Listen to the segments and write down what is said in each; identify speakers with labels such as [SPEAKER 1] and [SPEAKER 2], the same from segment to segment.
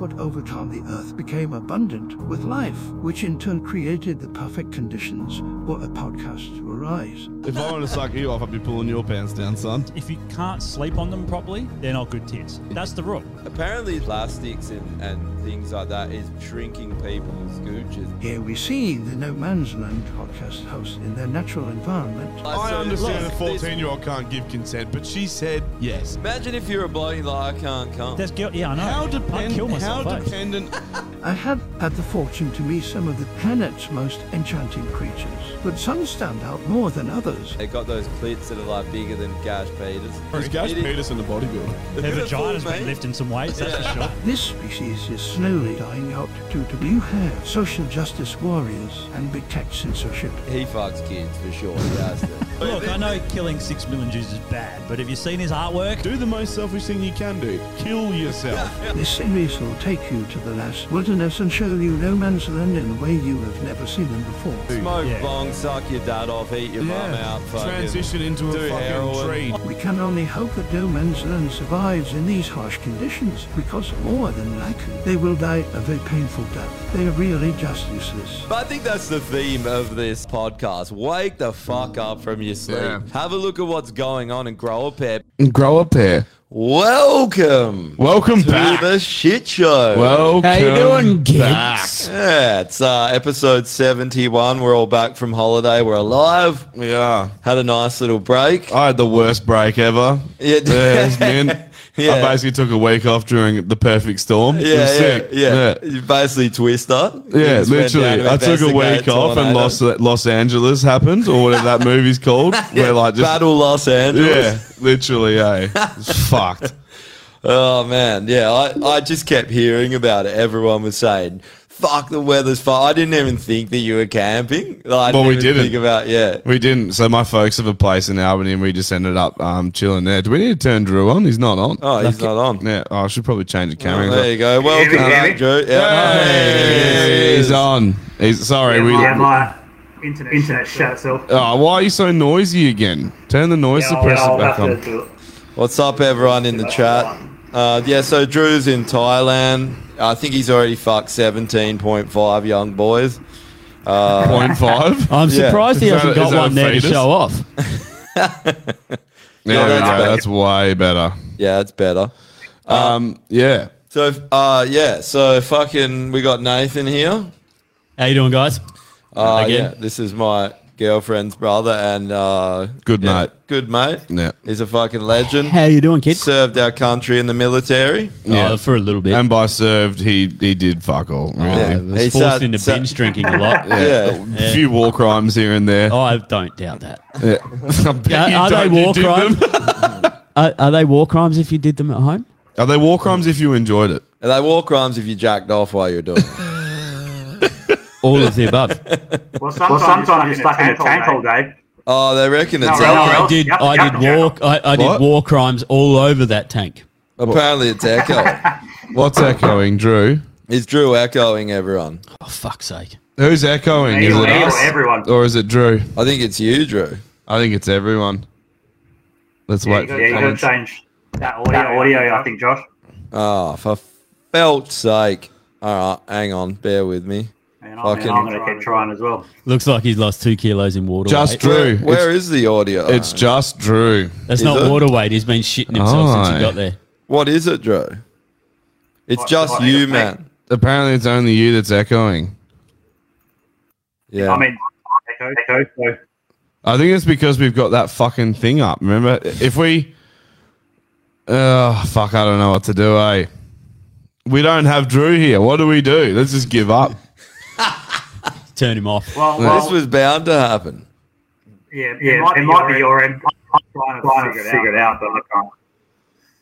[SPEAKER 1] but over time, the earth became abundant with life, which in turn created the perfect conditions for a podcast to arise.
[SPEAKER 2] If I want to suck you off, I'd be pulling your pants down, son.
[SPEAKER 3] If you can't sleep on them properly, they're not good tits. That's the rule.
[SPEAKER 4] Apparently, plastics and, and things like that is shrinking people's gooches.
[SPEAKER 1] Here we see the No Man's Land podcast host in their natural environment.
[SPEAKER 2] I
[SPEAKER 4] So,
[SPEAKER 2] understand
[SPEAKER 4] look,
[SPEAKER 2] a 14 year old can't give consent, but she said yes.
[SPEAKER 4] this- Imagine if you're a bloke and you're like, I can't come.
[SPEAKER 3] There's guilt. Yeah, I know.
[SPEAKER 2] How,
[SPEAKER 3] I'd kill
[SPEAKER 2] depend- how
[SPEAKER 3] myself. eh?
[SPEAKER 2] dependent
[SPEAKER 1] I have had the fortune to meet some of the planet's most enchanting creatures, but some stand out more than others.
[SPEAKER 4] They got those clits that are like bigger than Gash Peters.
[SPEAKER 2] is Gash
[SPEAKER 4] It is
[SPEAKER 2] Peterson a bodybuilder?
[SPEAKER 3] Their
[SPEAKER 4] beautiful,
[SPEAKER 3] vagina's been
[SPEAKER 4] mate.
[SPEAKER 3] lifting some weights, that's for sure.
[SPEAKER 1] This species is slowly dying out due to blue hair, social justice warriors, and big tech censorship.
[SPEAKER 4] He fucks kids for sure. He has to.
[SPEAKER 3] Look, I know killing six million Jews is bad, but have you seen his artwork?
[SPEAKER 2] Do the most selfish thing you can do kill yourself.
[SPEAKER 1] This series will take you to the last wilderness and show you no man's land in a way you have never seen them before.
[SPEAKER 4] Smoke
[SPEAKER 3] Yeah.
[SPEAKER 4] bong, suck your dad off, eat your mum out. Fucking
[SPEAKER 2] Transition into a
[SPEAKER 4] do
[SPEAKER 2] fucking
[SPEAKER 4] heroin.
[SPEAKER 2] tree.
[SPEAKER 1] We can only hope that no man's land survives in these harsh conditions, because more than likely they will die a very painful death. They are really just useless.
[SPEAKER 4] But I think that's the theme of this podcast. Wake the fuck up from your sleep.
[SPEAKER 2] Yeah.
[SPEAKER 4] Have a look at what's going on and grow a pair.
[SPEAKER 2] Grow up there.
[SPEAKER 4] Welcome
[SPEAKER 2] Welcome
[SPEAKER 4] to the shit show.
[SPEAKER 2] Welcome How you doing, kids?
[SPEAKER 4] Yeah, it's uh, episode 71. We're all back from holiday. We're alive.
[SPEAKER 2] Yeah.
[SPEAKER 4] Had a nice little break.
[SPEAKER 2] I had the worst break ever.
[SPEAKER 4] Yeah.
[SPEAKER 2] yeah it was mint. I
[SPEAKER 4] Yeah.
[SPEAKER 2] basically took a week off during the perfect storm. It was
[SPEAKER 4] yeah,
[SPEAKER 2] sick.
[SPEAKER 4] yeah, yeah. You Basically, Twister. You
[SPEAKER 2] Yeah,
[SPEAKER 4] just went down
[SPEAKER 2] literally.
[SPEAKER 4] to
[SPEAKER 2] I took a
[SPEAKER 4] investigate
[SPEAKER 2] week off and
[SPEAKER 4] tornado.
[SPEAKER 2] Los, Los Angeles happened, or whatever that movie's called. Where like just
[SPEAKER 4] Battle Los Angeles.
[SPEAKER 2] yeah, literally, hey, it's fucked.
[SPEAKER 4] Oh man, yeah, I, I just kept hearing about it. Everyone was saying, "Fuck, the weather's fine." I didn't even think that you were camping. Like, I
[SPEAKER 2] Well, we
[SPEAKER 4] even
[SPEAKER 2] didn't.
[SPEAKER 4] think about yeah.
[SPEAKER 2] We didn't. So my folks have a place in Albany, and we just ended up um, chilling there. Do we need to turn Drew on? He's not on.
[SPEAKER 4] Oh, he's not on.
[SPEAKER 2] Yeah, oh, I should probably change the camera.
[SPEAKER 4] Oh, there you go. Welcome back, Drew. Yeah.
[SPEAKER 2] Hey, he's on. He's sorry. We.
[SPEAKER 5] my internet, internet shut itself.
[SPEAKER 2] Oh, why are you so noisy again? Turn the noise suppressor back on.
[SPEAKER 5] do it.
[SPEAKER 4] What's up, everyone in the chat? Uh, yeah, so Drew's in Thailand. I think he's already fucked seventeen point five young boys. Uh,
[SPEAKER 2] Point five.
[SPEAKER 3] I'm
[SPEAKER 4] Yeah. surprised
[SPEAKER 2] he Is hasn't that- got is that one a there to fetus? show
[SPEAKER 3] off.
[SPEAKER 2] Yeah,
[SPEAKER 4] that's
[SPEAKER 2] that's,
[SPEAKER 4] better.
[SPEAKER 2] that's way better.
[SPEAKER 4] Yeah, that's better. Uh,
[SPEAKER 2] Um, yeah.
[SPEAKER 4] So, uh, yeah, so fucking, we got Nathan here.
[SPEAKER 3] How you doing, guys?
[SPEAKER 4] Uh,
[SPEAKER 3] Again?
[SPEAKER 4] Yeah, this is my girlfriend's brother and uh,
[SPEAKER 2] Good
[SPEAKER 4] yeah,
[SPEAKER 2] mate.
[SPEAKER 4] Good mate.
[SPEAKER 2] Yeah.
[SPEAKER 4] He's a fucking legend.
[SPEAKER 3] How you doing, kid?
[SPEAKER 4] Served our country in the military.
[SPEAKER 2] Yeah.
[SPEAKER 3] Oh, for a little bit. Oh,
[SPEAKER 2] And by served, he he did fuck all. Really.
[SPEAKER 4] Yeah.
[SPEAKER 3] was
[SPEAKER 4] He's,
[SPEAKER 3] forced
[SPEAKER 4] uh,
[SPEAKER 3] into
[SPEAKER 4] so-
[SPEAKER 3] binge drinking a lot. Oh,
[SPEAKER 4] Yeah.
[SPEAKER 2] A few war crimes here and there.
[SPEAKER 3] I don't doubt that.
[SPEAKER 2] Yeah. I bet you
[SPEAKER 3] Uh, are they
[SPEAKER 2] don't, you
[SPEAKER 3] war
[SPEAKER 2] did
[SPEAKER 3] crimes?
[SPEAKER 2] them.
[SPEAKER 3] Are, are they war crimes if you did them at home?
[SPEAKER 2] Are they war crimes if you enjoyed it?
[SPEAKER 4] And they war crimes if you jacked off while you're doing it.
[SPEAKER 3] All of the above.
[SPEAKER 5] Well, sometimes, you're stuck in a tank all day.
[SPEAKER 4] Oh, they reckon it's
[SPEAKER 5] No,
[SPEAKER 3] I
[SPEAKER 5] no,
[SPEAKER 3] did.
[SPEAKER 5] Yep,
[SPEAKER 3] I
[SPEAKER 5] yep,
[SPEAKER 3] did
[SPEAKER 5] yep.
[SPEAKER 3] war. I, I
[SPEAKER 2] What?
[SPEAKER 3] did war crimes all over that tank.
[SPEAKER 4] Apparently, it's echo.
[SPEAKER 2] What's echoing, Drew?
[SPEAKER 4] Is Drew echoing everyone?
[SPEAKER 3] Oh fuck's sake!
[SPEAKER 2] Who's echoing? Is it
[SPEAKER 5] Me or
[SPEAKER 2] us?
[SPEAKER 5] everyone.
[SPEAKER 2] Or is it Drew?
[SPEAKER 4] I think it's you, Drew.
[SPEAKER 2] I think it's everyone. Let's wait for
[SPEAKER 5] yeah, you got to
[SPEAKER 2] comments.
[SPEAKER 5] change that audio, that audio I think, Josh.
[SPEAKER 4] Oh, for felt's sake. All right, hang on. Bear with me.
[SPEAKER 5] And I'm,
[SPEAKER 4] Fucking-
[SPEAKER 5] and I'm going to keep trying as well.
[SPEAKER 3] Looks like he's lost two kilos in water
[SPEAKER 2] Just
[SPEAKER 3] weight.
[SPEAKER 2] Drew.
[SPEAKER 4] Where is the audio?
[SPEAKER 2] It's, it's just Drew.
[SPEAKER 3] That's
[SPEAKER 4] Is
[SPEAKER 3] not
[SPEAKER 4] it?
[SPEAKER 3] water weight. He's been shitting himself since
[SPEAKER 2] Oh.
[SPEAKER 3] he got there.
[SPEAKER 4] what is it, Drew? It's
[SPEAKER 5] What-
[SPEAKER 4] just
[SPEAKER 5] what-
[SPEAKER 4] you,
[SPEAKER 5] what-
[SPEAKER 4] man.
[SPEAKER 2] Apparently, it's only you that's echoing.
[SPEAKER 4] Yeah.
[SPEAKER 5] I mean, echo, echo, so
[SPEAKER 2] I think it's because we've got that fucking thing up. Remember, if we, uh, fuck, I don't know what to do. Eh? We don't have Drew here. What do we do? Let's just give up.
[SPEAKER 3] Turn him off.
[SPEAKER 5] Well, well-
[SPEAKER 4] this was bound to happen.
[SPEAKER 5] Yeah, yeah, it might be your end. I'm trying to figure it figured out, but I can't.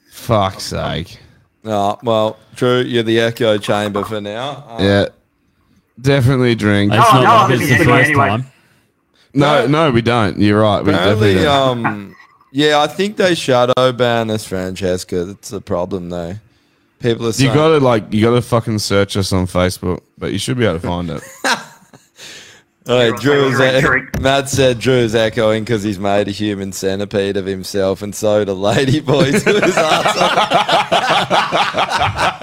[SPEAKER 2] Fuck's sake.
[SPEAKER 4] Oh, well, Drew, you're the echo chamber for now. Um,
[SPEAKER 2] yeah, definitely drink.
[SPEAKER 4] It's No, not no, like I'm it's the thinking first anyway. time.
[SPEAKER 2] No, no, we don't. You're right. We definitely
[SPEAKER 4] Apparently,
[SPEAKER 2] don't.
[SPEAKER 4] um, yeah, I think they shadow ban us, Francesca. That's the problem, though. People are saying,
[SPEAKER 2] you gotta like, you gotta fucking search us on Facebook, but you should be able to find it.
[SPEAKER 4] All right, Drew's Matt said Drew's echoing because he's made a human centipede of himself, and so do Lady Boys.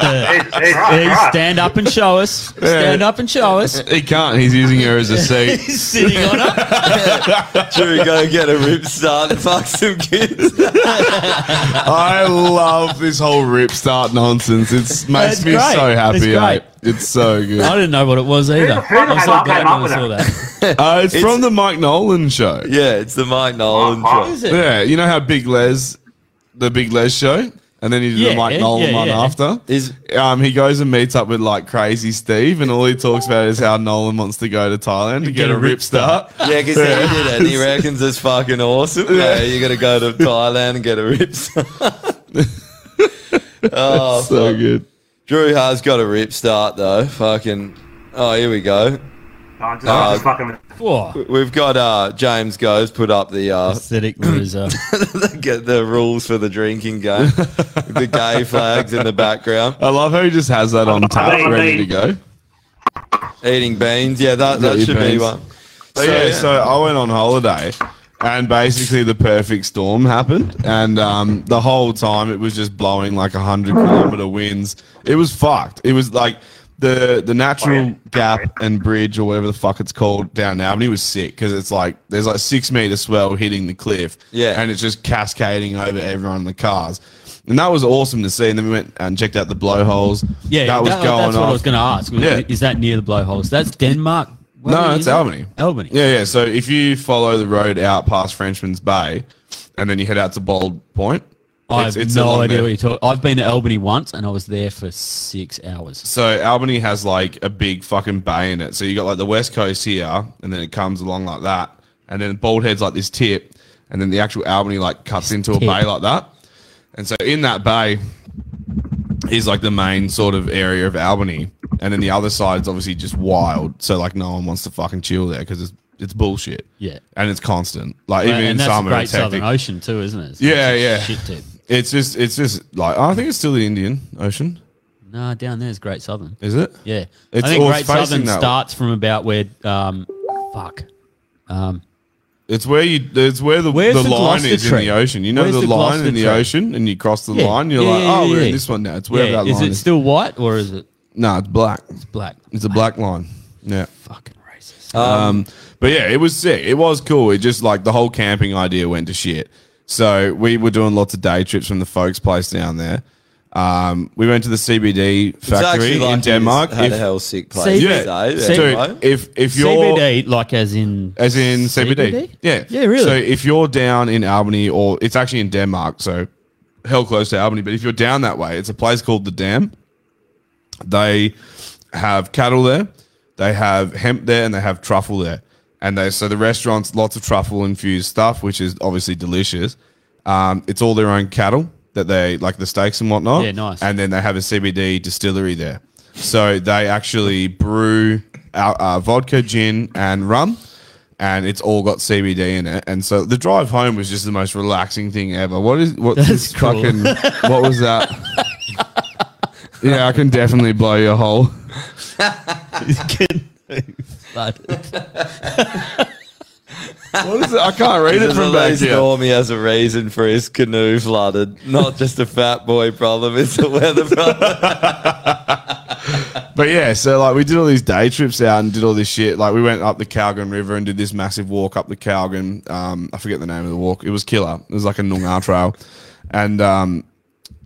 [SPEAKER 3] Hey, stand up and show us. Stand up and show us.
[SPEAKER 2] He can't. He's using her as a seat.
[SPEAKER 3] He's sitting on it.
[SPEAKER 4] Drew, go get a rip start and fuck some kids.
[SPEAKER 2] I love this whole rip start nonsense. It makes
[SPEAKER 3] It's
[SPEAKER 2] me
[SPEAKER 3] great.
[SPEAKER 2] so happy.
[SPEAKER 3] It's great.
[SPEAKER 2] eh? It's so good.
[SPEAKER 3] I didn't know what it was either. I was so glad when I saw that.
[SPEAKER 2] Uh, it's, from the Mike Nolan show.
[SPEAKER 4] Yeah, it's the Mike Nolan
[SPEAKER 3] Uh-huh. show. Is it?
[SPEAKER 2] Yeah, you know how Big Les, the Big Les show, and then he did
[SPEAKER 3] Yeah,
[SPEAKER 2] the Mike
[SPEAKER 3] yeah,
[SPEAKER 2] Nolan
[SPEAKER 3] yeah,
[SPEAKER 2] one
[SPEAKER 3] yeah.
[SPEAKER 2] after.
[SPEAKER 4] Is
[SPEAKER 2] um, he goes and meets up with like Crazy Steve, and all he talks about is how Nolan wants to go to Thailand to get, a rip start.
[SPEAKER 4] Yeah, because he did it. And he reckons it's fucking awesome. Yeah, you got to go to Thailand and get a rip start. oh,
[SPEAKER 2] That's so
[SPEAKER 4] fuck.
[SPEAKER 2] good.
[SPEAKER 4] Drew has got a rip start though. Fucking. Oh, here we go.
[SPEAKER 5] No, I'm just, I'm just fucking with
[SPEAKER 4] Uh, We- We've got uh, James Goes put up the uh, aesthetic the, get the rules for the drinking game, the gay flags in the background,
[SPEAKER 2] I love how he just has that on tap, ready to go.
[SPEAKER 4] eating beans. Yeah, that, that
[SPEAKER 2] Eat
[SPEAKER 4] should be
[SPEAKER 2] beans.
[SPEAKER 4] one.
[SPEAKER 2] So, yeah, so I went on holiday, and basically the perfect storm happened, and um, the whole time it was just blowing like hundred kilometer winds. It was fucked. It was like the the natural gap and bridge or whatever the fuck it's called down in Albany was sick because it's like there's like six meter swell hitting the cliff,
[SPEAKER 4] Yeah.
[SPEAKER 2] and it's just cascading over everyone in the cars. And that was awesome to see. And then we went and checked out the blowholes.
[SPEAKER 3] Yeah, oh,
[SPEAKER 2] that was going
[SPEAKER 3] That's what I
[SPEAKER 2] off.
[SPEAKER 3] was going to ask. Was-
[SPEAKER 2] Yeah.
[SPEAKER 3] Is that near the blowholes? That's Denmark. Where
[SPEAKER 2] no,
[SPEAKER 3] is
[SPEAKER 2] it's
[SPEAKER 3] it?
[SPEAKER 2] Albany.
[SPEAKER 3] Albany.
[SPEAKER 2] Yeah, yeah. So if you follow the road out past Frenchman's Bay, and then you head out to Bold Point,
[SPEAKER 3] I
[SPEAKER 2] it's-
[SPEAKER 3] have
[SPEAKER 2] it's
[SPEAKER 3] no
[SPEAKER 2] along
[SPEAKER 3] idea
[SPEAKER 2] there.
[SPEAKER 3] what you're talking. I've been to Albany once, and I was there for six hours.
[SPEAKER 2] So Albany has like a big fucking bay in it. So you got like the west coast here, and then it comes along like that, and then Bald Head's like this tip, and then the actual Albany like cuts into a
[SPEAKER 3] tip.
[SPEAKER 2] bay like that. And so in that bay is like the main sort of area of Albany, and then the other side's obviously just wild. So like no one wants to fucking chill there because it's it's bullshit.
[SPEAKER 3] Yeah.
[SPEAKER 2] and it's constant. Like even
[SPEAKER 3] and
[SPEAKER 2] in
[SPEAKER 3] that's
[SPEAKER 2] summer,
[SPEAKER 3] the Great
[SPEAKER 2] it's
[SPEAKER 3] Southern
[SPEAKER 2] hectic.
[SPEAKER 3] Ocean too, isn't it? It's
[SPEAKER 2] Yeah,
[SPEAKER 3] such a
[SPEAKER 2] yeah.
[SPEAKER 3] Shit tip.
[SPEAKER 2] It's just it's just like I think it's still the Indian Ocean.
[SPEAKER 3] No, down there is Great Southern.
[SPEAKER 2] Is it?
[SPEAKER 3] Yeah,
[SPEAKER 2] It's
[SPEAKER 3] I think
[SPEAKER 2] all
[SPEAKER 3] Great
[SPEAKER 2] facing
[SPEAKER 3] Southern
[SPEAKER 2] that way.
[SPEAKER 3] starts from about where. Um, fuck. Um,
[SPEAKER 2] It's where you. It's where the
[SPEAKER 3] Where's
[SPEAKER 2] the,
[SPEAKER 3] the
[SPEAKER 2] line
[SPEAKER 3] Gloucester
[SPEAKER 2] is in
[SPEAKER 3] Trail?
[SPEAKER 2] the ocean. You know
[SPEAKER 3] Where's
[SPEAKER 2] the,
[SPEAKER 3] the
[SPEAKER 2] line
[SPEAKER 3] Gloucester
[SPEAKER 2] in the
[SPEAKER 3] Trail?
[SPEAKER 2] ocean, and you cross the
[SPEAKER 3] Yeah.
[SPEAKER 2] line. You're
[SPEAKER 3] Yeah,
[SPEAKER 2] like,
[SPEAKER 3] yeah,
[SPEAKER 2] oh,
[SPEAKER 3] yeah,
[SPEAKER 2] we're in
[SPEAKER 3] yeah.
[SPEAKER 2] this one now. It's where
[SPEAKER 3] Yeah,
[SPEAKER 2] that
[SPEAKER 3] is
[SPEAKER 2] line
[SPEAKER 3] it still white or is it?
[SPEAKER 2] No, it's black. It's
[SPEAKER 3] black.
[SPEAKER 2] It's a black line. Yeah.
[SPEAKER 3] Fucking racist.
[SPEAKER 2] Um, but yeah, it was sick. It was cool. It just like the whole camping idea went to shit. So we were doing lots of day trips from the folks' place down there. Um, we went to the CBD factory
[SPEAKER 4] actually like
[SPEAKER 2] in
[SPEAKER 4] it's
[SPEAKER 2] Denmark.
[SPEAKER 4] had a hell sick place,
[SPEAKER 2] yeah,
[SPEAKER 4] though, yeah.
[SPEAKER 2] Dude,
[SPEAKER 4] right?
[SPEAKER 2] if if you're
[SPEAKER 3] CBD, like as in
[SPEAKER 2] as in CBD. Yeah.
[SPEAKER 3] yeah, really.
[SPEAKER 2] So if you're down in Albany, or it's actually in Denmark, so hell close to Albany, but if you're down that way, it's a place called the Dam. They have cattle there, they have hemp there, and they have truffle there. And they so the restaurants lots of truffle infused stuff, which is obviously delicious. Um, it's all their own cattle that they like the steaks and whatnot.
[SPEAKER 3] Yeah, nice.
[SPEAKER 2] And then they have a CBD distillery there, so they actually brew our, uh, vodka, gin, and rum, and it's all got CBD in it. And so the drive home was just the most relaxing thing ever. What is what's
[SPEAKER 3] That's
[SPEAKER 2] this
[SPEAKER 3] cool.
[SPEAKER 2] fucking? What was that? yeah, I can definitely blow your hole. what is it? I can't read it
[SPEAKER 4] There's a
[SPEAKER 2] from back
[SPEAKER 4] lazy
[SPEAKER 2] here.
[SPEAKER 4] Normie has a reason for his canoe flooded. Not just a fat boy problem, it's a weather problem.
[SPEAKER 2] But yeah, so like we did all these day trips out and did all this shit. Like we went up the Calgon River and did this massive walk up the Calgon. Um, I forget the name of the walk. It was killer. It was like a Noongar trail, and um,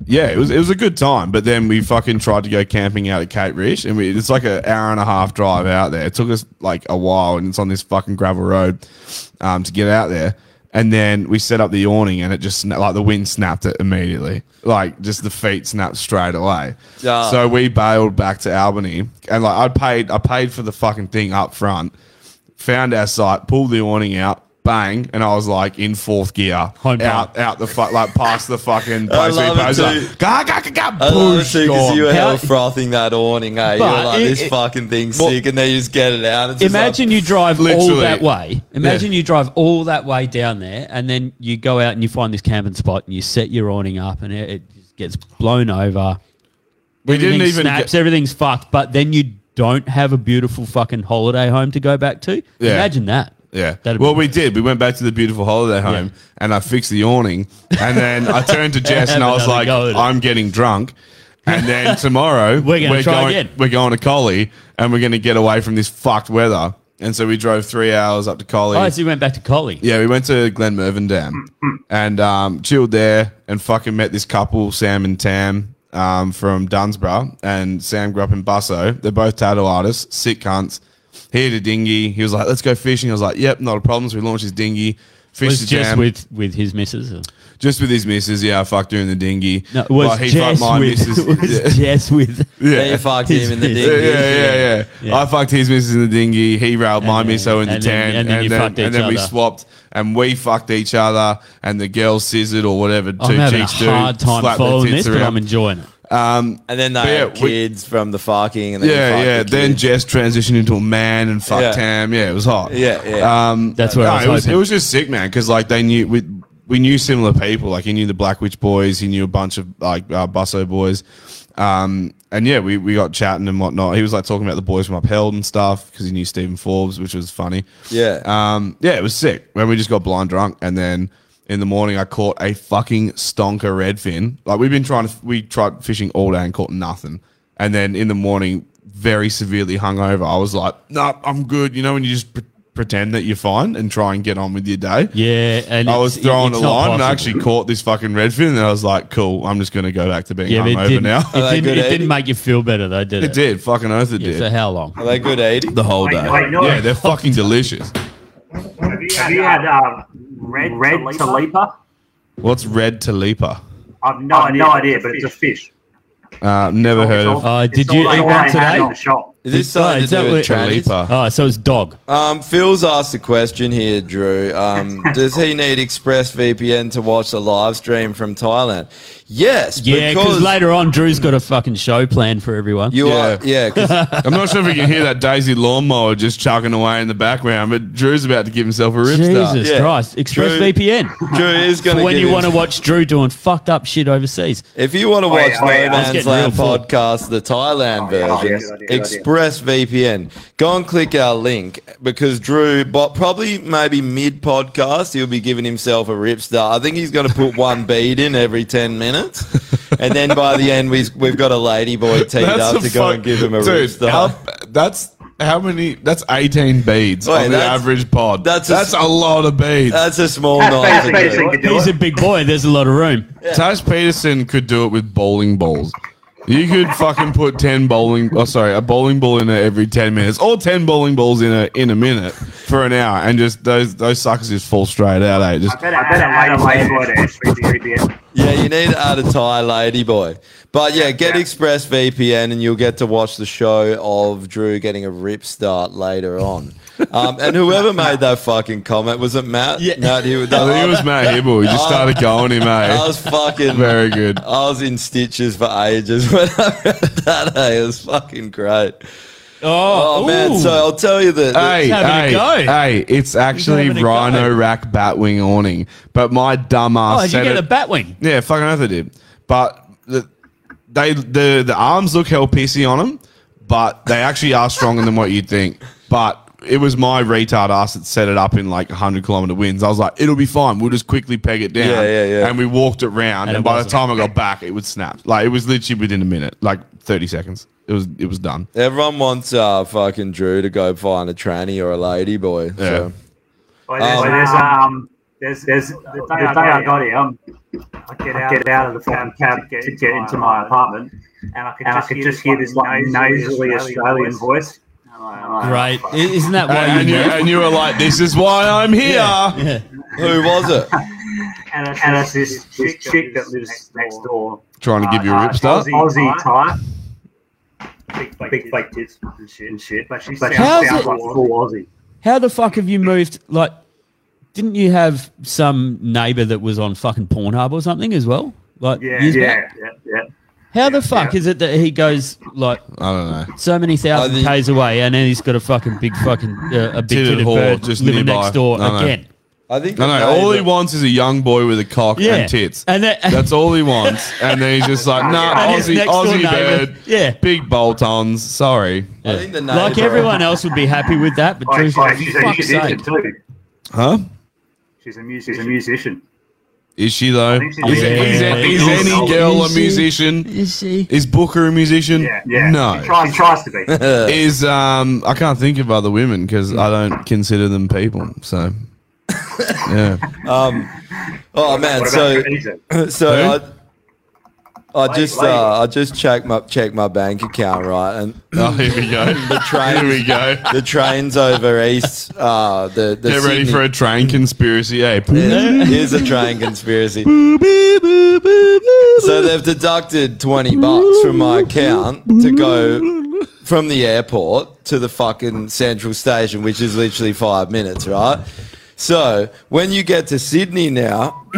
[SPEAKER 2] yeah, it was it was a good time. But then we fucking tried to go camping out at Cape Rich, and we it's like an hour and a half drive out there. It took us like a while, and it's on this fucking gravel road um, to get out there. And then we set up the awning, and it just sna- like the wind snapped it immediately, like just the feet snapped straight away.
[SPEAKER 4] Yeah.
[SPEAKER 2] So we bailed back to Albany, and like I paid, I paid for the fucking thing up front. Found our site, pulled the awning out, bang, and I was like in fourth gear, out, out the fuck, like past the fucking.
[SPEAKER 4] I
[SPEAKER 2] post, we
[SPEAKER 4] love it
[SPEAKER 2] posed
[SPEAKER 4] too.
[SPEAKER 2] up. Ga ga ga ga.
[SPEAKER 4] I love it
[SPEAKER 2] boosh,
[SPEAKER 4] too because
[SPEAKER 2] gone.
[SPEAKER 4] you were hell
[SPEAKER 2] How-
[SPEAKER 4] frothing that awning, eh? You were
[SPEAKER 2] But
[SPEAKER 4] like,
[SPEAKER 2] it-
[SPEAKER 4] this
[SPEAKER 2] it-
[SPEAKER 4] fucking thing's sick, and then you just get it out. It's just
[SPEAKER 6] Imagine
[SPEAKER 4] like-
[SPEAKER 6] you drive all
[SPEAKER 4] Literally.
[SPEAKER 6] that way. Imagine you drive all that way down there, and then you go out and you find this camping spot, and you set your awning up, and it, it just gets blown over.
[SPEAKER 2] We
[SPEAKER 6] Everything
[SPEAKER 2] didn't even
[SPEAKER 6] snaps.
[SPEAKER 2] get-
[SPEAKER 6] everything's fucked. But then you don't have a beautiful fucking holiday home to go back to.
[SPEAKER 2] Yeah.
[SPEAKER 6] Imagine that.
[SPEAKER 2] Yeah. well, we did. We went back to the beautiful holiday home and I fixed the awning. And then I turned to Jess and I was
[SPEAKER 6] Have
[SPEAKER 2] like,
[SPEAKER 6] another go at it.
[SPEAKER 2] I'm getting drunk. And then tomorrow
[SPEAKER 6] We're gonna try
[SPEAKER 2] going,
[SPEAKER 6] again.
[SPEAKER 2] We're going to Collie and we're going to get away from this fucked weather. And so we drove three hours up to Collie.
[SPEAKER 6] Oh, so you went back to Collie.
[SPEAKER 2] Yeah, we went to Glen Mervyn Dam
[SPEAKER 6] Mm,
[SPEAKER 2] and um, chilled there and fucking met this couple, Sam and Tam um, from Dunsborough. And Sam grew up in Busso. They're both tattoo artists, sick cunts. He had a dinghy. He was like, let's go fishing. I was like, yep, not a problem. So we launched his dinghy. Fished
[SPEAKER 6] was
[SPEAKER 2] the
[SPEAKER 6] just
[SPEAKER 2] dam.
[SPEAKER 6] with with his missus. or-
[SPEAKER 2] Just with his missus, yeah, I fucked her in the dinghy.
[SPEAKER 6] No, it was
[SPEAKER 2] Well, he
[SPEAKER 6] Jess
[SPEAKER 2] fucked my
[SPEAKER 6] with-
[SPEAKER 2] missus.
[SPEAKER 6] it was
[SPEAKER 2] Yeah.
[SPEAKER 6] Jess with.
[SPEAKER 2] Yeah,
[SPEAKER 4] you fucked him in the
[SPEAKER 2] Yeah,
[SPEAKER 4] dinghy.
[SPEAKER 2] Yeah, yeah, yeah.
[SPEAKER 4] Yeah.
[SPEAKER 2] I fucked his missus in the dinghy. He railed my miso in the
[SPEAKER 6] and then-
[SPEAKER 2] tan,
[SPEAKER 6] and then you fucked
[SPEAKER 2] and
[SPEAKER 6] each
[SPEAKER 2] then we
[SPEAKER 6] other.
[SPEAKER 2] swapped, and we fucked each other, and the girl scissored or whatever.
[SPEAKER 6] I'm
[SPEAKER 2] two
[SPEAKER 6] having a
[SPEAKER 2] cheeks do,
[SPEAKER 6] hard time
[SPEAKER 2] slapped their
[SPEAKER 6] following
[SPEAKER 2] tits
[SPEAKER 6] this, but
[SPEAKER 2] around.
[SPEAKER 6] I'm enjoying it.
[SPEAKER 2] Um,
[SPEAKER 4] and then they
[SPEAKER 2] but yeah,
[SPEAKER 4] had
[SPEAKER 2] we-
[SPEAKER 4] kids from the fucking, and then you
[SPEAKER 2] yeah,
[SPEAKER 4] fucked
[SPEAKER 2] yeah.
[SPEAKER 4] the
[SPEAKER 2] Then Jess transitioned into a man and fucked
[SPEAKER 4] Yeah.
[SPEAKER 2] Tam. Yeah, it was hot.
[SPEAKER 4] Yeah, yeah.
[SPEAKER 2] Um,
[SPEAKER 4] That's where I was
[SPEAKER 2] it was.
[SPEAKER 4] hoping.
[SPEAKER 2] It was just sick, man. Because like they knew we we knew similar people. Like he knew the Black Witch boys. He knew a bunch of like uh, Busso boys. Um, and yeah, we, we got chatting and whatnot. He was like talking about the boys from Upheld and stuff because he knew Stephen Forbes, which was funny.
[SPEAKER 4] Yeah.
[SPEAKER 2] Um, yeah, it was sick. When we just got blind drunk, and then in the morning I caught a fucking stonker redfin. Like we've been trying to, we tried fishing all day and caught nothing. And then in the morning, very severely hungover, I was like, "No, I'm good." You know, when you just pre- pretend that you're fine and try and get on with your day.
[SPEAKER 6] Yeah, and
[SPEAKER 2] I
[SPEAKER 6] it's-
[SPEAKER 2] was throwing
[SPEAKER 6] it's
[SPEAKER 2] a
[SPEAKER 6] not
[SPEAKER 2] line and I
[SPEAKER 6] possible.
[SPEAKER 2] actually caught this fucking redfin, and I was like, "Cool, I'm just gonna go back to being
[SPEAKER 6] Yeah, but it
[SPEAKER 2] hungover
[SPEAKER 6] didn't,
[SPEAKER 2] now."
[SPEAKER 6] It, didn't, it didn't make you feel better though, did it?
[SPEAKER 2] It did. Fucking oath it did.
[SPEAKER 6] So how long?
[SPEAKER 4] Are they good eating?
[SPEAKER 2] The whole
[SPEAKER 4] I-
[SPEAKER 2] day.
[SPEAKER 4] I know.
[SPEAKER 2] Yeah, they're fucking delicious.
[SPEAKER 5] Have you had um, red red Talipa?
[SPEAKER 2] What's red talipa?
[SPEAKER 5] I've no, idea. no idea, but it's a fish.
[SPEAKER 2] Uh, never heard of.
[SPEAKER 6] Uh, did
[SPEAKER 5] It's
[SPEAKER 6] you
[SPEAKER 5] all
[SPEAKER 6] eat
[SPEAKER 5] they
[SPEAKER 6] one
[SPEAKER 5] had in
[SPEAKER 6] today?
[SPEAKER 5] the shop.
[SPEAKER 4] Is this something to do with trannies?
[SPEAKER 6] Oh, so it's dog.
[SPEAKER 4] Um, Phil's asked a question here, Drew. Um, does he need ExpressVPN to watch the live stream from Thailand? Yes.
[SPEAKER 6] Yeah, because later on, Drew's got a fucking show planned for everyone.
[SPEAKER 4] You are- yeah. 'cause-
[SPEAKER 2] I'm not sure if you can hear that Daisy lawnmower just chugging away in the background, but Drew's about to give himself a rip start.
[SPEAKER 6] Jesus Christ. ExpressVPN.
[SPEAKER 4] Drew is
[SPEAKER 6] For
[SPEAKER 4] gonna
[SPEAKER 6] when
[SPEAKER 4] get
[SPEAKER 6] you
[SPEAKER 4] his-
[SPEAKER 6] want to watch Drew doing fucked up shit overseas.
[SPEAKER 4] If you want to
[SPEAKER 6] Oh,
[SPEAKER 4] watch
[SPEAKER 6] yeah, oh, yeah.
[SPEAKER 4] No
[SPEAKER 6] It's
[SPEAKER 4] Man's
[SPEAKER 6] getting
[SPEAKER 4] Land
[SPEAKER 6] real full.
[SPEAKER 4] podcast, the Thailand
[SPEAKER 6] yeah,
[SPEAKER 4] version,
[SPEAKER 6] good idea, good idea.
[SPEAKER 4] ExpressVPN, go and click our link because Drew, bo- probably maybe mid podcast, he'll be giving himself a rip start. I think he's going to put one bead in every 10 minutes. And then by the end, we've, we've got a lady boy teed up to go
[SPEAKER 2] a fuck-
[SPEAKER 4] and give him a rip
[SPEAKER 2] Dude,
[SPEAKER 4] start.
[SPEAKER 2] how- that's how many? That's 18 beads
[SPEAKER 4] Wait,
[SPEAKER 2] on the
[SPEAKER 4] that's-
[SPEAKER 2] average pod. That's
[SPEAKER 4] a-
[SPEAKER 2] a, lot of beads.
[SPEAKER 4] That's a small That's knife to basically do it.
[SPEAKER 6] He's a big boy. There's a lot of room.
[SPEAKER 2] Tash Peterson could do it with bowling balls. You could fucking put ten bowling, oh sorry, a bowling ball in it every ten minutes, or ten bowling balls in a in a minute for an hour, and just those those suckers just fall straight out. Eh? Just
[SPEAKER 5] I better add a lady boy to ExpressVPN.
[SPEAKER 4] Yeah, you need to add a Thai lady boy. But yeah, get ExpressVPN and you'll get to watch the show of Drew getting a rip start later on. Um, and whoever made that fucking comment, was it Matt? Yeah. Matt, he, was-
[SPEAKER 2] I think it was Matt Hibble. He just started going him, eh?
[SPEAKER 4] I was fucking
[SPEAKER 2] Very good.
[SPEAKER 4] I was in stitches for ages when I read that. eh? It was fucking great.
[SPEAKER 6] Oh,
[SPEAKER 4] man!
[SPEAKER 2] ooh.
[SPEAKER 4] So I'll tell you that.
[SPEAKER 2] Hey, hey, hey, it's actually
[SPEAKER 4] having a
[SPEAKER 2] Rhino
[SPEAKER 4] go.
[SPEAKER 2] Rack Batwing awning. But my dumb
[SPEAKER 6] Oh,
[SPEAKER 2] ass
[SPEAKER 6] did you
[SPEAKER 2] said
[SPEAKER 6] get
[SPEAKER 2] it-
[SPEAKER 6] a Batwing?
[SPEAKER 2] Yeah, fucking oath I did. But the, they the the arms look hell pissy on them, but they actually are stronger than what you'd think. But it was my retard ass that set it up in like 100 kilometer winds. I was like, it'll be fine. We'll just quickly peg it down.
[SPEAKER 4] Yeah, yeah, yeah.
[SPEAKER 2] And we walked it round,
[SPEAKER 4] And it
[SPEAKER 2] and, by the
[SPEAKER 4] wasn't.
[SPEAKER 2] time I got back, it would snap. Like it was literally within a minute, like 30 seconds. It was it was done.
[SPEAKER 4] Everyone wants uh, fucking Drew to go find a tranny or a lady boy. So.
[SPEAKER 2] Oh,
[SPEAKER 5] Well, there's, um, there's, there's, the day I got here, I'm I get out, get out of the phone cab to get into my apartment, and I could, just, hear this like nasally Australian voice.
[SPEAKER 6] Great. I- Isn't that why
[SPEAKER 2] and,
[SPEAKER 6] you
[SPEAKER 2] you,
[SPEAKER 6] do it?
[SPEAKER 2] and you were like, this is why I'm here. Who was it?
[SPEAKER 5] And it's, and it's this, chick, chick that lives next door.
[SPEAKER 2] Trying to give you a rip
[SPEAKER 5] Aussie,
[SPEAKER 2] start.
[SPEAKER 5] Aussie type. Big fake, big fake tits and shit. And shit. But she sounds,
[SPEAKER 6] How's
[SPEAKER 5] sounds
[SPEAKER 6] it-
[SPEAKER 5] like full Aussie.
[SPEAKER 6] How the fuck have you moved? Like, didn't you have some neighbor that was on fucking Pornhub or something as well? Like,
[SPEAKER 5] Yeah,
[SPEAKER 6] years
[SPEAKER 5] yeah,
[SPEAKER 6] back?
[SPEAKER 5] yeah, yeah.
[SPEAKER 6] How the fuck is it that he goes like
[SPEAKER 2] I don't know
[SPEAKER 6] so many thousand k's away and then he's got a fucking big fucking uh, a big
[SPEAKER 2] Titted
[SPEAKER 6] titted
[SPEAKER 2] whore
[SPEAKER 6] bird
[SPEAKER 2] just
[SPEAKER 6] living
[SPEAKER 2] nearby.
[SPEAKER 6] next door
[SPEAKER 2] No, no.
[SPEAKER 6] again?
[SPEAKER 4] I think
[SPEAKER 2] No,
[SPEAKER 4] the
[SPEAKER 2] no.
[SPEAKER 4] day
[SPEAKER 2] All he
[SPEAKER 4] that-
[SPEAKER 2] wants is a young boy with a cock
[SPEAKER 6] Yeah.
[SPEAKER 2] and tits.
[SPEAKER 6] And that-
[SPEAKER 2] that's all he wants. And then he's just like, nah,
[SPEAKER 6] And his
[SPEAKER 2] Aussie,
[SPEAKER 6] next door
[SPEAKER 2] Aussie
[SPEAKER 6] neighbour-
[SPEAKER 2] bird. Yeah, big bolt-ons. Sorry.
[SPEAKER 6] Yeah. like everyone else would be happy with that, but
[SPEAKER 5] Like,
[SPEAKER 6] Drew's
[SPEAKER 5] like,
[SPEAKER 6] like,
[SPEAKER 5] she's a
[SPEAKER 6] fuck's
[SPEAKER 5] musician
[SPEAKER 6] sake.
[SPEAKER 5] too.
[SPEAKER 2] Huh?
[SPEAKER 5] She's a musician. She's a musician.
[SPEAKER 2] Is she though? Is,
[SPEAKER 5] she's a musician.
[SPEAKER 2] is- is
[SPEAKER 5] Yeah.
[SPEAKER 2] any girl
[SPEAKER 5] Is
[SPEAKER 2] a
[SPEAKER 5] she?
[SPEAKER 2] musician? Is she? Is Booker a musician?
[SPEAKER 5] Yeah, yeah.
[SPEAKER 2] No.
[SPEAKER 5] She tries, she tries to be.
[SPEAKER 2] is um I can't think of other women because I don't consider them people. So yeah.
[SPEAKER 4] Um, oh man,
[SPEAKER 2] about
[SPEAKER 4] so
[SPEAKER 2] Teresa?
[SPEAKER 4] so I, I
[SPEAKER 2] Wait,
[SPEAKER 4] just
[SPEAKER 2] wait.
[SPEAKER 4] uh, I just check my check my bank account right, and
[SPEAKER 2] Oh, here we go.
[SPEAKER 4] the train
[SPEAKER 2] Here we go.
[SPEAKER 4] The train's over east. Uh, the, the
[SPEAKER 2] Get ready
[SPEAKER 4] Sydney-
[SPEAKER 2] for a train conspiracy, eh?
[SPEAKER 4] Yeah, here's a train conspiracy. So they've deducted 20 bucks from my account to go from the airport to the fucking central station, which is literally five minutes, right? So when you get to Sydney now,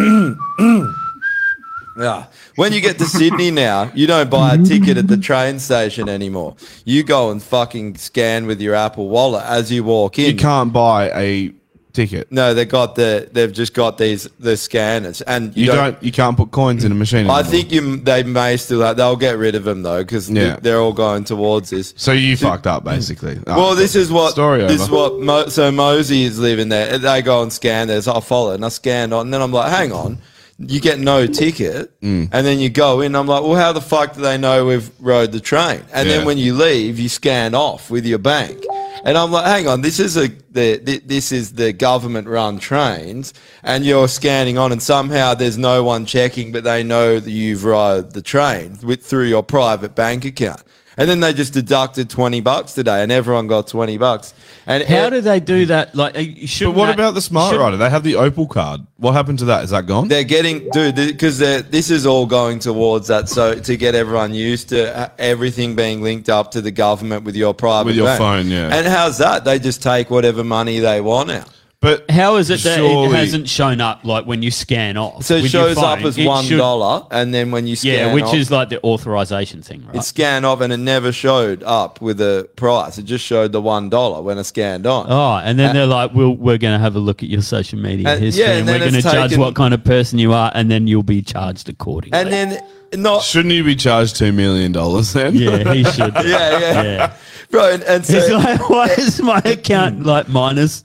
[SPEAKER 4] yeah. When you get to Sydney now, you don't buy a ticket at the train station anymore. You go and fucking scan with your Apple Wallet as you walk in. You
[SPEAKER 2] can't buy a ticket.
[SPEAKER 4] No, they got the. They've just got these the scanners, and you,
[SPEAKER 2] You
[SPEAKER 4] don't.
[SPEAKER 2] don't you can't put coins in a machine.
[SPEAKER 4] I
[SPEAKER 2] Anymore.
[SPEAKER 4] think you. They may still. Have, they'll get rid of them though, because
[SPEAKER 2] Yeah.
[SPEAKER 4] they're all going towards this.
[SPEAKER 2] So you fucked up basically. Oh,
[SPEAKER 4] Well, this is what
[SPEAKER 2] story
[SPEAKER 4] this
[SPEAKER 2] over.
[SPEAKER 4] is what Mo, so Mosey is living there. and They go and scan this. I follow it and I scanned on, and then I'm like, hang on, you get no ticket,
[SPEAKER 2] Mm.
[SPEAKER 4] and then you go in. I'm like, well, how the fuck do they know we've rode the train? And
[SPEAKER 2] Yeah.
[SPEAKER 4] then when you leave, you scan off with your bank, and I'm like, hang on, this is a the, thi- this is the government run trains, and you're scanning on, and somehow there's no one checking, but they know that you've rode the train with through your private bank account. And then they just deducted 20 bucks today and everyone got 20 bucks. And
[SPEAKER 6] How do they do that? Like, uh, you
[SPEAKER 2] But
[SPEAKER 6] shouldn't
[SPEAKER 2] what
[SPEAKER 6] that-
[SPEAKER 2] about the smart
[SPEAKER 6] shouldn't-
[SPEAKER 2] rider? They have the Opal card. What happened to that? Is that gone?
[SPEAKER 4] They're getting, dude, because this is all going towards that. So to get everyone used to uh, everything being linked up to the government with your private
[SPEAKER 2] With your
[SPEAKER 4] bank.
[SPEAKER 2] phone, yeah.
[SPEAKER 4] And how's that? They just take whatever money they want out.
[SPEAKER 2] But
[SPEAKER 6] How is it that
[SPEAKER 4] Surely-
[SPEAKER 6] it hasn't shown up like when you scan off?
[SPEAKER 4] So it
[SPEAKER 6] with your
[SPEAKER 4] shows up
[SPEAKER 6] phone?
[SPEAKER 4] as
[SPEAKER 6] It
[SPEAKER 4] one
[SPEAKER 6] should-
[SPEAKER 4] dollar, and then when you scan,
[SPEAKER 6] Yeah, which
[SPEAKER 4] off,
[SPEAKER 6] is like the authorization thing, right?
[SPEAKER 4] it scanned off, and it never showed up with a price. It just showed the one dollar when I scanned on.
[SPEAKER 6] Oh, and then
[SPEAKER 4] Uh,
[SPEAKER 6] they're like, "We'll we're going to have a look at your social media
[SPEAKER 4] And-
[SPEAKER 6] history,
[SPEAKER 4] yeah,
[SPEAKER 6] and,
[SPEAKER 4] and
[SPEAKER 6] we're
[SPEAKER 4] then
[SPEAKER 6] going to
[SPEAKER 4] it's
[SPEAKER 6] judge
[SPEAKER 4] taken-
[SPEAKER 6] what kind of person you are, and then you'll be charged accordingly."
[SPEAKER 4] and then not
[SPEAKER 2] Shouldn't you be charged two million dollars then?
[SPEAKER 6] Yeah, he should.
[SPEAKER 4] yeah, yeah,
[SPEAKER 6] Yeah.
[SPEAKER 4] bro. And, and so
[SPEAKER 6] It's like, why is my account like minus?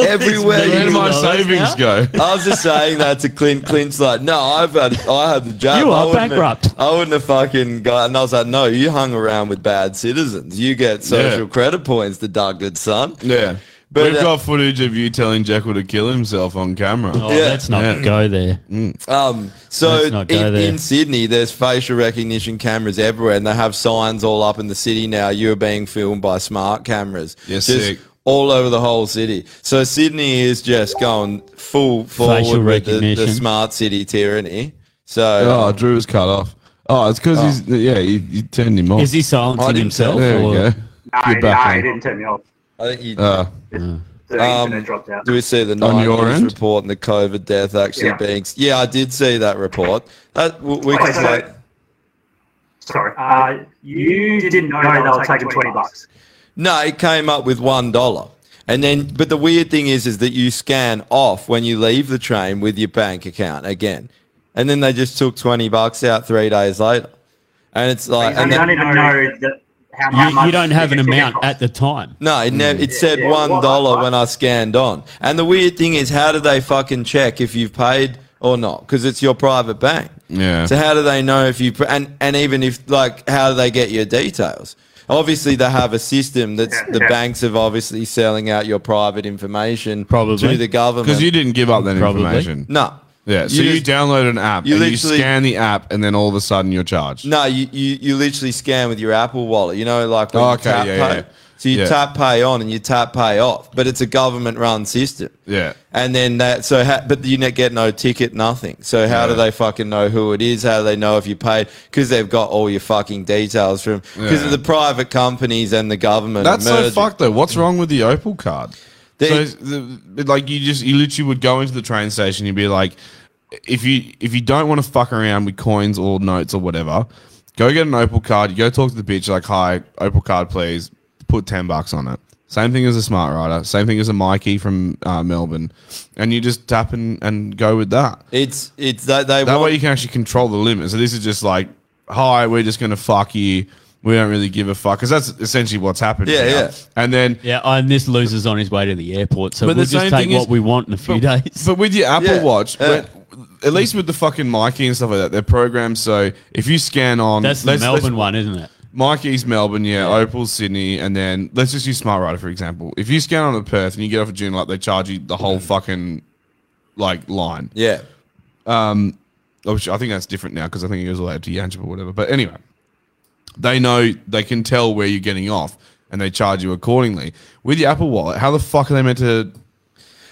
[SPEAKER 4] everywhere
[SPEAKER 6] Where did
[SPEAKER 4] you
[SPEAKER 6] my savings
[SPEAKER 2] go?
[SPEAKER 4] I was just saying that to Clint. Clint's like, no, I've had, I had the job.
[SPEAKER 6] You are
[SPEAKER 4] I wouldn't
[SPEAKER 6] bankrupt.
[SPEAKER 4] Have, I wouldn't have fucking got. And I was like, no, you hung around with bad citizens. You get social
[SPEAKER 2] Yeah.
[SPEAKER 4] credit points deducted, son.
[SPEAKER 2] Yeah.
[SPEAKER 4] But,
[SPEAKER 2] We've
[SPEAKER 4] uh,
[SPEAKER 2] got footage of you telling Jekyll to kill himself on camera. Mm.
[SPEAKER 4] Oh, Yeah. let's not
[SPEAKER 6] go there.
[SPEAKER 4] Um, so
[SPEAKER 6] Let's not go
[SPEAKER 4] in,
[SPEAKER 6] there.
[SPEAKER 4] in Sydney, there's facial recognition cameras everywhere, and they have signs all up in the city now. You are being filmed by smart cameras.
[SPEAKER 2] Yes,
[SPEAKER 4] Just
[SPEAKER 2] sick.
[SPEAKER 4] All over the whole city. So Sydney is just going full forward
[SPEAKER 2] Facial
[SPEAKER 4] with the, the
[SPEAKER 2] recognition.
[SPEAKER 4] smart city tyranny. So
[SPEAKER 2] Oh, Drew was cut off. Oh, it's because
[SPEAKER 4] Uh, Oh.
[SPEAKER 2] he's yeah, you, you turned him off.
[SPEAKER 4] Is he silencing I didn't himself, turn-
[SPEAKER 2] There we
[SPEAKER 4] or-
[SPEAKER 2] go.
[SPEAKER 5] No,
[SPEAKER 2] You're back
[SPEAKER 5] no,
[SPEAKER 2] on.
[SPEAKER 5] he didn't turn me off.
[SPEAKER 4] I think you.
[SPEAKER 2] Uh,
[SPEAKER 5] The internet dropped out.
[SPEAKER 4] Do we see the
[SPEAKER 2] On
[SPEAKER 4] nine
[SPEAKER 2] your
[SPEAKER 4] news
[SPEAKER 2] end?
[SPEAKER 4] report and the COVID death actually
[SPEAKER 5] Yeah.
[SPEAKER 4] being? Yeah, I did see that report. That we, we
[SPEAKER 5] Okay,
[SPEAKER 4] can
[SPEAKER 5] so-
[SPEAKER 4] take-
[SPEAKER 5] Sorry. Uh, you didn't know they were taking 20 bucks.
[SPEAKER 4] No, it came up with one dollar. And then but the weird thing is is that you scan off when you leave the train with your bank account again. And then they just took twenty bucks out three days later. And it's like
[SPEAKER 5] And
[SPEAKER 4] and
[SPEAKER 5] you don't
[SPEAKER 4] then-
[SPEAKER 5] even know that how much.
[SPEAKER 6] You, you don't have an amount at the time.
[SPEAKER 4] no, it, nev- it
[SPEAKER 5] Yeah,
[SPEAKER 4] said
[SPEAKER 5] yeah,
[SPEAKER 4] one
[SPEAKER 5] what-
[SPEAKER 4] dollar when I scanned on. And the weird thing is, how do they fucking check if you've paid or not? Because it's your private bank.
[SPEAKER 2] Yeah.
[SPEAKER 4] So how do they know if you pr- and and even if like how do they get your details? Obviously, they have a system that's the
[SPEAKER 2] yeah.
[SPEAKER 4] banks have obviously selling out your private information
[SPEAKER 6] Probably.
[SPEAKER 4] to the government
[SPEAKER 2] Because you didn't give up that information.
[SPEAKER 4] No.
[SPEAKER 2] Yeah. So you,
[SPEAKER 4] You
[SPEAKER 2] download an app
[SPEAKER 4] you
[SPEAKER 2] and you
[SPEAKER 4] literally-
[SPEAKER 2] scan the app, and then all of a sudden you're charged.
[SPEAKER 4] No, you, you, you literally scan with your Apple wallet. You know, like when
[SPEAKER 2] Oh,
[SPEAKER 4] you
[SPEAKER 2] okay,
[SPEAKER 4] tap
[SPEAKER 2] yeah,
[SPEAKER 4] pay.
[SPEAKER 2] yeah.
[SPEAKER 4] So you
[SPEAKER 2] Yeah.
[SPEAKER 4] tap pay on and you tap pay off, but it's a government-run system.
[SPEAKER 2] Yeah.
[SPEAKER 4] And then that, so ha- but you ne- get no ticket, nothing. So how do
[SPEAKER 2] Yeah.
[SPEAKER 4] they fucking know who it is? How do they know if you paid? Because they've got all your fucking details from because
[SPEAKER 2] Yeah.
[SPEAKER 4] of the private companies and the government.
[SPEAKER 2] That's
[SPEAKER 4] are
[SPEAKER 2] so
[SPEAKER 4] merging.
[SPEAKER 2] fucked though. What's wrong with the Opal card?
[SPEAKER 4] They-
[SPEAKER 2] so it's the, but, like you just you literally would go into the train station, you'd be like, if you if you don't want to fuck around with coins or notes or whatever, go get an Opal card. You go talk to the bitch like, hi, Opal card, please. Put ten bucks on it. Same thing as a smart rider. Same thing as a Mikey from uh, Melbourne, and you just tap and, and go with that.
[SPEAKER 4] It's it's that they
[SPEAKER 2] that way you can actually control the limit. So this is just like, hi, we're just gonna fuck you. We don't really give a fuck because that's essentially what's happened.
[SPEAKER 6] Yeah,
[SPEAKER 2] now.
[SPEAKER 6] yeah.
[SPEAKER 2] And then
[SPEAKER 6] yeah, and this loser's on his way to the airport, so
[SPEAKER 2] But the
[SPEAKER 6] we'll just
[SPEAKER 2] same
[SPEAKER 6] take
[SPEAKER 2] thing
[SPEAKER 6] what
[SPEAKER 2] is-
[SPEAKER 6] we want in a few
[SPEAKER 2] but,
[SPEAKER 6] days.
[SPEAKER 2] But with your Apple
[SPEAKER 6] Yeah,
[SPEAKER 2] Watch,
[SPEAKER 6] yeah.
[SPEAKER 2] when- at least with the fucking Mikey and stuff like that, they're programmed so if you scan on
[SPEAKER 6] That's the Melbourne one, isn't it?
[SPEAKER 2] Mikey's Melbourne, yeah, Opal's Sydney, and then let's just use Smart Rider for example. If you scan on a Perth and you get off a June like they charge you the whole fucking like line.
[SPEAKER 4] Yeah.
[SPEAKER 2] Um which I think that's different now because I think it goes all out to Yanchep or whatever. But anyway, they know they can tell where you're getting off and they charge you accordingly. With your Apple Wallet, how the fuck are they meant to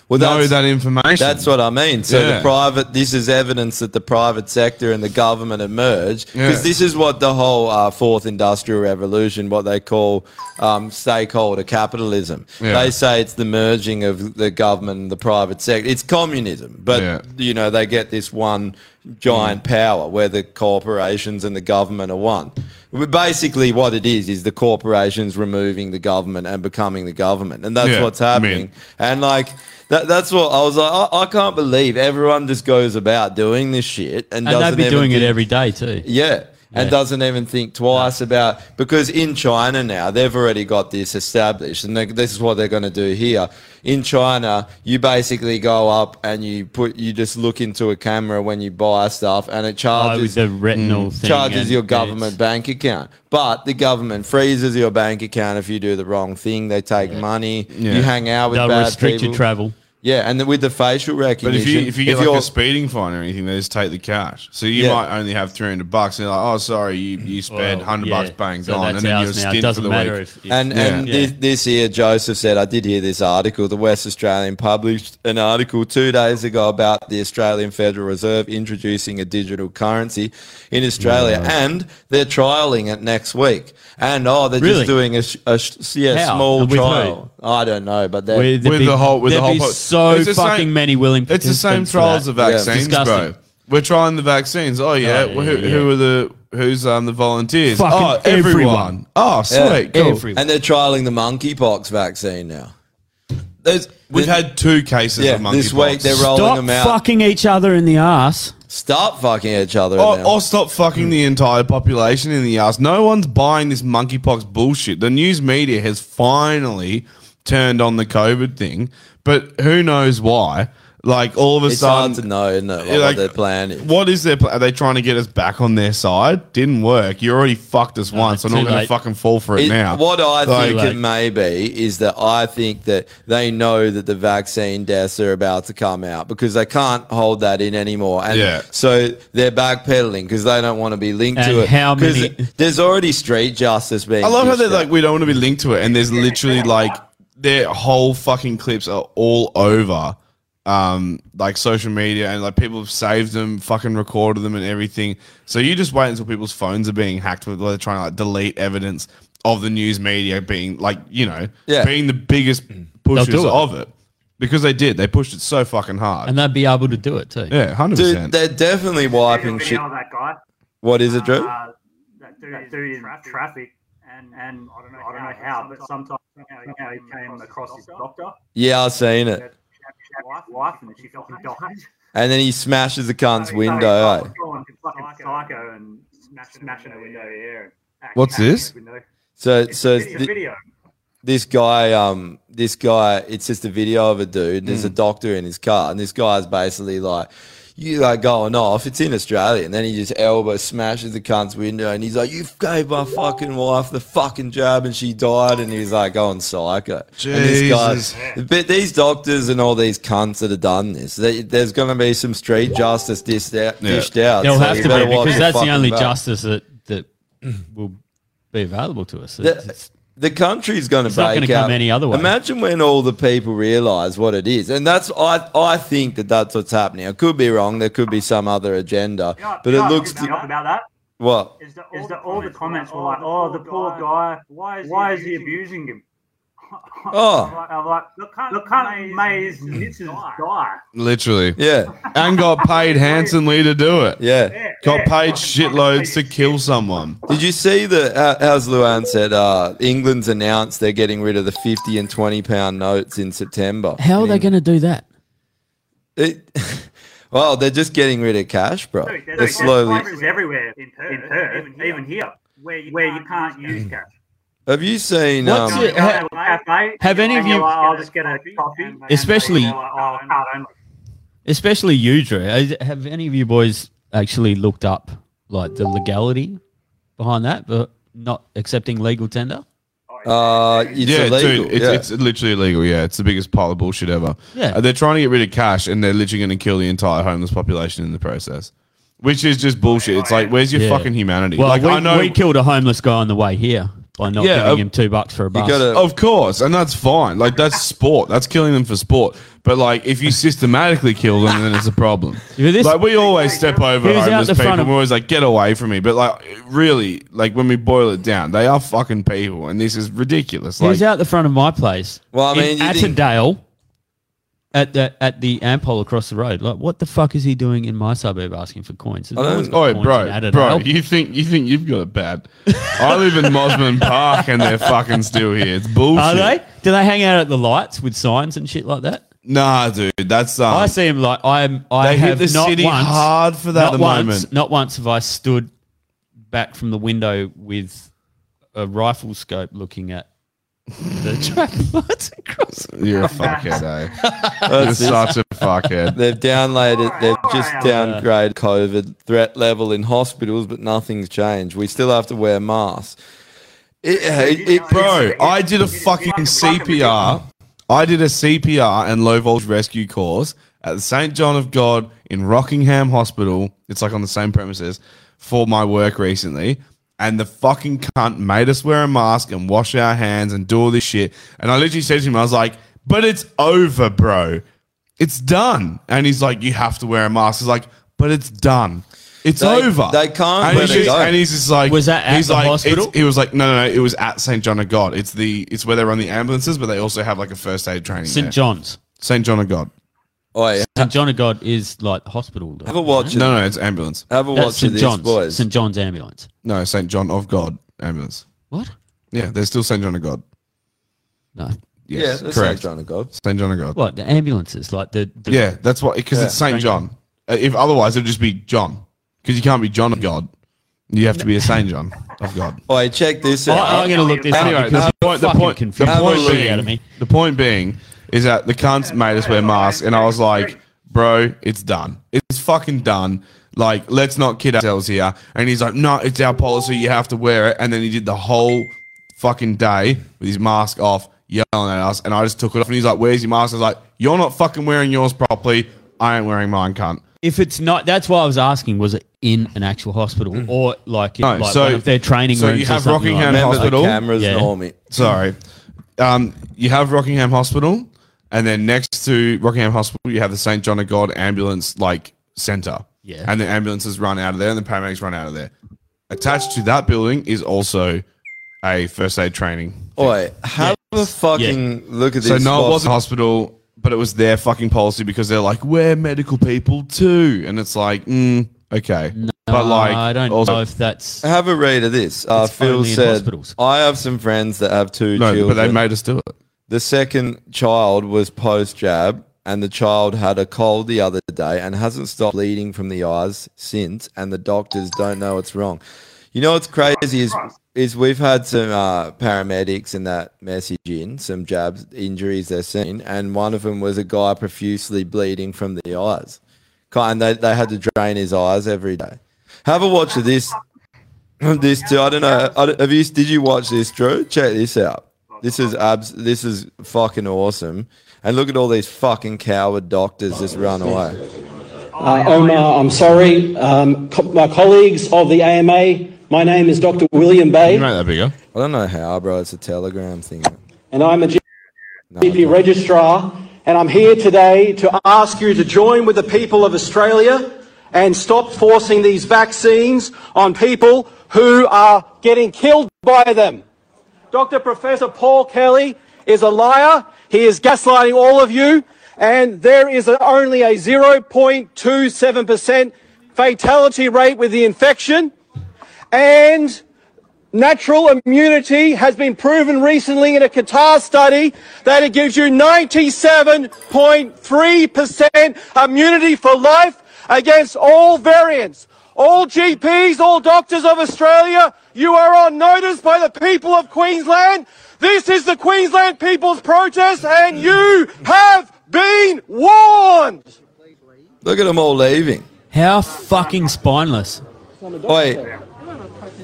[SPEAKER 2] know
[SPEAKER 4] that's-
[SPEAKER 2] that information?
[SPEAKER 4] That's what I mean. So
[SPEAKER 2] Yeah.
[SPEAKER 4] the private, this is evidence that the private sector and the government emerge because
[SPEAKER 2] Yeah.
[SPEAKER 4] this is what the whole uh, fourth industrial revolution, what they call um, stakeholder capitalism.
[SPEAKER 2] Yeah.
[SPEAKER 4] They say it's the merging of the government and the private sector. It's communism, but
[SPEAKER 2] Yeah.
[SPEAKER 4] you know they get this one giant power where the corporations and the government are one. But Basically, what it is is the corporations removing the government and becoming the government, and that's
[SPEAKER 2] Yeah,
[SPEAKER 4] what's
[SPEAKER 2] I mean-
[SPEAKER 4] happening. And like that, that's what I was like. I, I can't believe everyone just goes about doing this shit
[SPEAKER 6] And
[SPEAKER 4] and, doesn't
[SPEAKER 6] they'd be
[SPEAKER 4] even
[SPEAKER 6] doing it
[SPEAKER 4] think-
[SPEAKER 6] every day too.
[SPEAKER 4] Yeah. And
[SPEAKER 6] Yeah.
[SPEAKER 4] doesn't even think twice about because in China now they've already got this established, and they, this is what they're going to do here. In China, you basically go up and you put you just look into a camera when you buy stuff, and it charges
[SPEAKER 6] Oh,
[SPEAKER 4] Mm.
[SPEAKER 6] the retinal thing
[SPEAKER 4] charges
[SPEAKER 6] and-
[SPEAKER 4] your
[SPEAKER 6] yeah,
[SPEAKER 4] government bank account. But the government freezes your bank account if you do the wrong thing. They take money. You hang out with
[SPEAKER 6] They'll
[SPEAKER 4] bad
[SPEAKER 6] restrict your
[SPEAKER 4] people.
[SPEAKER 6] travel.
[SPEAKER 4] Yeah, and then with the facial
[SPEAKER 2] But
[SPEAKER 4] recognition,
[SPEAKER 2] if you if you get like
[SPEAKER 4] you're-
[SPEAKER 2] a speeding fine or anything, they just take the cash. So you
[SPEAKER 4] Yeah.
[SPEAKER 2] might only have three hundred bucks, and they're like, "Oh, sorry, you, you spent
[SPEAKER 4] Well,
[SPEAKER 2] hundred
[SPEAKER 4] yeah.
[SPEAKER 2] bucks, bang,
[SPEAKER 4] So
[SPEAKER 2] gone,"
[SPEAKER 4] that's
[SPEAKER 2] and then you're
[SPEAKER 4] ours now. It
[SPEAKER 2] stint
[SPEAKER 4] doesn't
[SPEAKER 2] for the
[SPEAKER 4] matter
[SPEAKER 2] week.
[SPEAKER 4] if- if- And- and this- this year, Joseph said, I did hear this article. The West Australian published an article two days ago about the Australian Federal Reserve introducing a digital currency in Australia, and they're trialing it next week. And oh, they're
[SPEAKER 6] Really?
[SPEAKER 4] just doing a, sh- a sh- yeah,
[SPEAKER 6] How?
[SPEAKER 4] small
[SPEAKER 6] And with who?
[SPEAKER 4] trial. I don't know, but they're
[SPEAKER 6] With the With big- the whole- with the there'd whole be po- so It's the same- fucking many willing
[SPEAKER 2] It's the same
[SPEAKER 6] participants for
[SPEAKER 2] trials
[SPEAKER 6] that.
[SPEAKER 2] of
[SPEAKER 6] Yeah.
[SPEAKER 2] vaccines, bro.
[SPEAKER 6] Disgusting.
[SPEAKER 2] We're trying the vaccines. Oh yeah,
[SPEAKER 6] yeah,
[SPEAKER 2] well, who,
[SPEAKER 6] yeah.
[SPEAKER 2] who are the who's um the volunteers?
[SPEAKER 4] Fucking
[SPEAKER 2] oh, everyone.
[SPEAKER 4] everyone.
[SPEAKER 2] Oh, sweet, cool.
[SPEAKER 4] And they're trialing the monkeypox vaccine now. There's,
[SPEAKER 2] We've had two cases
[SPEAKER 4] yeah,
[SPEAKER 2] of
[SPEAKER 4] this
[SPEAKER 2] monkeypox.
[SPEAKER 4] week they're rolling
[SPEAKER 6] Stop
[SPEAKER 4] them out.
[SPEAKER 6] fucking each other in the ass.
[SPEAKER 4] Stop fucking each other.
[SPEAKER 2] Or,
[SPEAKER 4] now.
[SPEAKER 2] or stop fucking the entire population in the ass. No one's buying this monkeypox bullshit. The news media has finally turned on the COVID thing, but who knows why? Like all of a
[SPEAKER 4] it's
[SPEAKER 2] sudden,
[SPEAKER 4] hard to know, isn't it? Like,
[SPEAKER 2] Yeah,
[SPEAKER 4] what
[SPEAKER 2] like-
[SPEAKER 4] their plan is.
[SPEAKER 2] what is their plan? Are they trying to get us back on their side? Didn't work. You already fucked us once. I'm
[SPEAKER 4] too
[SPEAKER 2] not going to
[SPEAKER 4] late.
[SPEAKER 2] fucking fall for it,
[SPEAKER 4] It-
[SPEAKER 2] now.
[SPEAKER 4] What I
[SPEAKER 2] Like-
[SPEAKER 4] think it may be is that I think that they know that the vaccine deaths are about to come out because they can't hold that in anymore. And
[SPEAKER 2] Yeah.
[SPEAKER 4] so they're backpedaling because they don't want to be linked
[SPEAKER 2] And
[SPEAKER 4] to it.
[SPEAKER 2] how
[SPEAKER 4] 'Cause
[SPEAKER 2] many-
[SPEAKER 4] There's already street justice being.
[SPEAKER 2] I love how
[SPEAKER 4] dished
[SPEAKER 2] they're
[SPEAKER 4] out.
[SPEAKER 2] like, we don't want to be linked to it, and there's literally like their whole fucking clips are all over, um, like social media, and like people have saved them, fucking recorded them, and everything. So you just wait until people's phones are being hacked with like, they're trying to like delete evidence of the news media being like, you know,
[SPEAKER 6] Yeah.
[SPEAKER 2] being the biggest pushers
[SPEAKER 6] Mm. do it.
[SPEAKER 2] of it because they did. They pushed it so fucking hard.
[SPEAKER 6] And they'd be able to do it too.
[SPEAKER 2] Yeah, hundred
[SPEAKER 4] Dude,
[SPEAKER 2] percent.
[SPEAKER 4] they're definitely wiping shit.
[SPEAKER 5] of that guy.
[SPEAKER 4] What is it, Drew?
[SPEAKER 5] Uh, that dude, that dude in traffic, and, and I don't know, I don't know how, but sometimes somehow he came, across his doctor.
[SPEAKER 4] yeah, I've seen it.
[SPEAKER 5] Wife, wife, and she fucking died.
[SPEAKER 4] And then he smashes the cunt's window. eh?
[SPEAKER 5] Going fucking psycho and smashing, smashing a window here.
[SPEAKER 4] What's this? So, so
[SPEAKER 5] It's a
[SPEAKER 4] thi-
[SPEAKER 5] video.
[SPEAKER 4] this guy, um, this guy, it's just a video of a dude. There's a doctor in his car, and this guy's basically like, you like going off. It's in Australia, and then he just elbow smashes the cunt's window, and he's like, "You gave my fucking wife the fucking jab, and she died." And he's like going psycho. And this
[SPEAKER 2] Jesus.
[SPEAKER 4] guy, but these doctors and all these cunts that have done this, they, there's going to be some street justice dished out. Dished out
[SPEAKER 6] There'll
[SPEAKER 4] so
[SPEAKER 6] have
[SPEAKER 4] you
[SPEAKER 6] to be
[SPEAKER 4] better watch
[SPEAKER 6] because
[SPEAKER 4] your
[SPEAKER 6] that's the
[SPEAKER 4] fucking
[SPEAKER 6] only
[SPEAKER 4] back.
[SPEAKER 6] justice that, that will be available to us. It's-
[SPEAKER 4] The, the country's going to
[SPEAKER 6] It's not
[SPEAKER 4] break
[SPEAKER 6] gonna
[SPEAKER 4] out.
[SPEAKER 6] come any other way.
[SPEAKER 4] Imagine when all the people realise what it is, and that's I I think that that's what's happening. I could be wrong. There could be some other agenda, but it looks
[SPEAKER 5] to about that.
[SPEAKER 4] what
[SPEAKER 5] Is that all, the, comments were like, "Oh, the poor guy. Why is, he, abusing him?"
[SPEAKER 4] Oh.
[SPEAKER 5] I'm like, I'm like, look, can't, look, can't May's missus die?
[SPEAKER 2] Literally.
[SPEAKER 4] Yeah.
[SPEAKER 2] And got paid handsomely to do it.
[SPEAKER 4] Yeah.
[SPEAKER 2] Got paid shitloads to kill someone.
[SPEAKER 4] Did you see the uh, as Luan said? Uh, England's announced they're getting rid of the fifty and twenty pound notes in September.
[SPEAKER 6] How are they going to do that?
[SPEAKER 4] It, well, they're just getting rid of cash, bro.
[SPEAKER 5] Dude, there's,
[SPEAKER 4] They're
[SPEAKER 5] there's
[SPEAKER 4] slowly.
[SPEAKER 5] places everywhere in Perth, even, here, even here, where you can't, use cash.
[SPEAKER 4] Have you seen?
[SPEAKER 5] What's
[SPEAKER 4] um,
[SPEAKER 5] your- ha- Cafe,
[SPEAKER 6] have any of
[SPEAKER 5] and you're
[SPEAKER 6] you-
[SPEAKER 5] like, I'll just get a coffee.
[SPEAKER 6] Especially-
[SPEAKER 5] And you're like, "Oh, I can't own
[SPEAKER 6] Especially you, Drew. Has- Have any of you boys actually looked up like the legality behind that, but not accepting legal tender?
[SPEAKER 4] Uh, it's
[SPEAKER 2] yeah,
[SPEAKER 4] illegal,
[SPEAKER 2] dude, it's,
[SPEAKER 4] yeah.
[SPEAKER 2] it's literally illegal. Yeah, it's the biggest pile of bullshit ever.
[SPEAKER 6] Yeah.
[SPEAKER 2] Uh, they're trying to get rid of cash, and they're literally going to kill the entire homeless population in the process, which is just bullshit. It's like, where's your
[SPEAKER 6] Yeah.
[SPEAKER 2] fucking humanity?
[SPEAKER 6] Well,
[SPEAKER 2] like,
[SPEAKER 6] we,
[SPEAKER 2] I know
[SPEAKER 6] we killed a homeless guy on the way here by not
[SPEAKER 2] Yeah, uh,
[SPEAKER 6] giving
[SPEAKER 2] of-
[SPEAKER 6] him two bucks for a bus.
[SPEAKER 2] of course, and that's fine. Like that's sport. That's killing them for sport. But like, if you systematically kill them, then it's a problem. like we always step over
[SPEAKER 6] He was out
[SPEAKER 2] homeless
[SPEAKER 6] the
[SPEAKER 2] people.
[SPEAKER 6] front of-
[SPEAKER 2] We're always like, get away from me. But like, really, like when we boil it down, they are fucking people, and this is ridiculous.
[SPEAKER 6] He
[SPEAKER 2] Like,
[SPEAKER 6] was out the front of my place.
[SPEAKER 4] Well, I mean,
[SPEAKER 6] in
[SPEAKER 4] you think-
[SPEAKER 6] Attendale, at the at the Ampol across the road. Like, what the fuck is he doing in my suburb asking for coins? There's no one's got
[SPEAKER 2] Oh,
[SPEAKER 6] coins in
[SPEAKER 2] bro,
[SPEAKER 6] Attendale.
[SPEAKER 2] bro, you think you think you've got it bad? I live in Mosman Park, and they're fucking still here. It's bullshit.
[SPEAKER 6] Are they? Do they hang out at the lights with signs and shit like that?
[SPEAKER 2] Nah, dude, that's um,
[SPEAKER 6] I see him like I'm. I
[SPEAKER 2] they hit
[SPEAKER 6] have
[SPEAKER 2] the
[SPEAKER 6] not
[SPEAKER 2] city
[SPEAKER 6] once,
[SPEAKER 2] hard for that
[SPEAKER 6] not
[SPEAKER 2] at the
[SPEAKER 6] once,
[SPEAKER 2] moment.
[SPEAKER 6] Not once have I stood back from the window with a rifle scope looking at the traffic lights across. the
[SPEAKER 2] You're a
[SPEAKER 6] road.
[SPEAKER 2] fuckhead, eh? You're such a fuckhead.
[SPEAKER 4] They've downloaded,
[SPEAKER 2] Oh,
[SPEAKER 4] they've just downgraded COVID threat level in hospitals, but nothing's changed. We still have to wear masks. It, it, it,
[SPEAKER 2] Bro, I did a fucking CPR. I did a CPR and low voltage rescue course at the St. John of God in Rockingham Hospital. It's like on the same premises for my work recently. And the fucking cunt made us wear a mask and wash our hands and do all this shit. And I literally said to him, I was like, but it's over, bro. It's done. And he's like, you have to wear a mask. He's like, but it's done. It's
[SPEAKER 4] They-
[SPEAKER 2] over.
[SPEAKER 4] they can't
[SPEAKER 2] And
[SPEAKER 4] let
[SPEAKER 2] he's
[SPEAKER 4] it
[SPEAKER 2] just-
[SPEAKER 4] go.
[SPEAKER 2] and he's just like,
[SPEAKER 4] Was that at
[SPEAKER 2] he's
[SPEAKER 4] the
[SPEAKER 2] like, it's-
[SPEAKER 4] hospital?
[SPEAKER 2] he was like, no, no, no, it was at St. John of God. It's the it's where they run the ambulances, but they also have like a first aid training.
[SPEAKER 6] St.
[SPEAKER 2] there.
[SPEAKER 6] John's.
[SPEAKER 2] St. John of God.
[SPEAKER 4] Oh, yeah.
[SPEAKER 6] St. John of God is like the hospital. Though,
[SPEAKER 4] Have a watch it.
[SPEAKER 2] No, no, it's ambulance.
[SPEAKER 4] Have a
[SPEAKER 6] That's
[SPEAKER 4] watch
[SPEAKER 6] St.
[SPEAKER 4] of this,
[SPEAKER 6] John's.
[SPEAKER 4] boys.
[SPEAKER 6] St. John's ambulance.
[SPEAKER 2] No, St. John of God ambulance.
[SPEAKER 6] What?
[SPEAKER 2] Yeah, there's still St. John of God.
[SPEAKER 6] No.
[SPEAKER 4] Yeah,
[SPEAKER 2] Yes,
[SPEAKER 4] that's
[SPEAKER 2] correct.
[SPEAKER 4] St. John of God.
[SPEAKER 2] St. John of God.
[SPEAKER 6] What the ambulances? Like the, the
[SPEAKER 2] Yeah, that's what because it's
[SPEAKER 6] Yeah.
[SPEAKER 2] St. John. Uh, If otherwise, it'd just be John because you can't be John of God. You have to be a St. John of God.
[SPEAKER 4] Oh, hey, check this
[SPEAKER 2] I-
[SPEAKER 4] out.
[SPEAKER 2] I'm gonna look this up because
[SPEAKER 4] have-
[SPEAKER 2] the point, the
[SPEAKER 4] fucking
[SPEAKER 2] point, the
[SPEAKER 4] confused. Have a
[SPEAKER 2] point
[SPEAKER 4] look.
[SPEAKER 2] being, the point being is that the cunts made us wear masks, and I was like, bro, it's done. It's fucking done. Like, let's not kid ourselves here. And he's like, no, it's our policy. You have to wear it. And then he did the whole fucking day with his mask off, yelling at us. And I just took it off, and he's like, where's your mask? I was like, you're not fucking wearing yours properly. I ain't wearing mine, cunt.
[SPEAKER 6] If it's not, that's why I was asking: was it in an actual hospital or like,
[SPEAKER 2] No,
[SPEAKER 6] like
[SPEAKER 2] so-
[SPEAKER 6] one of their training
[SPEAKER 2] so
[SPEAKER 6] rooms?
[SPEAKER 2] you
[SPEAKER 6] or
[SPEAKER 2] have
[SPEAKER 6] something
[SPEAKER 2] Rockingham
[SPEAKER 6] like that?
[SPEAKER 2] Hospital.
[SPEAKER 6] Yeah.
[SPEAKER 2] Sorry. Um, you have Rockingham Hospital, and then next to Rockingham Hospital, you have the St. John of God ambulance like center.
[SPEAKER 6] Yeah.
[SPEAKER 2] And the ambulances run out of there, and the paramedics run out of there. Attached to that building is also a first aid training.
[SPEAKER 4] Oi, have a fucking look at this.
[SPEAKER 2] So no, it
[SPEAKER 4] boss.
[SPEAKER 2] wasn't hospital, but it was their fucking policy because they're like, we're medical people too, and it's like, mm, okay, but like,
[SPEAKER 6] I don't
[SPEAKER 2] also-
[SPEAKER 6] know if that's
[SPEAKER 4] Have a read of this. Uh,
[SPEAKER 6] It's
[SPEAKER 4] Phil
[SPEAKER 6] only in
[SPEAKER 4] said,
[SPEAKER 6] hospitals.
[SPEAKER 4] I have some friends that have two
[SPEAKER 2] No, but they
[SPEAKER 4] children.
[SPEAKER 2] made us do it.
[SPEAKER 4] The second child was post jab, and the child had a cold the other day and hasn't stopped bleeding from the eyes since, and the doctors don't know what's wrong. You know what's crazy is is we've had some uh, paramedics and that message in some jabs injuries they're seen, and one of them was a guy profusely bleeding from the eyes kind. They they had to drain his eyes every day. Have a watch of this. This too. I don't know. I don't- have you? Did you watch this, Drew? Check this out. This is abs. This is fucking awesome. And look at all these fucking coward doctors just run away.
[SPEAKER 7] Uh, Omar, I'm sorry. Um, co- my colleagues of the AMA, my name is Dr. William Bay,
[SPEAKER 4] that bigger. I don't know how, bro. It's a telegram thing.
[SPEAKER 7] and I'm a G-
[SPEAKER 4] No,
[SPEAKER 7] GP registrar, and I'm here today to ask you to join with the people of Australia and stop forcing these vaccines on people who are getting killed by them. Dr. Professor Paul Kelly is a liar. He is gaslighting all of you. And there is a- only a 0.27% fatality rate with the infection. And natural immunity has been proven recently in a Qatar study that it gives you 97.3% immunity for life against all variants. All GPs, all doctors of Australia, you are on notice by the people of Queensland. This is the Queensland People's Protest and you have been warned.
[SPEAKER 4] Look at them all leaving.
[SPEAKER 6] How fucking spineless.
[SPEAKER 4] Wait.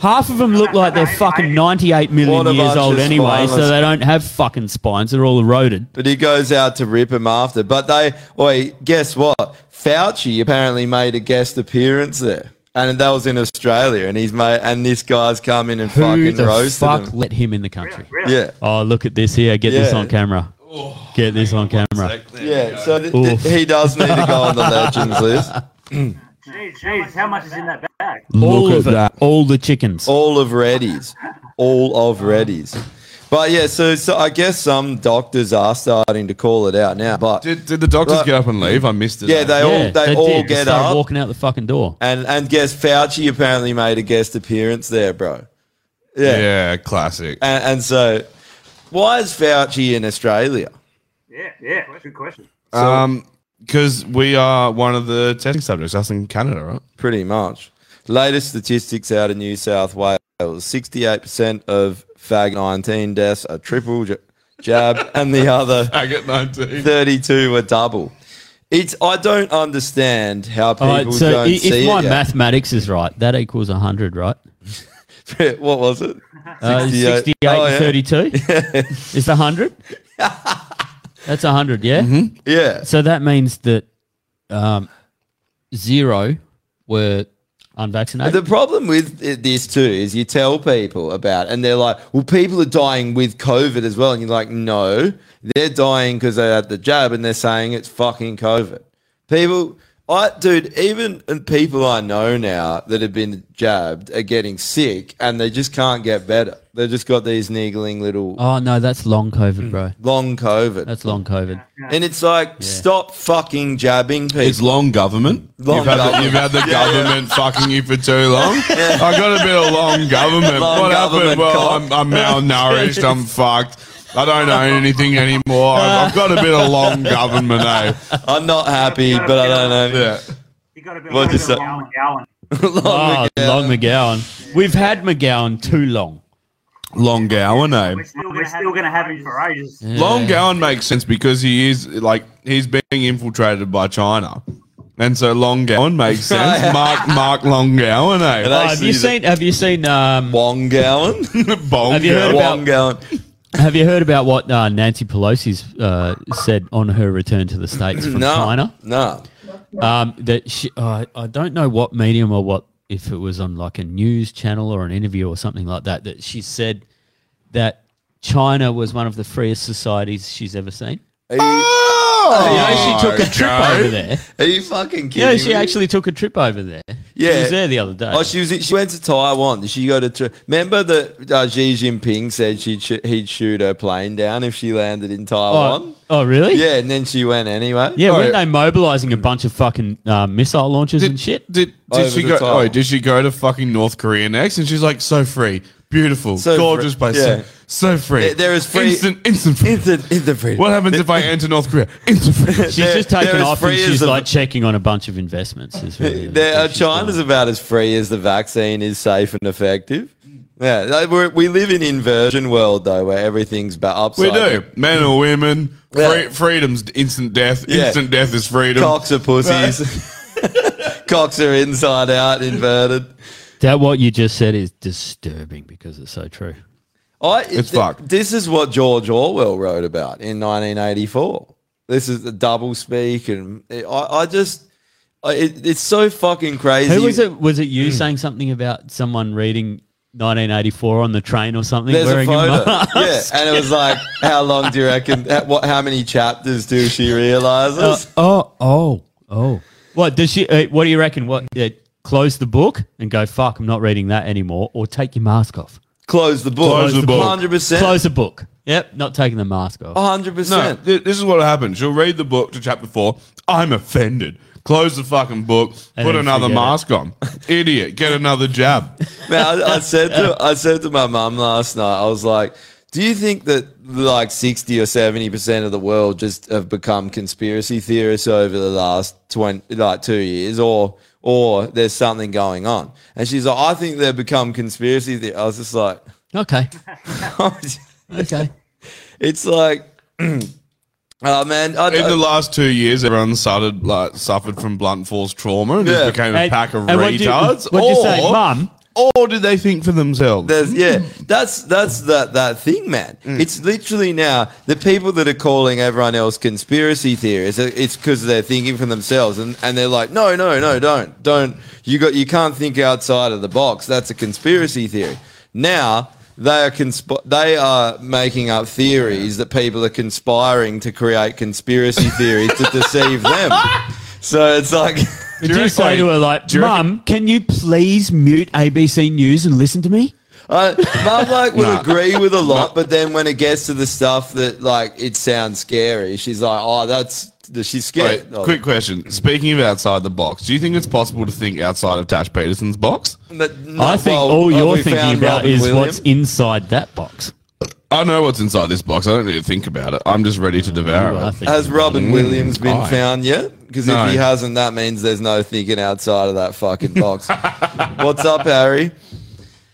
[SPEAKER 6] Half of them look like they're fucking 98 million
[SPEAKER 4] What a
[SPEAKER 6] years
[SPEAKER 4] bunch
[SPEAKER 6] old
[SPEAKER 4] of
[SPEAKER 6] anyway, so
[SPEAKER 4] spineless-
[SPEAKER 6] they don't have fucking spines. They're all eroded.
[SPEAKER 4] But he goes out to rip him after. But they, oi, guess what? Fauci apparently made a guest appearance there, and that was in Australia. And he's made, and this guy's come in and
[SPEAKER 6] Who
[SPEAKER 4] fucking
[SPEAKER 6] the
[SPEAKER 4] roasted
[SPEAKER 6] fuck
[SPEAKER 4] him.
[SPEAKER 6] let him in the country?
[SPEAKER 4] Yeah.
[SPEAKER 6] Oh, look at this here. Get this
[SPEAKER 4] Yeah.
[SPEAKER 6] on camera. Get this on camera.
[SPEAKER 4] Yeah, so th- th-
[SPEAKER 6] Oof.
[SPEAKER 4] he does need to go on the legends list.
[SPEAKER 5] Jeez, jeez, how much is in that bag?
[SPEAKER 6] All of it. All the chickens.
[SPEAKER 4] All of Reddy's. All of Reddy's. But yeah, so, so I guess some doctors are starting to call it out now. But
[SPEAKER 2] Did, did the doctors
[SPEAKER 4] Right.
[SPEAKER 2] get up and leave? I missed it. eh?
[SPEAKER 4] Yeah, they all
[SPEAKER 6] Yeah,
[SPEAKER 4] they,
[SPEAKER 6] they
[SPEAKER 4] all
[SPEAKER 6] did. They
[SPEAKER 4] get
[SPEAKER 6] started
[SPEAKER 4] up
[SPEAKER 6] walking out the fucking door.
[SPEAKER 4] and and guess Fauci apparently made a guest appearance there, bro. Yeah,
[SPEAKER 2] yeah, classic.
[SPEAKER 4] And, and so, why is Fauci in Australia?
[SPEAKER 5] Yeah, yeah, good question.
[SPEAKER 2] Um, because we are one of the testing subjects. Us in Canada, right?
[SPEAKER 4] Pretty much. Latest statistics out of New South Wales: sixty-eight percent of fag nineteen deaths are triple j- jab, and the other
[SPEAKER 2] faggot nineteen
[SPEAKER 4] thirty-two were double. It's I don't understand how people
[SPEAKER 6] All right, so i-
[SPEAKER 4] don't
[SPEAKER 6] if,
[SPEAKER 4] see
[SPEAKER 6] my
[SPEAKER 4] it. yet.
[SPEAKER 6] mathematics is right, that equals 100, right?
[SPEAKER 4] what was it?
[SPEAKER 6] Uh, 68,
[SPEAKER 4] 68. Oh, yeah.
[SPEAKER 6] 32 is 100. That's 100, yeah? Mm-hmm.
[SPEAKER 4] Yeah.
[SPEAKER 6] So that means that um, zero were unvaccinated.
[SPEAKER 4] The problem with it- this too is you tell people about, it and they're like, "Well, people are dying with COVID as well," and you're like, "No, they're dying because they had the jab, and they're saying it's fucking COVID." People, I dude, even people I know now that have been jabbed are getting sick, and they just can't get better. They've just got these niggling little
[SPEAKER 6] oh, no, that's long
[SPEAKER 2] Hmm.
[SPEAKER 6] COVID, bro.
[SPEAKER 4] long COVID.
[SPEAKER 6] That's long COVID.
[SPEAKER 4] And it's like, stop fucking jabbing people.
[SPEAKER 2] It's long government.
[SPEAKER 4] Long
[SPEAKER 2] you've, had
[SPEAKER 4] government.
[SPEAKER 2] The, you've had the
[SPEAKER 4] Yeah, yeah.
[SPEAKER 2] government fucking you for too long. I got a bit of long government.
[SPEAKER 4] Long
[SPEAKER 2] what
[SPEAKER 4] government
[SPEAKER 2] happened? Well,
[SPEAKER 4] cock.
[SPEAKER 2] I'm, I'm malnourished. I'm fucked. I don't own anything anymore. I've, I've got a bit of long government, eh?
[SPEAKER 4] I'm not happy, but I don't know.
[SPEAKER 2] Yeah.
[SPEAKER 4] What is that?
[SPEAKER 5] Alan Gowan.
[SPEAKER 6] oh, long McGowan. We've had McGowan too long.
[SPEAKER 2] Long Gowan, eh?
[SPEAKER 5] Still gonna have- We're still going to have him for ages.
[SPEAKER 2] Long Gowan makes sense because he is like he's being infiltrated by China, and so Long Gowan makes sense. Mark Mark Long Gowan, eh?
[SPEAKER 6] Oh, have you seen? Have you seen? Um,
[SPEAKER 4] Wong Gowan.
[SPEAKER 2] Bong
[SPEAKER 6] Have you heard
[SPEAKER 2] Gowan.
[SPEAKER 6] about? Have you heard about what uh, Nancy Pelosi's uh, said on her return to the states from
[SPEAKER 4] No,
[SPEAKER 6] China?
[SPEAKER 4] No.
[SPEAKER 6] Um, that she, uh, I don't know what medium or what if it was on like a news channel or an interview or something like that. That she said that China was one of the freest societies she's ever seen.
[SPEAKER 4] Oh,
[SPEAKER 6] yeah, she took a trip
[SPEAKER 4] okay.
[SPEAKER 6] over there.
[SPEAKER 4] Are you fucking kidding?
[SPEAKER 6] Yeah, she
[SPEAKER 4] me?
[SPEAKER 6] actually took a trip over there.
[SPEAKER 4] Yeah.
[SPEAKER 6] she was there the other day.
[SPEAKER 4] Oh, she was. She went to Taiwan. Did She got a trip. Remember that uh, Xi Jinping said she'd sh- he'd shoot her plane down if she landed in Taiwan.
[SPEAKER 6] oh, really?
[SPEAKER 4] Yeah, and then she went anyway.
[SPEAKER 6] Yeah,
[SPEAKER 4] Oh,
[SPEAKER 6] weren't they mobilizing a bunch of fucking uh, missile launchers and shit?
[SPEAKER 2] Did, Did she go? Oh, did she go to fucking North Korea next? And she's like, so free, beautiful,
[SPEAKER 4] So
[SPEAKER 2] gorgeous
[SPEAKER 4] free,
[SPEAKER 2] place,
[SPEAKER 4] yeah.
[SPEAKER 2] so, so free.
[SPEAKER 4] There- there is free-
[SPEAKER 2] instant, instant, free.
[SPEAKER 4] instant, instant free.
[SPEAKER 2] What happens if I enter North Korea? Instant free.
[SPEAKER 6] she's just taken off and she's like checking on a bunch of investments. Is really
[SPEAKER 4] There, uh, China's about as free as the vaccine is safe and effective. Yeah, like, we're, we live in inversion world though, where everything's ba- upside.
[SPEAKER 2] We do. Men or women.
[SPEAKER 4] Yeah.
[SPEAKER 2] Free, freedom's instant death.
[SPEAKER 4] Yeah.
[SPEAKER 2] Instant death is freedom.
[SPEAKER 4] Cocks are pussies. Cocks are inside out, inverted.
[SPEAKER 6] That what you just said is disturbing because it's so true.
[SPEAKER 4] I,
[SPEAKER 6] It's
[SPEAKER 4] th-
[SPEAKER 6] fucked.
[SPEAKER 4] This is what George Orwell wrote about in 1984. This is the double speak, and I, I just, I, it, it's so fucking crazy.
[SPEAKER 6] Who was it? Was it you saying something about someone reading 1984 on the train or something?
[SPEAKER 4] There's a
[SPEAKER 6] wearing
[SPEAKER 4] photo.
[SPEAKER 6] mask? Uh,
[SPEAKER 4] yeah, and it was like, how long do you reckon? How, what, how many chapters do she
[SPEAKER 6] Oh,
[SPEAKER 4] realizes?
[SPEAKER 6] oh, oh, oh. What does she? Uh, what do you reckon? What? Yeah, close the book and go. Fuck, I'm not reading that anymore. Or take your mask off.
[SPEAKER 4] Close the book.
[SPEAKER 6] Close the book.
[SPEAKER 4] 100%.
[SPEAKER 6] Close the book. Yep, not taking the mask off.
[SPEAKER 4] hundred
[SPEAKER 2] No,
[SPEAKER 4] percent.
[SPEAKER 2] thi- this is what happened. She'll read the book to chapter four. I'm offended. Close the fucking book.
[SPEAKER 4] And
[SPEAKER 2] put
[SPEAKER 4] then
[SPEAKER 2] another
[SPEAKER 4] forget it.
[SPEAKER 2] mask on. Idiot. Get another jab.
[SPEAKER 4] Man, I, I said to I said to my mum last night, I was like, "Do you think that like sixty or seventy percent of the world just have become conspiracy theorists over the last twenty like two years, or or there's something going on?" And she's like, "I think they've become conspiracy theorists." I was just like,
[SPEAKER 6] Okay. okay.
[SPEAKER 4] "It's like." Oh man! I,
[SPEAKER 2] In the last two years, everyone started like suffered from blunt force trauma and
[SPEAKER 4] Yeah.
[SPEAKER 2] just became a
[SPEAKER 4] And-
[SPEAKER 2] pack of
[SPEAKER 4] and what do you-
[SPEAKER 2] retards.
[SPEAKER 4] what do you say,
[SPEAKER 2] Or-
[SPEAKER 4] Mum?
[SPEAKER 2] Or did they think for themselves?
[SPEAKER 4] There's, yeah,
[SPEAKER 6] Mm.
[SPEAKER 4] that's that's that that thing, man. It's literally now the people that are calling everyone else conspiracy theorists. it- It's because they're thinking for themselves, and, and they're like, no, no, no, don't, don't. You got you can't think outside of the box. That's a conspiracy theory. Now they are consp- they are making up theories that people are conspiring to create conspiracy theories to deceive them. So it's like.
[SPEAKER 6] Did you say to her like, "Mum, can you please mute ABC News and listen to me?"
[SPEAKER 4] Uh, Mum like would
[SPEAKER 6] Nah.
[SPEAKER 4] agree with a lot, but then when it gets to the stuff that like it sounds scary, she's like, "Oh, that's she's scared."
[SPEAKER 2] Wait, quick question. Speaking of outside the box, do you think it's possible to think outside of Tash Peterson's box?
[SPEAKER 6] I think all you're thinking about is what's inside that box.
[SPEAKER 2] I know what's inside this box. I don't need to think about it. I'm just ready to devour it.
[SPEAKER 4] Has Robin Williams been
[SPEAKER 2] Aye.
[SPEAKER 4] found yet? Because
[SPEAKER 2] No.
[SPEAKER 4] if he hasn't, that means there's no thinking outside of that fucking box. What's up, Harry?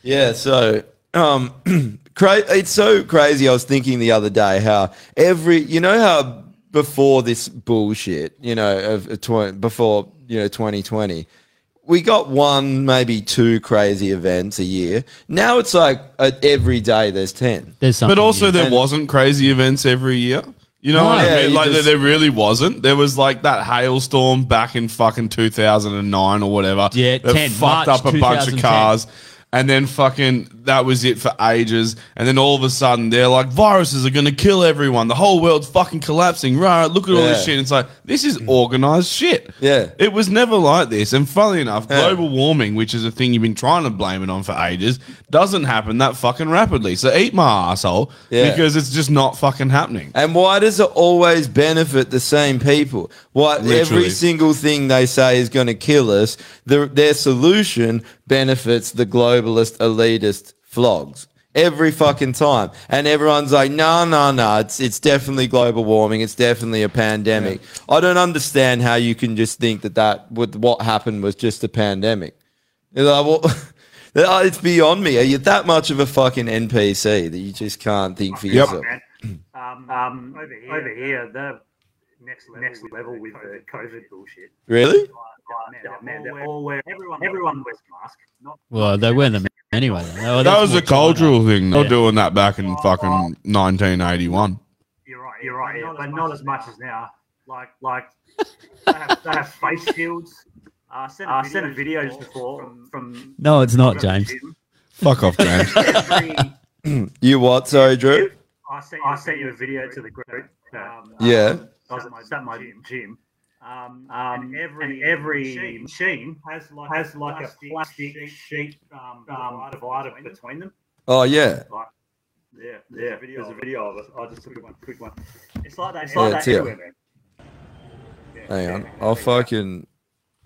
[SPEAKER 4] Yeah, so um, cra- it's so crazy. I was thinking the other day how every, you know, how before this bullshit, you know, of, of tw- before, you know, 2020, we got one, maybe two crazy events a year. Now it's like uh, every day there's 10.
[SPEAKER 6] There's
[SPEAKER 2] But also, there
[SPEAKER 4] And-
[SPEAKER 2] wasn't crazy events every year. You know what
[SPEAKER 4] No.
[SPEAKER 2] I
[SPEAKER 4] Yeah,
[SPEAKER 2] mean?
[SPEAKER 4] you
[SPEAKER 2] Like,
[SPEAKER 4] just-
[SPEAKER 2] there really wasn't. There was like that hailstorm back in fucking 2009 or whatever. Yeah, that
[SPEAKER 6] 10,
[SPEAKER 2] fucked
[SPEAKER 6] March
[SPEAKER 2] up a bunch of
[SPEAKER 6] 2010.
[SPEAKER 2] cars. And then fucking that was it for ages. And then all of a sudden they're like, viruses are gonna kill everyone. The whole world's fucking collapsing. Right? Look at all this
[SPEAKER 4] Yeah.
[SPEAKER 2] shit. It's like this is organized shit.
[SPEAKER 4] Yeah.
[SPEAKER 2] It was never like this. And funnily enough, global warming, which is a thing you've been trying to blame it on for ages, doesn't happen that fucking rapidly. So eat my asshole
[SPEAKER 4] Yeah.
[SPEAKER 2] because it's just not fucking happening.
[SPEAKER 4] And why does it always benefit the same people? Why every
[SPEAKER 2] Literally.
[SPEAKER 4] single thing they say is going to kill us, their, their solution benefits the globalist elitist flogs every fucking time. And everyone's like, no, no, no, it's, it's definitely global warming. It's definitely a pandemic. I don't understand how you can just think that that with what happened was just a pandemic. You're like, well, it's beyond me. Are you that much of a fucking NPC that you just can't think for yourself?
[SPEAKER 5] Um, um, over here, over here, the next level, next level with the COVID bullshit.
[SPEAKER 4] Really?
[SPEAKER 5] Like, man, man, they're all wearing, everyone, everyone wears masks. Not
[SPEAKER 6] Well, they wear them anyway.
[SPEAKER 2] that was a cultural thing. They
[SPEAKER 6] Yeah.
[SPEAKER 2] were doing that back in fucking 1981.
[SPEAKER 5] You're right. You're right. but not as much as now. Like, like they, have, they have face shields. Uh, sent a video, before from, from
[SPEAKER 6] No, it's not, James.
[SPEAKER 2] Fuck off, James.
[SPEAKER 4] you what? Sorry, Drew.
[SPEAKER 5] I sent, I sent you a video to the group. Um,
[SPEAKER 4] Yeah.
[SPEAKER 5] I was at my, at my gym. Um, um, and every, every machine, has like, has like a plastic sheet, um, um, divider between, them.
[SPEAKER 4] Oh yeah.
[SPEAKER 5] Like, yeah, yeah. There's a video of it. I just took one, quick one. It's like that. It's
[SPEAKER 4] Yeah,
[SPEAKER 5] like
[SPEAKER 4] it's
[SPEAKER 5] that
[SPEAKER 4] here.
[SPEAKER 5] everywhere, man.
[SPEAKER 4] Hang on. I'll fucking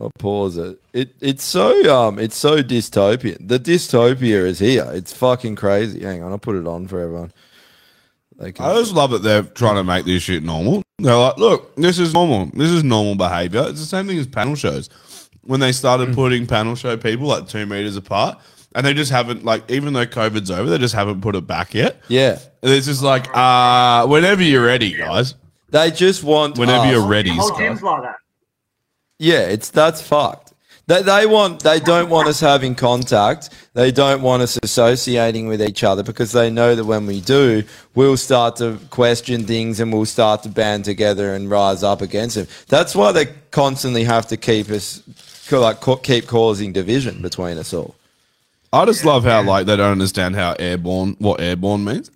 [SPEAKER 4] I'll pause it. It it's so um it's so dystopian. The dystopia is here. It's fucking crazy. Hang on, I'll put it on for everyone. They can
[SPEAKER 2] I just love that they're trying to make this shit normal. They're like, look, this is normal. This is normal behavior. It's the same thing as panel shows. When they
[SPEAKER 4] Mm.
[SPEAKER 2] started putting panel show people like two meters apart, and they just haven't, like, even though COVID's over, they just haven't put it back yet.
[SPEAKER 4] Yeah.
[SPEAKER 2] And it's just like, uh, whenever you're ready, guys.
[SPEAKER 4] They just want
[SPEAKER 2] whenever
[SPEAKER 4] us-
[SPEAKER 5] Oh,
[SPEAKER 2] you're ready.
[SPEAKER 5] Whole
[SPEAKER 2] guys.
[SPEAKER 5] gyms like that.
[SPEAKER 4] Yeah, it's that's fucked. They, they want they don't want us having contact. They don't want us associating with each other because they know that when we do, we'll start to question things and we'll start to band together and rise up against them. That's why they constantly have to keep us like co- keep causing division between us all.
[SPEAKER 2] I just love how like they don't understand how airborne what airborne means.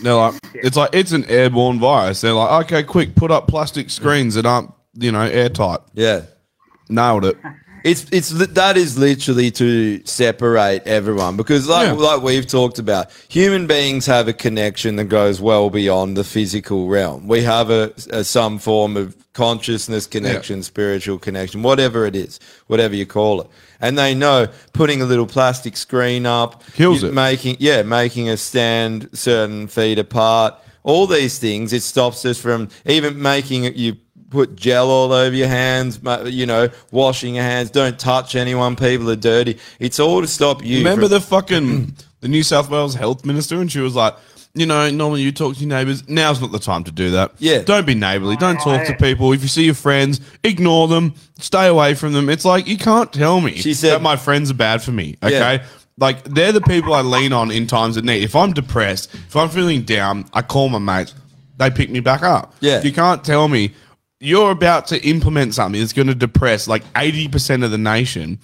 [SPEAKER 2] They're like it's like it's an airborne virus. They're like, okay, quick, put up plastic screens that aren't you know airtight.
[SPEAKER 4] Yeah,
[SPEAKER 2] nailed it.
[SPEAKER 4] It's it's li- that is literally to separate everyone because like
[SPEAKER 2] Yeah.
[SPEAKER 4] like we've talked about, human beings have a connection that goes well beyond the physical realm. We have a, a some form of consciousness connection, spiritual connection, whatever it is, whatever you call it. And they know putting a little plastic screen up
[SPEAKER 2] Kills
[SPEAKER 4] you-
[SPEAKER 2] it.
[SPEAKER 4] Making yeah, making us stand certain feet apart. All these things it stops us from even making it- you put gel all over your hands. ma- You know, washing your hands. Don't touch anyone. People are dirty. It's all to stop you.
[SPEAKER 2] Remember
[SPEAKER 4] from-
[SPEAKER 2] the fucking the New South Wales health minister, and she was like, you know, normally you talk to your neighbours. Now's not the time to do that. Yeah, don't be neighbourly. Don't talk to people. If you see your friends, ignore them. Stay away from them. It's like you can't tell me she said, that my friends are bad for me. Okay. Like they're the people I lean on in times of need. If I'm depressed, if I'm feeling down, I call my mates. They pick me back up.
[SPEAKER 4] Yeah.
[SPEAKER 2] You can't tell me you're about to implement something that's going to depress like 80% of the nation,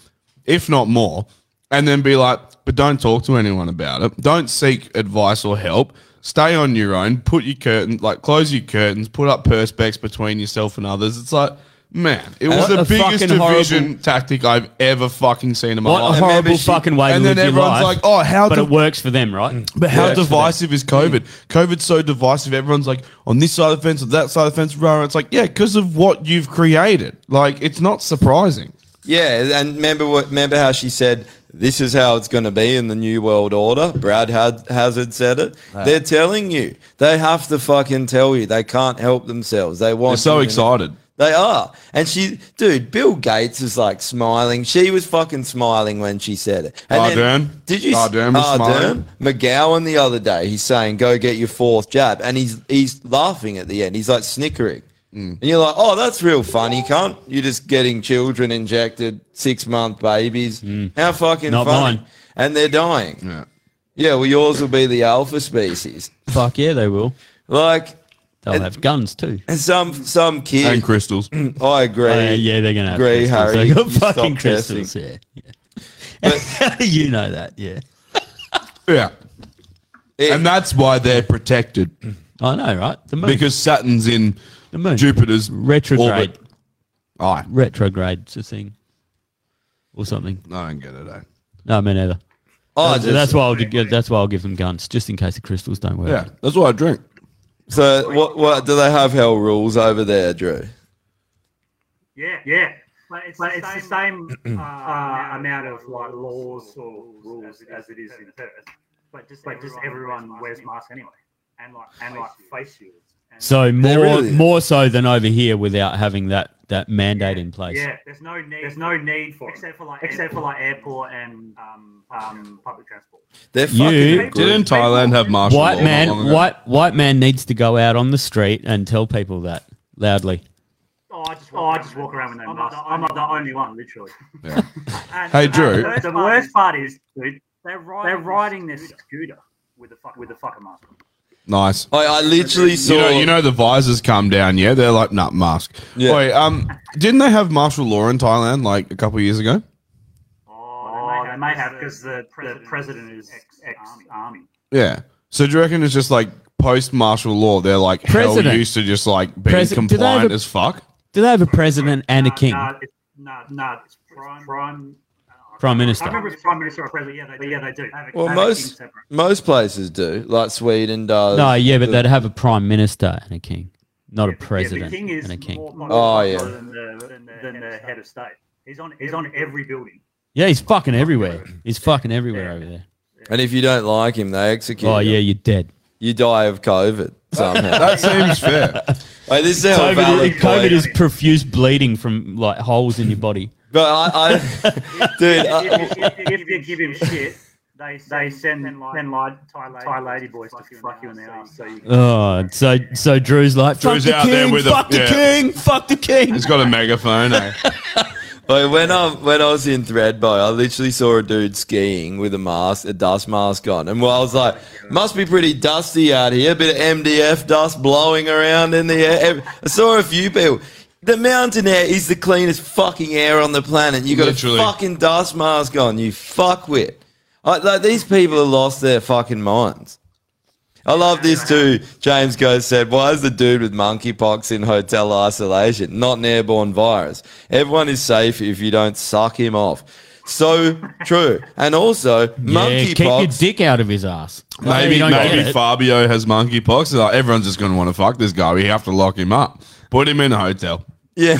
[SPEAKER 2] if not more, and then be like, but don't talk to anyone about it. Don't seek advice or help. Stay on your own. Put your curtain, like close your curtains, put up perspex between yourself and others. It's like, man, it was
[SPEAKER 6] What
[SPEAKER 2] the
[SPEAKER 6] a
[SPEAKER 2] biggest
[SPEAKER 6] fucking horrible-
[SPEAKER 2] division tactic I've ever fucking seen in my
[SPEAKER 6] What a
[SPEAKER 2] life.
[SPEAKER 6] horrible fucking way to
[SPEAKER 2] And then
[SPEAKER 6] live your
[SPEAKER 2] everyone's
[SPEAKER 6] life.
[SPEAKER 2] like, oh, how
[SPEAKER 6] But
[SPEAKER 2] the
[SPEAKER 6] it works for them, right?
[SPEAKER 2] but how
[SPEAKER 6] Works for them.
[SPEAKER 2] divisive is COVID? COVID's so divisive. Everyone's like on this side of the fence, on that side of the fence. Rah, rah. It's like, yeah, because of what you've created. Like, it's not surprising.
[SPEAKER 4] Yeah, and remember what? Remember how she said this is how it's going to be in the new world order. Brad Had- Hazard said it.
[SPEAKER 2] Yeah.
[SPEAKER 4] They're telling you. They have to fucking tell you. They can't help themselves. They want.
[SPEAKER 2] They're so
[SPEAKER 4] you in-
[SPEAKER 2] excited.
[SPEAKER 4] They are. And she, dude, Bill Gates is like smiling. She was fucking smiling when she said it. And then-
[SPEAKER 2] Ardern.
[SPEAKER 4] Did you? s-
[SPEAKER 2] Ardern was smiling.
[SPEAKER 4] McGowan the other day, he's saying, go get your fourth jab. And he's, he's laughing at the end. He's like snickering.
[SPEAKER 6] Mm.
[SPEAKER 4] And you're like, oh, that's real funny, cunt. You're just getting children injected, six month babies. How fucking
[SPEAKER 6] Mm. Not
[SPEAKER 4] funny.
[SPEAKER 6] mine.
[SPEAKER 4] And they're dying. Yeah. well, yours will be the alpha species.
[SPEAKER 6] Fuck yeah, they will.
[SPEAKER 4] Like,
[SPEAKER 6] They'll have guns too.
[SPEAKER 4] And some some kid
[SPEAKER 6] And crystals.
[SPEAKER 4] I agree.
[SPEAKER 6] Oh, yeah, yeah, they're gonna have
[SPEAKER 4] agree,
[SPEAKER 6] crystals.
[SPEAKER 4] Harry.
[SPEAKER 6] They got
[SPEAKER 4] You stop
[SPEAKER 6] fucking
[SPEAKER 4] testing.
[SPEAKER 6] crystals. Yeah, yeah. you know that, yeah.
[SPEAKER 2] Yeah. And that's why they're protected.
[SPEAKER 6] I know, right? The moon.
[SPEAKER 2] Because Saturn's in Jupiter's
[SPEAKER 6] Retrograde.
[SPEAKER 2] orbit. Aye.
[SPEAKER 6] Retrograde's a thing. Or something.
[SPEAKER 2] I don't get it, eh?
[SPEAKER 6] No, me neither.
[SPEAKER 4] Oh,
[SPEAKER 6] that's,
[SPEAKER 4] just-
[SPEAKER 6] that's why I'll give, that's why I'll give them guns, just in case the crystals don't work.
[SPEAKER 4] Yeah,
[SPEAKER 2] that's what I drink.
[SPEAKER 4] So, what, what do they have hell rules over there, Drew?
[SPEAKER 5] Yeah, yeah. But it's, the, same, uh, uh, amount of like laws or rules as it is in Perth, but just but just everyone wears masks anyway, and like and like face shields.
[SPEAKER 6] So more
[SPEAKER 5] really-
[SPEAKER 6] more so than over here without having that that mandate in place.
[SPEAKER 5] Yeah, there's no need. There's no need for except for like except for like airport and um, um, public transport.
[SPEAKER 4] They're
[SPEAKER 6] you
[SPEAKER 2] Didn't Thailand have martial law
[SPEAKER 6] white
[SPEAKER 2] not long
[SPEAKER 6] man
[SPEAKER 2] ago?
[SPEAKER 6] white white man needs to go out on the street and tell people that loudly.
[SPEAKER 5] Oh, I just walk, oh, I just walk around with no mask. I'm not the only one, literally.
[SPEAKER 2] Yeah.
[SPEAKER 5] And-
[SPEAKER 2] Hey,
[SPEAKER 5] and
[SPEAKER 2] Drew.
[SPEAKER 5] the worst- the worst part is, dude, they're riding, they're riding this scooter with a fuck with a fucking mask.
[SPEAKER 2] Nice.
[SPEAKER 4] I, I literally
[SPEAKER 2] You know,
[SPEAKER 4] saw-
[SPEAKER 2] you know the visors come down. Yeah, they're like nut mask.
[SPEAKER 4] Yeah.
[SPEAKER 2] Wait, um, didn't they have martial law in Thailand like a couple of years ago?
[SPEAKER 5] Oh, they may have because the, the president is ex army.
[SPEAKER 2] Yeah. So do you reckon it's just like post martial law? They're like hell
[SPEAKER 6] President.
[SPEAKER 2] used to just like being
[SPEAKER 6] Presi- do they have
[SPEAKER 2] compliant
[SPEAKER 6] a-
[SPEAKER 2] as fuck.
[SPEAKER 6] Do they have a president and a king?
[SPEAKER 5] No, it's, no, no, it's prime. prime
[SPEAKER 6] Prime
[SPEAKER 5] I
[SPEAKER 6] minister.
[SPEAKER 5] remember it's prime minister or president. Yeah, they do. Yeah, they do. Have a-
[SPEAKER 4] Well,
[SPEAKER 5] have a king
[SPEAKER 4] most
[SPEAKER 5] separate.
[SPEAKER 4] most places do, like Sweden
[SPEAKER 2] Uh,
[SPEAKER 4] does.
[SPEAKER 6] No, yeah, but
[SPEAKER 4] The-
[SPEAKER 6] they'd have a prime minister and a king, not a
[SPEAKER 5] Yeah,
[SPEAKER 6] president
[SPEAKER 5] the king is
[SPEAKER 6] and a king.
[SPEAKER 5] more popular
[SPEAKER 4] Oh, yeah.
[SPEAKER 5] than the, than the, than the head of state. He's on he's on every building.
[SPEAKER 6] Yeah, he's fucking everywhere. He's fucking everywhere over there.
[SPEAKER 4] And if you don't like him, they execute.
[SPEAKER 6] Oh, yeah,
[SPEAKER 4] him.
[SPEAKER 6] you're dead.
[SPEAKER 4] You die of COVID somehow.
[SPEAKER 6] That seems fair.
[SPEAKER 4] Like, this is how
[SPEAKER 6] COVID,
[SPEAKER 4] valid
[SPEAKER 6] is, COVID
[SPEAKER 4] point-
[SPEAKER 6] is profuse bleeding from like holes in your body.
[SPEAKER 4] But I, I dude, I,
[SPEAKER 5] if, if, if, if you give him shit, they they send ten like Thai lady, Thai lady boys to fuck you in the um, ass. So you
[SPEAKER 6] Oh, so so Drew's like, fuck
[SPEAKER 2] Drew's
[SPEAKER 6] the
[SPEAKER 2] out there
[SPEAKER 6] king,
[SPEAKER 2] with a-
[SPEAKER 6] fuck the
[SPEAKER 2] yeah.
[SPEAKER 6] king, fuck the king.
[SPEAKER 2] He's got a megaphone. Eh?
[SPEAKER 4] Like when I when I was in Threadbow, I literally saw a dude skiing with a mask, a dust mask on, and I was like, "Must be pretty dusty out here. A bit of MDF dust blowing around in the air." I saw a few people. The mountain air is the cleanest fucking air on the planet. You got
[SPEAKER 2] Literally.
[SPEAKER 4] a fucking dust mask on, you fuckwit. Like, like these people have lost their fucking minds. I love this too. James Goes said, Why is the dude with monkeypox in hotel isolation? Not an airborne virus. Everyone is safe if you don't suck him off. So true. And also,
[SPEAKER 6] keep your
[SPEAKER 4] monkeypox.
[SPEAKER 6] dick out of his ass. Like,
[SPEAKER 2] Maybe
[SPEAKER 6] Oh, you don't get
[SPEAKER 2] maybe
[SPEAKER 6] it.
[SPEAKER 2] Fabio has monkeypox. Like, everyone's just going to want to fuck this guy. We have to lock him up. Put him in a hotel.
[SPEAKER 4] Yeah.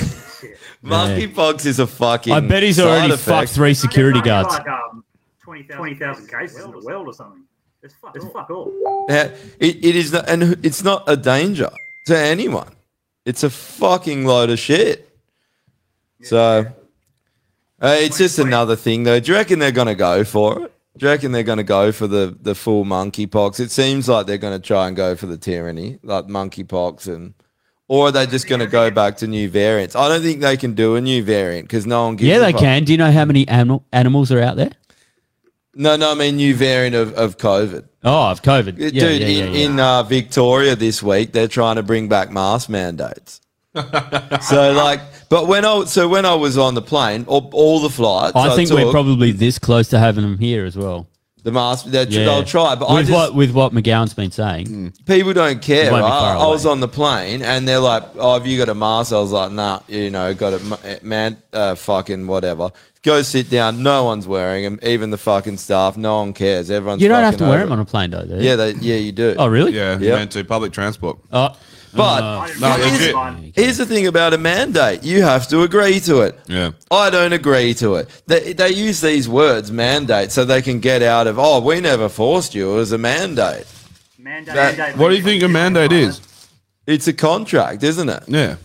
[SPEAKER 4] monkeypox is a fucking.
[SPEAKER 6] I bet he's
[SPEAKER 4] side
[SPEAKER 6] already
[SPEAKER 4] effect.
[SPEAKER 6] fucked three security guards.
[SPEAKER 5] Like um, 20,000 cases in the world or something. It's fuck, it's fuck all.
[SPEAKER 4] Uh, It, it is not, and it's not a danger to anyone. It's a fucking load of shit. So uh, it's just another thing, though. Do you reckon they're gonna go for it? Do you reckon they're gonna go for the the full monkeypox? It seems like they're gonna try and go for the tyranny, like monkeypox, and or are they just gonna go back to new variants? I don't think they can do a new variant because no one gives.
[SPEAKER 6] Yeah,
[SPEAKER 4] a
[SPEAKER 6] they
[SPEAKER 4] fuck.
[SPEAKER 6] can. Do you know how many animal, animals are out there?
[SPEAKER 4] No, no, I mean new variant of, of COVID. Uh,
[SPEAKER 6] Oh, of COVID.
[SPEAKER 4] Dude,
[SPEAKER 6] Yeah, yeah, yeah,
[SPEAKER 4] in, in uh, Victoria this week, they're trying to bring back mask mandates. so like, but when I so when I was on the plane, all, all the flights,
[SPEAKER 6] I think we're
[SPEAKER 4] took,
[SPEAKER 6] probably this close to having them here as well.
[SPEAKER 4] the mask. They're, They'll try, but
[SPEAKER 6] with
[SPEAKER 4] I just,
[SPEAKER 6] what with what McGowan's been saying,
[SPEAKER 4] people don't care.
[SPEAKER 6] It won't be
[SPEAKER 4] right?
[SPEAKER 6] far
[SPEAKER 4] I was on the plane and they're like, "Oh, have you got a mask?" I was like, "Nah, you know, got it, ma- man. Uh, fucking whatever. Go sit down. No one's wearing them. Even the fucking staff. No one cares. Everyone's
[SPEAKER 6] you don't have
[SPEAKER 4] fucking
[SPEAKER 6] to wear
[SPEAKER 4] over
[SPEAKER 6] them on a plane, though. do
[SPEAKER 4] it.
[SPEAKER 6] you?
[SPEAKER 4] Yeah, they, yeah, you do.
[SPEAKER 6] Oh, really?
[SPEAKER 2] Yeah,
[SPEAKER 4] Yep.
[SPEAKER 2] meant to public transport.
[SPEAKER 6] Oh,
[SPEAKER 4] But
[SPEAKER 2] Oh. No, legit.
[SPEAKER 4] here's, here's the thing about a mandate: you have to agree to it.
[SPEAKER 2] Yeah.
[SPEAKER 4] I don't agree to it. They, they use these words mandate so they can get out of oh we never forced you. It was a mandate.
[SPEAKER 5] Mandate,
[SPEAKER 2] mandate. What do you think a mandate is?
[SPEAKER 4] It's a contract, isn't it?
[SPEAKER 2] Yeah.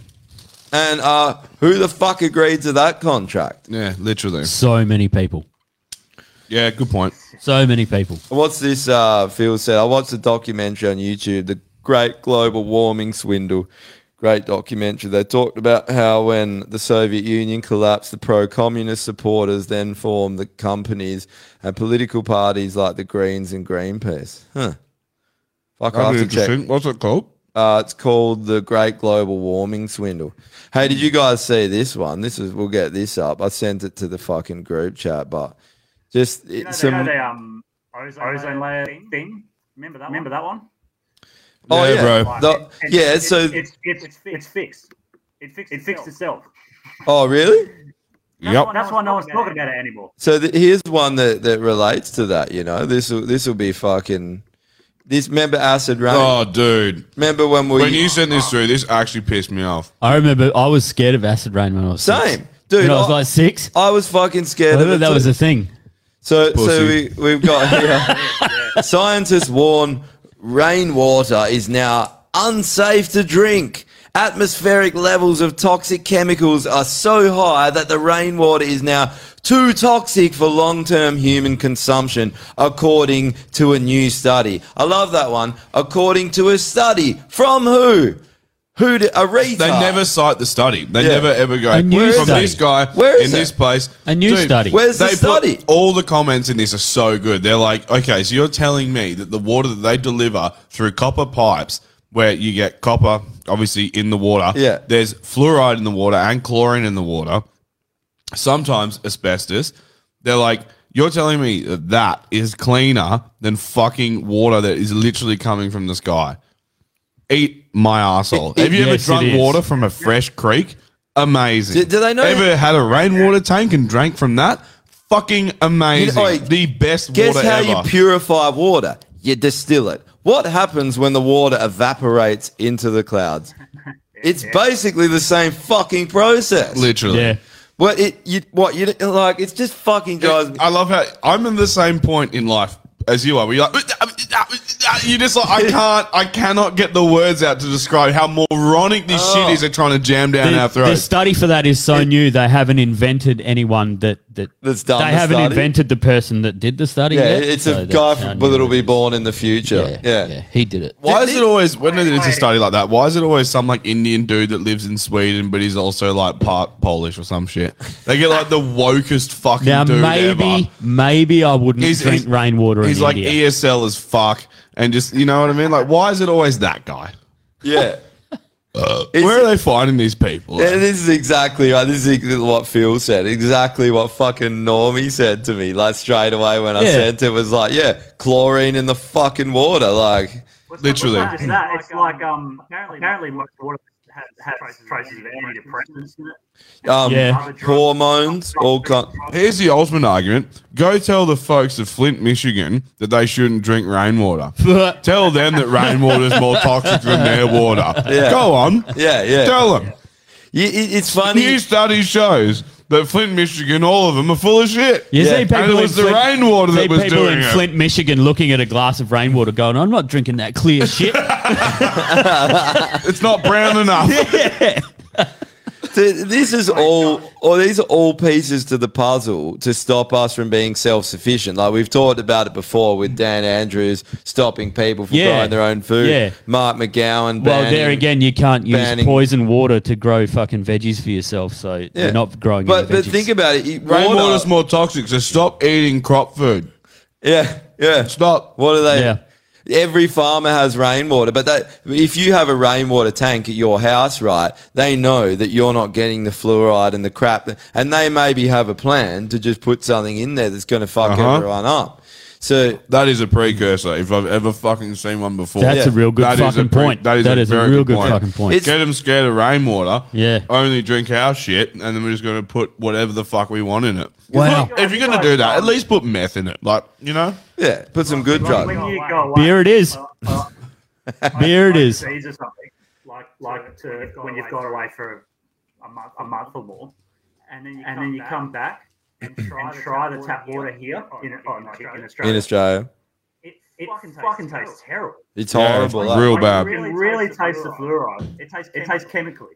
[SPEAKER 4] And uh, who the fuck agreed to that contract?
[SPEAKER 2] Yeah, literally.
[SPEAKER 6] so many people.
[SPEAKER 2] Yeah, good point.
[SPEAKER 6] So many people.
[SPEAKER 4] What's this? Uh, Phil said. I watched a documentary on YouTube, "The Great Global Warming Swindle." Great documentary. They talked about how when the Soviet Union collapsed, the pro-communist supporters then formed the companies and political parties like the Greens and Greenpeace. Huh. Fuck, I
[SPEAKER 2] That'd be
[SPEAKER 4] have to check.
[SPEAKER 2] interesting. What's it called?
[SPEAKER 4] Uh, it's called the Great Global Warming Swindle. Hey, did you guys see this one? This is we'll get this up. I sent it to the fucking group chat, but just it,
[SPEAKER 5] You know, they
[SPEAKER 4] some.
[SPEAKER 5] had a um, ozone, ozone layer thing. thing. Remember that? Remember that one?
[SPEAKER 4] Oh yeah,
[SPEAKER 5] Like,
[SPEAKER 4] The-
[SPEAKER 5] and-
[SPEAKER 4] yeah.
[SPEAKER 5] it's-
[SPEAKER 4] So,
[SPEAKER 5] it's it's it's, it's fixed. It fixed. It fixed itself.
[SPEAKER 4] oh really?
[SPEAKER 5] That's why- That's why no one's talking about it anymore.
[SPEAKER 4] So th here's one that, that relates to that. You know, this will this will be fucking. This remember acid rain.
[SPEAKER 2] Oh, dude.
[SPEAKER 4] Remember when we?
[SPEAKER 2] When you sent this through, this actually pissed me off.
[SPEAKER 6] I remember I was scared of acid rain when I was six.
[SPEAKER 4] Same. Dude,
[SPEAKER 6] When I was
[SPEAKER 4] I-
[SPEAKER 6] like six.
[SPEAKER 4] I was fucking
[SPEAKER 6] I
[SPEAKER 4] scared. of
[SPEAKER 6] thought
[SPEAKER 4] it
[SPEAKER 6] that was
[SPEAKER 4] too.
[SPEAKER 6] a thing.
[SPEAKER 4] So, so we,
[SPEAKER 6] Pussy.
[SPEAKER 4] we've got here. Scientists warn rainwater is now unsafe to drink. Atmospheric levels of toxic chemicals are so high that the rainwater is now too toxic for long-term human consumption, according to a new study. I love that one. According to a study from who? Who? Did, a retard.
[SPEAKER 2] They never cite the study. They never ever go
[SPEAKER 4] A news
[SPEAKER 2] from
[SPEAKER 4] study.
[SPEAKER 2] this guy
[SPEAKER 4] Where is
[SPEAKER 2] in
[SPEAKER 4] it?
[SPEAKER 2] this place.
[SPEAKER 6] A news study. Where's the
[SPEAKER 2] they put-
[SPEAKER 4] study?
[SPEAKER 2] all the comments in this are so good. They're like, okay, so you're telling me that the water that they deliver through copper pipes, where you get copper obviously in the water,
[SPEAKER 4] Yeah.
[SPEAKER 2] there's fluoride in the water and chlorine in the water, sometimes asbestos. They're like, you're telling me that that is cleaner than fucking water that is literally coming from the sky. Eat my asshole. Have you
[SPEAKER 4] Yes, it
[SPEAKER 2] ever drunk
[SPEAKER 4] is.
[SPEAKER 2] water from a fresh creek? Amazing.
[SPEAKER 4] Do- do they know-
[SPEAKER 2] Ever had a rainwater tank and drank from that? Fucking amazing.
[SPEAKER 4] You know, oi,
[SPEAKER 2] the best
[SPEAKER 4] Guess
[SPEAKER 2] water
[SPEAKER 4] how
[SPEAKER 2] ever.
[SPEAKER 4] you purify water? You distill it. What happens when the water evaporates into the clouds? It's basically the same fucking process.
[SPEAKER 2] Literally. Yeah.
[SPEAKER 4] Well, it you what you like? It's just fucking guys.
[SPEAKER 2] I love how I'm in the same point in life as you are. Where you're like, you just like I can't, I cannot get the words out to describe how moronic this
[SPEAKER 4] Oh.
[SPEAKER 2] shit is. They're trying to jam down
[SPEAKER 6] the,
[SPEAKER 2] our
[SPEAKER 6] the
[SPEAKER 2] throats.
[SPEAKER 6] study for that is so new they haven't invented anyone that, that
[SPEAKER 4] That's done
[SPEAKER 6] they
[SPEAKER 4] the
[SPEAKER 6] haven't
[SPEAKER 4] study?
[SPEAKER 6] invented the person that did the study
[SPEAKER 4] Yeah,
[SPEAKER 6] yet,
[SPEAKER 4] it's
[SPEAKER 6] so
[SPEAKER 4] a
[SPEAKER 6] that's
[SPEAKER 4] guy
[SPEAKER 6] how
[SPEAKER 4] from,
[SPEAKER 6] new
[SPEAKER 4] that'll be born in the future. Yeah,
[SPEAKER 6] he did it.
[SPEAKER 2] Why is it always when it's a study like that? Why is it always some like Indian dude that lives in Sweden but he's also like part Polish or some shit? They get like the wokest fucking
[SPEAKER 6] Now
[SPEAKER 2] dude
[SPEAKER 6] maybe
[SPEAKER 2] ever.
[SPEAKER 6] maybe I wouldn't
[SPEAKER 2] He's-
[SPEAKER 6] drink
[SPEAKER 2] he's-
[SPEAKER 6] rainwater
[SPEAKER 2] He's
[SPEAKER 6] in
[SPEAKER 2] like
[SPEAKER 6] India.
[SPEAKER 2] ESL as fuck, and just you know what I mean. Like, why is it always that guy?
[SPEAKER 4] Yeah. Uh,
[SPEAKER 2] Where are they finding these people?
[SPEAKER 4] Yeah, this is exactly right. This is ex- what Phil said. Exactly what fucking Normie said to me. Like straight away when I
[SPEAKER 2] Yeah.
[SPEAKER 4] sent it was like, yeah, chlorine in the fucking water. Like, literally.
[SPEAKER 5] It's that. It's like um. Apparently, apparently much water has, has traces of antidepressants in it.
[SPEAKER 4] Um,
[SPEAKER 2] Yeah.
[SPEAKER 4] hormones, all kind.
[SPEAKER 2] Here's the ultimate argument. Go tell the folks of Flint, Michigan that they shouldn't drink rainwater. tell them that rainwater is more toxic than their water.
[SPEAKER 4] Yeah.
[SPEAKER 2] Go on.
[SPEAKER 4] Yeah, yeah.
[SPEAKER 2] Tell them.
[SPEAKER 4] it's funny.
[SPEAKER 2] New study shows that Flint, Michigan, all of them are full of shit.
[SPEAKER 6] You see people
[SPEAKER 2] And it
[SPEAKER 6] in
[SPEAKER 2] was the
[SPEAKER 6] Flint-
[SPEAKER 2] rainwater
[SPEAKER 6] see
[SPEAKER 2] that was
[SPEAKER 6] people
[SPEAKER 2] doing
[SPEAKER 6] in
[SPEAKER 2] it.
[SPEAKER 6] Flint, Michigan, looking at a glass of rainwater, going, "I'm not drinking that clear shit.
[SPEAKER 2] it's not brown enough."
[SPEAKER 4] Th- this is all or these are all pieces to the puzzle to stop us from being self-sufficient like we've talked about it before with dan andrews stopping people from
[SPEAKER 6] Yeah.
[SPEAKER 4] growing their own food
[SPEAKER 6] Yeah.
[SPEAKER 4] mark mcgowan
[SPEAKER 6] well,
[SPEAKER 4] banning-
[SPEAKER 6] there again, you can't use
[SPEAKER 4] banning-
[SPEAKER 6] poison water to grow fucking veggies for yourself, so
[SPEAKER 4] Yeah.
[SPEAKER 6] you're not growing.
[SPEAKER 4] but,
[SPEAKER 6] any
[SPEAKER 4] but
[SPEAKER 6] veggies.
[SPEAKER 4] think about it you-
[SPEAKER 2] Rainwater's
[SPEAKER 4] water,
[SPEAKER 2] more toxic, so stop eating crop food.
[SPEAKER 4] yeah yeah
[SPEAKER 2] stop
[SPEAKER 4] what are they Every farmer has rainwater, but that, if you have a rainwater tank at your house, right, they know that you're not getting the fluoride and the crap, and they maybe have a plan to just put something in there that's going to fuck
[SPEAKER 2] Uh-huh.
[SPEAKER 4] everyone up. So
[SPEAKER 2] that is a precursor. If I've ever fucking seen one before,
[SPEAKER 6] That's a real good
[SPEAKER 2] That is
[SPEAKER 6] fucking point.
[SPEAKER 2] That is,
[SPEAKER 6] That
[SPEAKER 2] a,
[SPEAKER 6] is a
[SPEAKER 2] very
[SPEAKER 6] real
[SPEAKER 2] good
[SPEAKER 6] good
[SPEAKER 2] point.
[SPEAKER 6] fucking point. It's-
[SPEAKER 2] Get them scared of rainwater.
[SPEAKER 6] Yeah.
[SPEAKER 2] Only drink our shit, and then we're just going to put whatever the fuck we want in it.
[SPEAKER 6] Wow.
[SPEAKER 2] Look, if you're going to do that, at least put meth in it. Like you know.
[SPEAKER 4] Yeah. Put some good
[SPEAKER 5] Like when you go away,
[SPEAKER 6] Beer it is.
[SPEAKER 5] uh,
[SPEAKER 6] Beer it
[SPEAKER 5] like
[SPEAKER 6] is.
[SPEAKER 5] seeds or something like like to when you've got away for a month, a month or more, and then you and then you come back and try, and try the tap water here in, oh, not here, in Australia.
[SPEAKER 4] in Australia,
[SPEAKER 5] It, it fucking, fucking tastes terrible.
[SPEAKER 4] it's
[SPEAKER 2] Yeah,
[SPEAKER 4] horrible.
[SPEAKER 2] it's
[SPEAKER 4] like-
[SPEAKER 2] real bad.
[SPEAKER 5] It really tastes the fluoride. It tastes it tastes chemically.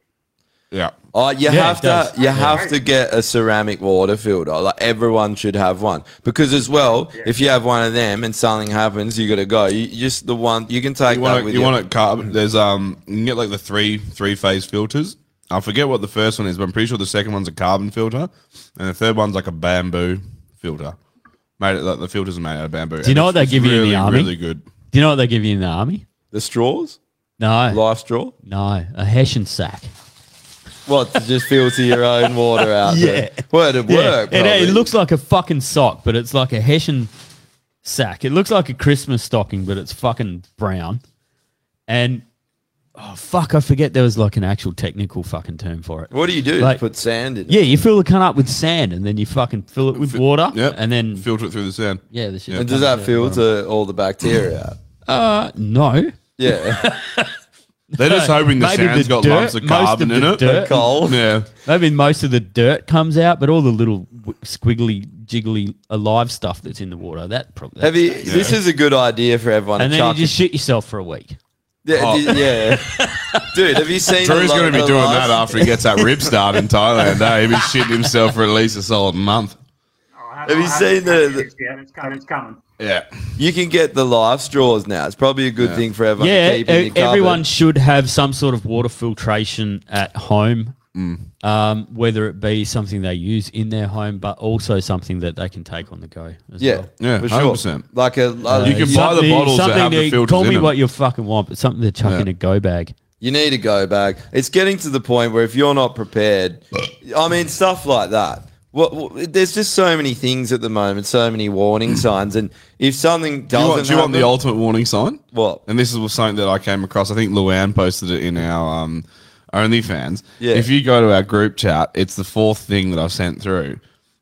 [SPEAKER 2] Yeah.
[SPEAKER 4] Oh, you
[SPEAKER 2] Yeah,
[SPEAKER 4] have
[SPEAKER 2] it
[SPEAKER 4] to
[SPEAKER 2] does.
[SPEAKER 4] you have to get a ceramic water filter. Like everyone should have one because as well, if you have one of them and something happens, you got to go. You just the one you can take
[SPEAKER 2] You
[SPEAKER 4] that
[SPEAKER 2] want
[SPEAKER 4] with
[SPEAKER 2] it, you want it carbon? There's um, you can get like the three three phase filters. I forget what the first one is, but I'm pretty sure the second one's a carbon filter, and the third one's like a bamboo filter. Made it like the filters are made out of bamboo.
[SPEAKER 6] Do you know what they give you in the army?
[SPEAKER 2] Really good.
[SPEAKER 6] Do you know what they give you in the army?
[SPEAKER 4] The straws?
[SPEAKER 6] No.
[SPEAKER 4] Life straw?
[SPEAKER 6] No. A hessian sack.
[SPEAKER 4] What to just filter your own water out?
[SPEAKER 6] yeah.
[SPEAKER 4] There. Well, it'd
[SPEAKER 6] Yeah.
[SPEAKER 4] work.
[SPEAKER 6] It,
[SPEAKER 4] probably.
[SPEAKER 6] it looks like a fucking sock, but it's like a hessian sack. It looks like a Christmas stocking, but it's fucking brown. And oh fuck, I forget there was like an actual technical fucking term for it.
[SPEAKER 4] What do you do?
[SPEAKER 6] Like-
[SPEAKER 4] Put sand in. it.
[SPEAKER 6] Yeah, you fill the cunt up with sand, and then you fucking fill it with water, and then
[SPEAKER 2] filter it through the sand.
[SPEAKER 6] Yeah, the shit.
[SPEAKER 4] And does that filter all the bacteria? out?
[SPEAKER 6] Uh, no.
[SPEAKER 4] Yeah.
[SPEAKER 2] They're just hoping the sand's got lumps of carbon in it.
[SPEAKER 6] Coal.
[SPEAKER 2] Yeah.
[SPEAKER 6] Maybe most of the dirt comes out, but all the little w- squiggly, jiggly, alive stuff that's in the water that probably.
[SPEAKER 4] Have you, This is a good idea for everyone.
[SPEAKER 6] and
[SPEAKER 4] to
[SPEAKER 6] then
[SPEAKER 4] chuck
[SPEAKER 6] you just shit yourself for a week.
[SPEAKER 4] Yeah,
[SPEAKER 6] Oh.
[SPEAKER 4] d- yeah. Dude, have you seen?
[SPEAKER 2] Drew's
[SPEAKER 4] the lo-
[SPEAKER 2] going to be
[SPEAKER 4] the
[SPEAKER 2] doing
[SPEAKER 4] last-
[SPEAKER 2] that after he gets that rib start in Thailand. eh? He'll be shitting himself for at least a solid month.
[SPEAKER 4] Have you seen the?
[SPEAKER 5] Yeah, it's coming. It's coming.
[SPEAKER 2] Yeah.
[SPEAKER 4] You can get the life straws now. It's probably a good thing for everyone.
[SPEAKER 6] yeah,
[SPEAKER 4] to keep in
[SPEAKER 6] e-
[SPEAKER 4] your cupboard.
[SPEAKER 6] everyone should have some sort of water filtration at home,
[SPEAKER 4] Mm.
[SPEAKER 6] um, whether it be something they use in their home, but also something that they can take on the go. As
[SPEAKER 4] Yeah,
[SPEAKER 6] well.
[SPEAKER 2] Yeah, for sure. 100%.
[SPEAKER 4] Like a,
[SPEAKER 6] Uh, something- something to- Call me what you fucking want, but something to chuck in a go bag.
[SPEAKER 4] You need to go back. It's getting to the point where if you're not prepared, I mean, stuff like that. What, what, there's just so many things at the moment, so many warning signs, and if something
[SPEAKER 2] Do you,
[SPEAKER 4] doesn't,
[SPEAKER 2] want, do you want the
[SPEAKER 4] happen-
[SPEAKER 2] ultimate warning sign?
[SPEAKER 4] What?
[SPEAKER 2] And this is something that I came across. I think Luann posted it in our um, OnlyFans.
[SPEAKER 4] Yeah.
[SPEAKER 2] If you go to our group chat, it's the fourth thing that I've sent through.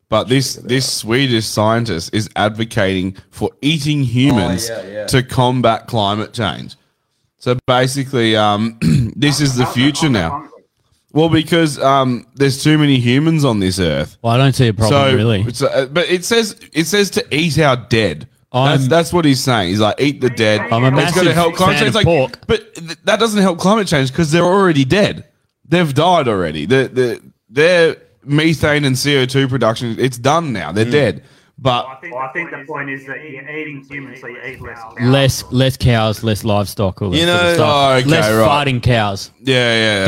[SPEAKER 2] But this this Swedish scientist is advocating for eating humans
[SPEAKER 4] Oh, yeah, yeah.
[SPEAKER 2] to combat climate change. So basically, um, this is the future now. Well, because um, there's too many humans on this earth.
[SPEAKER 6] Well, I don't see a problem
[SPEAKER 2] so
[SPEAKER 6] really.
[SPEAKER 2] it's, uh, but it says it says to eat our dead. That's, that's what he's saying. He's like, eat the dead.
[SPEAKER 6] I'm a
[SPEAKER 2] It's gonna
[SPEAKER 6] massive
[SPEAKER 2] help climate
[SPEAKER 6] fan
[SPEAKER 2] change.
[SPEAKER 6] of
[SPEAKER 2] Like,
[SPEAKER 6] pork.
[SPEAKER 2] But th- that doesn't help climate change because they're already dead. They've died already. The, the, their methane and CO2 production, it's done now. They're
[SPEAKER 5] Mm.
[SPEAKER 2] dead. But
[SPEAKER 5] Well, I think the point is that you're eating humans, so you eat less.
[SPEAKER 6] Less less cows, less livestock, all that
[SPEAKER 2] You
[SPEAKER 6] sort of
[SPEAKER 2] know-
[SPEAKER 6] stuff.
[SPEAKER 2] oh, okay,
[SPEAKER 6] less
[SPEAKER 2] right.
[SPEAKER 6] fighting cows.
[SPEAKER 2] Yeah,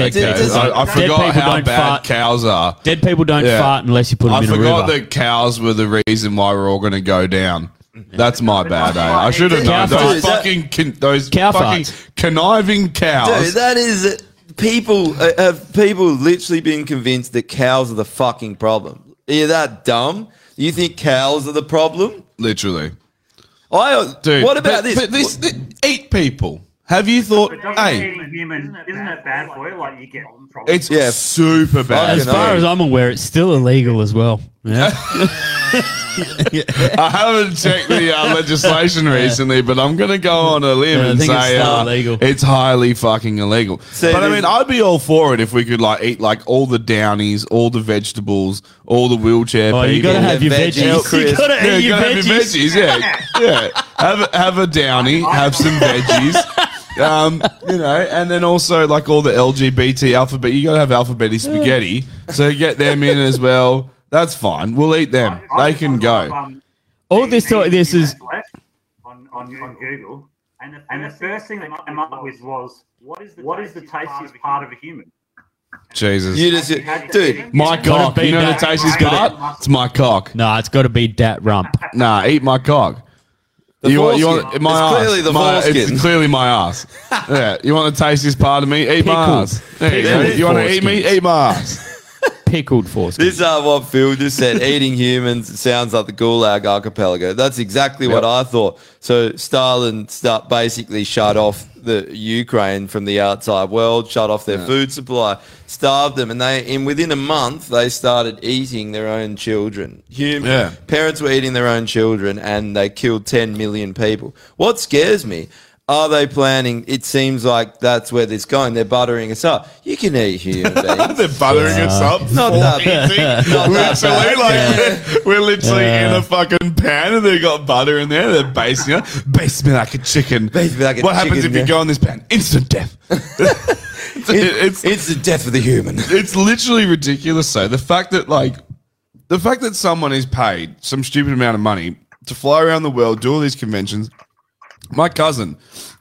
[SPEAKER 2] yeah.
[SPEAKER 6] Dead
[SPEAKER 2] okay.
[SPEAKER 6] cows.
[SPEAKER 2] I, I
[SPEAKER 6] Dead
[SPEAKER 2] forgot
[SPEAKER 6] people
[SPEAKER 2] how
[SPEAKER 6] don't
[SPEAKER 2] bad
[SPEAKER 6] fart.
[SPEAKER 2] cows are.
[SPEAKER 6] Dead people don't
[SPEAKER 2] Yeah.
[SPEAKER 6] fart unless you put them
[SPEAKER 2] I
[SPEAKER 6] in a
[SPEAKER 2] forgot
[SPEAKER 6] river.
[SPEAKER 2] that cows were the reason why we're all going to go down. That's my bad. Eh? I should have
[SPEAKER 4] Cow
[SPEAKER 2] known.
[SPEAKER 4] farts.
[SPEAKER 2] Those
[SPEAKER 4] Dude, that-
[SPEAKER 2] fucking con- those
[SPEAKER 4] Cow
[SPEAKER 2] fucking conniving cows.
[SPEAKER 4] Dude, that is uh, people uh, have people literally been convinced that cows are the fucking problem. Are you that dumb? You think cows are the problem?
[SPEAKER 2] Literally.
[SPEAKER 4] I
[SPEAKER 2] Dude,
[SPEAKER 4] What about
[SPEAKER 2] but-
[SPEAKER 4] this?
[SPEAKER 2] but this- eat people. Have you thought?
[SPEAKER 5] But doesn't
[SPEAKER 2] Hey,
[SPEAKER 5] eating humans, isn't it bad for you? Like you get problems.
[SPEAKER 2] it's super bad.
[SPEAKER 6] As far as I'm aware, it's still illegal as well. Yeah.
[SPEAKER 2] I haven't checked the uh, legislation recently, but I'm going to go on a limb
[SPEAKER 6] Yeah, I
[SPEAKER 2] and
[SPEAKER 6] think it's
[SPEAKER 2] say
[SPEAKER 6] still
[SPEAKER 2] uh,
[SPEAKER 6] illegal.
[SPEAKER 2] it's highly fucking illegal.
[SPEAKER 6] So
[SPEAKER 2] but I
[SPEAKER 6] there's-
[SPEAKER 2] mean, I'd be all for it if we could like eat like all the downies, all the vegetables, all the wheelchair
[SPEAKER 6] Oh,
[SPEAKER 2] people.
[SPEAKER 6] you gotta have your veggies. You gotta eat
[SPEAKER 2] you
[SPEAKER 6] your
[SPEAKER 2] gotta have
[SPEAKER 6] veggies.
[SPEAKER 2] Yeah, yeah. Have a, have a downy, have some veggies. Um, you know, and then also like all the LGBT alphabet. You gotta have alphabety spaghetti, so get them in as well. That's fine. We'll eat them. They can go.
[SPEAKER 6] All this talk, this is
[SPEAKER 5] left on, on, on Google. And the, and the first thing they came up with was, what is the, what is the tastiest part of a human?
[SPEAKER 2] Jesus.
[SPEAKER 4] You just, dude,
[SPEAKER 2] my cock. You know the tastiest part? It's my cock.
[SPEAKER 6] Nah, it's got to be dat rump.
[SPEAKER 2] Nah, eat my cock.
[SPEAKER 6] The
[SPEAKER 2] you want, you
[SPEAKER 6] foreskin.
[SPEAKER 2] want my
[SPEAKER 6] It's
[SPEAKER 2] ass.
[SPEAKER 6] clearly the
[SPEAKER 2] my,
[SPEAKER 6] foreskin.
[SPEAKER 2] It's clearly my ass. yeah, you want the tastiest part of me? Eat my
[SPEAKER 4] Pickled.
[SPEAKER 2] ass. There you go.
[SPEAKER 4] Pickled
[SPEAKER 2] You want to eat me?
[SPEAKER 4] foreskins.
[SPEAKER 2] Eat my ass.
[SPEAKER 6] Pickled foreskin.
[SPEAKER 4] This is uh, what Phil just said. Eating humans sounds like the Gulag Archipelago. That's exactly what I thought. So Stalin start basically shut off the Ukraine from the outside world, shut off their
[SPEAKER 2] Yeah.
[SPEAKER 4] food supply, starved them, and they in within a month they started eating their own children. Hum-
[SPEAKER 2] Yeah.
[SPEAKER 4] Parents were eating their own children, and they killed 10 million people. What scares me? Are they planning? It seems like that's where this going. They're buttering us up. You can eat human beings.
[SPEAKER 2] They're buttering us
[SPEAKER 4] Yeah.
[SPEAKER 2] up.
[SPEAKER 4] Not
[SPEAKER 2] for
[SPEAKER 4] that bad.
[SPEAKER 2] eating.
[SPEAKER 4] Not that
[SPEAKER 2] literally,
[SPEAKER 4] bad.
[SPEAKER 2] like
[SPEAKER 4] Yeah.
[SPEAKER 2] we're literally
[SPEAKER 4] Yeah.
[SPEAKER 2] in a fucking pan, and they got butter in there. They're basting it. Baste me like a chicken. Baste me
[SPEAKER 4] like a
[SPEAKER 2] what happens
[SPEAKER 4] chicken,
[SPEAKER 2] if you
[SPEAKER 4] yeah.
[SPEAKER 2] go in this pan? Instant death. it's, it's,
[SPEAKER 4] the death of the human.
[SPEAKER 2] It's literally ridiculous. So the fact that like the fact that someone is paid some stupid amount of money to fly around the world, do all these conventions. My cousin,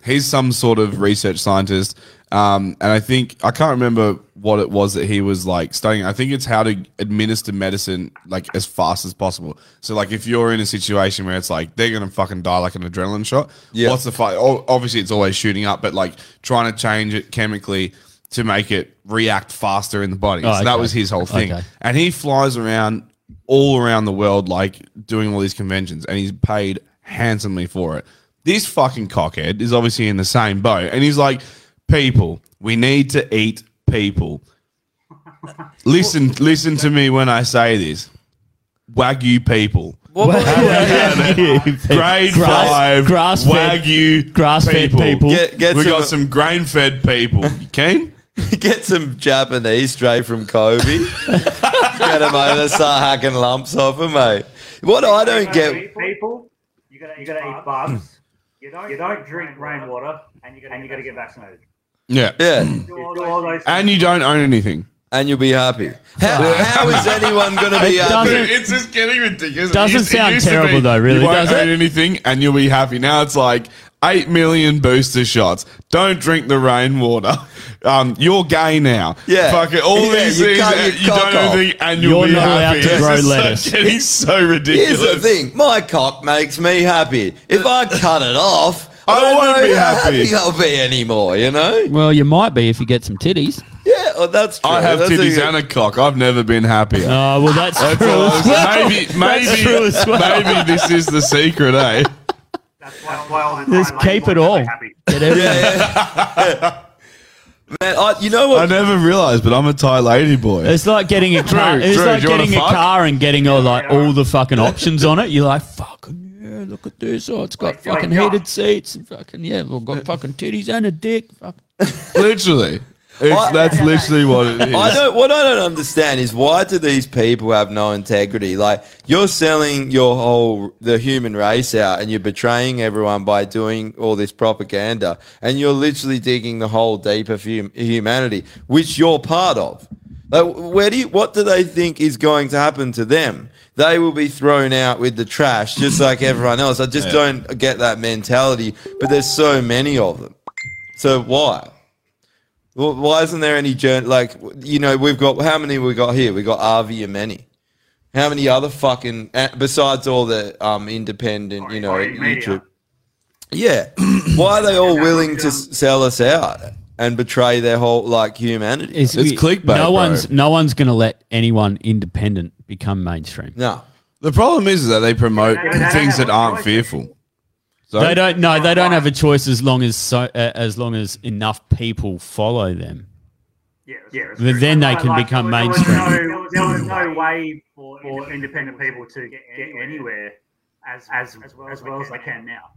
[SPEAKER 2] he's some sort of research scientist, um, and I think I can't remember what it was that he was like studying. I think it's how to administer medicine like as fast as possible. So like if you're in a situation where it's like they're gonna fucking die like an adrenaline shot,
[SPEAKER 4] Yeah.
[SPEAKER 2] what's the fight? Obviously, it's always shooting up, but like trying to change it chemically to make it react faster in the body.
[SPEAKER 6] Oh,
[SPEAKER 2] so that
[SPEAKER 6] okay.
[SPEAKER 2] was his whole thing.
[SPEAKER 6] Okay.
[SPEAKER 2] And he flies around all around the world, like doing all these conventions, and he's paid handsomely for it. This fucking cockhead is obviously in the same boat, and he's like, "People, we need to eat people. Listen, listen to me when I say this. Wagyu people." Grade
[SPEAKER 6] Grass-
[SPEAKER 2] five,
[SPEAKER 6] grass-fed-
[SPEAKER 2] wagyu,
[SPEAKER 6] grass-fed people.
[SPEAKER 4] Get- get
[SPEAKER 2] we
[SPEAKER 4] some-
[SPEAKER 2] got some grain-fed people. You keen?
[SPEAKER 4] Get some Japanese straight from Kobe. get them over, start hacking lumps off them, mate. What I don't get,
[SPEAKER 5] People, you gotta, you gotta eat bugs. You don't, you don't drink rainwater, and you gotta, and you gotta get vaccinated.
[SPEAKER 2] Yeah,
[SPEAKER 4] yeah.
[SPEAKER 5] Do all those
[SPEAKER 2] And you don't own anything,
[SPEAKER 4] and you'll be happy. How, how is anyone going to be
[SPEAKER 2] It
[SPEAKER 4] happy?
[SPEAKER 2] doesn't- It's just getting ridiculous.
[SPEAKER 6] Doesn't
[SPEAKER 2] It used- it
[SPEAKER 6] sound
[SPEAKER 2] used to
[SPEAKER 6] terrible though, really,
[SPEAKER 2] You won't
[SPEAKER 6] does it?
[SPEAKER 2] own anything, and you'll be happy. Now it's like eight million booster shots. Don't drink the rainwater. Um, you're gay now.
[SPEAKER 4] Yeah.
[SPEAKER 2] fuck it. All
[SPEAKER 4] Yeah,
[SPEAKER 2] these
[SPEAKER 4] you
[SPEAKER 2] things
[SPEAKER 4] cut
[SPEAKER 2] that
[SPEAKER 4] your
[SPEAKER 2] you don't
[SPEAKER 4] cock
[SPEAKER 2] own
[SPEAKER 4] off.
[SPEAKER 2] anything, and you'll
[SPEAKER 4] You're
[SPEAKER 2] be
[SPEAKER 4] not allowed
[SPEAKER 2] happy.
[SPEAKER 4] to
[SPEAKER 2] It's
[SPEAKER 4] grow
[SPEAKER 2] just so-
[SPEAKER 4] lettuce.
[SPEAKER 2] Getting so
[SPEAKER 4] Here's
[SPEAKER 2] ridiculous.
[SPEAKER 4] the thing: my cock makes me happy. If I cut it off, I,
[SPEAKER 2] I
[SPEAKER 4] don't
[SPEAKER 2] won't
[SPEAKER 4] know
[SPEAKER 2] be
[SPEAKER 4] how
[SPEAKER 2] happy.
[SPEAKER 4] I'll be anymore. You know?
[SPEAKER 6] Well, you might be if you get some titties.
[SPEAKER 4] Yeah, well, that's true.
[SPEAKER 2] I have
[SPEAKER 4] That's a
[SPEAKER 2] titties
[SPEAKER 4] good-
[SPEAKER 2] and a cock. I've never been happier.
[SPEAKER 6] Oh, well, that's, true.
[SPEAKER 2] all I
[SPEAKER 6] as
[SPEAKER 2] was-
[SPEAKER 6] well.
[SPEAKER 2] maybe,
[SPEAKER 6] That's
[SPEAKER 2] maybe,
[SPEAKER 6] true as well.
[SPEAKER 2] maybe this is the secret, eh?
[SPEAKER 6] Just keep it all. Get everything.
[SPEAKER 4] Man, I, you know what?
[SPEAKER 2] I never realised, but I'm a Thai lady boy.
[SPEAKER 6] It's like getting a car.
[SPEAKER 2] Drew,
[SPEAKER 6] it's
[SPEAKER 2] Drew,
[SPEAKER 6] like
[SPEAKER 2] do you wanna
[SPEAKER 6] getting a
[SPEAKER 2] fuck?
[SPEAKER 6] car and getting all like all the fucking options on it. You're like, fuck yeah, look at this. Oh, it's got fucking heated seats and fucking yeah, we've got fucking titties and a dick. Fuck.
[SPEAKER 2] Literally. It's, that's literally what it is.
[SPEAKER 4] I don't. What I don't understand is why do these people have no integrity? Like you're selling your whole the human race out, and you're betraying everyone by doing all this propaganda, and you're literally digging the hole deep of hum- humanity, which you're part of. Like, where do you, what do they think is going to happen to them? They will be thrown out with the trash, just like everyone else. I just
[SPEAKER 2] Yeah.
[SPEAKER 4] don't get that mentality. But there's so many of them. So why? Well, why isn't there any journal? Like, you know, we've got how many we got here? We got RV and many. How many other fucking eh, besides all the um independent, you know, YouTube? Yeah, why are they all willing to s- sell us out and betray their whole like humanity?
[SPEAKER 6] we- No one's no one's going to let anyone independent become mainstream.
[SPEAKER 4] No.
[SPEAKER 2] The problem is that they promote things that aren't fearful. So
[SPEAKER 6] they don't. No, they don't have a choice as long as so, uh, as long as enough people follow them.
[SPEAKER 5] Yeah, yeah.
[SPEAKER 6] Th- then they can become
[SPEAKER 5] there was
[SPEAKER 6] mainstream.
[SPEAKER 5] no- there was no way for, for independent people to get, get anywhere as, as, as, well, as well as they can now.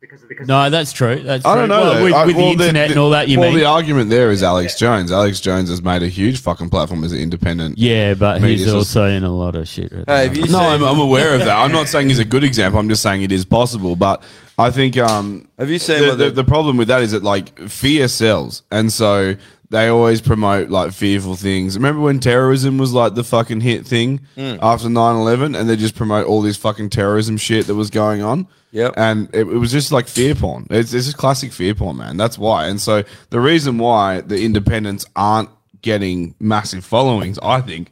[SPEAKER 5] Because of, because
[SPEAKER 6] No, that's true. That's
[SPEAKER 2] I don't
[SPEAKER 6] true.
[SPEAKER 2] know.
[SPEAKER 6] Well,
[SPEAKER 2] though.
[SPEAKER 6] with,
[SPEAKER 2] I-
[SPEAKER 6] with
[SPEAKER 2] well,
[SPEAKER 6] the internet and all that, you
[SPEAKER 2] well,
[SPEAKER 6] mean?
[SPEAKER 2] the argument there is Alex Jones. Alex Jones has made a huge fucking platform as an independent.
[SPEAKER 6] yeah, but
[SPEAKER 2] media
[SPEAKER 6] he's
[SPEAKER 2] source.
[SPEAKER 6] also in a lot of shit. right
[SPEAKER 2] Hey,
[SPEAKER 6] now.
[SPEAKER 2] have you no, I'm, I'm aware of that. I'm not saying he's a good example. I'm just saying it is possible. But I think um,
[SPEAKER 4] have you seen
[SPEAKER 2] the,
[SPEAKER 4] whether-
[SPEAKER 2] the, the problem with that is that like fear sells, and so they always promote like fearful things. Remember when terrorism was like the fucking hit thing
[SPEAKER 4] Mm.
[SPEAKER 2] after 9-11 and they just promote all this fucking terrorism shit that was going on.
[SPEAKER 4] Yep.
[SPEAKER 2] And it, it was just like fear porn. It's, it's just classic fear porn, man. That's why. And so the reason why the independents aren't getting massive followings, I think,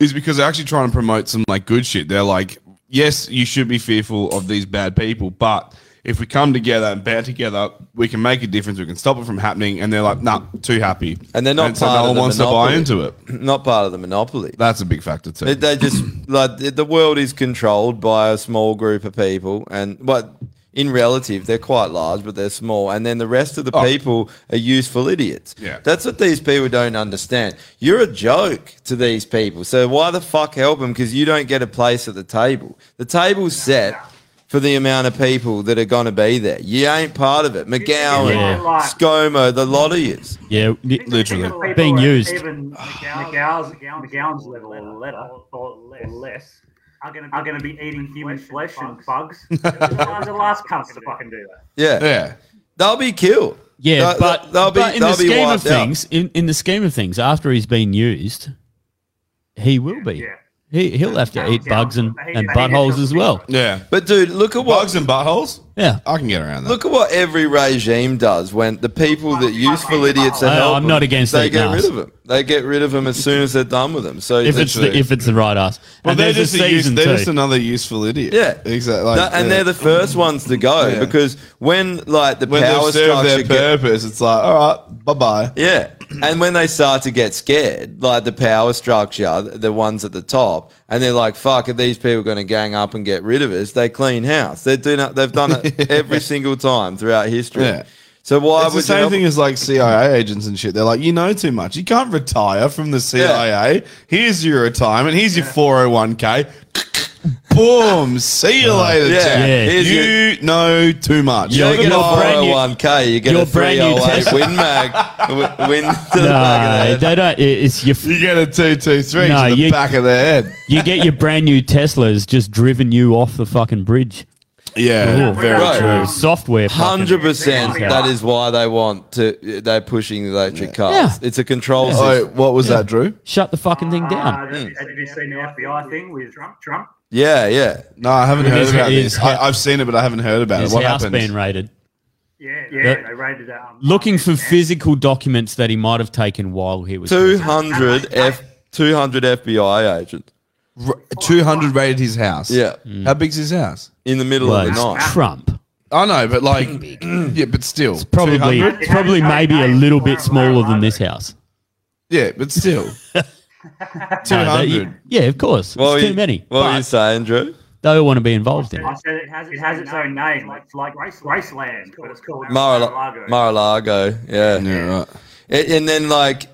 [SPEAKER 2] is because they're actually trying to promote some like good shit. They're like, yes, you should be fearful of these bad people, but if we come together and band together, we can make a difference. We can stop it from happening. And they're like, nah, too happy.
[SPEAKER 4] and they're not
[SPEAKER 2] so
[SPEAKER 4] part
[SPEAKER 2] no
[SPEAKER 4] of
[SPEAKER 2] one
[SPEAKER 4] the
[SPEAKER 2] wants
[SPEAKER 4] monopoly.
[SPEAKER 2] to buy into it.
[SPEAKER 4] Not part of the monopoly.
[SPEAKER 2] That's a big factor too.
[SPEAKER 4] They, they just like the- the world is controlled by a small group of people, and but in relative they're quite large, but they're small, and then the rest of the
[SPEAKER 2] Oh.
[SPEAKER 4] people are useful idiots.
[SPEAKER 2] Yeah.
[SPEAKER 4] that's what these people don't understand. You're a joke to these people, so why the fuck help them? Because you don't get a place at the table. The table's set. For the amount of people that are going to be there, you ain't part of it. McGowan,
[SPEAKER 6] Yeah.
[SPEAKER 4] ScoMo, the lot of yous.
[SPEAKER 6] Yeah,
[SPEAKER 5] people
[SPEAKER 6] literally being
[SPEAKER 5] at
[SPEAKER 6] used.
[SPEAKER 5] Even McGowan's, McGowan's level or, letter, or less, are going to be eating human flesh and bugs. They're the last cunts to fucking do that.
[SPEAKER 4] Yeah.
[SPEAKER 2] Yeah.
[SPEAKER 4] They'll be killed.
[SPEAKER 6] Yeah,
[SPEAKER 4] They'll-
[SPEAKER 6] but,
[SPEAKER 4] they'll be-
[SPEAKER 6] but in
[SPEAKER 4] they'll
[SPEAKER 6] the
[SPEAKER 4] be
[SPEAKER 6] scheme of
[SPEAKER 4] wiped out.
[SPEAKER 6] things, in, in the scheme of things, after he's been used, he will be. He he'll have to eat bugs and, and buttholes as well.
[SPEAKER 2] Yeah.
[SPEAKER 4] But dude, look at what
[SPEAKER 2] bugs and buttholes.
[SPEAKER 6] Yeah,
[SPEAKER 2] I can get around that.
[SPEAKER 4] Look at what every regime does when the people that useful idiots are
[SPEAKER 6] Oh,
[SPEAKER 4] helping.
[SPEAKER 6] I'm not against
[SPEAKER 4] They
[SPEAKER 6] that,
[SPEAKER 4] get
[SPEAKER 6] no.
[SPEAKER 4] rid of them. They get rid of them as soon as they're done with them. So
[SPEAKER 6] if it's the, if it's the right ass.
[SPEAKER 2] Well,
[SPEAKER 6] And
[SPEAKER 2] they're
[SPEAKER 6] there's
[SPEAKER 2] just, a use,
[SPEAKER 6] season
[SPEAKER 2] they're
[SPEAKER 6] too.
[SPEAKER 2] just another useful idiot.
[SPEAKER 4] Yeah.
[SPEAKER 2] exactly.
[SPEAKER 4] That- and they're the first ones to go
[SPEAKER 2] Yeah.
[SPEAKER 4] because when like the
[SPEAKER 2] when
[SPEAKER 4] power
[SPEAKER 2] they've served
[SPEAKER 4] structure
[SPEAKER 2] their
[SPEAKER 4] get-
[SPEAKER 2] purpose, it's like, all right, bye bye.
[SPEAKER 4] Yeah. And when they start to get scared, like the power structure, the ones at the top, and they're like, fuck, are these people going to gang up and get rid of us? They clean house. They do not, they've done it every single time throughout history.
[SPEAKER 2] Yeah.
[SPEAKER 4] So why would
[SPEAKER 2] it's the
[SPEAKER 4] you
[SPEAKER 2] same
[SPEAKER 4] help-
[SPEAKER 2] thing as like CIA agents and shit. They're like, you know too much. You can't retire from the CIA. Here's your retirement. Here's your 401k. Boom. See you
[SPEAKER 4] Yeah.
[SPEAKER 2] later,
[SPEAKER 4] Yeah.
[SPEAKER 2] Jack.
[SPEAKER 4] Yeah. Here's
[SPEAKER 2] You know too much.
[SPEAKER 4] You're
[SPEAKER 2] Take it
[SPEAKER 4] your
[SPEAKER 2] off.
[SPEAKER 4] brand new 401k. You get
[SPEAKER 2] your
[SPEAKER 4] a
[SPEAKER 2] brand new
[SPEAKER 4] 308
[SPEAKER 2] Tesla.
[SPEAKER 4] win mag. wi- Win to the
[SPEAKER 6] no,
[SPEAKER 4] back of the
[SPEAKER 6] they don't. it- It's your.
[SPEAKER 2] You get a two two three
[SPEAKER 6] No,
[SPEAKER 2] to the
[SPEAKER 6] you-
[SPEAKER 2] back of the head.
[SPEAKER 6] You get your brand new Teslas just driven you off the fucking bridge.
[SPEAKER 2] Yeah,
[SPEAKER 6] Ooh,
[SPEAKER 2] very true.
[SPEAKER 6] Software. fucking-
[SPEAKER 4] Hundred percent.
[SPEAKER 6] Yeah.
[SPEAKER 4] That is why they want to. They're pushing the electric cars.
[SPEAKER 6] Yeah.
[SPEAKER 4] It's a control
[SPEAKER 6] Yeah.
[SPEAKER 2] Oh,
[SPEAKER 4] system.
[SPEAKER 2] what was
[SPEAKER 6] Yeah.
[SPEAKER 2] that, Drew?
[SPEAKER 6] Shut the fucking thing
[SPEAKER 5] Uh, Have
[SPEAKER 6] down.
[SPEAKER 5] you seen the FBI thing with Trump? Trump?
[SPEAKER 4] Yeah, yeah.
[SPEAKER 2] No, I haven't
[SPEAKER 6] It
[SPEAKER 2] heard
[SPEAKER 6] is-
[SPEAKER 2] about
[SPEAKER 6] it
[SPEAKER 2] this.
[SPEAKER 6] is-
[SPEAKER 2] I, I've seen it, but I haven't heard about
[SPEAKER 6] His
[SPEAKER 2] it. What
[SPEAKER 6] house
[SPEAKER 2] happened?
[SPEAKER 6] being raided.
[SPEAKER 5] Yeah, yeah.
[SPEAKER 6] That-
[SPEAKER 5] they raided that. Um,
[SPEAKER 6] Looking for physical documents that he might have taken while he was.
[SPEAKER 4] Two hundred F. Two hundred FBI agent
[SPEAKER 2] Two hundred raided his house. Mm.
[SPEAKER 4] Yeah.
[SPEAKER 2] How big's his house?
[SPEAKER 4] in the middle
[SPEAKER 6] Mm. Well,
[SPEAKER 4] of the night.
[SPEAKER 6] it's Trump.
[SPEAKER 2] I know, but like, yeah, but still, it's
[SPEAKER 6] Probably, it's probably maybe a little bit smaller than this house.
[SPEAKER 2] yeah, but still, two
[SPEAKER 6] No, they-
[SPEAKER 2] hundred.
[SPEAKER 6] yeah, of course.
[SPEAKER 4] What were
[SPEAKER 6] it's too
[SPEAKER 4] you-
[SPEAKER 6] many.
[SPEAKER 4] What were you
[SPEAKER 6] but
[SPEAKER 4] saying, Drew?
[SPEAKER 6] they all want to be involved in it.
[SPEAKER 5] I said it has, it has its own name, like it's like Grace, Graceland, but it's called
[SPEAKER 4] Mar-a-Lago. Mar-a-Lago. Yeah.
[SPEAKER 2] Yeah, right.
[SPEAKER 4] A- And, then like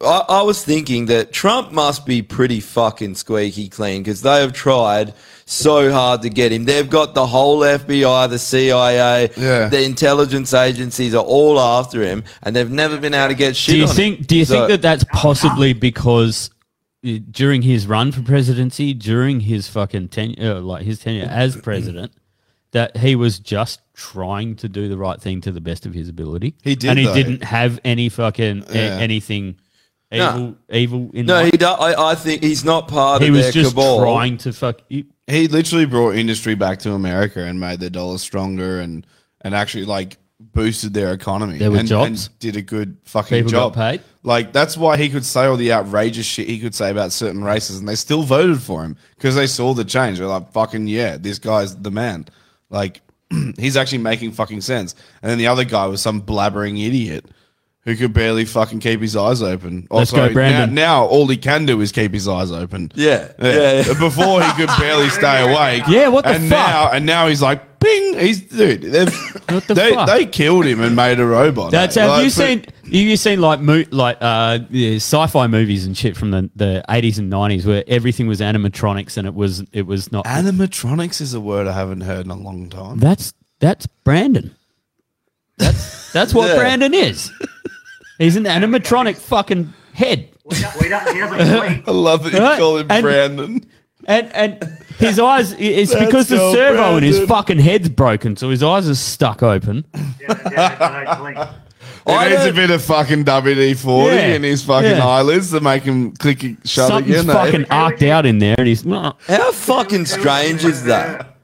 [SPEAKER 4] I, I was thinking that Trump must be pretty fucking squeaky clean because they have tried so hard to get him. They've got the whole FBI, the CIA, the intelligence agencies are all after him, and they've never been able to get shit.
[SPEAKER 6] do you
[SPEAKER 4] on him.
[SPEAKER 6] think do you
[SPEAKER 4] So-
[SPEAKER 6] think that that's possibly because uh, during his run for presidency during his fucking tenure uh, like his tenure as president that he was just trying to do the right thing to the best of his ability
[SPEAKER 4] He did,
[SPEAKER 6] and he
[SPEAKER 4] though.
[SPEAKER 6] didn't have any fucking a-
[SPEAKER 4] Yeah.
[SPEAKER 6] anything
[SPEAKER 4] No.
[SPEAKER 6] evil evil in
[SPEAKER 4] No,
[SPEAKER 6] mind.
[SPEAKER 4] he do- I, I think he's not part
[SPEAKER 6] He
[SPEAKER 4] of
[SPEAKER 6] was
[SPEAKER 4] their
[SPEAKER 6] just
[SPEAKER 4] cabal.
[SPEAKER 6] trying to fuck. He,
[SPEAKER 2] literally brought industry back to America and made their dollar stronger and and actually like boosted their economy.
[SPEAKER 6] There were
[SPEAKER 2] and,
[SPEAKER 6] jobs.
[SPEAKER 2] and did a good fucking
[SPEAKER 6] People
[SPEAKER 2] job.
[SPEAKER 6] got paid.
[SPEAKER 2] Like that's why he could say all the outrageous shit he could say about certain races, and they still voted for him because they saw the change. They're like, fucking yeah, this guy's the man. Like he's actually making fucking sense. And then the other guy was some blabbering idiot. Who could barely fucking keep his eyes open?
[SPEAKER 6] Let's go,
[SPEAKER 2] Also, now-
[SPEAKER 6] Brandon.
[SPEAKER 2] Now, all he can do is keep his eyes open.
[SPEAKER 4] Yeah,
[SPEAKER 2] yeah. Before he could barely stay awake.
[SPEAKER 6] Yeah, what the
[SPEAKER 2] and
[SPEAKER 6] fuck?
[SPEAKER 2] Now, and now he's like, bing. He's dude. they've- they
[SPEAKER 6] fuck?
[SPEAKER 2] they killed him and made a robot.
[SPEAKER 6] That's
[SPEAKER 2] mate.
[SPEAKER 6] have
[SPEAKER 2] Like,
[SPEAKER 6] you
[SPEAKER 2] but-
[SPEAKER 6] seen have you seen like mo- like uh yeah, sci-fi movies and shit from the the eighties and nineties where everything was animatronics and it was it was not
[SPEAKER 2] Animatronics is a word I haven't heard in a long time.
[SPEAKER 6] That's that's Brandon. That's that's what
[SPEAKER 2] Yeah.
[SPEAKER 6] Brandon is. He's an animatronic fucking head.
[SPEAKER 5] We don't, he doesn't blink.
[SPEAKER 2] I love that you
[SPEAKER 6] Right?
[SPEAKER 2] call him
[SPEAKER 6] And-
[SPEAKER 2] Brandon.
[SPEAKER 6] And and his eyes it's
[SPEAKER 2] That's
[SPEAKER 6] because the
[SPEAKER 2] so
[SPEAKER 6] servo in his
[SPEAKER 2] Brandon.
[SPEAKER 6] fucking head's broken, so his eyes are stuck open.
[SPEAKER 2] He needs a bit of fucking WD forty
[SPEAKER 6] Yeah.
[SPEAKER 2] in his fucking
[SPEAKER 6] Yeah.
[SPEAKER 2] eyelids to make him click it, shut
[SPEAKER 6] Something's
[SPEAKER 2] again.
[SPEAKER 6] fucking arced out in there and he's
[SPEAKER 4] How fucking strange is that?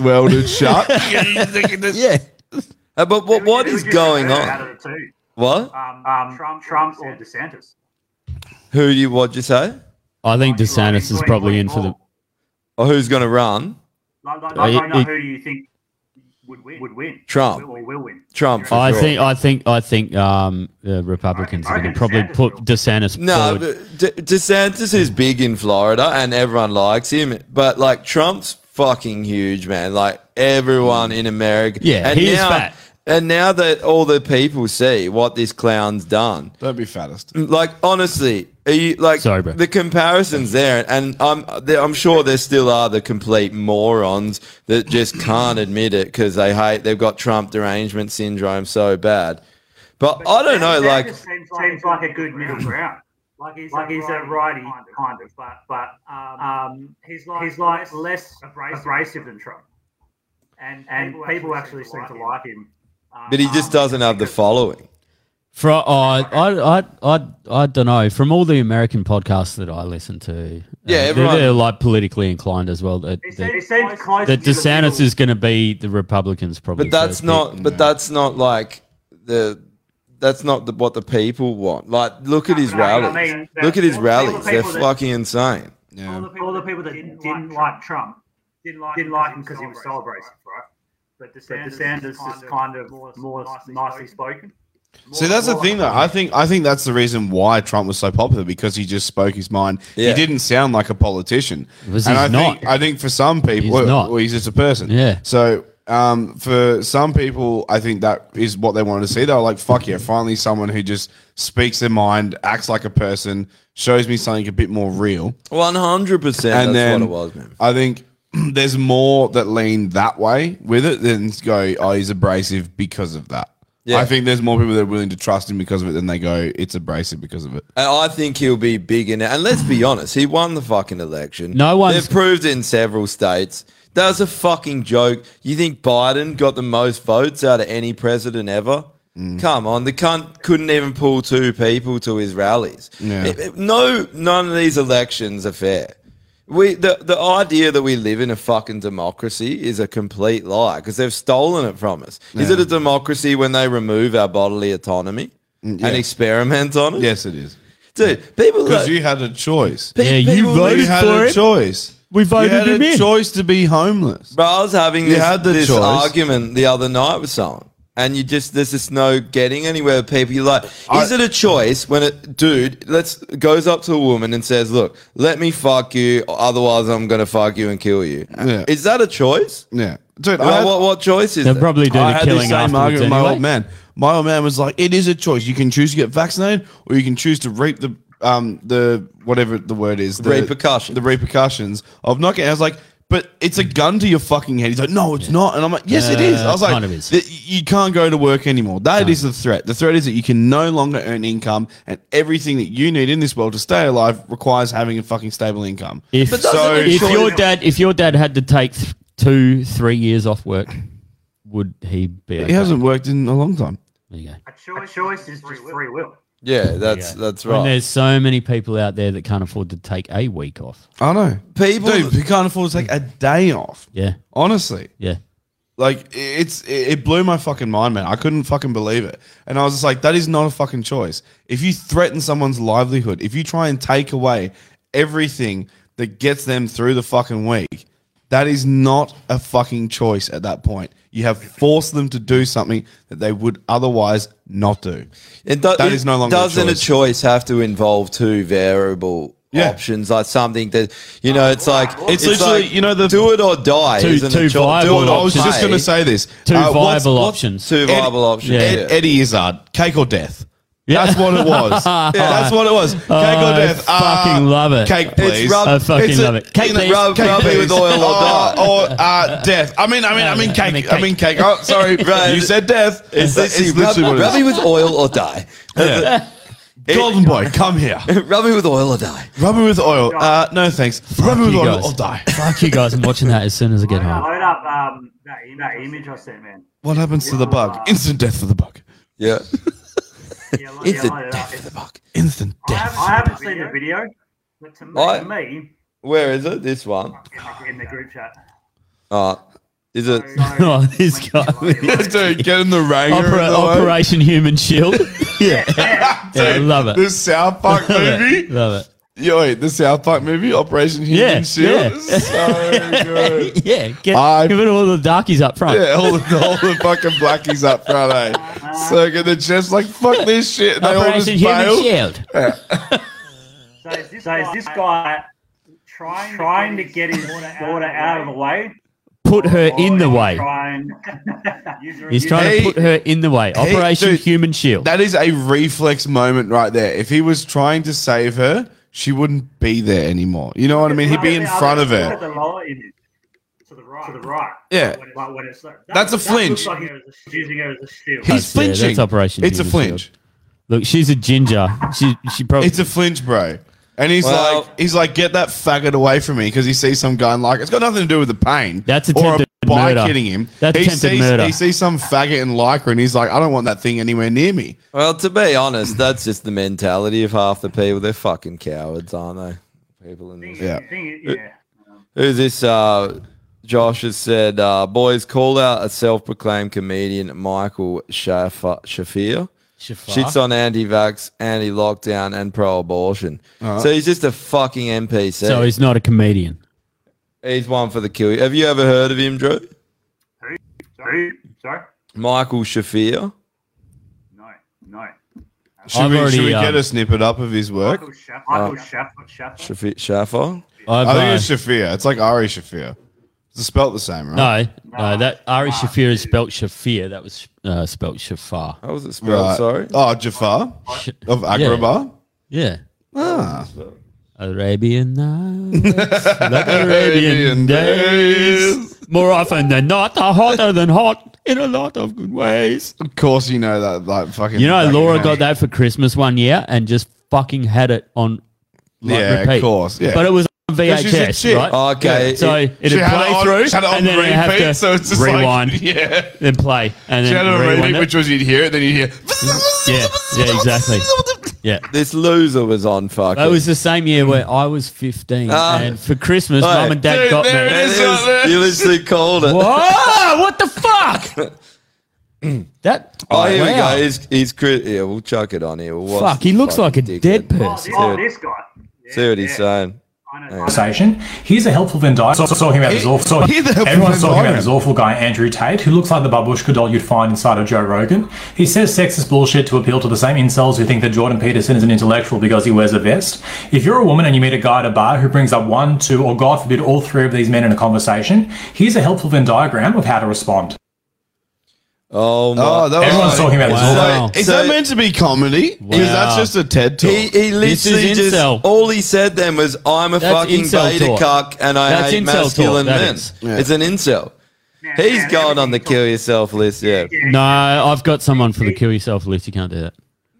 [SPEAKER 2] welded shut.
[SPEAKER 4] yeah. Uh, but what, what is going
[SPEAKER 5] Out
[SPEAKER 4] on?
[SPEAKER 5] of the two.
[SPEAKER 4] What?
[SPEAKER 5] Um, um, Trump, Trump or DeSantis?
[SPEAKER 4] Who do you, what'd you say?
[SPEAKER 6] I think DeSantis is probably in for the
[SPEAKER 4] Or who's going to run?
[SPEAKER 5] Like, like,
[SPEAKER 6] Uh,
[SPEAKER 5] like,
[SPEAKER 6] it-
[SPEAKER 5] right now,
[SPEAKER 6] it-
[SPEAKER 5] who do you think would win? Would win?
[SPEAKER 4] Oh, Trump.
[SPEAKER 5] Or will win?
[SPEAKER 4] Trump. For
[SPEAKER 6] I
[SPEAKER 4] sure.
[SPEAKER 6] think I think I think um, uh, Republicans are going to probably put DeSantis
[SPEAKER 4] No,
[SPEAKER 6] forward.
[SPEAKER 4] but De- DeSantis
[SPEAKER 6] Hmm.
[SPEAKER 4] is big in Florida and everyone likes him. But like Trump's fucking huge, man. Like everyone in America.
[SPEAKER 6] Hmm. Yeah,
[SPEAKER 4] and
[SPEAKER 6] he is
[SPEAKER 4] now,
[SPEAKER 6] fat.
[SPEAKER 4] And now that all the people see what this clown's done, Mm,
[SPEAKER 2] Don't be fattest.
[SPEAKER 4] like honestly, are you like the comparisons there? And I'm there, I'm sure there still are the complete morons that just can't admit it because they hate they've got Trump derangement syndrome so bad. But, I don't know,
[SPEAKER 5] DeSantis
[SPEAKER 4] like
[SPEAKER 5] seems like, seems like a good middle ground. Like he's, like a, he's righty, kind of, but but um, he's like he's like less abrasive, than Trump, and and people, actually seem to like him.
[SPEAKER 4] but he just doesn't have the following.
[SPEAKER 6] For uh, I, I I I don't know. From all the American podcasts that I listen to, uh,
[SPEAKER 4] Yeah,
[SPEAKER 6] they're-
[SPEAKER 4] everyone-
[SPEAKER 6] they're, like politically inclined as well. That
[SPEAKER 5] He
[SPEAKER 6] that,
[SPEAKER 5] seems close.
[SPEAKER 6] that
[SPEAKER 5] to the
[SPEAKER 6] DeSantis is going to be the Republicans probably.
[SPEAKER 4] But that's
[SPEAKER 6] first
[SPEAKER 4] not. But that's not like the. That's not the, what the people want. Like, look at his
[SPEAKER 5] no, I mean,
[SPEAKER 4] rallies.
[SPEAKER 5] that-
[SPEAKER 4] look at his
[SPEAKER 5] all the people-
[SPEAKER 4] rallies. They're
[SPEAKER 5] people that-
[SPEAKER 4] fucking insane.
[SPEAKER 5] All the people, all the people that didn't, didn't like Trump didn't like him because he was so abrasive, right? But DeSantis, is kind of more, nicely, spoken.
[SPEAKER 2] See, that's the thing, though. I think I think that's the reason why Trump was so popular because he just spoke his mind. He
[SPEAKER 4] Yeah.
[SPEAKER 2] didn't sound like a politician.
[SPEAKER 6] Because
[SPEAKER 2] and
[SPEAKER 6] he's
[SPEAKER 2] I Think, I think for some people,
[SPEAKER 6] He's
[SPEAKER 2] well,
[SPEAKER 6] not.
[SPEAKER 2] well, he's just a person.
[SPEAKER 6] Yeah.
[SPEAKER 2] So um, for some people, I think that is what they wanted to see. They were like, "Fuck yeah! Finally, someone who just speaks their mind, acts like a person, shows me something a bit more real."
[SPEAKER 4] One hundred percent. That's
[SPEAKER 2] And
[SPEAKER 4] what
[SPEAKER 2] then
[SPEAKER 4] it was, man.
[SPEAKER 2] I think there's more that lean that way with it than go, oh, he's abrasive because of that.
[SPEAKER 4] Yeah.
[SPEAKER 2] I think there's more people that are willing to trust him because of it than they go, it's abrasive because of it.
[SPEAKER 4] And I think he'll be big in it. And let's be honest, he won the fucking election.
[SPEAKER 6] No
[SPEAKER 4] one.
[SPEAKER 6] one's-
[SPEAKER 4] They've proved it in several states. That was a fucking joke. You think Biden got the most votes out of any president ever?
[SPEAKER 2] Mm.
[SPEAKER 4] Come on, the cunt couldn't even pull two people to his rallies.
[SPEAKER 2] Yeah.
[SPEAKER 4] It- it- no, none of these elections are fair. We the, the idea that we live in a fucking democracy is a complete lie because they've stolen it from us. Is
[SPEAKER 2] Yeah.
[SPEAKER 4] it a democracy when they remove our bodily autonomy
[SPEAKER 2] Mm, yeah.
[SPEAKER 4] and experiment on it?
[SPEAKER 2] Yes, it is.
[SPEAKER 4] Dude, people
[SPEAKER 2] Because
[SPEAKER 4] like,
[SPEAKER 2] you had a choice.
[SPEAKER 4] Pe- Yeah, you people- voted
[SPEAKER 2] You had
[SPEAKER 4] for
[SPEAKER 2] a
[SPEAKER 4] him.
[SPEAKER 2] choice.
[SPEAKER 6] We voted
[SPEAKER 2] You had
[SPEAKER 6] him
[SPEAKER 2] a
[SPEAKER 6] in.
[SPEAKER 2] choice to be homeless.
[SPEAKER 4] bro, I was having
[SPEAKER 2] You
[SPEAKER 4] this,
[SPEAKER 2] had the
[SPEAKER 4] this
[SPEAKER 2] choice.
[SPEAKER 4] argument the other night with someone. And you just there's just no getting anywhere. with People, you're like, is it a choice when a dude let's goes up to a woman and says, "Look, let me fuck you, otherwise I'm gonna fuck you and kill you."
[SPEAKER 2] Yeah.
[SPEAKER 4] Is that a choice?
[SPEAKER 2] Yeah. Dude,
[SPEAKER 4] Well, what- what choice is They'll there? probably do
[SPEAKER 2] I
[SPEAKER 4] the
[SPEAKER 2] had
[SPEAKER 4] killing
[SPEAKER 2] this same
[SPEAKER 4] afterwards
[SPEAKER 2] argument with my
[SPEAKER 4] anyway.
[SPEAKER 2] old man. My old man was like, "It is a choice. You can choose to get vaccinated, or you can choose to reap the um the whatever the word is the
[SPEAKER 4] Repercussions.
[SPEAKER 2] the repercussions of not getting." I was like, "But it's a gun to your fucking head." He's like, "No, it's not," and I'm like, "Yes, it is."
[SPEAKER 6] Uh,
[SPEAKER 2] I was like,
[SPEAKER 6] kind of is.
[SPEAKER 2] "Th- "You can't go to work anymore. That is the threat. The threat is that you can no longer earn income, and everything that you need in this world to stay alive requires having a fucking stable income."
[SPEAKER 6] If,
[SPEAKER 2] But doesn't it
[SPEAKER 6] if
[SPEAKER 2] surely-
[SPEAKER 6] your dad if your dad had to take th- two three years off work, would he be?
[SPEAKER 2] he
[SPEAKER 6] okay?
[SPEAKER 2] hasn't worked in a long time.
[SPEAKER 6] There you go.
[SPEAKER 5] A choice, is just free will.
[SPEAKER 4] Yeah, that's that's
[SPEAKER 6] When
[SPEAKER 4] right.
[SPEAKER 6] there's so many people out there that can't afford to take a week off.
[SPEAKER 2] I know.
[SPEAKER 4] People
[SPEAKER 2] Dude, who can't afford to take a day off.
[SPEAKER 6] Yeah.
[SPEAKER 2] Honestly.
[SPEAKER 6] Yeah.
[SPEAKER 2] Like i- it's it it blew my fucking mind, man. I couldn't fucking believe it. And I was just like, that is not a fucking choice. If you threaten someone's livelihood, if you try and take away everything that gets them through the fucking week, that is not a fucking choice at that point. You have forced them to do something that they would otherwise not do.
[SPEAKER 4] It do-
[SPEAKER 2] that
[SPEAKER 4] it
[SPEAKER 2] is no longer
[SPEAKER 4] doesn't
[SPEAKER 2] a
[SPEAKER 4] a
[SPEAKER 2] choice.
[SPEAKER 4] choice have to involve two variable options like something that you know Ah, it's like
[SPEAKER 2] It's literally,
[SPEAKER 4] like
[SPEAKER 2] you know, the
[SPEAKER 4] do it or die
[SPEAKER 2] Two-
[SPEAKER 4] isn't
[SPEAKER 2] two
[SPEAKER 4] a cho- do it
[SPEAKER 2] viable
[SPEAKER 4] or
[SPEAKER 2] I was just
[SPEAKER 4] play.
[SPEAKER 2] gonna say this.
[SPEAKER 6] Two
[SPEAKER 2] Uh, what's-
[SPEAKER 6] viable
[SPEAKER 2] what's-
[SPEAKER 6] options.
[SPEAKER 4] Two viable options,
[SPEAKER 2] Ed-
[SPEAKER 4] yeah.
[SPEAKER 2] Eddie Izzard, cake or death. That's what it was.
[SPEAKER 6] Yeah.
[SPEAKER 2] That's what it was. Cake
[SPEAKER 6] Oh,
[SPEAKER 2] or
[SPEAKER 6] I
[SPEAKER 2] death.
[SPEAKER 6] fucking
[SPEAKER 2] uh,
[SPEAKER 6] love it.
[SPEAKER 2] Cake,
[SPEAKER 6] It's
[SPEAKER 2] please.
[SPEAKER 6] rub- I fucking
[SPEAKER 2] It's a-
[SPEAKER 6] love it. Cake,
[SPEAKER 2] you know,
[SPEAKER 6] please.
[SPEAKER 2] Rub,
[SPEAKER 6] Cake,
[SPEAKER 2] rub me
[SPEAKER 6] please.
[SPEAKER 2] with oil or
[SPEAKER 6] Oh,
[SPEAKER 2] die. Or uh, death. I mean, I mean, I mean cake. I mean cake. Oh, sorry.
[SPEAKER 4] Right.
[SPEAKER 2] You said death.
[SPEAKER 4] It's,
[SPEAKER 2] That's-
[SPEAKER 4] literally rub,
[SPEAKER 2] what it
[SPEAKER 4] rub
[SPEAKER 2] is.
[SPEAKER 4] me with oil or die.
[SPEAKER 2] Yeah. Golden boy, come here.
[SPEAKER 4] rub me with oil or die.
[SPEAKER 2] Rub me with oil. Uh, no thanks. Rub me with
[SPEAKER 6] you
[SPEAKER 2] oil
[SPEAKER 6] guys.
[SPEAKER 2] or die.
[SPEAKER 6] Fuck you guys! I'm watching that as soon as I get home.
[SPEAKER 5] Load up um, that, image, that image I sent, man.
[SPEAKER 2] What happens to the bug? Instant death for the bug.
[SPEAKER 4] Yeah.
[SPEAKER 5] Yeah, load-
[SPEAKER 4] It's
[SPEAKER 5] yeah,
[SPEAKER 4] a
[SPEAKER 5] load it up.
[SPEAKER 4] death of the fuck.
[SPEAKER 2] Instant
[SPEAKER 5] I haven't, I haven't seen the video, but to me,
[SPEAKER 4] I-
[SPEAKER 5] to me
[SPEAKER 4] Where is it? This one.
[SPEAKER 5] in, the, in the group chat,
[SPEAKER 4] Uh, is it?
[SPEAKER 6] Oh, this guy.
[SPEAKER 2] Dude, get in the ranger.
[SPEAKER 6] Opera- Operation Human Shield. yeah. yeah, I love it.
[SPEAKER 2] The South Park
[SPEAKER 6] Love it.
[SPEAKER 2] movie.
[SPEAKER 6] Love it.
[SPEAKER 2] Yo, wait, the South Park movie, Operation Human
[SPEAKER 6] Yeah,
[SPEAKER 2] Shield.
[SPEAKER 6] yeah.
[SPEAKER 2] So good.
[SPEAKER 6] Yeah, get, give it all the darkies up front.
[SPEAKER 2] Yeah, all the, all the fucking blackies up front, eh? So good. The chef's like, fuck this shit. and They all just
[SPEAKER 6] Operation Human
[SPEAKER 2] bail.
[SPEAKER 6] Shield.
[SPEAKER 5] So is this, guy, trying, trying to get his daughter out of the way?
[SPEAKER 6] Put her in the way.
[SPEAKER 5] Trying,
[SPEAKER 6] He's trying
[SPEAKER 2] Hey-
[SPEAKER 6] to put her in the way.
[SPEAKER 2] Hey,
[SPEAKER 6] Operation
[SPEAKER 2] dude,
[SPEAKER 6] Human Shield.
[SPEAKER 2] That is a reflex moment right there. If he was trying to save her, she wouldn't be there anymore. You know what I mean? He'd be in front of
[SPEAKER 5] Look at
[SPEAKER 2] her.
[SPEAKER 5] the lower image. To the right. To the right.
[SPEAKER 2] Yeah.
[SPEAKER 5] When it- like when it's, that-
[SPEAKER 2] That's a
[SPEAKER 5] that looks
[SPEAKER 2] flinch.
[SPEAKER 5] like it was using her as a shield.
[SPEAKER 2] He's
[SPEAKER 6] That's- yeah,
[SPEAKER 2] flinching.
[SPEAKER 6] that's Operation
[SPEAKER 2] It's a
[SPEAKER 6] Human
[SPEAKER 2] flinch.
[SPEAKER 6] Shield. Look, she's a ginger. She she probably
[SPEAKER 2] It's a flinch, bro. And he's
[SPEAKER 6] Well-
[SPEAKER 2] like, he's like, get that faggot away from me because he sees some guy and like, it's got nothing to do with the pain.
[SPEAKER 6] That's
[SPEAKER 2] or
[SPEAKER 6] attempted
[SPEAKER 2] a bike
[SPEAKER 6] murder.
[SPEAKER 2] hitting him.
[SPEAKER 6] That's
[SPEAKER 2] he
[SPEAKER 6] attempted
[SPEAKER 2] sees,
[SPEAKER 6] murder.
[SPEAKER 2] He sees some faggot in lycra and he's like, I don't want that thing anywhere near me.
[SPEAKER 4] Well, to be honest, that's just the mentality of half the people. They're fucking cowards, aren't they? People in this.
[SPEAKER 2] Yeah.
[SPEAKER 5] Thing is- yeah.
[SPEAKER 4] Who's this? Uh, Josh has said, uh, boys, call out a self proclaimed comedian, Michael Shafa- Shafir.
[SPEAKER 6] Shafar.
[SPEAKER 4] Shits on anti vax, anti lockdown, and pro abortion.
[SPEAKER 6] Uh-huh.
[SPEAKER 4] So he's just a fucking NPC.
[SPEAKER 6] so he's not a comedian.
[SPEAKER 4] He's one for the kill. Have you ever heard of him, Drew?
[SPEAKER 5] Sorry. Sorry.
[SPEAKER 4] Michael Shafir.
[SPEAKER 5] No. No.
[SPEAKER 2] Should
[SPEAKER 4] I've
[SPEAKER 2] we,
[SPEAKER 4] already,
[SPEAKER 2] should we get
[SPEAKER 4] um,
[SPEAKER 2] a snippet up of his work?
[SPEAKER 5] Michael Shaffer.
[SPEAKER 4] Uh,
[SPEAKER 5] Michael Shaffer. Shaffer.
[SPEAKER 4] Shafi- Shafir?
[SPEAKER 6] I've,
[SPEAKER 2] I think
[SPEAKER 6] uh,
[SPEAKER 2] it's Shafir. It's like Ari Shafir. It's spelled the same, right?
[SPEAKER 6] No, no, that Ari Shafir is spelt Shafir. That was uh, spelt Shafar.
[SPEAKER 4] How was it
[SPEAKER 2] Right. Oh, Jafar of Agrabah.
[SPEAKER 6] Yeah.
[SPEAKER 2] Ah.
[SPEAKER 6] Arabian nights, like Arabian days. More often than not, are hotter than hot in a lot of good ways.
[SPEAKER 2] Of course, you know that. Like fucking.
[SPEAKER 6] You know,
[SPEAKER 2] like,
[SPEAKER 6] Laura got that for Christmas one year and just fucking had it on. Like,
[SPEAKER 2] Yeah, of
[SPEAKER 6] repeat.
[SPEAKER 2] course, yeah.
[SPEAKER 6] But it was on
[SPEAKER 2] 'Cause she's a
[SPEAKER 6] VHS,
[SPEAKER 2] chick.
[SPEAKER 6] right?
[SPEAKER 4] Oh,
[SPEAKER 2] Okay.
[SPEAKER 6] So
[SPEAKER 2] She
[SPEAKER 6] it'd play
[SPEAKER 2] had it on-
[SPEAKER 6] through,
[SPEAKER 2] she had it on
[SPEAKER 6] and then it'd have
[SPEAKER 2] repeat,
[SPEAKER 6] to
[SPEAKER 2] so it's just like-
[SPEAKER 6] rewind,
[SPEAKER 2] yeah.
[SPEAKER 6] then play, and then
[SPEAKER 2] Shadow
[SPEAKER 6] rewind
[SPEAKER 2] Raven,
[SPEAKER 6] it.
[SPEAKER 2] which was you'd hear it, then you'd hear.
[SPEAKER 6] yeah, yeah, exactly. Yeah.
[SPEAKER 4] This loser was on fucking.
[SPEAKER 6] That was the same year where I was 15,
[SPEAKER 4] Ah.
[SPEAKER 6] and for Christmas,
[SPEAKER 4] Hey.
[SPEAKER 6] mum and dad
[SPEAKER 4] Dude,
[SPEAKER 6] got
[SPEAKER 4] there
[SPEAKER 6] me.
[SPEAKER 4] it is There it right is. there. You literally called it.
[SPEAKER 6] Whoa, Ah, what the fuck? that.
[SPEAKER 4] Oh, here we
[SPEAKER 6] wow.
[SPEAKER 4] go. He's, he's crit- yeah, we'll chuck it on here. We'll watch
[SPEAKER 6] Fuck, he
[SPEAKER 4] this
[SPEAKER 6] looks like a
[SPEAKER 4] fucking
[SPEAKER 6] dead
[SPEAKER 4] dickhead.
[SPEAKER 6] person.
[SPEAKER 4] See what-
[SPEAKER 5] guy.
[SPEAKER 4] See what he's saying.
[SPEAKER 8] conversation. Here's a helpful Venn diagram. So, so talking about this awful. So,
[SPEAKER 2] Here's a helpful
[SPEAKER 8] everyone's
[SPEAKER 2] Venn
[SPEAKER 8] talking about
[SPEAKER 2] diagram.
[SPEAKER 8] this awful guy Andrew Tate, who looks like the babushka doll you'd find inside of Joe Rogan. He says sexist bullshit to appeal to the same incels who think that Jordan Peterson is an intellectual because he wears a vest. If you're a woman and you meet a guy at a bar who brings up one, two, or God forbid, all three of these men in a conversation, here's a helpful Venn diagram of how to respond.
[SPEAKER 4] Oh, my.
[SPEAKER 2] Oh, that was-
[SPEAKER 8] Everyone's talking about this all
[SPEAKER 4] Wow.
[SPEAKER 2] Is that meant to be comedy? Is that just a TED talk?
[SPEAKER 4] He, he literally just all he said then was, "I'm a
[SPEAKER 2] That's
[SPEAKER 4] fucking
[SPEAKER 2] incel
[SPEAKER 4] beta
[SPEAKER 2] talk.
[SPEAKER 4] cuck, and I
[SPEAKER 2] That's
[SPEAKER 4] hate
[SPEAKER 2] incel talk,
[SPEAKER 4] masculine
[SPEAKER 2] that
[SPEAKER 4] men."
[SPEAKER 2] is.
[SPEAKER 6] Yeah.
[SPEAKER 4] It's an incel. He's going on the kill yourself list. Yeah.
[SPEAKER 6] No, I've got someone for the kill yourself list. You can't do that.